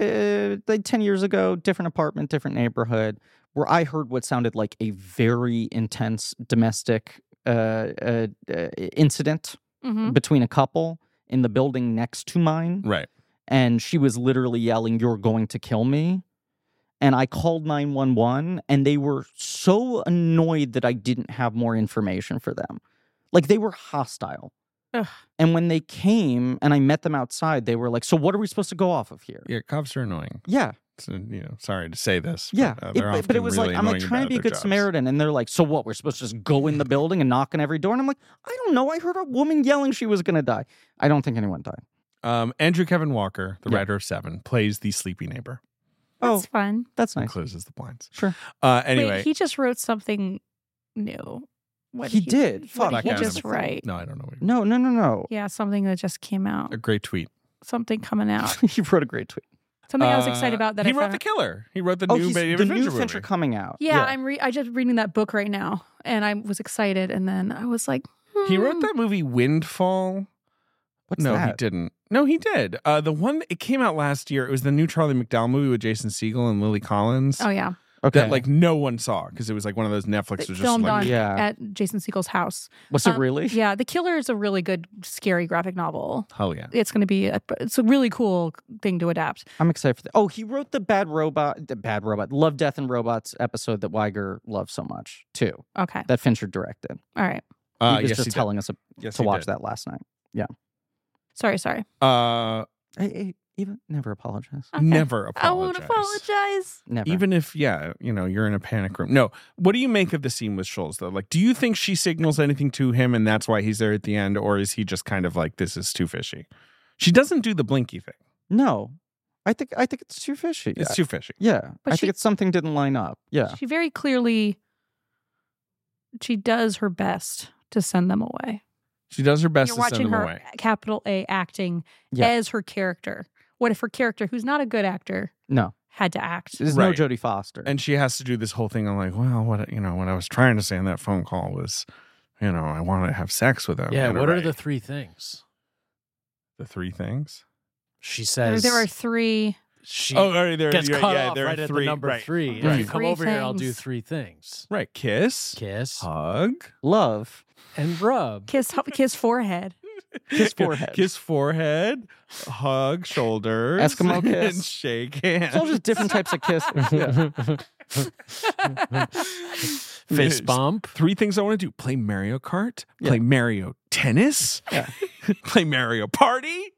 [SPEAKER 1] uh, like 10 years ago different apartment different neighborhood where i heard what sounded like a very intense domestic uh, uh, uh, incident
[SPEAKER 2] Mm-hmm. Mm.
[SPEAKER 3] Mhm.
[SPEAKER 1] between a couple in the building next to mine
[SPEAKER 2] Right.
[SPEAKER 1] and she was literally yelling, You're going to kill me. And I called 911, and they were so annoyed that I didn't have more information for them. Like they were hostile.
[SPEAKER 3] Ugh.
[SPEAKER 1] And when they came and I met them outside, they were like, So what are we supposed to go off of here?
[SPEAKER 2] Yeah, cops are annoying.
[SPEAKER 1] Yeah,
[SPEAKER 2] So, you know, sorry to say this.
[SPEAKER 1] yeah.
[SPEAKER 2] But, uh,
[SPEAKER 1] It-
[SPEAKER 2] they're
[SPEAKER 1] but, but it
[SPEAKER 2] often
[SPEAKER 1] was
[SPEAKER 2] really
[SPEAKER 1] like, I'm like
[SPEAKER 2] annoying
[SPEAKER 1] trying to
[SPEAKER 2] about
[SPEAKER 1] be a
[SPEAKER 2] their
[SPEAKER 1] good
[SPEAKER 2] jobs.
[SPEAKER 1] Samaritan. And they're like, So what? We're supposed to just go in the building and knock on every door? And I'm like, I don't know. I heard a woman yelling she was going to die. I don't think anyone died.
[SPEAKER 2] Um, Andrew Kevin Walker, the
[SPEAKER 1] Yeah.
[SPEAKER 2] writer of Seven, plays the sleepy neighbor.
[SPEAKER 1] Oh,
[SPEAKER 3] That's fun.
[SPEAKER 1] that's
[SPEAKER 2] and
[SPEAKER 1] nice.
[SPEAKER 2] closes the blinds.
[SPEAKER 1] Sure.
[SPEAKER 2] Uh,
[SPEAKER 3] Wait,
[SPEAKER 2] anyway,
[SPEAKER 3] he just wrote something new. What
[SPEAKER 1] He did.
[SPEAKER 3] What
[SPEAKER 1] Fuck,
[SPEAKER 2] Black
[SPEAKER 3] did he
[SPEAKER 2] Adam.
[SPEAKER 3] just write?
[SPEAKER 2] no, I don't know. What
[SPEAKER 1] No, no, no, no. *laughs*
[SPEAKER 3] Yeah, something that just came out.
[SPEAKER 2] a great tweet.
[SPEAKER 3] Something coming out.
[SPEAKER 2] *laughs*
[SPEAKER 1] he wrote a great tweet.
[SPEAKER 3] Something I was
[SPEAKER 2] Uh,
[SPEAKER 3] excited about that
[SPEAKER 2] he
[SPEAKER 3] I
[SPEAKER 2] wrote
[SPEAKER 3] found
[SPEAKER 2] the killer. He wrote the
[SPEAKER 1] oh,
[SPEAKER 2] new
[SPEAKER 1] he's,
[SPEAKER 2] Baby
[SPEAKER 1] the
[SPEAKER 2] Fincher
[SPEAKER 1] new
[SPEAKER 2] movie.
[SPEAKER 1] Fincher coming out.
[SPEAKER 3] Yeah,
[SPEAKER 2] Yeah.
[SPEAKER 3] I'm re- I just reading that book right now, and I was excited, and then I was like,
[SPEAKER 2] He
[SPEAKER 3] hmm.
[SPEAKER 2] wrote that movie Windfall.
[SPEAKER 1] What's
[SPEAKER 2] no, he
[SPEAKER 1] that?
[SPEAKER 2] didn't. No, he did. Uh, the one it came out last year. It was the new Charlie McDowell movie with Jason Segel and Lily Collins
[SPEAKER 3] Oh yeah,
[SPEAKER 1] Okay.
[SPEAKER 2] that like no one saw because it was like one of those Netflix
[SPEAKER 3] They
[SPEAKER 2] was just
[SPEAKER 3] filmed
[SPEAKER 2] like
[SPEAKER 3] on-
[SPEAKER 1] yeah.
[SPEAKER 3] at Jason Siegel's house.
[SPEAKER 1] Was it
[SPEAKER 3] um,
[SPEAKER 1] really?
[SPEAKER 3] Yeah, The Killer is a really good scary graphic novel.
[SPEAKER 2] hell yeah.
[SPEAKER 3] It's going to be a, it's a really cool thing to adapt.
[SPEAKER 1] I'm excited for that. Oh, he wrote the Bad Robot, the Bad Robot, Love, Death, and Robots episode that Weiger loved so much too,
[SPEAKER 3] Okay,
[SPEAKER 1] that Fincher directed.
[SPEAKER 3] all right.
[SPEAKER 2] Uh,
[SPEAKER 1] he was
[SPEAKER 2] yes,
[SPEAKER 1] just
[SPEAKER 2] he
[SPEAKER 1] telling us
[SPEAKER 2] did. Yes,
[SPEAKER 1] to
[SPEAKER 2] he
[SPEAKER 1] watch
[SPEAKER 2] did.
[SPEAKER 1] that last night.
[SPEAKER 3] Sorry, sorry.
[SPEAKER 1] I,
[SPEAKER 2] Uh,
[SPEAKER 1] I even never apologize.
[SPEAKER 3] Okay.
[SPEAKER 2] Never
[SPEAKER 3] I won't
[SPEAKER 2] apologize.
[SPEAKER 3] apologize.
[SPEAKER 1] Never.
[SPEAKER 2] Even if, yeah, you know, you're in a panic room. No, what do you make of the scene with Scholes though? Like, do you think she signals anything to him and that's why he's there at the end, or is he just kind of like, this is too fishy? She doesn't do the blinky thing.
[SPEAKER 1] no, I think I think it's too fishy.
[SPEAKER 2] It's
[SPEAKER 1] I-
[SPEAKER 2] too fishy.
[SPEAKER 1] yeah,
[SPEAKER 3] But
[SPEAKER 1] I
[SPEAKER 3] she-
[SPEAKER 1] think it's something didn't line up. Yeah,
[SPEAKER 3] She very clearly, she does her best to send them away.
[SPEAKER 2] She does her best
[SPEAKER 3] You're
[SPEAKER 2] to send
[SPEAKER 3] watching
[SPEAKER 2] him
[SPEAKER 3] her
[SPEAKER 2] away.
[SPEAKER 3] capital A acting
[SPEAKER 1] Yeah.
[SPEAKER 3] as her character. What if her character, who's not a good actor,
[SPEAKER 1] no,
[SPEAKER 3] had to act?
[SPEAKER 1] there's no
[SPEAKER 2] Right.
[SPEAKER 1] Jodie Foster.
[SPEAKER 2] And she has to do this whole thing on like, well, what you know, what I was trying to say in that phone call was, you know, I want to have sex with him.
[SPEAKER 4] yeah,
[SPEAKER 2] And
[SPEAKER 4] what
[SPEAKER 2] right,
[SPEAKER 4] are the three things?
[SPEAKER 2] the three things?
[SPEAKER 4] She
[SPEAKER 3] There-
[SPEAKER 4] says
[SPEAKER 3] there are three.
[SPEAKER 4] she
[SPEAKER 2] oh, right, there,
[SPEAKER 4] gets
[SPEAKER 2] you're-
[SPEAKER 4] cut
[SPEAKER 2] yeah,
[SPEAKER 4] off
[SPEAKER 2] there are
[SPEAKER 4] right at
[SPEAKER 2] three,
[SPEAKER 4] the number
[SPEAKER 2] right.
[SPEAKER 4] three. If
[SPEAKER 2] Right.
[SPEAKER 4] you come
[SPEAKER 3] Three
[SPEAKER 4] over here, I'll do
[SPEAKER 3] things.
[SPEAKER 4] three things.
[SPEAKER 2] Right, kiss,
[SPEAKER 4] Kiss
[SPEAKER 2] hug,
[SPEAKER 1] Love,
[SPEAKER 4] and rub.
[SPEAKER 3] Kiss kiss *laughs* forehead.
[SPEAKER 2] *laughs*
[SPEAKER 1] Kiss forehead.
[SPEAKER 2] kiss forehead, hug shoulders,
[SPEAKER 1] Eskimo
[SPEAKER 2] *laughs* and
[SPEAKER 1] kiss.
[SPEAKER 2] shake
[SPEAKER 1] it's
[SPEAKER 2] hands.
[SPEAKER 1] all
[SPEAKER 2] *laughs*
[SPEAKER 1] just different types of kisses.
[SPEAKER 4] *laughs*
[SPEAKER 3] *laughs*
[SPEAKER 1] Yeah.
[SPEAKER 4] Fist bump.
[SPEAKER 2] Three things I want to do: play Mario Kart,
[SPEAKER 1] Yeah.
[SPEAKER 2] play Mario Tennis,
[SPEAKER 1] Yeah.
[SPEAKER 2] *laughs* play Mario Party.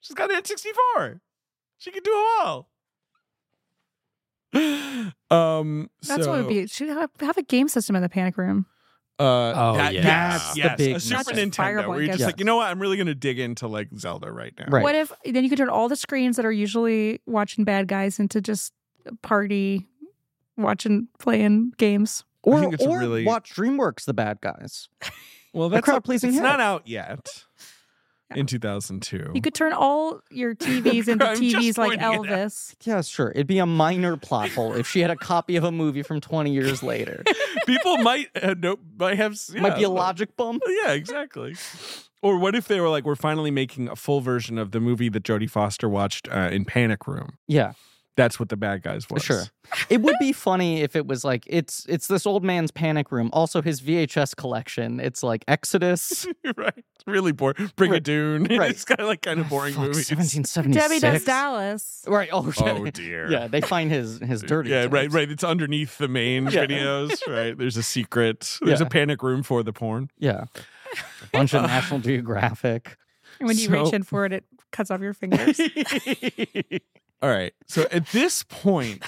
[SPEAKER 2] She's got an N64. She can do them all. *gasps* Um,
[SPEAKER 3] That's what
[SPEAKER 2] so,
[SPEAKER 3] would be. Should have, have a game system in the panic room.
[SPEAKER 2] Uh,
[SPEAKER 4] Oh,
[SPEAKER 2] that-
[SPEAKER 4] yeah.
[SPEAKER 2] yes,
[SPEAKER 1] That's the
[SPEAKER 2] yes,
[SPEAKER 1] big
[SPEAKER 2] a Super
[SPEAKER 3] mistake.
[SPEAKER 2] Nintendo. Where
[SPEAKER 3] Fireball
[SPEAKER 2] you're just
[SPEAKER 1] gets
[SPEAKER 2] like, you know what? I'm really gonna dig into like Zelda right now.
[SPEAKER 1] Right.
[SPEAKER 3] What if then you could turn all the screens that are usually watching bad guys into just a party, watching playing games.
[SPEAKER 1] Or,
[SPEAKER 2] think it's a
[SPEAKER 1] or
[SPEAKER 2] really-
[SPEAKER 1] watch DreamWorks the bad guys.
[SPEAKER 2] Well,
[SPEAKER 1] The
[SPEAKER 2] that's not-
[SPEAKER 1] crowd-pleasing
[SPEAKER 2] It's
[SPEAKER 1] hit.
[SPEAKER 2] not out yet.
[SPEAKER 3] Yeah.
[SPEAKER 2] In 2002,
[SPEAKER 3] You could turn all
[SPEAKER 2] *laughs*
[SPEAKER 3] your TVs into
[SPEAKER 2] I'm just
[SPEAKER 3] TVs
[SPEAKER 2] pointing
[SPEAKER 3] like
[SPEAKER 2] it out.
[SPEAKER 3] Elvis.
[SPEAKER 1] Yeah, sure. It'd be a minor plot hole if she had a copy of a movie from 20 years later.
[SPEAKER 2] people might uh, no, might have
[SPEAKER 1] Might be
[SPEAKER 2] *laughs*
[SPEAKER 1] a
[SPEAKER 2] yeah,
[SPEAKER 1] logic bump.
[SPEAKER 2] Oh, Yeah, exactly. Or what if they were like, we're finally making a full version of the movie that Jodie Foster watched uh, in Panic Room.
[SPEAKER 1] Yeah,
[SPEAKER 2] That's what the bad guys was. *laughs*
[SPEAKER 1] sure. It would be funny if it was like it's it's this old man's panic room, also his VHS collection. It's like
[SPEAKER 2] *laughs*
[SPEAKER 1] Exodus,
[SPEAKER 2] right. It's really boring. *laughs* Brigadoon.
[SPEAKER 1] Right. Oh,
[SPEAKER 2] It's kind of like kind of boring
[SPEAKER 1] Fuck,
[SPEAKER 2] movies.
[SPEAKER 1] 1776.
[SPEAKER 3] Debbie Does Dallas.
[SPEAKER 1] Right. Oh,
[SPEAKER 2] Oh
[SPEAKER 1] shit.
[SPEAKER 2] dear.
[SPEAKER 1] yeah. They find his his dirty.
[SPEAKER 2] Yeah, right,
[SPEAKER 1] tapes.
[SPEAKER 2] right. It's underneath the main
[SPEAKER 1] Yeah. *laughs*
[SPEAKER 2] videos, right? There's a secret. There's
[SPEAKER 1] Yeah.
[SPEAKER 2] a panic room for the porn.
[SPEAKER 1] Yeah. A bunch of National
[SPEAKER 2] *laughs*
[SPEAKER 1] Geographic.
[SPEAKER 3] And when you
[SPEAKER 2] So-
[SPEAKER 3] reach in for it, it cuts off
[SPEAKER 2] *laughs*
[SPEAKER 3] your fingers.
[SPEAKER 2] All right. So at this
[SPEAKER 1] *laughs*
[SPEAKER 2] point,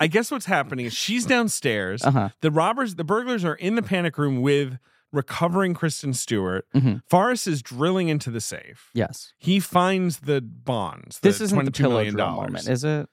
[SPEAKER 2] I guess what's happening is she's downstairs.
[SPEAKER 1] Uh huh.
[SPEAKER 2] The robbers, the burglars are in the panic room with recovering Kristen Stewart.
[SPEAKER 1] Mhm.
[SPEAKER 2] Forrest is drilling into the safe.
[SPEAKER 1] Yes.
[SPEAKER 2] He finds the bonds.
[SPEAKER 1] This isn't the
[SPEAKER 2] $22
[SPEAKER 1] pillow
[SPEAKER 2] million
[SPEAKER 1] drill
[SPEAKER 2] dollars.
[SPEAKER 1] moment, is it?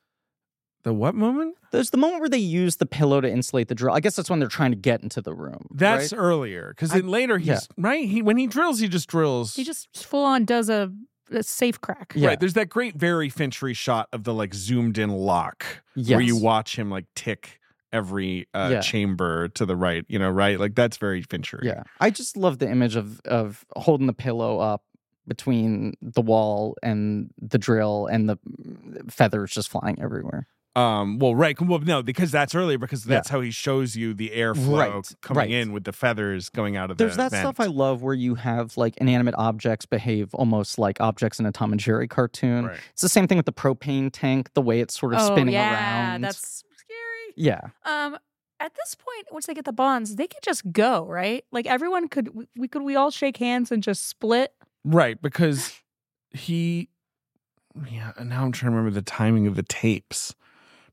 [SPEAKER 2] the what moment?
[SPEAKER 1] There's the moment where they use the pillow to insulate the drill. I guess that's when they're trying to get into the room.
[SPEAKER 2] That's
[SPEAKER 1] right?
[SPEAKER 2] earlier. Because
[SPEAKER 1] I-
[SPEAKER 2] then later he's
[SPEAKER 1] yeah.
[SPEAKER 2] right. He when he drills, he just drills.
[SPEAKER 3] he just full on does a, a safe crack.
[SPEAKER 1] Yeah.
[SPEAKER 2] Right. There's that great very Finchery shot of the like zoomed in lock
[SPEAKER 1] yes.
[SPEAKER 2] where you watch him like tick every uh,
[SPEAKER 1] Yeah.
[SPEAKER 2] chamber to the right, you know, right? Like that's very Finchery.
[SPEAKER 1] Yeah, I just love the image of of holding the pillow up between the wall and the drill, and the feathers just flying everywhere.
[SPEAKER 2] Um, well, right. Well, no, because that's earlier because that's how he shows you the airflow
[SPEAKER 1] Right,
[SPEAKER 2] coming
[SPEAKER 1] right.
[SPEAKER 2] in with the feathers going out of
[SPEAKER 1] There's
[SPEAKER 2] the
[SPEAKER 1] that stuff I
[SPEAKER 2] vent.
[SPEAKER 1] love where you have like inanimate objects behave almost like objects in a Tom and Jerry cartoon.
[SPEAKER 2] Right.
[SPEAKER 1] It's the same thing with the propane tank, the way it's sort of
[SPEAKER 3] oh
[SPEAKER 1] spinning
[SPEAKER 3] yeah,
[SPEAKER 1] around.
[SPEAKER 3] that's scary.
[SPEAKER 1] yeah,
[SPEAKER 3] Um, at this point, once they get the bonds, they could just go, right? Like everyone could, we- we could, we all shake hands and just split.
[SPEAKER 2] Right, because he yeah, and now I'm trying to remember the timing of the tapes.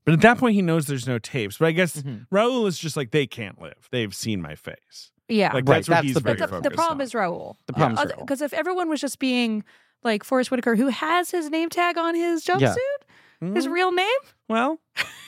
[SPEAKER 2] But at that point he knows there's no tapes. But I guess
[SPEAKER 1] Mhm.
[SPEAKER 2] Raul is just like they can't live. They've seen my face. Like
[SPEAKER 3] Yeah.
[SPEAKER 1] Right,
[SPEAKER 2] that's what
[SPEAKER 1] that's
[SPEAKER 2] he's
[SPEAKER 1] the
[SPEAKER 2] very
[SPEAKER 1] big
[SPEAKER 3] the,
[SPEAKER 2] focused
[SPEAKER 3] the problem
[SPEAKER 2] on.
[SPEAKER 3] is Uh, Raul.
[SPEAKER 1] the problem's real.
[SPEAKER 3] Because if everyone was just being like Forrest Whitaker, who has his name tag on his jumpsuit, his real name?
[SPEAKER 2] Mm-hmm.
[SPEAKER 1] *laughs*
[SPEAKER 2] Well,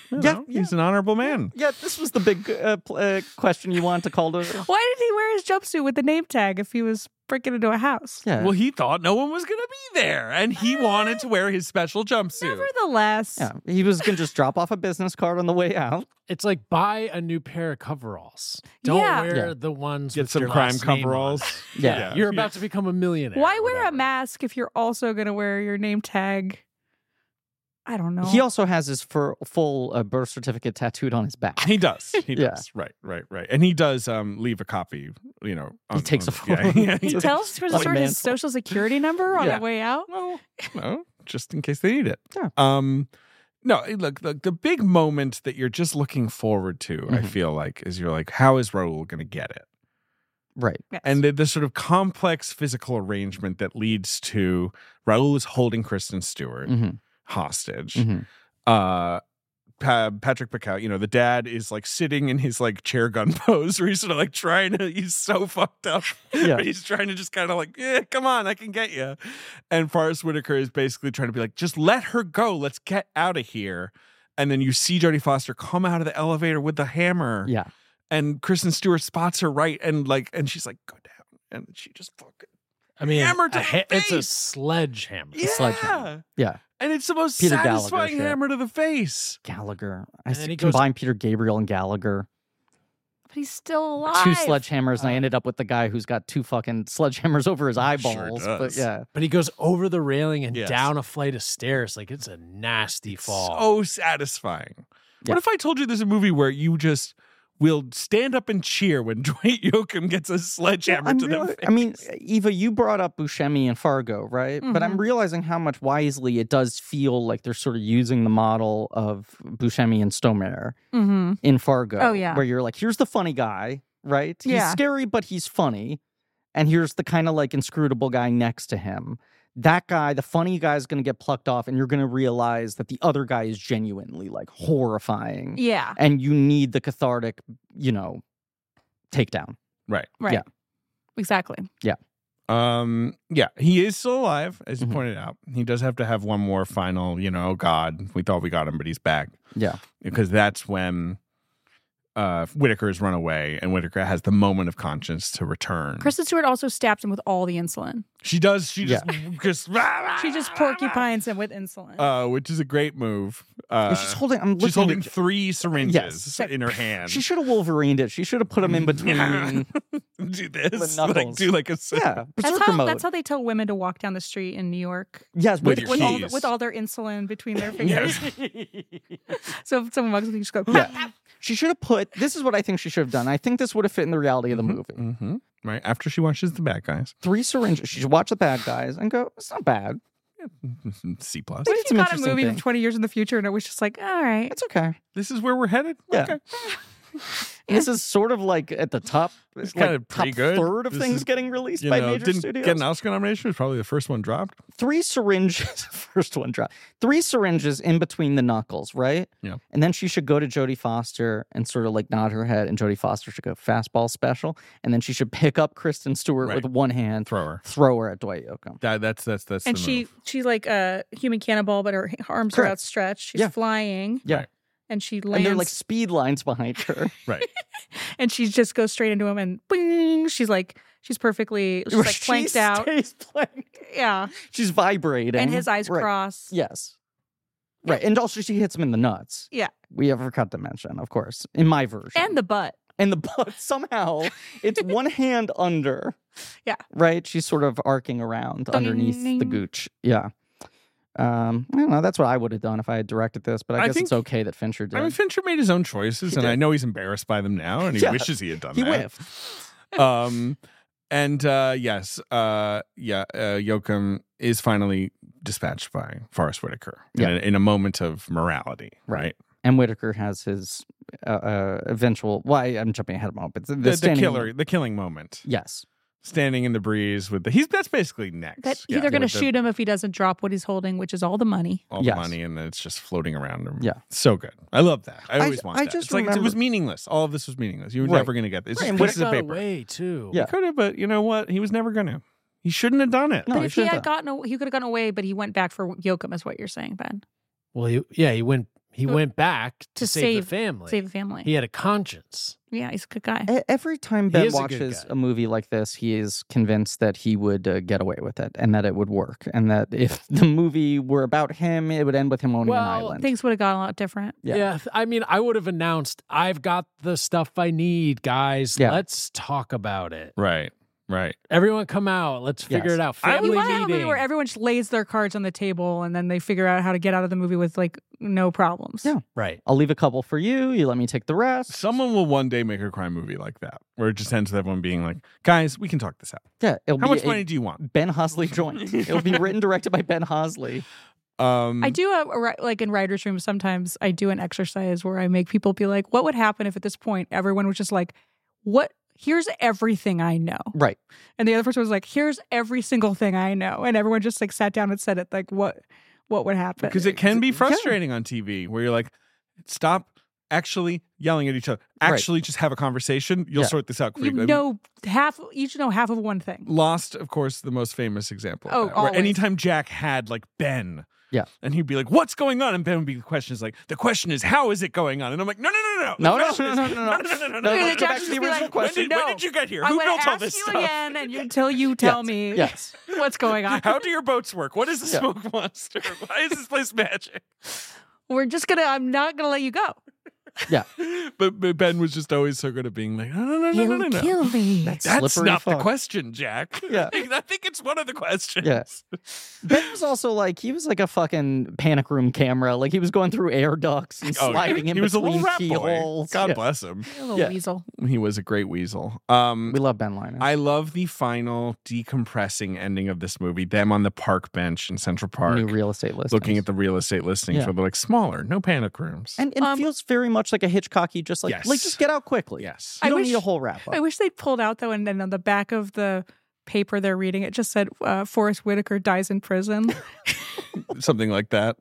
[SPEAKER 2] you
[SPEAKER 1] Yeah,
[SPEAKER 2] know, he's an honorable man.
[SPEAKER 1] Yeah, this was the big uh, pl- uh, question you wanted to
[SPEAKER 2] *laughs*
[SPEAKER 1] call to.
[SPEAKER 3] Why did he wear his jumpsuit with the name tag if he was breaking into a house?
[SPEAKER 1] Yeah. Uh,
[SPEAKER 2] Well, he thought no one was going to be there, and he wanted to wear his special jumpsuit.
[SPEAKER 3] Nevertheless,
[SPEAKER 1] yeah, he was gonna just drop off a business card on the way out.
[SPEAKER 4] It's like buy a new pair of coveralls. Don't
[SPEAKER 3] Yeah.
[SPEAKER 4] wear
[SPEAKER 1] Yeah.
[SPEAKER 4] the ones
[SPEAKER 2] Get
[SPEAKER 4] with
[SPEAKER 2] some
[SPEAKER 4] your
[SPEAKER 2] crime
[SPEAKER 4] last name on.
[SPEAKER 2] coveralls.
[SPEAKER 1] Yeah.
[SPEAKER 4] You're about to become a millionaire.
[SPEAKER 3] why wear a
[SPEAKER 4] whatever.
[SPEAKER 3] mask if you're also going to wear your name tag? I don't know.
[SPEAKER 1] He also has his fur- full uh, birth certificate tattooed on his back.
[SPEAKER 2] He does. He
[SPEAKER 1] Yeah.
[SPEAKER 2] does. Right, right, right. And he does um, leave a copy, you know. on-
[SPEAKER 1] takes
[SPEAKER 2] on-
[SPEAKER 1] a
[SPEAKER 2] yeah, *laughs*
[SPEAKER 1] photo.
[SPEAKER 2] yeah,
[SPEAKER 3] he
[SPEAKER 2] yeah.
[SPEAKER 3] tells for
[SPEAKER 1] Like
[SPEAKER 3] sort
[SPEAKER 1] man-
[SPEAKER 3] his social security number on
[SPEAKER 2] Yeah.
[SPEAKER 3] the way out.
[SPEAKER 2] Well, no, just in case they need it.
[SPEAKER 1] Yeah.
[SPEAKER 2] Um, no, look, look, the big moment that you're just looking forward to, I
[SPEAKER 1] Mhm.
[SPEAKER 2] feel like, is you're like, how is Raul going to get it?
[SPEAKER 1] Right.
[SPEAKER 3] Yes.
[SPEAKER 2] And the, the sort of complex physical arrangement that leads to Raul is holding Kristen Stewart
[SPEAKER 1] Mhm.
[SPEAKER 2] hostage.
[SPEAKER 1] Mhm.
[SPEAKER 2] Uh, Pa- Patrick Picard, you know, the dad is like sitting in his like chair gun *laughs* pose where he's sort of like trying to, he's so fucked up. *laughs*
[SPEAKER 1] Yeah.
[SPEAKER 2] But he's trying to just kind of like, yeah, come on, I can get you. And Forrest Whitaker is basically trying to be like, just let her go. Let's get out of here. And then you see Jodie Foster come out of the elevator with the hammer.
[SPEAKER 1] Yeah.
[SPEAKER 2] And Kristen Stewart spots her right and like, and she's like, go down. And she just fucking,
[SPEAKER 4] I mean,
[SPEAKER 2] Hammer to
[SPEAKER 4] a
[SPEAKER 2] the
[SPEAKER 4] ha- it's a
[SPEAKER 2] face.
[SPEAKER 4] sledgehammer.
[SPEAKER 2] yeah.
[SPEAKER 1] sledgehammer. Yeah.
[SPEAKER 2] And it's the most
[SPEAKER 1] Peter Gallagher
[SPEAKER 2] satisfying
[SPEAKER 1] shit.
[SPEAKER 2] hammer to the face.
[SPEAKER 1] Gallagher. I
[SPEAKER 4] And then
[SPEAKER 1] s-
[SPEAKER 4] he goes-
[SPEAKER 1] combined Peter Gabriel and Gallagher.
[SPEAKER 3] but he's still alive.
[SPEAKER 1] Two sledgehammers, and I
[SPEAKER 4] Uh,
[SPEAKER 1] ended up with the guy who's got two fucking sledgehammers over his eyeballs. but
[SPEAKER 2] does.
[SPEAKER 1] yeah.
[SPEAKER 4] But he goes over the railing and
[SPEAKER 2] Yes.
[SPEAKER 4] down a flight of stairs. Like it's a nasty fall.
[SPEAKER 2] So satisfying.
[SPEAKER 1] Yeah.
[SPEAKER 2] What if I told you there's a movie where you just will stand up and cheer when *laughs* Dwight Yoakam gets a sledgehammer
[SPEAKER 1] I'm
[SPEAKER 2] to the
[SPEAKER 1] reali-
[SPEAKER 2] face?
[SPEAKER 1] I mean, Eva, you brought up Buscemi and Fargo, right? But I'm realizing how much wisely it does feel like they're sort of using the model of Buscemi and Stonemare
[SPEAKER 3] Mm-hmm.
[SPEAKER 1] in Fargo.
[SPEAKER 3] Oh, yeah.
[SPEAKER 1] Where you're like, here's the funny guy, right? He's
[SPEAKER 3] Yeah.
[SPEAKER 1] scary, but he's funny. And here's the kind of like inscrutable guy next to him. That guy, the funny guy, is going to get plucked off, and you're going to realize that the other guy is genuinely like horrifying.
[SPEAKER 3] Yeah.
[SPEAKER 1] And you need the cathartic, you know, takedown.
[SPEAKER 3] Right.
[SPEAKER 1] Yeah.
[SPEAKER 3] Exactly.
[SPEAKER 2] Um, yeah, he is still alive, as you
[SPEAKER 1] Mhm.
[SPEAKER 2] pointed out. He does have to have one more final, you know, God, we thought we got him, but he's back.
[SPEAKER 1] Yeah.
[SPEAKER 2] Because that's when uh Whitaker has run away and Whitaker has the moment of conscience to return.
[SPEAKER 3] Kristen Stewart also stabs him with all the insulin.
[SPEAKER 2] she does, she just, *laughs* just
[SPEAKER 3] She
[SPEAKER 2] *laughs*
[SPEAKER 3] just porcupines him with insulin.
[SPEAKER 2] uh, which is a great move. Uh,
[SPEAKER 1] And she's holding, I'm looking
[SPEAKER 2] She's holding
[SPEAKER 1] at-
[SPEAKER 2] three syringes
[SPEAKER 1] Yes.
[SPEAKER 2] in her hand. *laughs*
[SPEAKER 1] She should have Wolverined it. She should have put him in between.
[SPEAKER 3] *laughs*
[SPEAKER 1] yeah,
[SPEAKER 2] do this,
[SPEAKER 1] The
[SPEAKER 2] like
[SPEAKER 1] knuckles.
[SPEAKER 2] do like a
[SPEAKER 3] that's
[SPEAKER 1] berserker
[SPEAKER 3] how
[SPEAKER 1] mode.
[SPEAKER 3] that's how they tell women to walk down the street in New York
[SPEAKER 1] yes, with,
[SPEAKER 2] With your
[SPEAKER 1] with
[SPEAKER 3] with all,
[SPEAKER 2] Keys.
[SPEAKER 3] with all their insulin between
[SPEAKER 1] *laughs*
[SPEAKER 3] their fingers.
[SPEAKER 2] *laughs* Yes.
[SPEAKER 3] so if someone walks up, you just go.
[SPEAKER 1] Yeah.
[SPEAKER 3] *laughs*
[SPEAKER 1] She should have put. This is what I think she should have done. I think this would have fit in the reality of the movie.
[SPEAKER 2] hmm Right after she watches the bad guys, *laughs*
[SPEAKER 1] Three syringes. She should watch the bad guys and go. It's not bad.
[SPEAKER 2] C plus.
[SPEAKER 1] They
[SPEAKER 3] What
[SPEAKER 1] did
[SPEAKER 3] if
[SPEAKER 1] some
[SPEAKER 3] you got a
[SPEAKER 1] interesting
[SPEAKER 3] movie
[SPEAKER 1] things.
[SPEAKER 3] 20 years in the future and it was just like, all right.
[SPEAKER 1] It's okay.
[SPEAKER 2] This is where we're headed.
[SPEAKER 1] Yeah.
[SPEAKER 2] Okay.
[SPEAKER 3] Eh.
[SPEAKER 1] And This is sort of like at the top.
[SPEAKER 2] It's
[SPEAKER 1] like
[SPEAKER 2] kinda
[SPEAKER 1] top
[SPEAKER 2] pretty good.
[SPEAKER 1] third of
[SPEAKER 2] This
[SPEAKER 1] things
[SPEAKER 2] is,
[SPEAKER 1] getting released
[SPEAKER 2] You
[SPEAKER 1] by
[SPEAKER 2] know,
[SPEAKER 1] major
[SPEAKER 2] didn't
[SPEAKER 1] studios.
[SPEAKER 2] get an Oscar nomination. It was probably the first one dropped.
[SPEAKER 1] three syringes. *laughs* First one drop. Three syringes in between the knuckles, right?
[SPEAKER 2] Yeah.
[SPEAKER 1] And then she should go to Jodie Foster and sort of like nod her head, and Jodie Foster should go fastball special, and then she should pick up Kristen Stewart
[SPEAKER 2] Right.
[SPEAKER 1] with one hand,
[SPEAKER 2] Thrower.
[SPEAKER 1] throw her at Dwight Yoakam.
[SPEAKER 2] That, that's that's that's.
[SPEAKER 3] And
[SPEAKER 2] the
[SPEAKER 3] she
[SPEAKER 2] move.
[SPEAKER 3] she's like a human cannonball, but her arms are
[SPEAKER 1] Correct.
[SPEAKER 3] outstretched. She's
[SPEAKER 1] Yeah.
[SPEAKER 3] flying.
[SPEAKER 1] Yeah.
[SPEAKER 2] Right.
[SPEAKER 3] And she
[SPEAKER 1] And
[SPEAKER 3] lands
[SPEAKER 1] they're
[SPEAKER 3] and,
[SPEAKER 1] like speed lines behind her.
[SPEAKER 3] *laughs* she just goes straight into him and bing. She's like she's perfectly
[SPEAKER 1] *laughs*
[SPEAKER 3] she's like
[SPEAKER 1] She
[SPEAKER 3] planked out.
[SPEAKER 1] stays *laughs* planked.
[SPEAKER 3] Yeah.
[SPEAKER 1] She's vibrating.
[SPEAKER 3] And his eyes
[SPEAKER 1] Right.
[SPEAKER 3] cross.
[SPEAKER 1] Yes. Right. And also she hits him in the nuts.
[SPEAKER 3] Yeah.
[SPEAKER 1] We have forgot to mention, of course, in my version.
[SPEAKER 3] And the butt.
[SPEAKER 1] *laughs* and the butt somehow it's
[SPEAKER 3] *laughs*
[SPEAKER 1] one hand under.
[SPEAKER 3] Yeah.
[SPEAKER 1] Right? She's sort of arcing around underneath the
[SPEAKER 3] Ding.
[SPEAKER 1] gooch. Yeah. Um, I don't know. That's what I would have done if I had directed this, but I,
[SPEAKER 2] I
[SPEAKER 1] guess it's
[SPEAKER 2] think-
[SPEAKER 1] okay that Fincher did.
[SPEAKER 2] I mean, Fincher made his own choices,
[SPEAKER 1] He
[SPEAKER 2] and
[SPEAKER 1] did.
[SPEAKER 2] I know he's embarrassed by them now, and he
[SPEAKER 1] Yeah.
[SPEAKER 2] wishes he had done
[SPEAKER 1] He
[SPEAKER 2] that. um, and uh, yes, uh, yeah, uh, Yoakum is finally dispatched by Forrest Whitaker
[SPEAKER 1] Yeah.
[SPEAKER 2] in, a, in a moment of morality,
[SPEAKER 1] Right.
[SPEAKER 2] right?
[SPEAKER 1] and Whitaker has his uh, uh, eventual. Well, I, am jumping ahead of moment, but the, the
[SPEAKER 2] The, the
[SPEAKER 1] standing-
[SPEAKER 2] killer, the killing moment,
[SPEAKER 1] Yes.
[SPEAKER 2] standing in the breeze with the he's that's basically next.
[SPEAKER 3] That
[SPEAKER 2] Yeah.
[SPEAKER 3] they're gonna
[SPEAKER 2] With the-
[SPEAKER 3] shoot him if he doesn't drop what he's holding, which is all the money.
[SPEAKER 2] all
[SPEAKER 1] Yes.
[SPEAKER 2] the money, and then it's just floating around him.
[SPEAKER 1] Yeah.
[SPEAKER 2] so good. I love that. I
[SPEAKER 1] I-
[SPEAKER 2] always want
[SPEAKER 1] I
[SPEAKER 2] that.
[SPEAKER 1] just
[SPEAKER 2] it's like it
[SPEAKER 1] remember-
[SPEAKER 2] was meaningless. All of this was meaningless. You were
[SPEAKER 1] Right.
[SPEAKER 2] never gonna get this. It's
[SPEAKER 1] Right, and
[SPEAKER 2] just
[SPEAKER 4] Could
[SPEAKER 1] what
[SPEAKER 4] have
[SPEAKER 2] pieces of paper.
[SPEAKER 4] got away too.
[SPEAKER 1] Yeah.
[SPEAKER 2] Could have, but you know what? He was never gonna. He shouldn't have done it.
[SPEAKER 1] No,
[SPEAKER 3] but
[SPEAKER 1] he
[SPEAKER 3] if he
[SPEAKER 1] should've
[SPEAKER 3] had
[SPEAKER 1] done.
[SPEAKER 3] gotten, a- he could have gotten away, but he went back for Yoakum, is what you're saying, Ben.
[SPEAKER 4] Well, he, yeah, he went he
[SPEAKER 3] To-
[SPEAKER 4] went back to, save, the family.
[SPEAKER 3] Save a family.
[SPEAKER 4] He had a conscience.
[SPEAKER 3] yeah, he's a good guy.
[SPEAKER 1] E- Every time
[SPEAKER 4] He
[SPEAKER 1] Ben
[SPEAKER 4] is a good
[SPEAKER 1] watches
[SPEAKER 4] guy.
[SPEAKER 1] a, movie like this, he is convinced that he would uh, get away with it and that it would work, and that if *laughs* the movie were about him, it would end with him owning
[SPEAKER 4] Well,
[SPEAKER 1] an island.
[SPEAKER 3] Things would have gone a lot different.
[SPEAKER 1] Yeah.
[SPEAKER 4] th- I mean, I would have announced, I've got the stuff I need, guys.
[SPEAKER 1] Yeah.
[SPEAKER 4] Let's talk about it.
[SPEAKER 2] Right. Right.
[SPEAKER 4] Everyone come out. Let's figure
[SPEAKER 1] Yes.
[SPEAKER 4] it out.
[SPEAKER 2] I
[SPEAKER 4] Family
[SPEAKER 3] you want to have a movie
[SPEAKER 4] meeting.
[SPEAKER 3] where everyone just lays their cards on the table and then they figure out how to get out of the movie with like no problems.
[SPEAKER 1] Yeah.
[SPEAKER 4] right.
[SPEAKER 1] I'll leave a couple for you. You let me take the rest.
[SPEAKER 2] Someone will one day make a crime movie like that, where it just ends with everyone being like, "Guys, we can talk this out.
[SPEAKER 1] yeah, it'll
[SPEAKER 2] How
[SPEAKER 1] be
[SPEAKER 2] much
[SPEAKER 1] a
[SPEAKER 2] money do you want?"
[SPEAKER 1] Ben Hosley
[SPEAKER 2] *laughs*
[SPEAKER 1] joint. it'll be written directed by Ben Hosley.
[SPEAKER 2] Um,
[SPEAKER 3] I do a, a ri- like in writers' room sometimes I do an exercise where I make people be like, what would happen if at this point everyone was just like, what here's everything I know.
[SPEAKER 2] *laughs*
[SPEAKER 1] Right.
[SPEAKER 3] And the other person was like, here's every single thing I know. And everyone just like sat down and said it like what what would happen?
[SPEAKER 2] because it can be frustrating on TV where you're like, "Stop." Actually, yelling at each other.
[SPEAKER 1] Right.
[SPEAKER 2] Actually, just have a conversation. You'll
[SPEAKER 1] Yeah.
[SPEAKER 2] sort this out
[SPEAKER 3] you
[SPEAKER 2] quickly.
[SPEAKER 3] know half each know half of one thing.
[SPEAKER 2] Lost, of course, the most famous example. of
[SPEAKER 3] Oh,
[SPEAKER 2] that, where
[SPEAKER 3] always.
[SPEAKER 2] anytime Jack had like Ben,
[SPEAKER 1] Yeah.
[SPEAKER 2] and he'd be like, "What's going on?" and Ben would be the question is like, "The question is how is it going on?" and I'm like, "No, no, no, no,
[SPEAKER 1] No,
[SPEAKER 2] The
[SPEAKER 1] no,
[SPEAKER 2] question
[SPEAKER 1] no,
[SPEAKER 2] is-
[SPEAKER 1] no, no, no.
[SPEAKER 2] *laughs* no, no,
[SPEAKER 1] No,
[SPEAKER 2] no,
[SPEAKER 1] no,
[SPEAKER 2] no,
[SPEAKER 1] Go back to the
[SPEAKER 3] just be
[SPEAKER 1] original
[SPEAKER 3] like,
[SPEAKER 2] When
[SPEAKER 1] question.
[SPEAKER 2] did, when did you get here?
[SPEAKER 3] I'm
[SPEAKER 2] Who
[SPEAKER 3] gonna
[SPEAKER 2] built all
[SPEAKER 3] ask
[SPEAKER 2] this
[SPEAKER 3] you
[SPEAKER 2] stuff?
[SPEAKER 3] again and you,
[SPEAKER 2] *laughs*
[SPEAKER 3] until you tell
[SPEAKER 1] Yes.
[SPEAKER 3] me
[SPEAKER 1] Yes.
[SPEAKER 3] what's going on.
[SPEAKER 2] How do your boats work? What is the
[SPEAKER 1] Yeah.
[SPEAKER 2] smoke monster? Why is this place magic?
[SPEAKER 3] We're just gonna I'm not gonna let you go.
[SPEAKER 2] But, but Ben was just always so good at being like, no, no, no, no, no, no, no.
[SPEAKER 3] me.
[SPEAKER 2] That's
[SPEAKER 1] Slippery
[SPEAKER 2] not the
[SPEAKER 1] fuck.
[SPEAKER 2] question, Jack.
[SPEAKER 1] Yeah.
[SPEAKER 2] *laughs* I think it's one of the questions.
[SPEAKER 1] Yeah. Ben was also like he was like a fucking panic room camera. Like he was going through air ducts and
[SPEAKER 2] Oh, yeah.
[SPEAKER 1] sliding in
[SPEAKER 2] he was a
[SPEAKER 1] between
[SPEAKER 2] little rat boy.
[SPEAKER 1] keyholes.
[SPEAKER 2] God
[SPEAKER 1] Yeah.
[SPEAKER 2] bless him.
[SPEAKER 3] little
[SPEAKER 1] Yeah.
[SPEAKER 3] weasel.
[SPEAKER 2] He was a great weasel. Um,
[SPEAKER 1] We love Ben Liner.
[SPEAKER 2] I love the final decompressing ending of this movie. Them on the park bench in Central Park,
[SPEAKER 1] New real estate list.
[SPEAKER 2] looking at the real estate listings
[SPEAKER 1] Yeah.
[SPEAKER 2] where they're like smaller, no panic rooms.
[SPEAKER 1] and it
[SPEAKER 3] Um,
[SPEAKER 1] feels very much like a Hitchcocky, just like like
[SPEAKER 2] Yes.
[SPEAKER 1] just get out quickly.
[SPEAKER 2] yes,
[SPEAKER 1] You
[SPEAKER 3] I
[SPEAKER 1] don't
[SPEAKER 3] wish-
[SPEAKER 1] need a whole wrap up.
[SPEAKER 3] I wish they'd pulled out though, and then on the back of the paper they're reading, it just said uh, Forrest Whitaker dies in
[SPEAKER 2] *laughs*
[SPEAKER 3] prison.
[SPEAKER 2] something like that.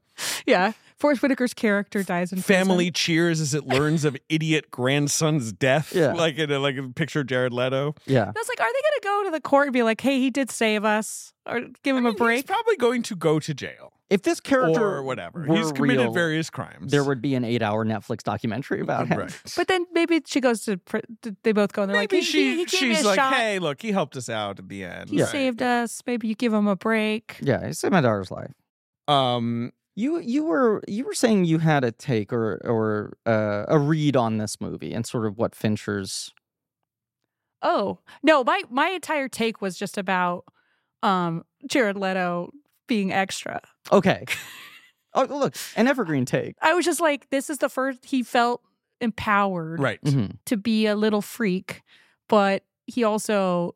[SPEAKER 3] yeah, Forrest Whitaker's character dies in
[SPEAKER 2] Family cheers as it learns of idiot grandson's death.
[SPEAKER 1] Yeah.
[SPEAKER 2] Like in a, like a picture of Jared Leto.
[SPEAKER 1] yeah.
[SPEAKER 3] prison. I was like, are they going to go to the court and be like, "Hey, he did save us," or give him a
[SPEAKER 2] He's
[SPEAKER 3] break?
[SPEAKER 2] probably going to go to jail
[SPEAKER 1] If this character
[SPEAKER 2] or whatever.
[SPEAKER 1] were
[SPEAKER 2] He's committed
[SPEAKER 1] real,
[SPEAKER 2] various crimes.
[SPEAKER 1] there would be an eight hour Netflix documentary about him.
[SPEAKER 2] right.
[SPEAKER 3] But then maybe she goes to. Pr- they both go and they're
[SPEAKER 2] Maybe
[SPEAKER 3] like, "He-
[SPEAKER 2] she
[SPEAKER 3] he, he gave me
[SPEAKER 2] she's
[SPEAKER 3] a
[SPEAKER 2] like,
[SPEAKER 3] shot.
[SPEAKER 2] hey, look, he helped us out at the end.
[SPEAKER 3] he
[SPEAKER 2] right?
[SPEAKER 3] saved us. Maybe you give him a break."
[SPEAKER 1] Yeah, it's in my daughter's life.
[SPEAKER 2] Um,
[SPEAKER 1] You you were you were saying you had a take or or uh, a read on this movie and sort of what Fincher's
[SPEAKER 3] Oh no, my my entire take was just about um Jared Leto being extra. *laughs*
[SPEAKER 1] okay. oh look, an evergreen take.
[SPEAKER 3] I was just like, this is the first he felt empowered
[SPEAKER 2] right.
[SPEAKER 1] Mhm.
[SPEAKER 3] to be a little freak, but he also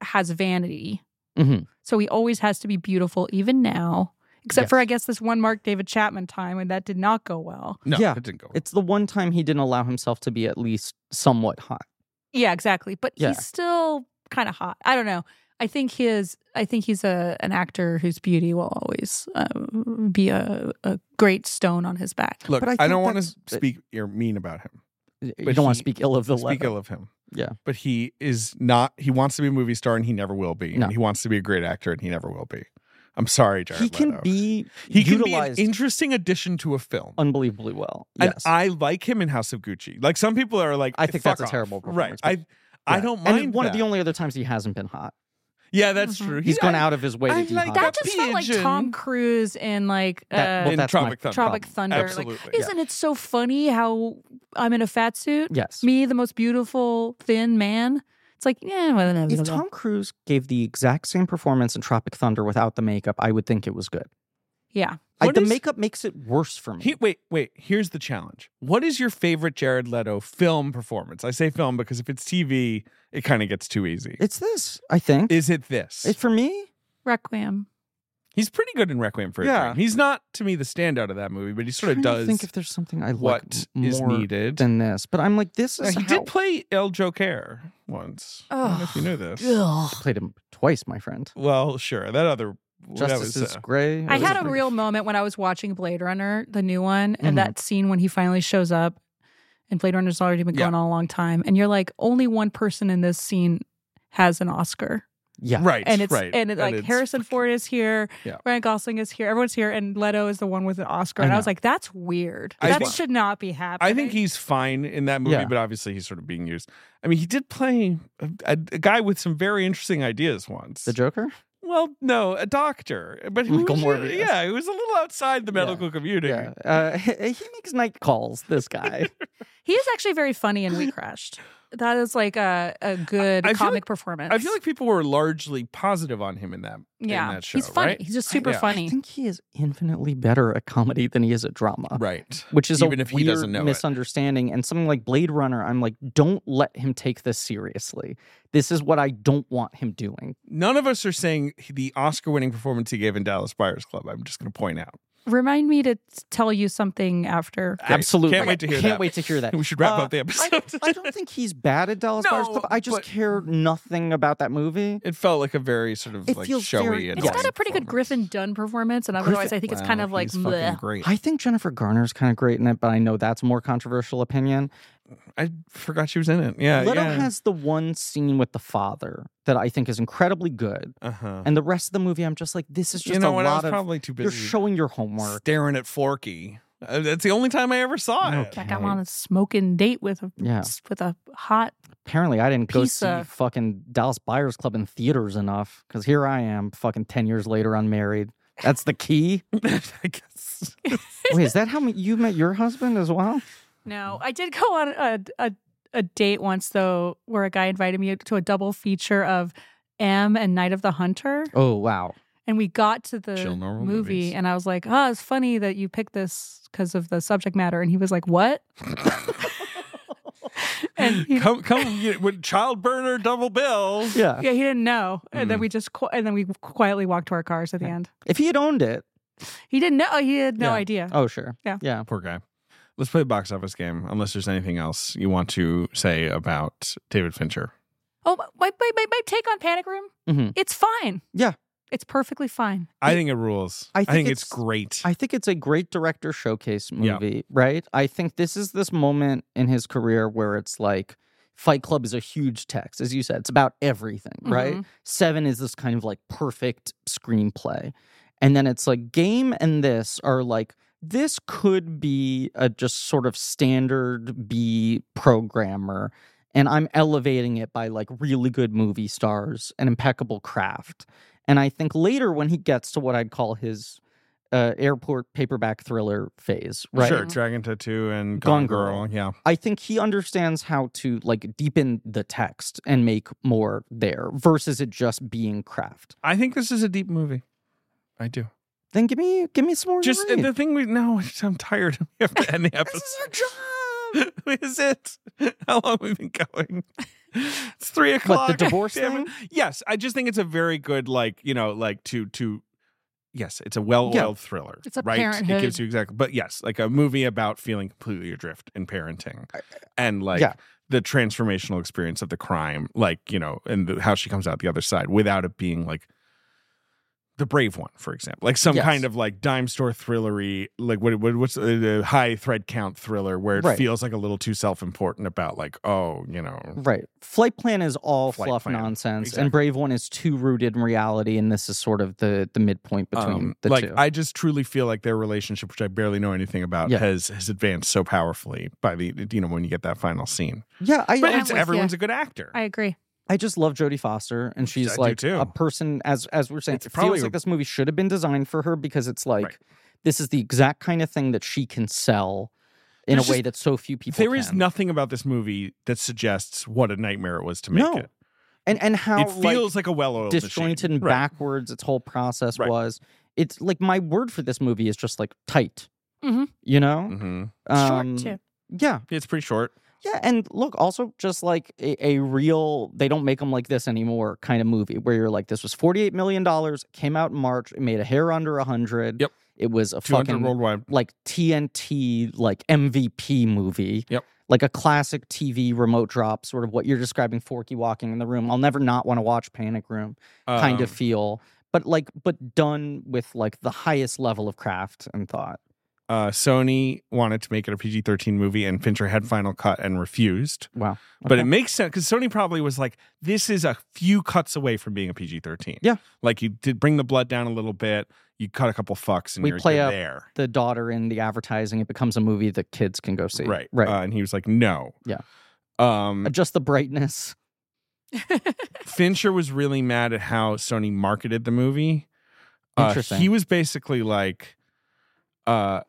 [SPEAKER 3] has vanity.
[SPEAKER 1] Mhm.
[SPEAKER 3] So he always has to be beautiful, even now, except for,
[SPEAKER 1] Yes.
[SPEAKER 3] I guess, this one Mark David Chapman time, and that did not go well.
[SPEAKER 2] No,
[SPEAKER 1] Yeah.
[SPEAKER 2] it didn't go.
[SPEAKER 1] It's the one time he didn't allow himself to be at least somewhat hot.
[SPEAKER 3] Yeah, exactly. But
[SPEAKER 1] Yeah.
[SPEAKER 3] he's still kind of hot. I don't know. I think his, I think he's a an actor whose beauty will always um, be a, a great stone on his back.
[SPEAKER 2] Look,
[SPEAKER 1] But I
[SPEAKER 2] I,
[SPEAKER 1] think
[SPEAKER 2] don't want to
[SPEAKER 1] that's-
[SPEAKER 2] speak or mean about him.
[SPEAKER 1] You
[SPEAKER 2] But
[SPEAKER 1] don't want to
[SPEAKER 2] he-
[SPEAKER 1] speak ill of the
[SPEAKER 2] Speak
[SPEAKER 1] letter.
[SPEAKER 2] ill of him.
[SPEAKER 1] Yeah.
[SPEAKER 2] But he is not, he wants to be a movie star and he never will be.
[SPEAKER 1] No.
[SPEAKER 2] And he wants to be a great actor and he never will be. I'm sorry, Jared
[SPEAKER 1] He can
[SPEAKER 2] Leto.
[SPEAKER 1] be
[SPEAKER 2] he can be an
[SPEAKER 1] utilized
[SPEAKER 2] interesting addition to a film.
[SPEAKER 1] unbelievably well.
[SPEAKER 2] And
[SPEAKER 1] Yes.
[SPEAKER 2] I like him in House of Gucci. Like some people are like,
[SPEAKER 1] I think
[SPEAKER 2] "Fuck
[SPEAKER 1] that's a
[SPEAKER 2] off."
[SPEAKER 1] terrible
[SPEAKER 2] Right.
[SPEAKER 1] performance,
[SPEAKER 2] I, I
[SPEAKER 1] Yeah.
[SPEAKER 2] don't
[SPEAKER 1] And
[SPEAKER 2] mind.
[SPEAKER 1] one of the
[SPEAKER 2] that.
[SPEAKER 1] only other times he hasn't been hot.
[SPEAKER 2] Yeah, that's
[SPEAKER 3] Mhm.
[SPEAKER 2] true.
[SPEAKER 1] He's
[SPEAKER 2] He-
[SPEAKER 1] gone
[SPEAKER 2] I-
[SPEAKER 1] out of his way
[SPEAKER 2] I
[SPEAKER 1] to be
[SPEAKER 2] like
[SPEAKER 1] hot.
[SPEAKER 2] that
[SPEAKER 3] That just felt like
[SPEAKER 2] pigeon.
[SPEAKER 3] Tom Cruise in like
[SPEAKER 1] That-
[SPEAKER 3] uh,
[SPEAKER 1] well,
[SPEAKER 2] in
[SPEAKER 1] that's my
[SPEAKER 2] Tropic Thunder.
[SPEAKER 3] Tropic
[SPEAKER 1] problem.
[SPEAKER 3] Thunder. Like,
[SPEAKER 2] Absolutely. Yeah.
[SPEAKER 3] Isn't it so funny how I'm in a fat suit?
[SPEAKER 1] Yes.
[SPEAKER 3] Me, the most beautiful thin man. It's like, yeah, well, no, we
[SPEAKER 1] If
[SPEAKER 3] don't know.
[SPEAKER 1] Tom Cruise gave the exact same performance in Tropic Thunder without the makeup, I would think it was good.
[SPEAKER 3] yeah.
[SPEAKER 1] I,
[SPEAKER 2] What
[SPEAKER 1] the
[SPEAKER 2] is-
[SPEAKER 1] makeup makes it worse for me.
[SPEAKER 2] He, wait, wait. Here's the challenge. What is your favorite Jared Leto film performance? I say film because if it's TV, it kind of gets too easy.
[SPEAKER 1] it's this, I think.
[SPEAKER 2] Is it this?
[SPEAKER 1] It- for me,
[SPEAKER 3] Requiem.
[SPEAKER 2] he's pretty good in Requiem for a
[SPEAKER 1] Yeah.
[SPEAKER 2] Dream. He's not to me the standout of that movie, but he sort of
[SPEAKER 1] trying to
[SPEAKER 2] does
[SPEAKER 1] think if there's something I like
[SPEAKER 2] what
[SPEAKER 1] m-
[SPEAKER 2] is
[SPEAKER 1] more
[SPEAKER 2] needed.
[SPEAKER 1] than this. But I'm like, this
[SPEAKER 2] Now,
[SPEAKER 1] is
[SPEAKER 2] he
[SPEAKER 1] how-
[SPEAKER 2] did play El Joker once. I don't know if you knew this.
[SPEAKER 1] played him twice, my friend.
[SPEAKER 2] Well, sure. That other that
[SPEAKER 1] Justice
[SPEAKER 2] was
[SPEAKER 1] is
[SPEAKER 2] uh,
[SPEAKER 1] Gray.
[SPEAKER 3] I
[SPEAKER 1] or
[SPEAKER 3] had a
[SPEAKER 1] something.
[SPEAKER 3] real moment when I was watching Blade Runner, the new one,
[SPEAKER 1] Mhm.
[SPEAKER 3] and that scene when he finally shows up, and Blade Runner's already been
[SPEAKER 2] Yeah.
[SPEAKER 3] going on a long time, and you're like, only one person in this scene has an Oscar.
[SPEAKER 1] Yeah.
[SPEAKER 2] Right.
[SPEAKER 3] and it's
[SPEAKER 2] right.
[SPEAKER 3] and it, like Harrison Ford is here,
[SPEAKER 2] Yeah.
[SPEAKER 3] Ryan Gosling is here, everyone's here, and Leto is the one with an Oscar.
[SPEAKER 1] I
[SPEAKER 3] and I was
[SPEAKER 1] know.
[SPEAKER 3] like, that's weird.
[SPEAKER 2] I
[SPEAKER 3] that
[SPEAKER 2] think-
[SPEAKER 3] should not be happening.
[SPEAKER 2] I think he's fine in that movie,
[SPEAKER 1] Yeah.
[SPEAKER 2] but obviously he's sort of being used. I mean, he did play a, a, a guy with some very interesting ideas once.
[SPEAKER 1] The Joker?
[SPEAKER 2] well, no, a doctor, but who
[SPEAKER 1] Michael
[SPEAKER 2] was-
[SPEAKER 1] Morbius.
[SPEAKER 2] Yeah, he was a little outside the
[SPEAKER 1] Yeah.
[SPEAKER 2] medical community.
[SPEAKER 1] Yeah. *laughs* Uh, he makes night calls, this guy.
[SPEAKER 3] he is actually very funny in
[SPEAKER 2] *gasps*
[SPEAKER 3] We Crashed. That is like a, a good
[SPEAKER 2] I feel
[SPEAKER 3] comic
[SPEAKER 2] like-
[SPEAKER 3] performance.
[SPEAKER 2] I feel like people were largely positive on him in that.
[SPEAKER 3] yeah,
[SPEAKER 2] in that show,
[SPEAKER 3] he's funny.
[SPEAKER 2] right?
[SPEAKER 3] He's just super
[SPEAKER 2] Yeah.
[SPEAKER 1] I
[SPEAKER 3] funny.
[SPEAKER 1] think he is infinitely better at comedy than he is at drama.
[SPEAKER 2] Right.
[SPEAKER 1] Which is
[SPEAKER 2] Even
[SPEAKER 1] a
[SPEAKER 2] if he
[SPEAKER 1] weird
[SPEAKER 2] doesn't know it.
[SPEAKER 1] misunderstanding. And something like Blade Runner, I'm like, don't let him take this seriously. This is what I don't want him doing.
[SPEAKER 2] None of us are saying he- the Oscar-winning performance he gave in Dallas Buyers Club. I'm just going to point out.
[SPEAKER 3] Remind me to tell you something after.
[SPEAKER 2] Great.
[SPEAKER 1] Absolutely.
[SPEAKER 2] Can't wait to hear
[SPEAKER 1] Can't
[SPEAKER 2] that.
[SPEAKER 1] wait to hear that.
[SPEAKER 2] *laughs* We should wrap
[SPEAKER 1] Uh,
[SPEAKER 2] up the
[SPEAKER 1] I
[SPEAKER 2] episode. *laughs*
[SPEAKER 1] don't, I don't think he's bad at Dallas Buyers
[SPEAKER 2] No,
[SPEAKER 1] Club. I just
[SPEAKER 2] but-
[SPEAKER 1] care nothing about that movie.
[SPEAKER 2] it felt like a very sort of
[SPEAKER 1] It
[SPEAKER 2] like
[SPEAKER 1] feels
[SPEAKER 2] showy
[SPEAKER 1] very-
[SPEAKER 2] and
[SPEAKER 3] It's
[SPEAKER 1] Yes.
[SPEAKER 3] got a pretty good Griffin
[SPEAKER 2] performance.
[SPEAKER 3] Dunn performance, and
[SPEAKER 1] Griffin-
[SPEAKER 3] otherwise, I think it's
[SPEAKER 2] Wow,
[SPEAKER 3] kind of like.
[SPEAKER 2] he's fucking
[SPEAKER 3] bleh.
[SPEAKER 2] great.
[SPEAKER 1] I think Jennifer Garner's kind of great in it, but I know that's a more controversial opinion.
[SPEAKER 2] I forgot she was in it. Yeah.
[SPEAKER 1] Leto
[SPEAKER 2] Uh, yeah.
[SPEAKER 1] has the one scene with the father that I think is incredibly good.
[SPEAKER 2] Uh-huh.
[SPEAKER 1] And the rest of the movie, I'm just like, this is just
[SPEAKER 2] you know
[SPEAKER 1] a
[SPEAKER 2] what? I was
[SPEAKER 1] lot of.
[SPEAKER 2] probably too
[SPEAKER 1] You're
[SPEAKER 2] busy
[SPEAKER 1] showing your homework.
[SPEAKER 2] staring at Forky. Uh, That's the only time I ever saw
[SPEAKER 1] No
[SPEAKER 2] it.
[SPEAKER 3] Like I'm on a smoking date with a
[SPEAKER 1] Yeah.
[SPEAKER 3] with a hot
[SPEAKER 1] Apparently, I didn't go
[SPEAKER 3] Piece
[SPEAKER 1] see
[SPEAKER 3] of-
[SPEAKER 1] fucking Dallas Buyers Club in theaters enough because here I am, fucking 10 years later, unmarried. That's the key.
[SPEAKER 2] *laughs* I guess.
[SPEAKER 1] Wait, is that how m- you met your husband as well?
[SPEAKER 3] No, I did go on a, a a date once though, where a guy invited me to a double feature of M and Night of the Hunter,
[SPEAKER 1] Oh, wow.
[SPEAKER 3] and we got to the
[SPEAKER 2] Chill normal
[SPEAKER 3] movie,
[SPEAKER 2] movies.
[SPEAKER 3] and I was like, "Oh, it's funny that you picked this because of the subject matter," and he was like, "What?" *laughs* and he,
[SPEAKER 2] come, come, you- with child burner double bill.
[SPEAKER 1] Yeah.
[SPEAKER 3] yeah, he didn't know, and then
[SPEAKER 2] Mm.
[SPEAKER 3] we just qui- and then we quietly walked to our cars at the
[SPEAKER 1] Yeah.
[SPEAKER 3] end.
[SPEAKER 1] If he had owned it.
[SPEAKER 3] He didn't know. oh, He had no
[SPEAKER 1] Yeah.
[SPEAKER 3] idea.
[SPEAKER 1] Oh, sure.
[SPEAKER 3] Yeah.
[SPEAKER 1] Yeah.
[SPEAKER 2] Poor guy. Let's play a box office game. Unless there's anything else you want to say about David Fincher.
[SPEAKER 3] Oh, my my, my, my take on Panic Room,
[SPEAKER 1] Mhm.
[SPEAKER 3] it's fine.
[SPEAKER 1] Yeah.
[SPEAKER 3] it's perfectly fine.
[SPEAKER 2] I think it rules.
[SPEAKER 1] I
[SPEAKER 2] I think,
[SPEAKER 1] think
[SPEAKER 2] it's,
[SPEAKER 1] it's-
[SPEAKER 2] great.
[SPEAKER 1] I think it's a great director showcase
[SPEAKER 2] Yeah.
[SPEAKER 1] movie, right? I think this is this moment in his career where it's like Fight Club is a huge text, as you said. It's about everything, right?
[SPEAKER 3] Mhm.
[SPEAKER 1] Seven is this kind of like perfect screenplay. And then it's like Game and this are like, this could be a just sort of standard B programmer. And I'm elevating it by like really good movie stars and impeccable craft. And I think later when he gets to what I'd call his uh, airport paperback thriller phase, right?
[SPEAKER 2] Sure, Dragon Tattoo and
[SPEAKER 1] Gone
[SPEAKER 2] Gone, Girl. Yeah.
[SPEAKER 1] I think he understands how to like deepen the text and make more there versus it just being craft.
[SPEAKER 2] I think this is a deep movie. I do.
[SPEAKER 1] Then give me give me some more. to
[SPEAKER 2] Just uh,
[SPEAKER 1] read.
[SPEAKER 2] the thing we no, *laughs* I'm tired. We have to end the
[SPEAKER 1] *laughs*
[SPEAKER 2] episode. *laughs*
[SPEAKER 1] This is
[SPEAKER 2] your job. *laughs* is it? How long we've been going? *laughs* It's three o'clock. *laughs*
[SPEAKER 1] what the divorce
[SPEAKER 2] Damn
[SPEAKER 1] thing?
[SPEAKER 2] it. Yes, I just think it's a very good, like you know, like to to. Yes, it's a well-oiled
[SPEAKER 1] Yeah.
[SPEAKER 2] thriller.
[SPEAKER 3] It's a
[SPEAKER 2] right. It gives
[SPEAKER 3] parenthood.
[SPEAKER 2] you exactly, but yes, like a movie about feeling completely adrift in parenting, and like
[SPEAKER 1] Yeah.
[SPEAKER 2] the transformational experience of the crime, like you know, and the, how she comes out the other side without it being like the brave one, for example, like some
[SPEAKER 1] Yes.
[SPEAKER 2] kind of like dime store thrillery, like what, what what's the, the high thread count thriller where it
[SPEAKER 1] Right.
[SPEAKER 2] feels like a little too self-important about like oh you know
[SPEAKER 1] Right. Flight plan is all
[SPEAKER 2] Flight
[SPEAKER 1] fluff
[SPEAKER 2] Plan.
[SPEAKER 1] nonsense,
[SPEAKER 2] Exactly.
[SPEAKER 1] and Brave One is too rooted in reality, and this is sort of the the midpoint between
[SPEAKER 2] Um,
[SPEAKER 1] the
[SPEAKER 2] like
[SPEAKER 1] two.
[SPEAKER 2] I just truly feel like their relationship, which I barely know anything about,
[SPEAKER 1] Yeah.
[SPEAKER 2] has has advanced so powerfully by the you know when you get that final scene.
[SPEAKER 1] yeah, I
[SPEAKER 2] But
[SPEAKER 3] I'm
[SPEAKER 2] it's
[SPEAKER 3] with ya.
[SPEAKER 2] everyone's a good actor.
[SPEAKER 3] I agree.
[SPEAKER 1] I just love Jodie Foster, and
[SPEAKER 2] I
[SPEAKER 1] she's
[SPEAKER 2] do
[SPEAKER 1] like
[SPEAKER 2] too.
[SPEAKER 1] a person. As as we're saying,
[SPEAKER 2] It's
[SPEAKER 1] it
[SPEAKER 2] probably
[SPEAKER 1] feels
[SPEAKER 2] a-
[SPEAKER 1] like this movie should have been designed for her because it's like
[SPEAKER 2] Right.
[SPEAKER 1] this is the exact kind of thing that she can sell in
[SPEAKER 2] There's
[SPEAKER 1] a way that so few people.
[SPEAKER 2] there is
[SPEAKER 1] can.
[SPEAKER 2] nothing about this movie that suggests what a nightmare it was to make
[SPEAKER 1] No.
[SPEAKER 2] it.
[SPEAKER 1] and and how
[SPEAKER 2] It feels like, a well-oiled
[SPEAKER 1] like, disjointed
[SPEAKER 2] machine.
[SPEAKER 1] and
[SPEAKER 2] Right.
[SPEAKER 1] backwards its whole process
[SPEAKER 2] Right.
[SPEAKER 1] was. It's like my word for this movie is just like tight.
[SPEAKER 3] Mhm.
[SPEAKER 1] You know,
[SPEAKER 2] Mhm.
[SPEAKER 1] Um,
[SPEAKER 3] Short too.
[SPEAKER 1] Yeah,
[SPEAKER 2] It's pretty short.
[SPEAKER 1] yeah, and look, also just like a, a real, they don't make them like this anymore kind of movie where you're like, this was $48 million, came out in March, it made a hair under 100.
[SPEAKER 2] Yep.
[SPEAKER 1] It was a
[SPEAKER 2] Two hundred
[SPEAKER 1] fucking
[SPEAKER 2] worldwide.
[SPEAKER 1] like TNT, like MVP movie.
[SPEAKER 2] Yep.
[SPEAKER 1] Like a classic TV remote drop, sort of what you're describing Forky walking in the room. I'll never not want to watch Panic Room kind of
[SPEAKER 2] Um,
[SPEAKER 1] feel, but like, but done with like the highest level of craft and thought.
[SPEAKER 2] Uh, Sony wanted to make it a PG 13 movie, and Fincher had Final Cut and refused.
[SPEAKER 1] Wow.
[SPEAKER 2] But
[SPEAKER 1] Okay.
[SPEAKER 2] it makes sense because Sony probably was like, this is a few cuts away from being a PG 13.
[SPEAKER 1] Yeah.
[SPEAKER 2] Like you did bring the blood down a little bit, you cut a couple fucks, and
[SPEAKER 1] We
[SPEAKER 2] you're,
[SPEAKER 1] play
[SPEAKER 2] you're
[SPEAKER 1] up
[SPEAKER 2] there.
[SPEAKER 1] the daughter in the advertising, it becomes a movie that kids can go see.
[SPEAKER 2] Right.
[SPEAKER 1] Right.
[SPEAKER 2] Uh, and he was like, no.
[SPEAKER 1] Yeah.
[SPEAKER 2] Um,
[SPEAKER 1] Adjust the brightness.
[SPEAKER 2] Fincher was really mad at how Sony marketed the movie. *laughs* Uh,
[SPEAKER 1] Interesting.
[SPEAKER 2] he was basically like, uh,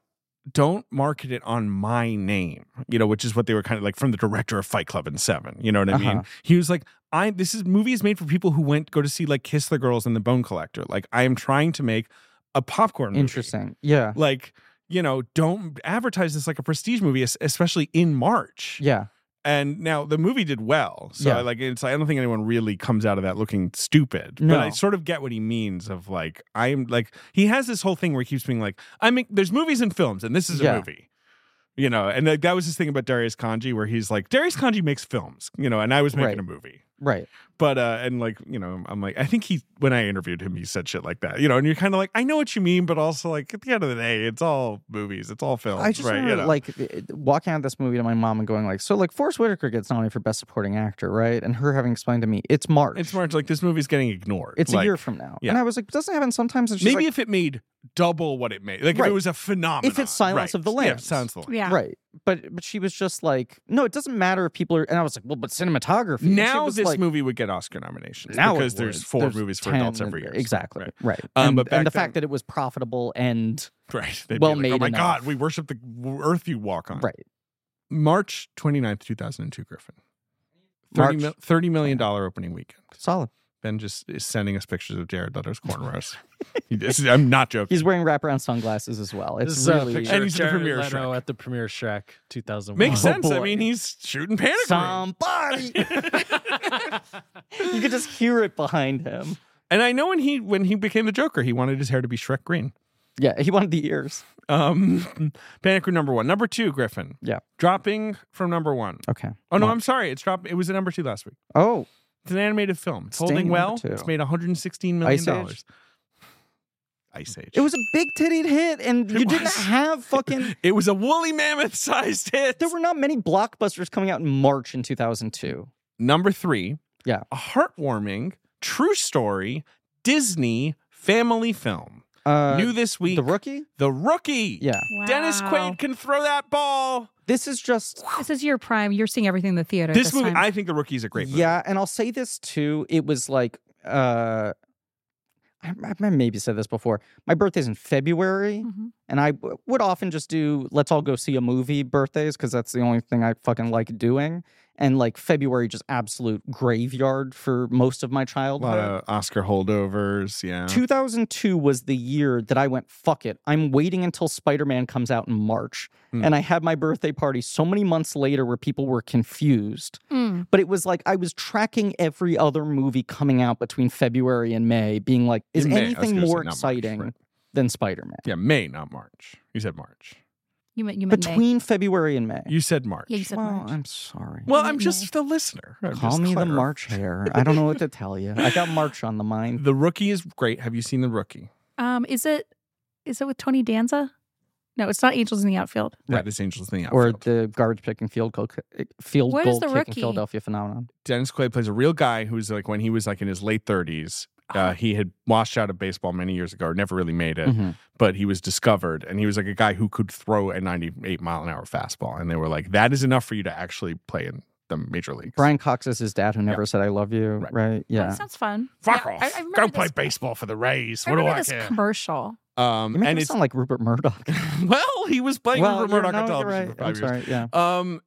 [SPEAKER 2] don't market it on my name, you know, which is what they were kind of like from the director of Fight Club and Seven. You know what I mean?
[SPEAKER 1] Uh-huh.
[SPEAKER 2] He was like, I this is movie is made for people who went go to see like Kiss the Girls and the Bone Collector. Like I am trying to make a popcorn movie.
[SPEAKER 1] Interesting. Yeah.
[SPEAKER 2] Like, you know, don't advertise this like a prestige movie, es- especially in March.
[SPEAKER 1] Yeah.
[SPEAKER 2] And now the movie did well. So
[SPEAKER 1] Yeah.
[SPEAKER 2] like it's I don't think anyone really comes out of that looking stupid. But I
[SPEAKER 1] No.
[SPEAKER 2] sort of get what he means of like I'm like he has this whole thing where he keeps being like, I make there's movies and films and this is a
[SPEAKER 1] Yeah.
[SPEAKER 2] movie. You know, and like, that was his thing about Darius Kanji where he's like, Darius Kanji makes films, you know, and I was making
[SPEAKER 1] Right.
[SPEAKER 2] a movie.
[SPEAKER 1] Right.
[SPEAKER 2] But uh and like, you know, I'm like, I think he when I interviewed him, he said shit like that. You know, and you're kind of like, I know what you mean, but also like at the end of the day, it's all movies, it's all films.
[SPEAKER 1] I just
[SPEAKER 2] right.
[SPEAKER 1] remember
[SPEAKER 2] you know?
[SPEAKER 1] like th- th- walking out of this movie to my mom and going like, so like Forrest Whitaker gets nominated for Best Supporting Actor, right? And her having explained to me, it's March.
[SPEAKER 2] it's March, like this movie's getting ignored.
[SPEAKER 1] It's a
[SPEAKER 2] Like,
[SPEAKER 1] year from now.
[SPEAKER 2] yeah.
[SPEAKER 1] And I was like, doesn't it happen sometimes? And she's
[SPEAKER 2] Maybe
[SPEAKER 1] like,
[SPEAKER 2] if it made double what it made, like if
[SPEAKER 1] Right.
[SPEAKER 2] it was a phenomenon.
[SPEAKER 1] Silence
[SPEAKER 2] right.
[SPEAKER 1] of the
[SPEAKER 2] Yeah,
[SPEAKER 1] Lambs.
[SPEAKER 2] Silence of the Lambs.
[SPEAKER 3] yeah.
[SPEAKER 1] right. But but she was just like, no, it doesn't matter if people are. And I was like, well, but cinematography. And she
[SPEAKER 2] Now
[SPEAKER 1] was
[SPEAKER 2] this
[SPEAKER 1] like,
[SPEAKER 2] movie would get Oscar nominations
[SPEAKER 1] now it
[SPEAKER 2] because there's
[SPEAKER 1] would.
[SPEAKER 2] four
[SPEAKER 1] There's
[SPEAKER 2] movies for
[SPEAKER 1] 10
[SPEAKER 2] adults every year.
[SPEAKER 1] Exactly.
[SPEAKER 2] Right.
[SPEAKER 1] Right.
[SPEAKER 2] Um,
[SPEAKER 1] and,
[SPEAKER 2] but back
[SPEAKER 1] and the
[SPEAKER 2] then-
[SPEAKER 1] fact that it was profitable and
[SPEAKER 2] Right. They'd be
[SPEAKER 1] Well
[SPEAKER 2] like,
[SPEAKER 1] made
[SPEAKER 2] Oh my
[SPEAKER 1] enough.
[SPEAKER 2] God, we worship the earth you walk on.
[SPEAKER 1] right.
[SPEAKER 2] March 29th, 2002, Griffin.
[SPEAKER 1] March.
[SPEAKER 2] 30, mil- $30 million dollar opening weekend.
[SPEAKER 1] Solid.
[SPEAKER 2] Ben just is sending us pictures of Jared
[SPEAKER 1] *laughs*
[SPEAKER 2] Leto's cornrows. He- this is- I'm not joking.
[SPEAKER 1] He's wearing wraparound sunglasses as well. It's
[SPEAKER 4] this is a
[SPEAKER 1] really
[SPEAKER 4] picture
[SPEAKER 2] And
[SPEAKER 4] of
[SPEAKER 2] he's the
[SPEAKER 4] Jared
[SPEAKER 2] premiere
[SPEAKER 4] Leto
[SPEAKER 2] Shrek.
[SPEAKER 4] at the premiere Shrek 2001.
[SPEAKER 2] Makes
[SPEAKER 1] Oh,
[SPEAKER 2] sense. I
[SPEAKER 1] boy.
[SPEAKER 2] mean, he's shooting panic. Room. *laughs*
[SPEAKER 1] somebody. *laughs* you could just hear it behind him.
[SPEAKER 2] And I know when he when he became the Joker, he wanted his hair to be Shrek green.
[SPEAKER 1] Yeah, he wanted the ears.
[SPEAKER 2] Um, *laughs* Panic Room number one, number two, Griffin.
[SPEAKER 1] Yeah.
[SPEAKER 2] dropping from number one.
[SPEAKER 1] Okay.
[SPEAKER 2] Oh no,
[SPEAKER 1] March.
[SPEAKER 2] I'm sorry. It's dropped. It was at number two last week.
[SPEAKER 1] Oh,
[SPEAKER 2] It's an animated film. It's
[SPEAKER 1] Staying
[SPEAKER 2] holding
[SPEAKER 1] number
[SPEAKER 2] well.
[SPEAKER 1] two.
[SPEAKER 2] It's made 116 million
[SPEAKER 1] Ice Age.
[SPEAKER 2] dollars. Ice Age.
[SPEAKER 1] it was a big titted hit, and
[SPEAKER 2] It
[SPEAKER 1] you didn't
[SPEAKER 2] was.
[SPEAKER 1] have
[SPEAKER 2] *laughs*
[SPEAKER 1] fucking.
[SPEAKER 2] It was a woolly mammoth sized hit.
[SPEAKER 1] There were not many blockbusters coming out in March in 2002.
[SPEAKER 2] number three.
[SPEAKER 1] Yeah.
[SPEAKER 2] a heartwarming true story Disney family film.
[SPEAKER 1] Uh,
[SPEAKER 2] New this week.
[SPEAKER 1] the rookie.
[SPEAKER 2] The Rookie.
[SPEAKER 1] Yeah,
[SPEAKER 3] Wow.
[SPEAKER 2] Dennis Quaid can throw that ball.
[SPEAKER 1] this is just.
[SPEAKER 3] This is your prime. You're seeing everything in the theater.
[SPEAKER 2] This,
[SPEAKER 3] this
[SPEAKER 2] movie,
[SPEAKER 3] time.
[SPEAKER 2] I think The Rookie is a great movie.
[SPEAKER 1] Yeah, and I'll say this too. It was like, uh, I, I maybe said this before. My birthday's in February.
[SPEAKER 3] Mhm.
[SPEAKER 1] And I w- would often just do let's all go see a movie birthdays because that's the only thing I fucking like doing. And like February, just absolute graveyard for most of my
[SPEAKER 2] A lot
[SPEAKER 1] childhood.
[SPEAKER 2] of Oscar holdovers. Yeah.
[SPEAKER 1] 2002 was the year that I went, fuck it. I'm waiting until Spider Man comes out in March.
[SPEAKER 2] Hmm.
[SPEAKER 1] And I had my birthday party so many months later where people were confused.
[SPEAKER 3] Mm.
[SPEAKER 1] But it was like I was tracking every other movie coming out between February and May, being like, is
[SPEAKER 2] In May, I was
[SPEAKER 1] anything
[SPEAKER 2] gonna say
[SPEAKER 1] more
[SPEAKER 2] not March,
[SPEAKER 1] exciting
[SPEAKER 2] right.
[SPEAKER 1] than Spider Man?
[SPEAKER 2] Yeah, May, not March. You said March.
[SPEAKER 3] You meant you meant May.
[SPEAKER 1] Between February and May.
[SPEAKER 2] You said March.
[SPEAKER 3] Yeah, you said
[SPEAKER 1] well,
[SPEAKER 3] March.
[SPEAKER 1] I'm sorry.
[SPEAKER 2] well,
[SPEAKER 3] you
[SPEAKER 2] I'm
[SPEAKER 3] meant
[SPEAKER 2] just the listener. I'm
[SPEAKER 1] Call
[SPEAKER 2] just
[SPEAKER 1] me the
[SPEAKER 2] clarifying.
[SPEAKER 1] March hair. I don't know what to tell you. I got March on the
[SPEAKER 2] *laughs*
[SPEAKER 1] mind.
[SPEAKER 2] The rookie is great. Have you seen the rookie?
[SPEAKER 3] Um, is it is it with Tony Danza? No, it's not Angels in the Outfield. Oh,
[SPEAKER 1] Right.
[SPEAKER 2] That is Angels in the
[SPEAKER 1] Or
[SPEAKER 2] Outfield.
[SPEAKER 1] the garbage picking field goal, eh, field
[SPEAKER 3] Where's
[SPEAKER 1] goal
[SPEAKER 3] the
[SPEAKER 1] kicking
[SPEAKER 3] rookie?
[SPEAKER 1] Philadelphia phenomenon.
[SPEAKER 2] Dennis Quaid plays a real guy who's like when he was like in his late 30s.
[SPEAKER 1] Ah.
[SPEAKER 2] Uh, he had washed out of baseball many years ago, never really made it,
[SPEAKER 1] Mhm.
[SPEAKER 2] but he was discovered, and he was like a guy who could throw a 98 mile an hour fastball, and they were like, "That is enough for you to actually play in the major leagues."
[SPEAKER 1] Brian Cox is his dad who never said "I love you,"
[SPEAKER 2] Right.
[SPEAKER 1] right?
[SPEAKER 3] Yeah.
[SPEAKER 1] Yeah.
[SPEAKER 3] sounds fun.
[SPEAKER 2] fuck
[SPEAKER 3] Yeah,
[SPEAKER 2] off,
[SPEAKER 3] I- I remember
[SPEAKER 2] go play
[SPEAKER 3] this-
[SPEAKER 2] baseball for the Rays.
[SPEAKER 3] I
[SPEAKER 2] What do
[SPEAKER 3] remember
[SPEAKER 2] I
[SPEAKER 3] this
[SPEAKER 2] care?
[SPEAKER 3] commercial.
[SPEAKER 2] Um,
[SPEAKER 1] You make
[SPEAKER 2] and
[SPEAKER 1] him
[SPEAKER 2] it's
[SPEAKER 1] sound like Rupert Murdoch.
[SPEAKER 2] *laughs* well, he was playing
[SPEAKER 1] well,
[SPEAKER 2] Rupert
[SPEAKER 1] you're-
[SPEAKER 2] Murdoch on
[SPEAKER 1] no, you're
[SPEAKER 2] television
[SPEAKER 1] right.
[SPEAKER 2] for 5
[SPEAKER 1] I'm
[SPEAKER 2] years.
[SPEAKER 1] sorry.
[SPEAKER 2] *laughs*
[SPEAKER 1] Yeah.
[SPEAKER 2] Um,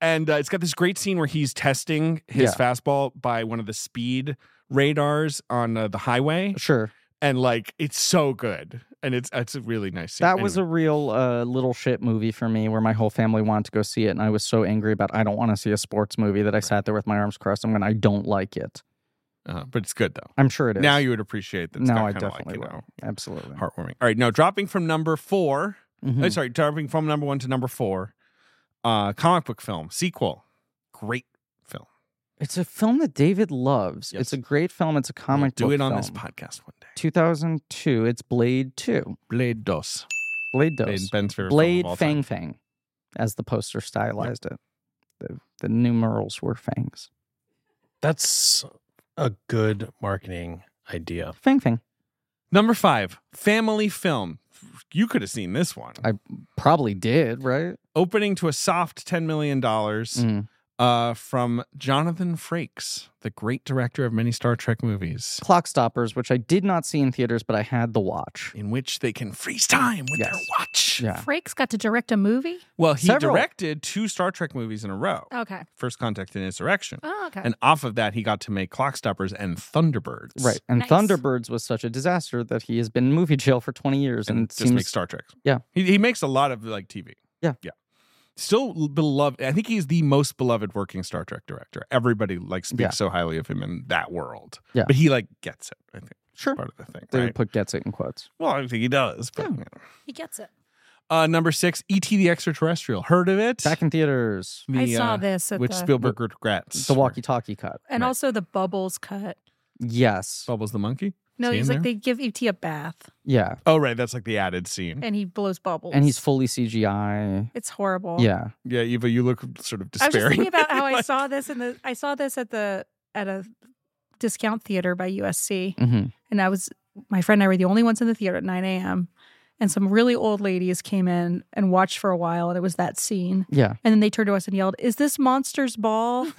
[SPEAKER 2] and uh, it's got this great scene where he's testing his
[SPEAKER 1] Yeah.
[SPEAKER 2] fastball by one of the speed radars on uh, the highway,
[SPEAKER 1] Sure.
[SPEAKER 2] and like it's so good, and it's it's a really nice scene.
[SPEAKER 1] That was a real uh, little shit movie for me where my whole family wanted to go see it. And I was so angry about I don't want to see a sports movie that I sat there with my arms crossed. I'm going, I don't like it.
[SPEAKER 2] a uh, but it's good though.
[SPEAKER 1] I'm sure it is.
[SPEAKER 2] Now you would appreciate that. It's
[SPEAKER 1] No,
[SPEAKER 2] got
[SPEAKER 1] I
[SPEAKER 2] kinda
[SPEAKER 1] definitely
[SPEAKER 2] like, you know,
[SPEAKER 1] Absolutely.
[SPEAKER 2] heartwarming. All right, now dropping from number 4
[SPEAKER 1] Mhm.
[SPEAKER 2] oh, sorry, dropping from number one to number four. Uh, comic book film sequel, great film.
[SPEAKER 1] It's a film that David loves.
[SPEAKER 2] Yes.
[SPEAKER 1] It's a great film. It's a comic
[SPEAKER 2] We'll do
[SPEAKER 1] book
[SPEAKER 2] it on
[SPEAKER 1] film.
[SPEAKER 2] this podcast one day.
[SPEAKER 1] 2002. It's Blade 2.
[SPEAKER 2] Blade Dos.
[SPEAKER 1] Blade
[SPEAKER 2] Blade,
[SPEAKER 1] Dose.
[SPEAKER 2] Ben's favorite
[SPEAKER 1] Blade
[SPEAKER 2] film of all
[SPEAKER 1] Fang
[SPEAKER 2] time.
[SPEAKER 1] Fang, as the poster stylized it. The, the numerals were fangs.
[SPEAKER 4] That's a good marketing idea.
[SPEAKER 1] Fang Fang.
[SPEAKER 2] Number five, family film. You could have seen this one.
[SPEAKER 1] I- Probably did, right?
[SPEAKER 2] Opening to a soft $10 million
[SPEAKER 1] Mm.
[SPEAKER 2] uh, from Jonathan Frakes, the great director of many Star Trek movies,
[SPEAKER 1] Clock Stoppers, which I did not see in theaters, but I had the watch.
[SPEAKER 2] in which they can freeze time with their
[SPEAKER 1] Yes.
[SPEAKER 2] watch.
[SPEAKER 1] Yeah.
[SPEAKER 3] Frakes got to direct a movie.
[SPEAKER 2] Well, he
[SPEAKER 1] Several.
[SPEAKER 2] directed two Star Trek movies in a row
[SPEAKER 3] Okay.
[SPEAKER 2] First Contact and Insurrection.
[SPEAKER 3] Oh, okay.
[SPEAKER 2] And off of that, he got to make Clock Stoppers and Thunderbirds.
[SPEAKER 1] Right. And
[SPEAKER 3] Nice.
[SPEAKER 1] Thunderbirds was such a disaster that he has been in movie jail for 20 years. And,
[SPEAKER 2] and
[SPEAKER 1] it
[SPEAKER 2] just
[SPEAKER 1] seems
[SPEAKER 2] make Star Trek.
[SPEAKER 1] Yeah.
[SPEAKER 2] he, he makes a lot of like TV.
[SPEAKER 1] Yeah.
[SPEAKER 2] yeah. Still l- beloved. I think he's the most beloved working Star Trek director. Everybody like speaks
[SPEAKER 1] Yeah.
[SPEAKER 2] so highly of him in that world.
[SPEAKER 1] Yeah.
[SPEAKER 2] but he like gets it. I think
[SPEAKER 1] Sure.
[SPEAKER 2] part of the thing.
[SPEAKER 1] David
[SPEAKER 2] right?
[SPEAKER 1] put gets it in quotes.
[SPEAKER 2] Well, I think he does. But,
[SPEAKER 1] Yeah.
[SPEAKER 2] you know.
[SPEAKER 3] he gets it.
[SPEAKER 2] uh, number six, E.T. the Extraterrestrial. Heard of it?
[SPEAKER 1] Back in theaters,
[SPEAKER 2] the,
[SPEAKER 3] I saw
[SPEAKER 2] uh,
[SPEAKER 3] this at
[SPEAKER 2] which
[SPEAKER 3] the,
[SPEAKER 2] Spielberg regrets.
[SPEAKER 1] the walkie talkie cut.
[SPEAKER 3] and
[SPEAKER 2] Right.
[SPEAKER 3] also the bubbles cut.
[SPEAKER 1] Yes.
[SPEAKER 2] Bubbles the monkey.
[SPEAKER 3] No,
[SPEAKER 2] Is he
[SPEAKER 3] he's
[SPEAKER 2] in
[SPEAKER 3] like
[SPEAKER 2] there?
[SPEAKER 3] they give ET a bath
[SPEAKER 1] Yeah.
[SPEAKER 2] Oh right, that's like the added scene.
[SPEAKER 3] and he blows bubbles.
[SPEAKER 1] And he's fully CGI.
[SPEAKER 3] it's horrible.
[SPEAKER 1] Yeah.
[SPEAKER 2] Yeah, Eva, you look sort of
[SPEAKER 3] I was just
[SPEAKER 2] despairing.
[SPEAKER 3] thinking
[SPEAKER 2] *laughs*
[SPEAKER 3] about how I
[SPEAKER 2] Like-
[SPEAKER 3] saw this in the I saw this at the at a discount theater by USC.
[SPEAKER 1] hmm
[SPEAKER 3] And I was my friend and I were the only ones in the theater at 9 a.m. And some really old ladies came in and watched for a while, and it was that scene.
[SPEAKER 1] Yeah.
[SPEAKER 3] And then they turned to us and yelled, Is this Monster's Ball? *laughs*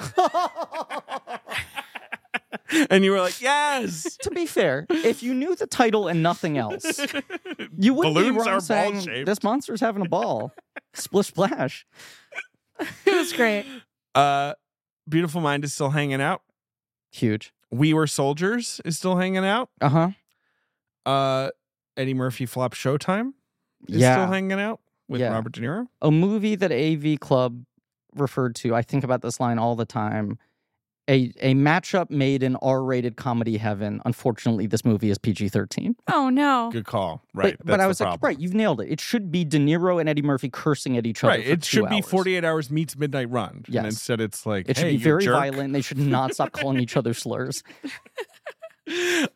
[SPEAKER 2] and you were like, yes.
[SPEAKER 1] to be fair, if you knew the title and nothing
[SPEAKER 3] *laughs*
[SPEAKER 1] else, *laughs* you wouldn't be
[SPEAKER 2] Balloons
[SPEAKER 1] wrong
[SPEAKER 2] are ball
[SPEAKER 1] saying
[SPEAKER 2] shaped.
[SPEAKER 1] this monster's having a ball. *laughs* Splish splash.
[SPEAKER 3] it was great.
[SPEAKER 2] Uh, Beautiful Mind is still hanging out.
[SPEAKER 1] Huge.
[SPEAKER 2] We Were Soldiers is still hanging out.
[SPEAKER 1] Uh huh.
[SPEAKER 2] Uh, Eddie Murphy Flop Showtime is
[SPEAKER 1] Yeah.
[SPEAKER 2] still hanging out with
[SPEAKER 1] Yeah.
[SPEAKER 2] Robert De Niro.
[SPEAKER 1] a movie that AV Club referred to. I think about this line all the time. A a matchup made in R-rated comedy heaven. Unfortunately, this movie is PG-13.
[SPEAKER 3] Oh no.
[SPEAKER 2] Good call. Right.
[SPEAKER 1] But, but
[SPEAKER 2] that's
[SPEAKER 1] I
[SPEAKER 2] the
[SPEAKER 1] was like,
[SPEAKER 2] problem.
[SPEAKER 1] right, you've nailed it. It should be De Niro and Eddie Murphy cursing at each other.
[SPEAKER 2] Right.
[SPEAKER 1] for
[SPEAKER 2] It
[SPEAKER 1] two
[SPEAKER 2] should be
[SPEAKER 1] hours.
[SPEAKER 2] 48 hours meets Midnight Run.
[SPEAKER 1] Yes.
[SPEAKER 2] And instead it's like,
[SPEAKER 1] It should
[SPEAKER 2] "Hey,
[SPEAKER 1] be
[SPEAKER 2] you
[SPEAKER 1] very
[SPEAKER 2] jerk."
[SPEAKER 1] violent. They should not stop calling each other slurs.
[SPEAKER 2] *laughs*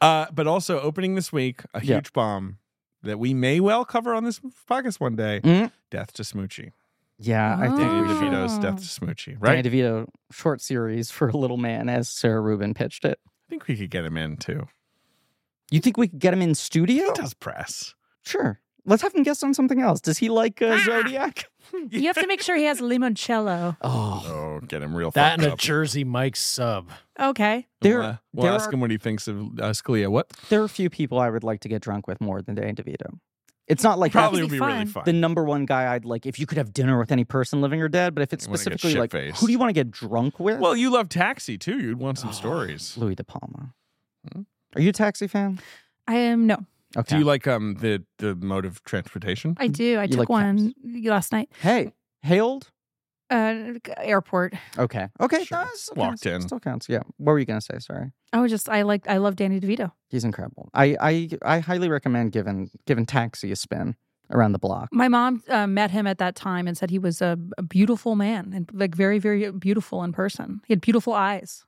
[SPEAKER 2] Uh, but also opening this week, a huge
[SPEAKER 1] Yeah.
[SPEAKER 2] bomb that we may well cover on this podcast one day
[SPEAKER 1] Mm.
[SPEAKER 2] Death to Smoochie.
[SPEAKER 1] Yeah, I think
[SPEAKER 2] Danny
[SPEAKER 1] we should.
[SPEAKER 3] Oh.
[SPEAKER 2] DeVito's Death to Smoochie, right?
[SPEAKER 1] Mm-hmm. Danny DeVito short series for Little Man as Sarah Rubin pitched it.
[SPEAKER 2] I think we could get him in too.
[SPEAKER 1] You think we could get him in
[SPEAKER 2] He
[SPEAKER 1] studio?
[SPEAKER 2] does press.
[SPEAKER 1] Sure. Let's have him guest on something else. Does he like
[SPEAKER 2] Ah!
[SPEAKER 1] uh, Zodiac?
[SPEAKER 3] You have to make sure he has limoncello.
[SPEAKER 1] Oh,
[SPEAKER 2] Oh, get him real
[SPEAKER 4] That
[SPEAKER 2] fucked
[SPEAKER 4] and a
[SPEAKER 2] up.
[SPEAKER 4] Jersey Mike sub.
[SPEAKER 3] Okay.
[SPEAKER 1] there,
[SPEAKER 2] we'll, uh, we'll
[SPEAKER 1] there
[SPEAKER 2] ask
[SPEAKER 1] are-
[SPEAKER 2] him what he thinks of uh, Scalia. What?
[SPEAKER 1] there are a few people I would like to get drunk with more than Danny DeVito. It's not like
[SPEAKER 2] Probably
[SPEAKER 3] be
[SPEAKER 2] would be really
[SPEAKER 3] fun.
[SPEAKER 2] fun.
[SPEAKER 1] the number one guy I'd like if you could have dinner with any person living or dead, but if it's
[SPEAKER 2] You wanna get
[SPEAKER 1] specifically like
[SPEAKER 2] shit-faced.
[SPEAKER 1] who do you want to get drunk with?
[SPEAKER 2] well, you love Taxi too. You'd want some
[SPEAKER 1] Oh,
[SPEAKER 2] stories.
[SPEAKER 1] Louis De Palma.
[SPEAKER 2] Hmm?
[SPEAKER 1] Are you a taxi fan?
[SPEAKER 3] I am no.
[SPEAKER 1] Okay.
[SPEAKER 2] Do you like um the the mode of transportation?
[SPEAKER 3] I do. I
[SPEAKER 1] You
[SPEAKER 3] took
[SPEAKER 1] like
[SPEAKER 3] one last night.
[SPEAKER 1] hey, hailed?
[SPEAKER 3] Uh airport.
[SPEAKER 1] Okay. Okay.
[SPEAKER 2] Sure.
[SPEAKER 1] that still
[SPEAKER 2] Walked
[SPEAKER 1] counts.
[SPEAKER 2] in.
[SPEAKER 1] Still counts. Yeah. What were you gonna say? Sorry.
[SPEAKER 3] I was just I like I love Danny DeVito.
[SPEAKER 1] He's incredible. I I, I highly recommend giving giving taxi a spin around the block.
[SPEAKER 3] My mom uh, met him at that time and said he was a, a beautiful man and like very very beautiful in person. He had beautiful eyes.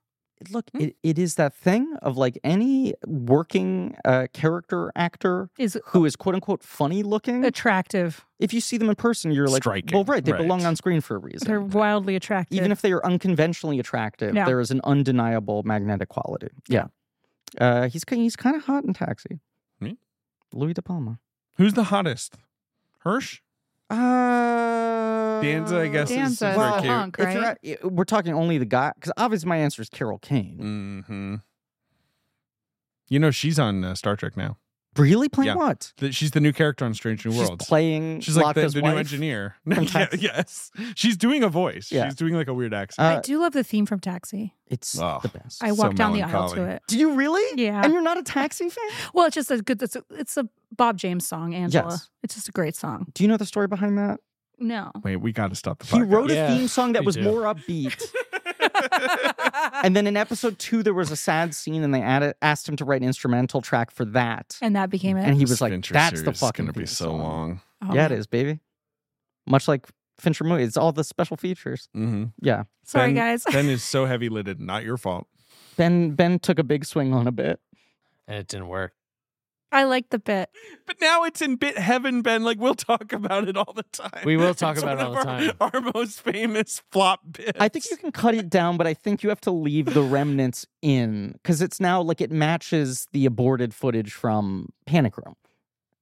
[SPEAKER 1] Look,
[SPEAKER 2] Hmm?
[SPEAKER 1] it, it is that thing of like any working uh, character actor
[SPEAKER 3] Is
[SPEAKER 1] who is quote unquote funny looking,
[SPEAKER 3] attractive.
[SPEAKER 1] if you see them in person, you're like,
[SPEAKER 2] Striking,
[SPEAKER 1] well, right, they
[SPEAKER 2] right.
[SPEAKER 1] belong on screen for a
[SPEAKER 3] They're
[SPEAKER 1] reason.
[SPEAKER 3] wildly attractive.
[SPEAKER 1] Even if they are unconventionally attractive,
[SPEAKER 3] Yeah.
[SPEAKER 1] there is an undeniable magnetic quality. Yeah, uh, he's ki- he's kind of hot in Taxi.
[SPEAKER 2] Me?
[SPEAKER 1] Louis De Palma.
[SPEAKER 2] Who's the hottest? Hirsch,
[SPEAKER 1] Uh,
[SPEAKER 2] Danza, I guess.
[SPEAKER 3] Danza
[SPEAKER 2] is
[SPEAKER 3] is
[SPEAKER 2] super
[SPEAKER 1] well,
[SPEAKER 3] a
[SPEAKER 2] cute.
[SPEAKER 3] hunk,
[SPEAKER 1] if you're
[SPEAKER 3] right?
[SPEAKER 1] at- i- we're talking only the guy, because obviously my answer is Carol Kane.
[SPEAKER 2] Mm-hmm. You know she's on uh, Star Trek now.
[SPEAKER 1] Really playing
[SPEAKER 2] Yeah.
[SPEAKER 1] what?
[SPEAKER 2] The- She's the new character on Strange New
[SPEAKER 1] She's
[SPEAKER 2] Worlds.
[SPEAKER 1] playing.
[SPEAKER 2] She's like the,
[SPEAKER 1] Locke's
[SPEAKER 2] the
[SPEAKER 1] wife.
[SPEAKER 2] new engineer. *laughs*
[SPEAKER 1] from
[SPEAKER 2] Yeah,
[SPEAKER 1] Taxi.
[SPEAKER 2] yes, she's doing a voice.
[SPEAKER 1] Yeah.
[SPEAKER 2] She's doing like a weird accent.
[SPEAKER 3] I
[SPEAKER 1] Uh,
[SPEAKER 3] do love the theme from Taxi.
[SPEAKER 1] It's
[SPEAKER 2] Ugh.
[SPEAKER 1] the best.
[SPEAKER 3] I
[SPEAKER 2] so
[SPEAKER 3] walked down the aisle to
[SPEAKER 2] melancholy.
[SPEAKER 3] it.
[SPEAKER 1] Do you really?
[SPEAKER 3] Yeah.
[SPEAKER 1] And you're not a Taxi fan?
[SPEAKER 3] Well, it's just a good. It's a, it's a Bob James song, Angela.
[SPEAKER 1] Yes.
[SPEAKER 3] It's just a great song.
[SPEAKER 1] Do you know the story behind that? *laughs*
[SPEAKER 3] No. *laughs*
[SPEAKER 2] Wait, we got to stop the podcast.
[SPEAKER 1] He wrote a
[SPEAKER 4] Yeah,
[SPEAKER 1] theme song that
[SPEAKER 4] we
[SPEAKER 1] was
[SPEAKER 4] do.
[SPEAKER 1] more upbeat. and then in episode two, there was a sad scene, and they added, asked him to write an instrumental track for that.
[SPEAKER 3] And that became it.
[SPEAKER 1] And he was
[SPEAKER 2] This
[SPEAKER 1] like,
[SPEAKER 2] Fincher
[SPEAKER 1] that's the
[SPEAKER 2] series is
[SPEAKER 1] fucking
[SPEAKER 2] gonna be
[SPEAKER 1] theme
[SPEAKER 2] so
[SPEAKER 1] song."
[SPEAKER 2] long.
[SPEAKER 3] Oh,
[SPEAKER 1] Yeah, it is, baby. Much like Fincher movie, it's all the special features.
[SPEAKER 2] Mm-hmm.
[SPEAKER 1] Yeah.
[SPEAKER 3] Sorry,
[SPEAKER 2] Ben-
[SPEAKER 3] guys. *laughs*
[SPEAKER 2] Ben is so heavy lidded. Not your fault.
[SPEAKER 1] Ben Ben took a big swing on a bit.
[SPEAKER 4] And it didn't work.
[SPEAKER 3] I like the bit.
[SPEAKER 2] But now it's in bit heaven, Ben. Like we'll talk about it all the time.
[SPEAKER 4] We will talk
[SPEAKER 2] It's
[SPEAKER 4] about it
[SPEAKER 2] one
[SPEAKER 4] all the
[SPEAKER 2] of *laughs* Our, our most famous flop bits.
[SPEAKER 1] I think you can cut it down, but I think you have to leave the remnants in because it's now like it matches the aborted footage from Panic Room.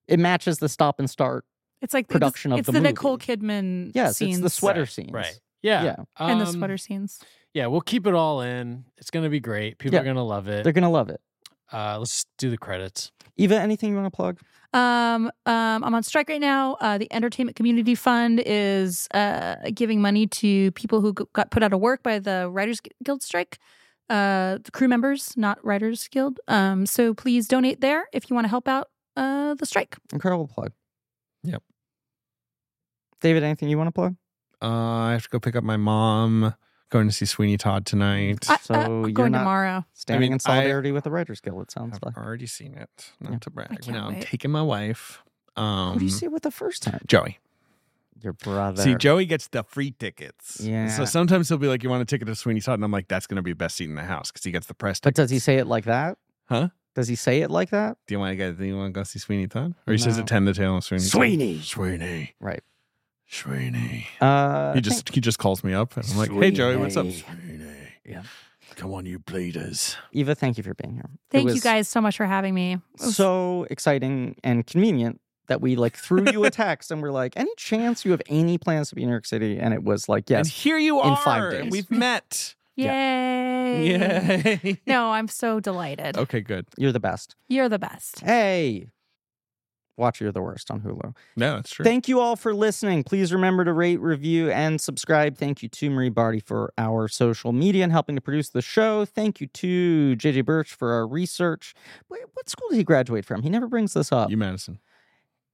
[SPEAKER 1] It matches the stop and start.
[SPEAKER 3] It's like the-
[SPEAKER 1] Production of
[SPEAKER 3] it's
[SPEAKER 1] the
[SPEAKER 3] the
[SPEAKER 1] movie.
[SPEAKER 3] Nicole Kidman
[SPEAKER 1] Yes,
[SPEAKER 3] scenes
[SPEAKER 1] it's the sweater
[SPEAKER 4] Right,
[SPEAKER 1] scenes.
[SPEAKER 4] Right. Yeah.
[SPEAKER 1] Yeah.
[SPEAKER 3] and the
[SPEAKER 4] Um,
[SPEAKER 3] sweater scenes.
[SPEAKER 4] Yeah, we'll keep it all in. It's gonna be great. People
[SPEAKER 1] Yeah.
[SPEAKER 4] are gonna love it.
[SPEAKER 1] They're gonna love it.
[SPEAKER 4] Uh, let's do the credits.
[SPEAKER 1] Eva, anything you want to plug?
[SPEAKER 3] Um, um, I'm on strike right now. Uh, the Entertainment Community Fund is uh, giving money to people who g- got put out of work by the Writers Gu- Guild strike, uh, the crew members, not Writers Guild. Um, so please donate there if you want to help out uh, the strike.
[SPEAKER 1] Incredible plug.
[SPEAKER 2] Yep.
[SPEAKER 1] David, anything you want to plug?
[SPEAKER 2] Uh, I have to go pick up my mom. Going to see Sweeney Todd tonight.
[SPEAKER 3] I,
[SPEAKER 1] So
[SPEAKER 3] uh,
[SPEAKER 1] you're
[SPEAKER 3] going
[SPEAKER 1] not-
[SPEAKER 3] tomorrow.
[SPEAKER 1] Standing
[SPEAKER 2] mean,
[SPEAKER 1] in solidarity with the Writers Guild, it sounds
[SPEAKER 2] I've
[SPEAKER 1] like.
[SPEAKER 2] already seen it. Not
[SPEAKER 1] Yeah.
[SPEAKER 2] to brag.
[SPEAKER 3] can't
[SPEAKER 2] but Now I'm
[SPEAKER 3] wait.
[SPEAKER 2] taking my wife. Um,
[SPEAKER 1] Who do you see it with the first time?
[SPEAKER 2] Joey.
[SPEAKER 1] Your brother.
[SPEAKER 2] See, Joey gets the free tickets.
[SPEAKER 1] Yeah.
[SPEAKER 2] So sometimes he'll be like, "You want a ticket to Sweeney Todd?" And I'm like, "That's going to be the best seat in the house because he gets the press."
[SPEAKER 1] But does he
[SPEAKER 2] tickets.
[SPEAKER 1] say it like that?
[SPEAKER 2] Huh?
[SPEAKER 1] Does he say it like that?
[SPEAKER 2] Do you want to go? Do you want to go see Sweeney Todd? Or he says
[SPEAKER 1] No.
[SPEAKER 2] attend the tail of Sweeney. Todd.
[SPEAKER 5] Sweeney.
[SPEAKER 2] Sweeney.
[SPEAKER 1] Right.
[SPEAKER 2] Sweeney.
[SPEAKER 1] Uh,
[SPEAKER 2] he just he just calls me up and I'm like, "Hey Joey, what's up?"
[SPEAKER 5] Sweeney.
[SPEAKER 2] Sweeney.
[SPEAKER 5] Yeah.
[SPEAKER 2] Come on, you bleeders.
[SPEAKER 1] Eva, thank you for being here. It
[SPEAKER 3] Thank you
[SPEAKER 1] was
[SPEAKER 3] guys so much for having me. It was-
[SPEAKER 1] So exciting and convenient that we like threw you
[SPEAKER 2] *laughs*
[SPEAKER 1] a text and we're like, any chance you have any plans to be in New York City? And it was like,
[SPEAKER 2] And
[SPEAKER 1] yes.
[SPEAKER 2] here you
[SPEAKER 1] In
[SPEAKER 2] are.
[SPEAKER 1] five days.
[SPEAKER 2] We've
[SPEAKER 1] *laughs*
[SPEAKER 2] met.
[SPEAKER 3] yay!
[SPEAKER 2] Yay.
[SPEAKER 3] *laughs* No, I'm so delighted.
[SPEAKER 2] Okay, good.
[SPEAKER 1] You're the best.
[SPEAKER 3] You're the best.
[SPEAKER 1] Hey, watch You're the Worst on Hulu.
[SPEAKER 2] No, that's true.
[SPEAKER 1] Thank you all for listening. Please remember to rate, review, and subscribe. Thank you to Marie Barty for our social media and helping to produce the show. Thank you to JJ Birch for our research. Wait, what school did he graduate from? He never brings this up.
[SPEAKER 2] you, Madison.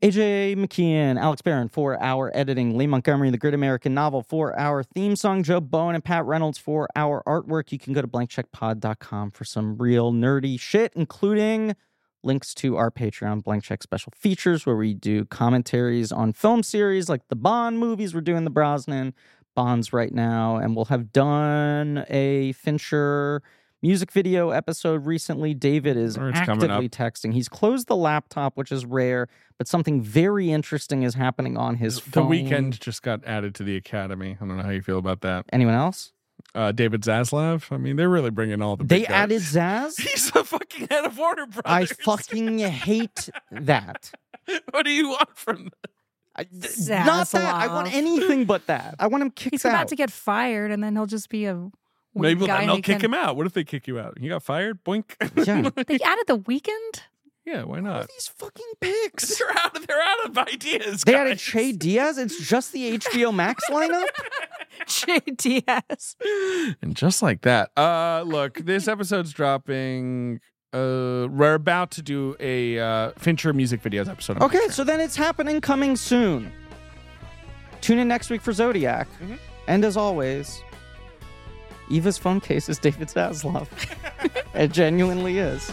[SPEAKER 1] AJ McKeon, Alex Barron for our editing, Lee Montgomery, the Great American Novel for our theme song, Joe Bowen and Pat Reynolds for our artwork. You can go to blankcheckpod.com for some real nerdy shit, including links to our Patreon Blank Check special features where we do commentaries on film series like the Bond movies. We're doing the Brosnan Bonds right now, and we'll have done a Fincher music video episode recently. David is
[SPEAKER 2] Or it's coming
[SPEAKER 1] actively texting. He's closed the laptop, which is rare, but something very interesting is happening on his
[SPEAKER 2] the
[SPEAKER 1] phone.
[SPEAKER 2] weekend just got added to the academy. I don't know how you feel about that.
[SPEAKER 1] Anyone else?
[SPEAKER 2] Uh, David Zaslav. I mean, they're really bringing all the.
[SPEAKER 1] They
[SPEAKER 2] big guys. *laughs*
[SPEAKER 1] added Zaz.
[SPEAKER 2] He's the fucking head of Warner Brothers.
[SPEAKER 1] I fucking hate that.
[SPEAKER 2] *laughs* what do you want from?
[SPEAKER 1] I- th- Not that. I
[SPEAKER 3] Zaslav.
[SPEAKER 1] want anything but that. I want him kicked
[SPEAKER 3] He's
[SPEAKER 1] out.
[SPEAKER 3] about to get fired, and then he'll just be a weird
[SPEAKER 2] Maybe
[SPEAKER 3] guy.
[SPEAKER 2] then
[SPEAKER 3] and
[SPEAKER 2] they'll
[SPEAKER 3] he
[SPEAKER 2] kick
[SPEAKER 3] can-
[SPEAKER 2] him out. What if they kick you out? You got fired. Boink. *laughs*
[SPEAKER 3] *laughs*
[SPEAKER 1] Yeah.
[SPEAKER 3] They added the weekend. *laughs*
[SPEAKER 2] yeah. Why
[SPEAKER 1] What are
[SPEAKER 2] not?
[SPEAKER 1] these fucking picks.
[SPEAKER 2] They're out. Of, they're out of ideas.
[SPEAKER 1] They added
[SPEAKER 2] guys.
[SPEAKER 1] Che Diaz. It's just the HBO Max lineup.
[SPEAKER 3] JDS.
[SPEAKER 2] And just like that. Uh look,
[SPEAKER 3] *laughs*
[SPEAKER 2] this episode's dropping uh we're about to do a uh Fincher music videos episode. on
[SPEAKER 1] Okay,
[SPEAKER 2] Patreon.
[SPEAKER 1] so then it's happening coming soon. Tune in next week for Zodiac.
[SPEAKER 2] Mm-hmm.
[SPEAKER 1] And as always,
[SPEAKER 2] *laughs*
[SPEAKER 1] Eva's phone case is David Zaslav. it genuinely is.